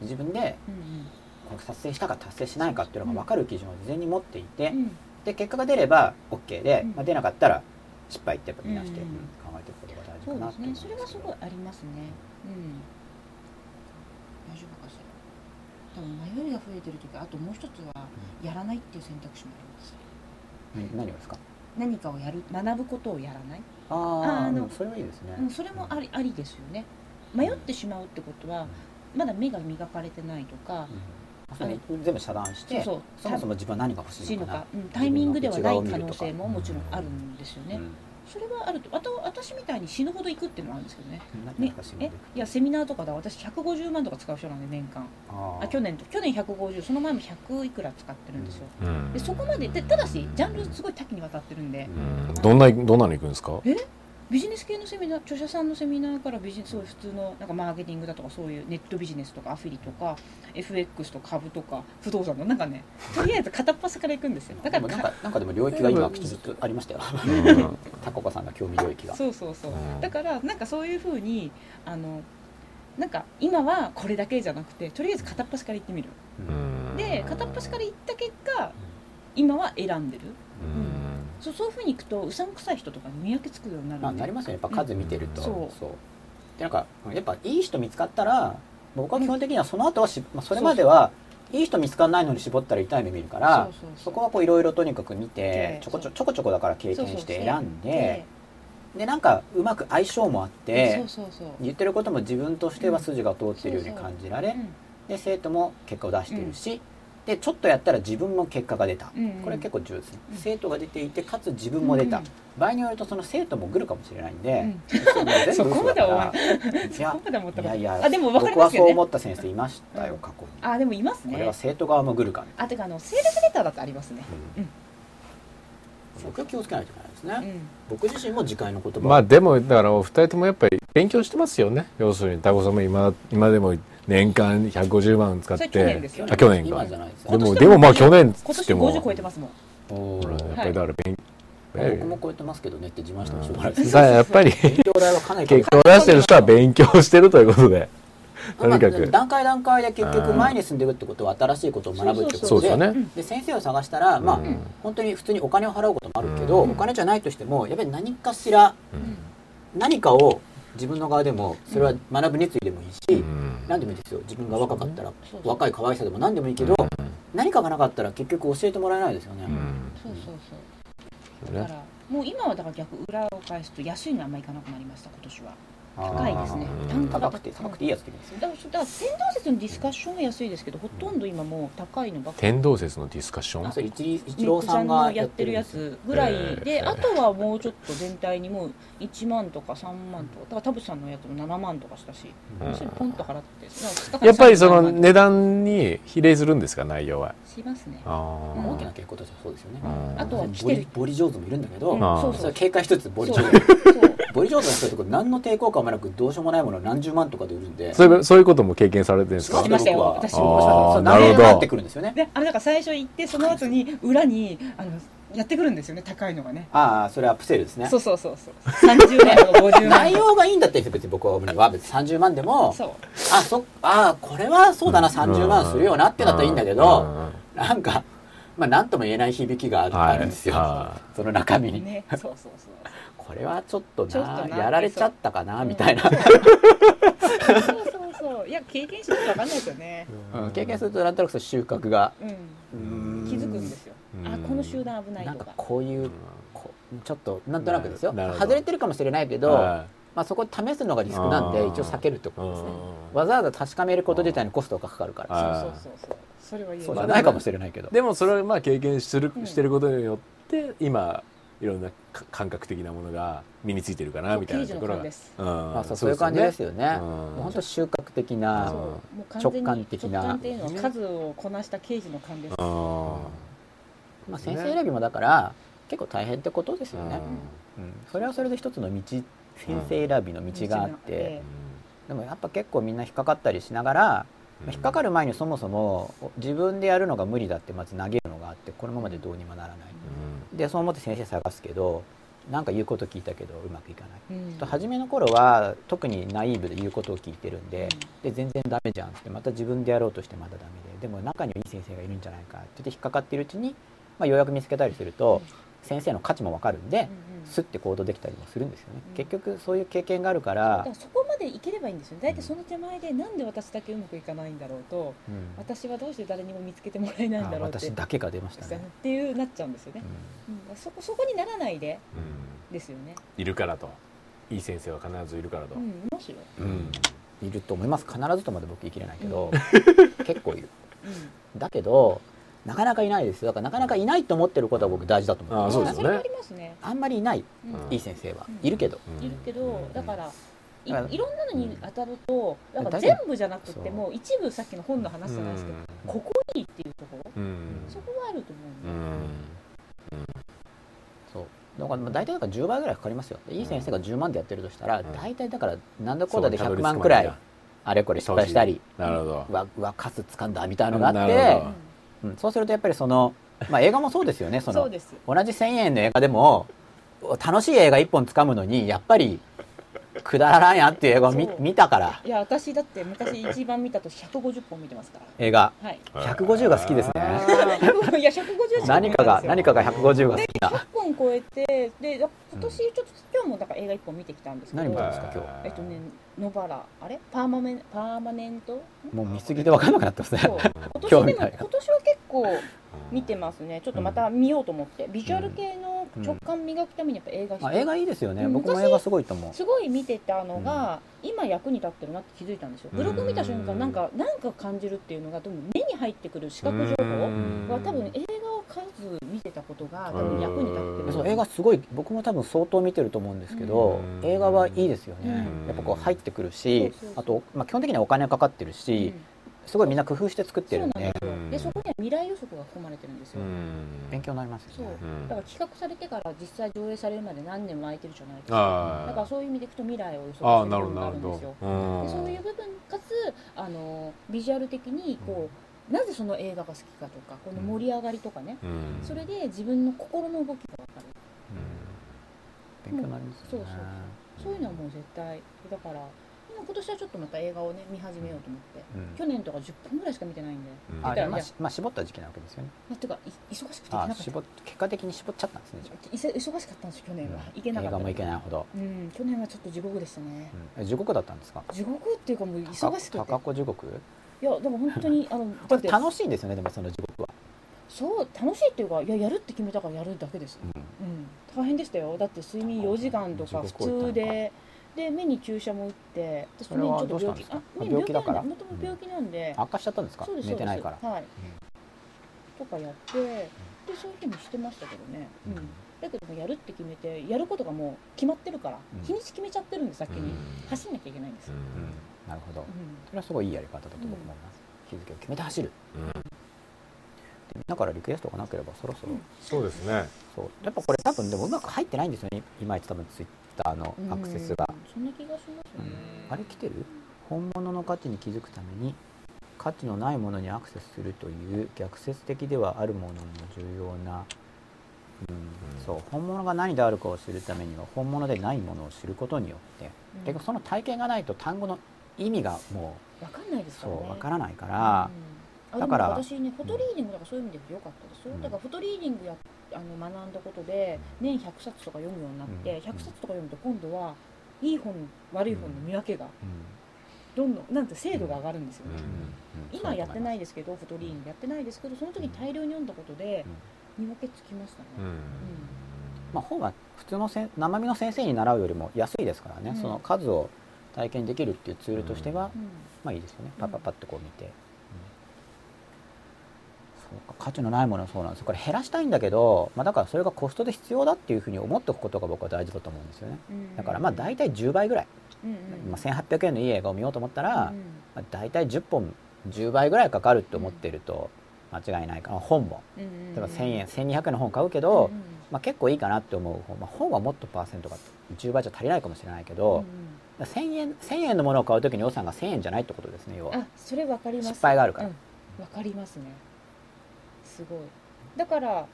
S1: 自分で
S2: うん
S1: この達成したか達成しないかっていうのが分かる基準を事前に持っていて、
S2: うん
S1: で結果が出れば OK で、
S2: うん
S1: まあ、出なかったら失敗ってやっぱみなして、
S2: う
S1: う
S2: ん
S1: ん考えていくことが大事
S2: そ
S1: か
S2: う
S1: な
S2: で
S1: っ
S2: す
S1: て思い
S2: ね
S1: ます
S2: そ
S1: け
S2: れ
S1: ど
S2: はすごいありますねうん大丈夫かしら多分迷いが増えてる時あともう一つはやらないっていう選択肢もあります
S1: うん何をですか
S2: 何かをやる学ぶことをやらない、
S1: あ
S2: あ
S1: あ
S2: あ
S1: う
S2: の
S1: んそれはいいですね、
S2: うん、それもありありですよね迷ってしまうってことはまだ目が磨かれてないとか
S1: うん、そうね全部遮断して
S2: そう
S1: そ
S2: そう
S1: もそも自分は何が欲
S2: 欲
S1: し
S2: し
S1: い
S2: い
S1: の
S2: の
S1: かな
S2: か、うん、タイミングではない可能性ももちろんあるんですよね、
S1: うん
S2: それはあるとあと私みたいに死ぬほど行くっていうのはあるんですけどね
S1: な
S2: ね
S1: 何かしら
S2: えいやセミナーとかだ私150万とか使う人なんで年間
S1: あー
S2: あ去年と去年150その前も100いくら使ってるんですよ、
S4: うん
S2: でそこまででただしジャンルすごい多岐にわたってるんで
S4: うんどんなどんなの行くんですか
S2: ビジネス系のセミナー著者さんのセミナーからビジネスそういう普通のなんかマーケティングだとかそういうネットビジネスとかアフィリとか FX とか株とか不動産のなんかね [laughs] とりあえず片っ端から行くんですよだ
S1: で
S2: か
S1: も
S2: ら
S1: な
S2: か
S1: んかなんかでも領域が今きちっとありましたよ [laughs]
S4: うん
S1: タコ子さんの興味領域が
S2: そうそうそう、
S4: うん
S2: だからなんかそういうふうにあのなんか今はこれだけじゃなくてとりあえず片っ端から行ってみる、
S4: うん
S2: で片っ端から行った結果今は選んでる
S4: うん
S2: そうそういうふうに行くとうさんくさい人とかに見分けつくようになる
S1: まあ、
S2: んで
S1: なりますよねやっぱ数見てると、
S2: うんそう
S1: でなんかやっぱいい人見つかったら僕は基本的にはその後はし、まあ、それまではいい人見つからないのに絞ったら痛い目見るから
S2: そうそうそう
S1: そこはこういろいろとにかく見
S2: で
S1: てちょこちょちょこちょこだから経験して
S2: そうそう
S1: 選んででなんかうまく相性もあっ
S2: で
S1: て
S2: そうそうそう
S1: 言ってることも自分としては筋が通ってるように感じられで生徒も結果を出してるし、でちょっとやったら自分も結果が出た、
S2: うんうん
S1: これ結構重要ですね、
S2: うん
S1: 生徒が出ていてかつ自分も出た、
S2: うん
S1: 場合によるとその生徒もグルかもしれないんで、
S2: うん
S1: そういうの全部嘘だからい
S2: そ [laughs] こ
S1: や
S2: まで思った
S1: い
S2: こ
S1: や
S2: と
S1: いや
S2: あでも分かり
S1: 僕
S2: ま
S1: は
S2: す
S1: そ
S2: よ
S1: う
S2: ね
S1: 思った先生いましたよ
S2: うん
S1: 過去に、
S2: あでもいます
S1: これ
S2: ね
S1: は生徒側もグルかね、
S2: あてかあのセールスレターだってありますね
S1: 僕は気をつけないといけないですね、
S2: うん
S1: 僕自身も次回の言葉を
S4: まあでもだからお二人ともやっぱり勉強してますよね要するにタコさんも今今でも年間150万使っ
S2: そ
S4: て
S2: れ去年ですよ
S4: あ去年か
S1: 今じゃないです
S4: で
S1: よ
S4: も
S2: 今年
S4: でもまあ去年
S2: 今
S4: っつっ
S2: 年
S4: ても
S2: 50超えてますもん
S1: お
S4: ほらやっ
S1: ー
S4: ぱりだから勉
S1: まあ僕
S4: 強、
S1: も超えてますけどねって自慢してもしょうがないです
S4: だからやっぱり
S1: 勉強代はかなりかかる
S4: 結果を出してる人は勉強してるということでと
S1: まあ
S4: にかく
S1: 段階段階で結局前に進んでいくってことは新しいことを学ぶってことで
S4: そうですよね
S1: で先生を探したら、まあ
S4: うん
S1: 本当に普通にお金を払うこともあるけど、
S4: うん
S1: お金じゃないとしてもやっぱり何かしら何かを自分の側でもそれは学ぶ熱意でもいいし、
S4: うん
S1: 何でもいいですよ自分が若かったら、
S2: そうそう
S1: 若い可愛さでも何でもいいけど、何かがなかったら結局教えてもらえないですよね、
S4: うん
S2: そうそうそうだか
S4: ね
S2: らもう今はだから逆裏を返すと安いのあんまりいかなくなりました今年は高いですね
S4: あー
S2: 単価が
S1: 高くて高くていいやつって言うんですよ
S2: だからそうだから天動説のディスカッションは安いですけどほとんど今もう高いのばっかり
S4: 天動説のディスカッショ
S1: あ
S4: ン
S1: それ一郎一
S2: ミ
S1: 郎
S2: ック
S1: さ
S2: さ
S1: ん
S2: ん
S1: が
S2: の
S1: や
S2: や
S1: っ
S2: ってて
S1: る
S2: る
S1: や
S2: や
S1: つ
S2: つぐらい
S4: え
S2: で
S4: ー
S2: あとはもうちょっと全体にもう1万とか3万とかだから田淵さんのやつも7万とかしたし
S4: うん
S2: それポンと払ってなんか
S4: やっぱりその
S2: ね
S4: 値段に比例するんですか内容は
S2: しますね
S4: あ
S2: うん
S1: 大きな傾向としてはそうですよね、
S4: あ
S2: あとは来
S1: ボ
S2: て
S1: リ
S2: る
S1: ボリ上手もいるんだけど、
S2: うん
S4: あー
S2: そう
S1: そ
S2: そ
S1: れ
S2: う
S1: 警戒しつつボリ上
S2: そう
S4: [laughs]
S1: 手
S2: そう
S1: ボリ上手の人ってこれ何の抵抗感もなくどうしようもないものを何十万とかで売るんで
S4: そういうそういうことも経験されてるんです
S2: 知
S4: か
S2: ってましたよ私も
S4: あー
S1: そう
S4: なるほ
S1: 何
S4: ど
S1: 円もなってくるんですよね
S2: であれだから最初行ってその後に裏にあのやってくるんですよね高いのがね
S1: ああそれはアップセールですね
S2: そうそうそうそう30万とか50万
S1: 内
S2: とか
S1: 容がいいんだったら別に僕は別に30万でも
S2: そう
S1: あそあーこれはそうだな30万するよなってなったらいいんだけど
S4: うん
S1: なんかまあ何とも言えない響きがある
S4: はい
S1: あるんですよ
S4: は
S1: その中身に、
S2: ね、そうそうそう
S1: これはちょっとな
S2: ちょっとな
S1: やられちゃったかなみたいな、
S2: そうそうそうそういや経験しないと分かんないですよね、
S1: うん経験するとなんとなくそう収穫が
S2: うん、
S1: うん
S2: 気づくんですよ、あ
S4: うん
S2: この集団危ない
S1: なん
S2: と
S1: か
S2: か
S1: こういうこうちょっとなんとなくですよ
S4: なるほど
S1: 外れてるかもしれないけど、
S4: は
S1: まあ、そこで試すのがリスクなんで
S4: あー
S1: 一応避けるって
S4: い
S1: ことですねわざわざ確かめること自体にコストがかかるから
S4: あ
S2: そうそうそうそうそれは言え
S1: そう
S2: る
S1: じ
S4: だ
S1: ゃ
S4: ね
S1: ないかもしれないけど
S4: でもそれはまあ経験する
S2: うん
S4: してることによって今いろんなか感覚的なものが身についてるかなみたいなところ
S2: そ
S4: が
S2: う刑事
S1: ま
S4: ま
S1: あ、そうそういう感じですよね
S4: うん
S1: もう本当収穫的な
S4: うん
S2: もう完全に
S1: 直感的な
S2: 直感っていうのは数をこなした刑事の勘です、
S1: まあ、先生選びもだから結構大変ってことですよね、うんそれはそれで一つの道先生選びの道があって、でもやっぱ結構みんな引っかかったりしながら、
S4: うん
S1: 引っかかる前にそもそも自分でやるのが無理だってまず嘆くのがあってこのままでどうにもならない、でそう思って先生探すけどなんか言うこと聞いたけどうまくいかない、
S2: うん
S1: と初めの頃は特にナイーブで言うことを聞いてるんで,、で全然ダメじゃんっつってまた自分でやろうとしてまたダメででも中にはいい先生がいるんじゃないかって言って引っかかっているうちに、まあ、ようやく見つけたりすると、先生の価値もわかるんで、
S2: うんうん
S1: スッて行動できたりもするんですよね、
S2: うん
S1: 結局そういう経験があるか
S2: だ
S1: ら
S2: から、そこまでいければいいんですよ大体その手前でなんで私だけうまくいかないんだろうと
S1: うん
S2: 私はどうして誰にも見つけてもらえないんだ
S1: あ
S2: ろうって
S1: 私だけが出ましたね、
S2: っていうなっちゃうんですよね
S1: う、ん
S2: うんそこそこにならないでですよね、
S4: いるからといい先生は必ずいるからと
S2: うん、いますよ、
S4: うん
S1: いると思います必ずとまで僕言い切れないけど、 [laughs] 結構いる
S2: うん
S1: だけどなかなかいないですよだからなかなかいないと思ってることは僕大事だと思って
S4: あ
S1: ま
S4: そう
S1: す
S4: です
S2: そ
S4: よね
S2: れもありますね、
S1: あんまりいない
S2: うん
S4: うん
S1: いい先生は、
S2: うん
S1: いるけど、
S4: うん
S2: いるけど、
S4: うん
S2: だからい
S1: うん
S2: いろんなのに当たると、
S1: ん
S2: なんか
S1: だから
S2: 全部じゃなくて
S1: そう
S2: もう一部さっきの本の話じゃないですけど、ここいいっていうところ
S4: うんうん
S2: そこはあると思うん
S4: う
S2: で、
S4: ん
S1: そうだからまあ大体だから10倍ぐらいかかりますよいい先生が10万でやってるとしたら、
S4: ん
S1: 大体だからなんだこうだで
S4: そう
S1: 100万くら
S4: たどり着くまで
S1: いあれこれ失敗したり
S4: なるほど
S1: わわかす掴んだみたいなのがあっ
S4: なる
S1: て
S4: ほど、
S1: うん、そうするとやっぱりその、まあ、映画もそうですよねそ
S2: そ
S1: の
S2: うです
S1: 同じ1000円の映画でも楽しい映画1本掴むのにやっぱりくだらないなっていう映画を見
S2: そう
S1: 見たから
S2: いや私だって昔一番見たと150本見てますか
S1: 映画
S2: らはい
S1: 150が好きですね
S2: いや150しか見
S1: 何
S2: て
S1: か
S2: な
S1: が
S2: いんですよ
S1: 何かが150が好き
S2: 100本超えてでや今年ちょっと今日もだから映画1本見てきたんですけど
S1: 何見たんですか今日
S2: えっとね野原あれパーマメンパーマネン
S1: [laughs]
S2: ト
S1: もう見すぎて分かんなくなってます
S2: そう
S1: ね
S2: 今
S1: 興味
S2: 年で
S1: な
S2: も
S1: い
S2: 今年は結構見てますねちょっとまた見ようと思って、ビジュアル系の直感磨くためにやっぱ映画
S1: あ
S2: 必
S1: 映
S2: 要、
S1: 画いいですよね
S2: うん
S1: 僕も映画すごいと思う
S2: すごい見てたのが、今役に立ってるなって気づいたんですよブログ見た瞬間なんかなんか感じるっていうのがでも目に入ってくる視覚情報は多分映画を数見てたことが多分役に立って
S4: う
S2: る
S4: ん
S1: そう映画すごい僕も多分相当見てると思うんですけど
S4: うん
S1: 映画はいいですよね
S4: うん
S1: やっぱこう入ってくるし
S2: そうそうそう
S1: あと、まあ、基本的にはお金がかかってる
S2: う
S1: し
S2: ん
S1: すごいみんな工夫して作ってるん
S2: そうなん
S1: で
S2: ですよでそこには未来予測が含まれてるんですよ、
S1: 勉強になります
S2: そう
S1: よね
S2: だから企画されてから実際上映されるまで何年も空いてるじゃないですか
S4: あ
S2: だからそういう意味でいくと未来を予測
S4: ああ
S2: す
S4: な
S2: る
S4: る
S2: 部
S4: ほ
S2: 分
S4: ど
S2: があるん
S4: なる
S2: ですよ
S4: ほど
S2: でそういう部分かつあのビジュアル的にこうなぜその映画が好きかとかこの盛り上がりとかね、
S4: うん
S2: それで自分の心の動きが分かる
S1: 勉強になりますよね
S2: そうそうそういうのはもう絶対だから今今年はちょっとまた映画をね見始めようと思って、
S1: うん
S2: 去年とか10本ぐらいしか見てないんで、
S4: うん
S1: あ
S2: だから
S1: まあ
S2: いや
S1: しまあ絞った時期なわけですよね
S2: まあ、てかい忙しくて行け
S1: あ
S2: なかった
S1: 絞っ結果的に絞っちゃったんですねじゃ
S2: いせ忙しかったんですよ去年は、
S1: うん
S2: 行けな
S1: あ
S2: か
S1: 映
S2: った
S1: 画も行けないほど、
S2: うん去年はちょっと地獄でしたね、
S1: うん、え地獄だったんですか
S2: 地獄っていうかもう忙しくて
S1: 高子地獄
S2: いやでも本当にあのだって
S1: 楽しいんですよねでもその地獄は
S2: そう楽しいっていうかいややるって決めたからやるだけです、うん大変でしたよだって睡眠4時間とか
S1: 地
S2: 普
S1: 獄を行っ
S2: 通
S1: たのか
S2: でで目に注射も打って私
S1: それはどうしたんですか
S2: あ、ね、
S1: 病気だから
S2: もともと病気なんで、
S1: 悪化しちゃったんですか
S2: そうです
S1: 寝てないから
S2: そうですはい、とかやってでそういうふうにしてましたけどね、うんだけどもやるって決めてやることがもう決まってるから、
S1: うん
S2: 日にち決めちゃってるんで先に、
S4: うん
S2: 走んなきゃいけないんですよ、
S1: なるほど
S2: うん
S1: それはすごいいいやり方だと僕も思います、日付を決めて走る、でだからリクエストがなければそろそろ、
S4: そうですね
S1: そうやっぱこれ多分でもうまく入ってないんですよねいまいち多分ツイッターのアクセスが、
S2: うんそんな気がしますね、
S1: あれ来てる本物の価値に気づくために価値のないものにアクセスするという逆説的ではあるものも重要な、うんそう本物が何であるかを知るためには本物でないものを知ることによって、
S2: うん
S1: 結局その体験がないと単語の意味がも
S2: わかんないで
S1: う
S2: すからね
S1: そうわからないから、
S2: うんあ
S1: だから
S2: でも私ねフォトリーディングだからそういう意味で良かったですよ、
S1: うん
S2: だからフォトリーディングやあの学んだことで年100冊とか読むようになって、
S1: うん
S2: 100冊とか読むと今度はいい本悪い本の見分けがどんどんなんて精度が上がるんですよね、今やってないいですけどフォトリーディングやってないですけどその時に大量に読んだことで見分けつきましたね、
S1: まあ、本は普通のせん生身の先生に習うよりも安いですからね、
S2: うん
S1: その数を体験できるっていうツールとしては、
S2: うん
S1: まあいいですよねパッパッパッとこう見て、そうか価値のないものはそうなんですよこれ減らしたいんだけど、まあ、だからそれがコストで必要だっていうふうに思っておくことが僕は大事だと思うんですよね
S2: うん
S1: だからまあ大体10倍ぐらい、
S2: うんうん
S1: まあ、1800円のいい映画を見ようと思ったら、
S2: うん
S1: まあ、大体10本10倍ぐらいかかるって思ってると間違いないかな本も
S2: うんうんうん
S1: 例えば1000円1200円の本買うけど、
S2: うんうん
S1: まあ、結構いいかなって思う本、まあ、本はもっとパーセントが10倍じゃ足りないかもしれないけど、
S2: うん
S1: 1000円千円のものを買うときに予算が1000円じゃないってことですね要は
S2: あそれわかります
S1: 失敗があるから、
S2: わかりますねすごいだから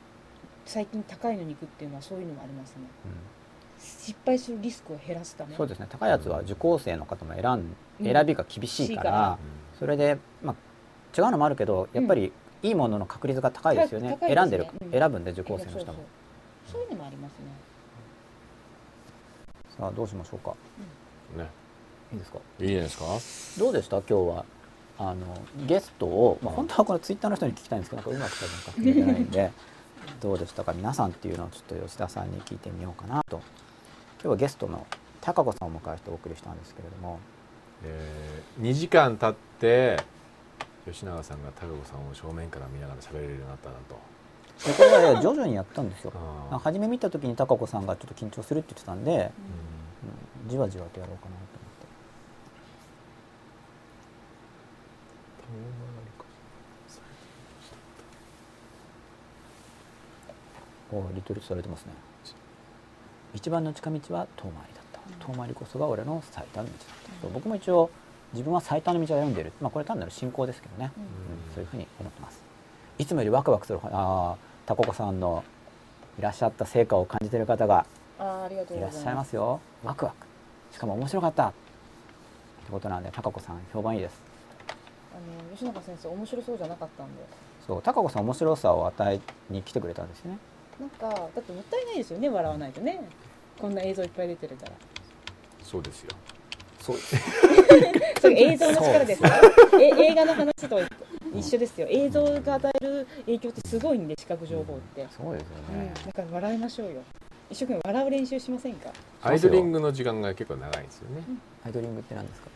S2: 最近高いのに行くっていうのはそういうのもありますね失敗するリスクを減らすた
S1: う
S2: め
S1: んそうですね高いやつは受講生の方も選ん
S2: うん
S1: 選びが厳しいから、それで、まあ、違うのもあるけどやっぱりいいものの確率が高いですよね,、
S2: 高いですね
S1: 選んでる、
S2: うん
S1: 選ぶんで受講生の
S2: そう
S1: 人
S2: そ
S1: も
S2: うそういうのもありますね
S1: さあどうしましょうか
S4: ね
S1: いいですか
S4: いいじゃないですか
S1: どうでした今日はあのゲストを、まあ、本当はこれツイッターの人に聞きたいんですけどなんかうまく多分書き込めてないんでどうでしたか皆さんっていうのをちょっと吉田さんに聞いてみようかなと今日はゲストの高子さんをお迎えしてお送りしたんですけれども
S4: えー、2時間経って吉永さんが高子さんを正面から見ながら喋れるようになったなと
S1: でこれはね徐々にやったんですよ
S4: あー
S1: なんか初め見た時に高子さんがちょっと緊張するって言ってたんで、うんじわじわとやろうかなと思って。おーリトリートされてますね一番の近道は遠回りだった遠回りこそが俺の最短の道だった、そう僕も一応自分は最短の道を歩んでいる、まあ、これ単なる信仰ですけどね、うんそういうふうに思ってますいつもよりワクワクするあータココさんのいらっしゃった成果を感じている方が
S2: あーありがとう
S1: い
S2: ご
S1: らっ
S2: ざいます
S1: しゃいますよワクワクしかも面白かったってことなんでタココさん評判いいです
S2: あの吉永先生面白そうじゃなかったんで
S1: そうタココさん面白さを与えに来てくれたんですよね
S2: なんかだってもったいないですよね笑わないとねこんな映像いっぱい出
S1: [laughs]
S2: てるから
S4: そうですよ
S1: そう
S2: それ映像の力ですよえ映画の話と一緒ですよ映像が与える影響ってすごいんで視覚情報って、
S1: そうですよ
S2: うん
S1: ね、
S2: だから笑いましょうよ一生懸命笑う練習しませんか
S4: アイドリングの時間が結構長いんですよね、
S1: アイドリングって何ですか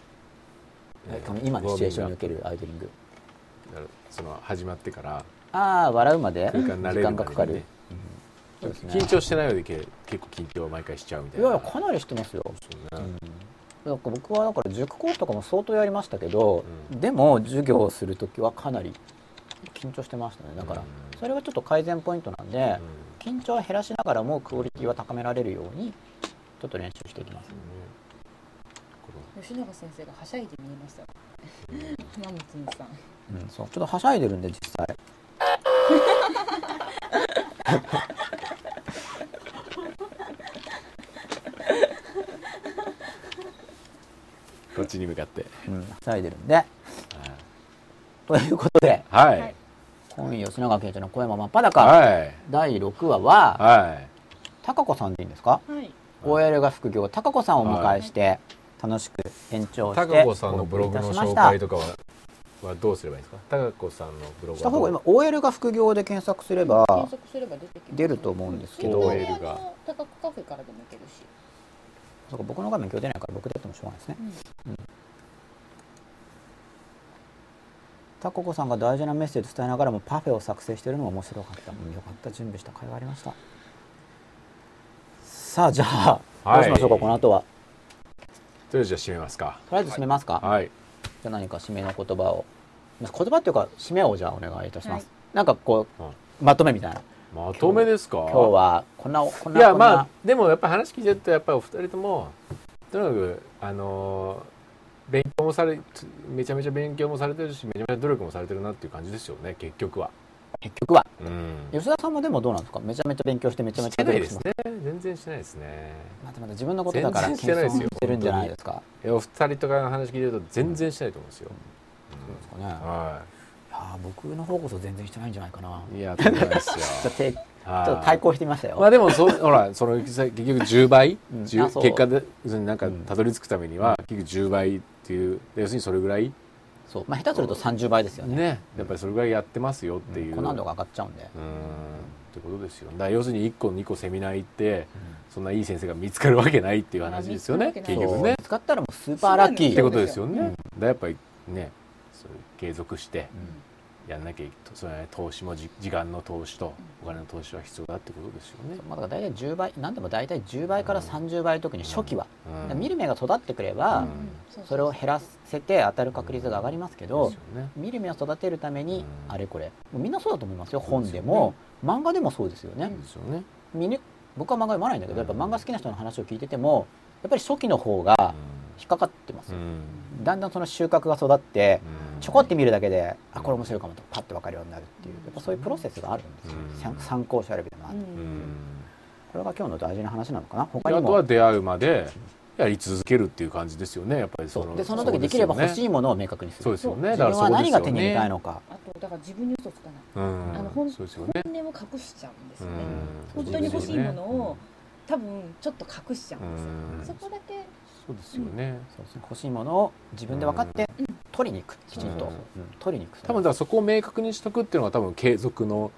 S4: えー
S1: 今のシチュエーションに
S4: ウォーミングア
S1: おけるア
S4: ップ
S1: イドリング
S4: だからその始まってから
S1: ああ笑うまで
S4: 空間に慣れ
S1: 時
S4: るまで
S1: 間
S4: に
S1: がかかる
S4: ね、
S1: そうですね
S4: 緊張してないようでけ結構緊張を毎回しちゃうみたい
S1: い
S4: な
S1: やいやかなりしてますよ、
S4: そう
S1: うん、
S4: ね
S1: なんか僕はだから塾講師とかも相当やりましたけど、
S4: う
S1: でも授業をする時はかなり緊張してましたねだから、
S4: うん
S1: それはちょっと改善ポイントなんで、
S4: うん
S1: 緊張を減らしながらもクオリティは高められるようにちょっと練習していきます、
S2: 吉永先生がはしゃいで見えました浜松にさん
S1: うん、そうちょっとはしゃいでるんで実際
S4: こっちに向かって
S1: うん、はしゃいでるんでということで
S4: はいはい
S1: 今夜吉永圭一の声も真っ裸、
S4: はい
S1: 第6話は
S4: はい
S1: 高子さんでいいんですか
S2: はい、
S1: OL が副業高子さんをお迎えして楽しく延長して
S4: タカ子さんのブログ
S1: お送
S4: の
S1: りいたしまし
S4: 紹
S1: た
S4: 介とかははどうすればいいんですかタカ子さんのブログ
S1: した
S4: は
S1: 方
S4: ど
S1: が
S4: う
S1: 今 OL が副業で検索すれば
S2: 検索すれば出てきます
S1: 出ると思うんですけど
S4: OL が
S2: 高くカフェからでもいけるし
S1: そうか僕の画面今日出ないから僕出てもしょうがないですね、うんタココさんが大事なメッセージ伝えながらもパフェを作成しているのも面白かった、うんよかった準備した甲斐がありましたさあじゃあどうしましょうか、
S4: はい
S1: この後は
S4: とりあえずじゃあ締めますか
S1: とりあえず締めますか、
S4: はい
S1: じゃあ何か締めの言葉を言葉っていうか締めをじゃあお願いいたします、なんかこう、
S4: うん
S1: まとめみたいな
S4: まとめですか
S1: 今日はこんなこん
S4: い
S1: な
S4: や
S1: こんな、
S4: まあでもやっぱり話聞いてるとやっぱりお二人ともとにかくあのー勉強もされめちゃめちゃ勉強もされてるしめちゃめちゃ努力もされてるなっていう感じですよね結局は
S1: 結局は
S4: うん
S1: 吉田さんもでもどうなんですかめちゃめちゃ勉強してめちゃめ
S4: し
S1: ちゃ
S4: て
S1: 努
S4: な
S1: 力
S4: いで
S1: し
S4: す
S1: ます
S4: ね全然してないですね
S1: まだまだ自分のことだから
S4: 全然
S1: 謙
S4: してない
S1: 遜
S4: ですよ
S1: してるんじゃないですか
S4: いやお二人とかの話聞いてると全然してないと思うんですよ、
S1: そうですかね、い
S4: は
S1: やー僕の方こそ全然してないんじゃないかない
S4: いやとんでもないですよ
S1: ちょっとてちょ
S4: は
S1: っ
S4: い
S1: と対抗してみましたよ、
S4: まあでもそうほらその結局10倍、
S1: うん
S4: 10
S1: あそう
S4: 結果で要するになんかたどり着くためには、結局10倍っていう要するにそれぐらい
S1: そうまあ下手すると30倍ですよね
S4: ねやっぱりそれぐらいやってますよっていう、
S1: 高難度が上がっちゃうんで、
S4: うーんってことですよだから要するに1個2個セミナー行って、そんないい先生が見つかるわけないっていう話ですよね
S2: まあ見つか
S4: 結
S2: るわけない
S4: 局
S1: そう
S4: ね
S1: 使ったらもうスーパーラッキー
S4: ってことですよね、
S1: そうなん
S4: だ
S1: で
S4: からやっぱりねそういう継続してやんなきゃいけそれはね投資もじ時間の投資とお金の投資は必要だってことですよね、
S1: まあ、だから大体10倍何でも大体10倍から30倍特に初期は、
S4: うん
S1: だから見る目が育ってくれば、
S4: うん
S1: それを減らせて当たる確率が上がりますけど、
S4: ですよね
S1: 見る目を育てるために
S4: うん
S1: あれこれもうみんなそうだと思いますよ
S4: そうで
S1: 本
S4: す
S1: で
S4: よね
S1: も漫画でもそうですよね
S4: そうですよね
S1: 見ぬ僕は漫画読まないんだけどや
S4: う
S1: っ
S4: ん
S1: ぱ漫画好きな人の話を聞いててもやっぱり初期の方が
S4: うん
S1: 引っかかってます
S4: う
S1: よ、
S4: ん
S1: だんだんその収穫が育って
S4: うん
S1: ちょこって見るだけであこれ面白いかもとパッて分かるようになるっていうやっぱそういうプロセスがあるんですよ、
S4: うん
S1: 参参考書選びでもある、
S4: うん
S1: これが今日の大事な話なのかな他
S4: で
S1: に
S4: あとは
S1: も
S4: 出会うまでやり続けるっていう感じですよねやっぱりそ
S1: そう
S4: の
S1: でその時できれば欲しいものを明確にする
S4: そうですよね
S1: 自
S4: だから
S1: 分
S4: そこ
S1: は
S4: ですよ
S1: 何
S4: ね
S1: が手に入れたいのか
S2: あとだから自分に嘘つかない
S4: うん
S2: あの本
S4: そうですよね
S2: 本音を隠しちゃうんですよね
S4: うん
S2: 本当に欲しいもの
S4: う
S2: を
S4: ん
S2: 多分ちょっと隠しちゃうんですよ
S4: うん
S2: そこだけ
S4: そうですよね
S1: そうですね欲しいものを自分で分かって取りに行くきちんと、
S4: うん
S1: うん取りに行く
S4: 多分だからそこを明確にしとくっていうのが多分継続の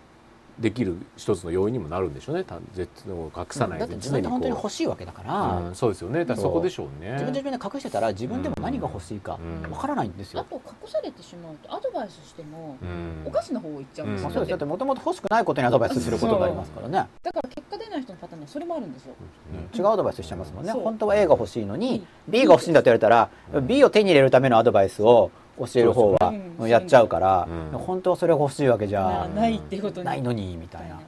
S4: できる一つの要因にもなるんでしょうね単絶を隠さない
S1: だ
S4: で
S1: って自分で本当に欲
S4: しい
S1: しいわけだから、
S4: そうですよねだからそこでしょうね
S1: 自分で自分で隠してたら自分でも何が欲しいか
S4: うん
S1: わからないんです
S2: あ
S1: よ、
S2: と隠されてしまうとアドバイスしても
S4: うん
S2: お菓子の方をいっちゃうんです
S1: ま
S2: よ、
S1: あ、そうですだってもともと欲しくないことにアドバイスすることがありますからね
S2: だから結果出ない人のパターンにはそれもあるんですよ
S1: 違うアドバイスしちゃいますもんね
S2: そう
S1: 本当は A が欲しいのに B が欲しいんだって言われたら B を手に入れるためのアドバイスを教える方は
S2: うん
S1: やっちゃうから
S4: うん
S1: 本当はそれが欲しいわけじ
S2: な
S1: ゃ
S4: ん
S2: ないっていうことに
S1: ないのにみたいな、
S2: だ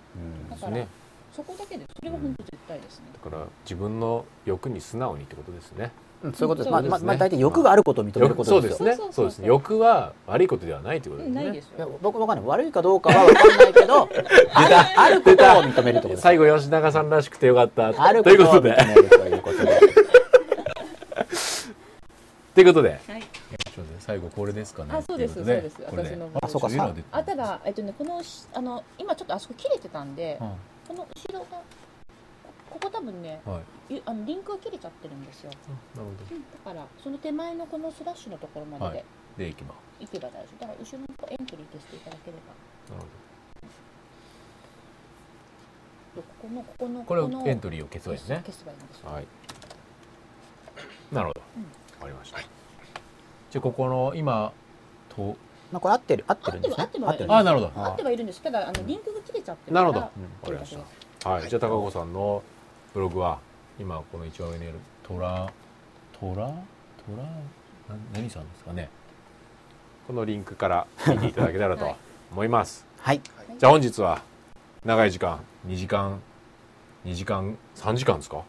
S4: です
S2: から、
S4: ね
S2: そこだけでそれは本当絶対ですね、
S4: だから自分の欲に素直にってことですね
S1: うんそういうことです、
S4: そう
S1: まあ
S4: ですね
S1: まあまあ、大体欲があることを認める
S4: 欲
S1: こと
S4: そう
S1: で
S4: です
S1: よ
S4: すね
S2: そうそうそう
S4: そうですね欲は悪いことではないってこと
S2: う
S4: で
S2: ん
S4: すね
S2: ないです
S1: いや
S2: よ
S1: 僕わかんない悪いかどうかは分かんないけ
S4: [laughs]
S1: どあるあることを認めるってことです
S4: 最後吉永さんらしくてよかった
S1: ある
S4: と
S1: こ
S4: いう
S1: と
S4: こと
S1: を
S4: で
S1: 認めるということで
S4: ということで
S2: はい
S8: ちょっとね最後これですかね。
S2: あそうです
S8: といこと
S2: そうです
S8: これね
S2: 私の
S1: あそうか
S8: こいの出て
S2: あただえっとねこのしあの今ちょっとあそこ切れてたんで、
S8: うん
S2: この後ろがこここ多分ね
S8: はい。
S2: ゆあのリンクが切れちゃってるんですよ
S4: なるほ
S2: だからその手前のこのスラッシュのところまで
S8: で行きます。
S2: でいけば大丈夫、だから後ろの方エントリー消していただければ
S4: どなるほ
S2: ここのここの
S4: ど
S2: の
S4: これエントリーを消そう
S2: 消
S4: です
S2: 消せ
S4: すね
S2: ばいいんですよ
S4: はいなるほど
S2: うん
S4: わかりましたじゃあここの今と
S1: まあこれ合ってる合ってるんです
S2: 合
S1: ね
S2: ってる合ってる
S4: あなるほ
S1: あ
S2: 合ってはいるんですただあのリンクが切れちゃってる
S4: な
S2: から
S4: るほどわかりまし
S2: こ
S4: たはいじゃあ高子さんのブログは今この一番上にいるトラトラトラな何さんですかねこのリンクから見ていただけたら [laughs] と思います
S1: はい
S4: じゃあ本日は長い時間2時間2時間3時間ですかん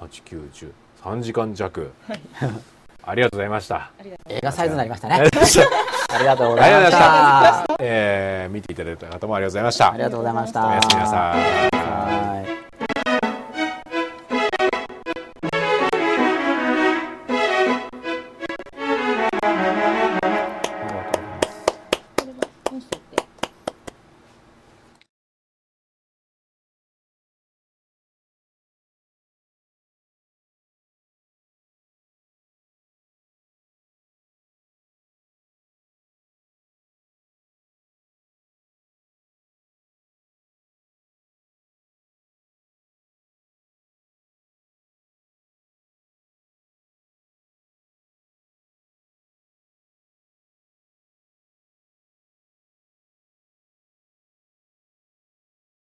S4: 89103時間弱、 [laughs] ありがとうございました
S1: 映画サイズになりましたね
S4: [laughs]
S1: ありがとうございまし
S4: ありがとうございま
S1: た
S4: えー見ていただいた方もありがとうございました
S1: ありがとうございまし
S4: お
S1: た
S4: やすみなさい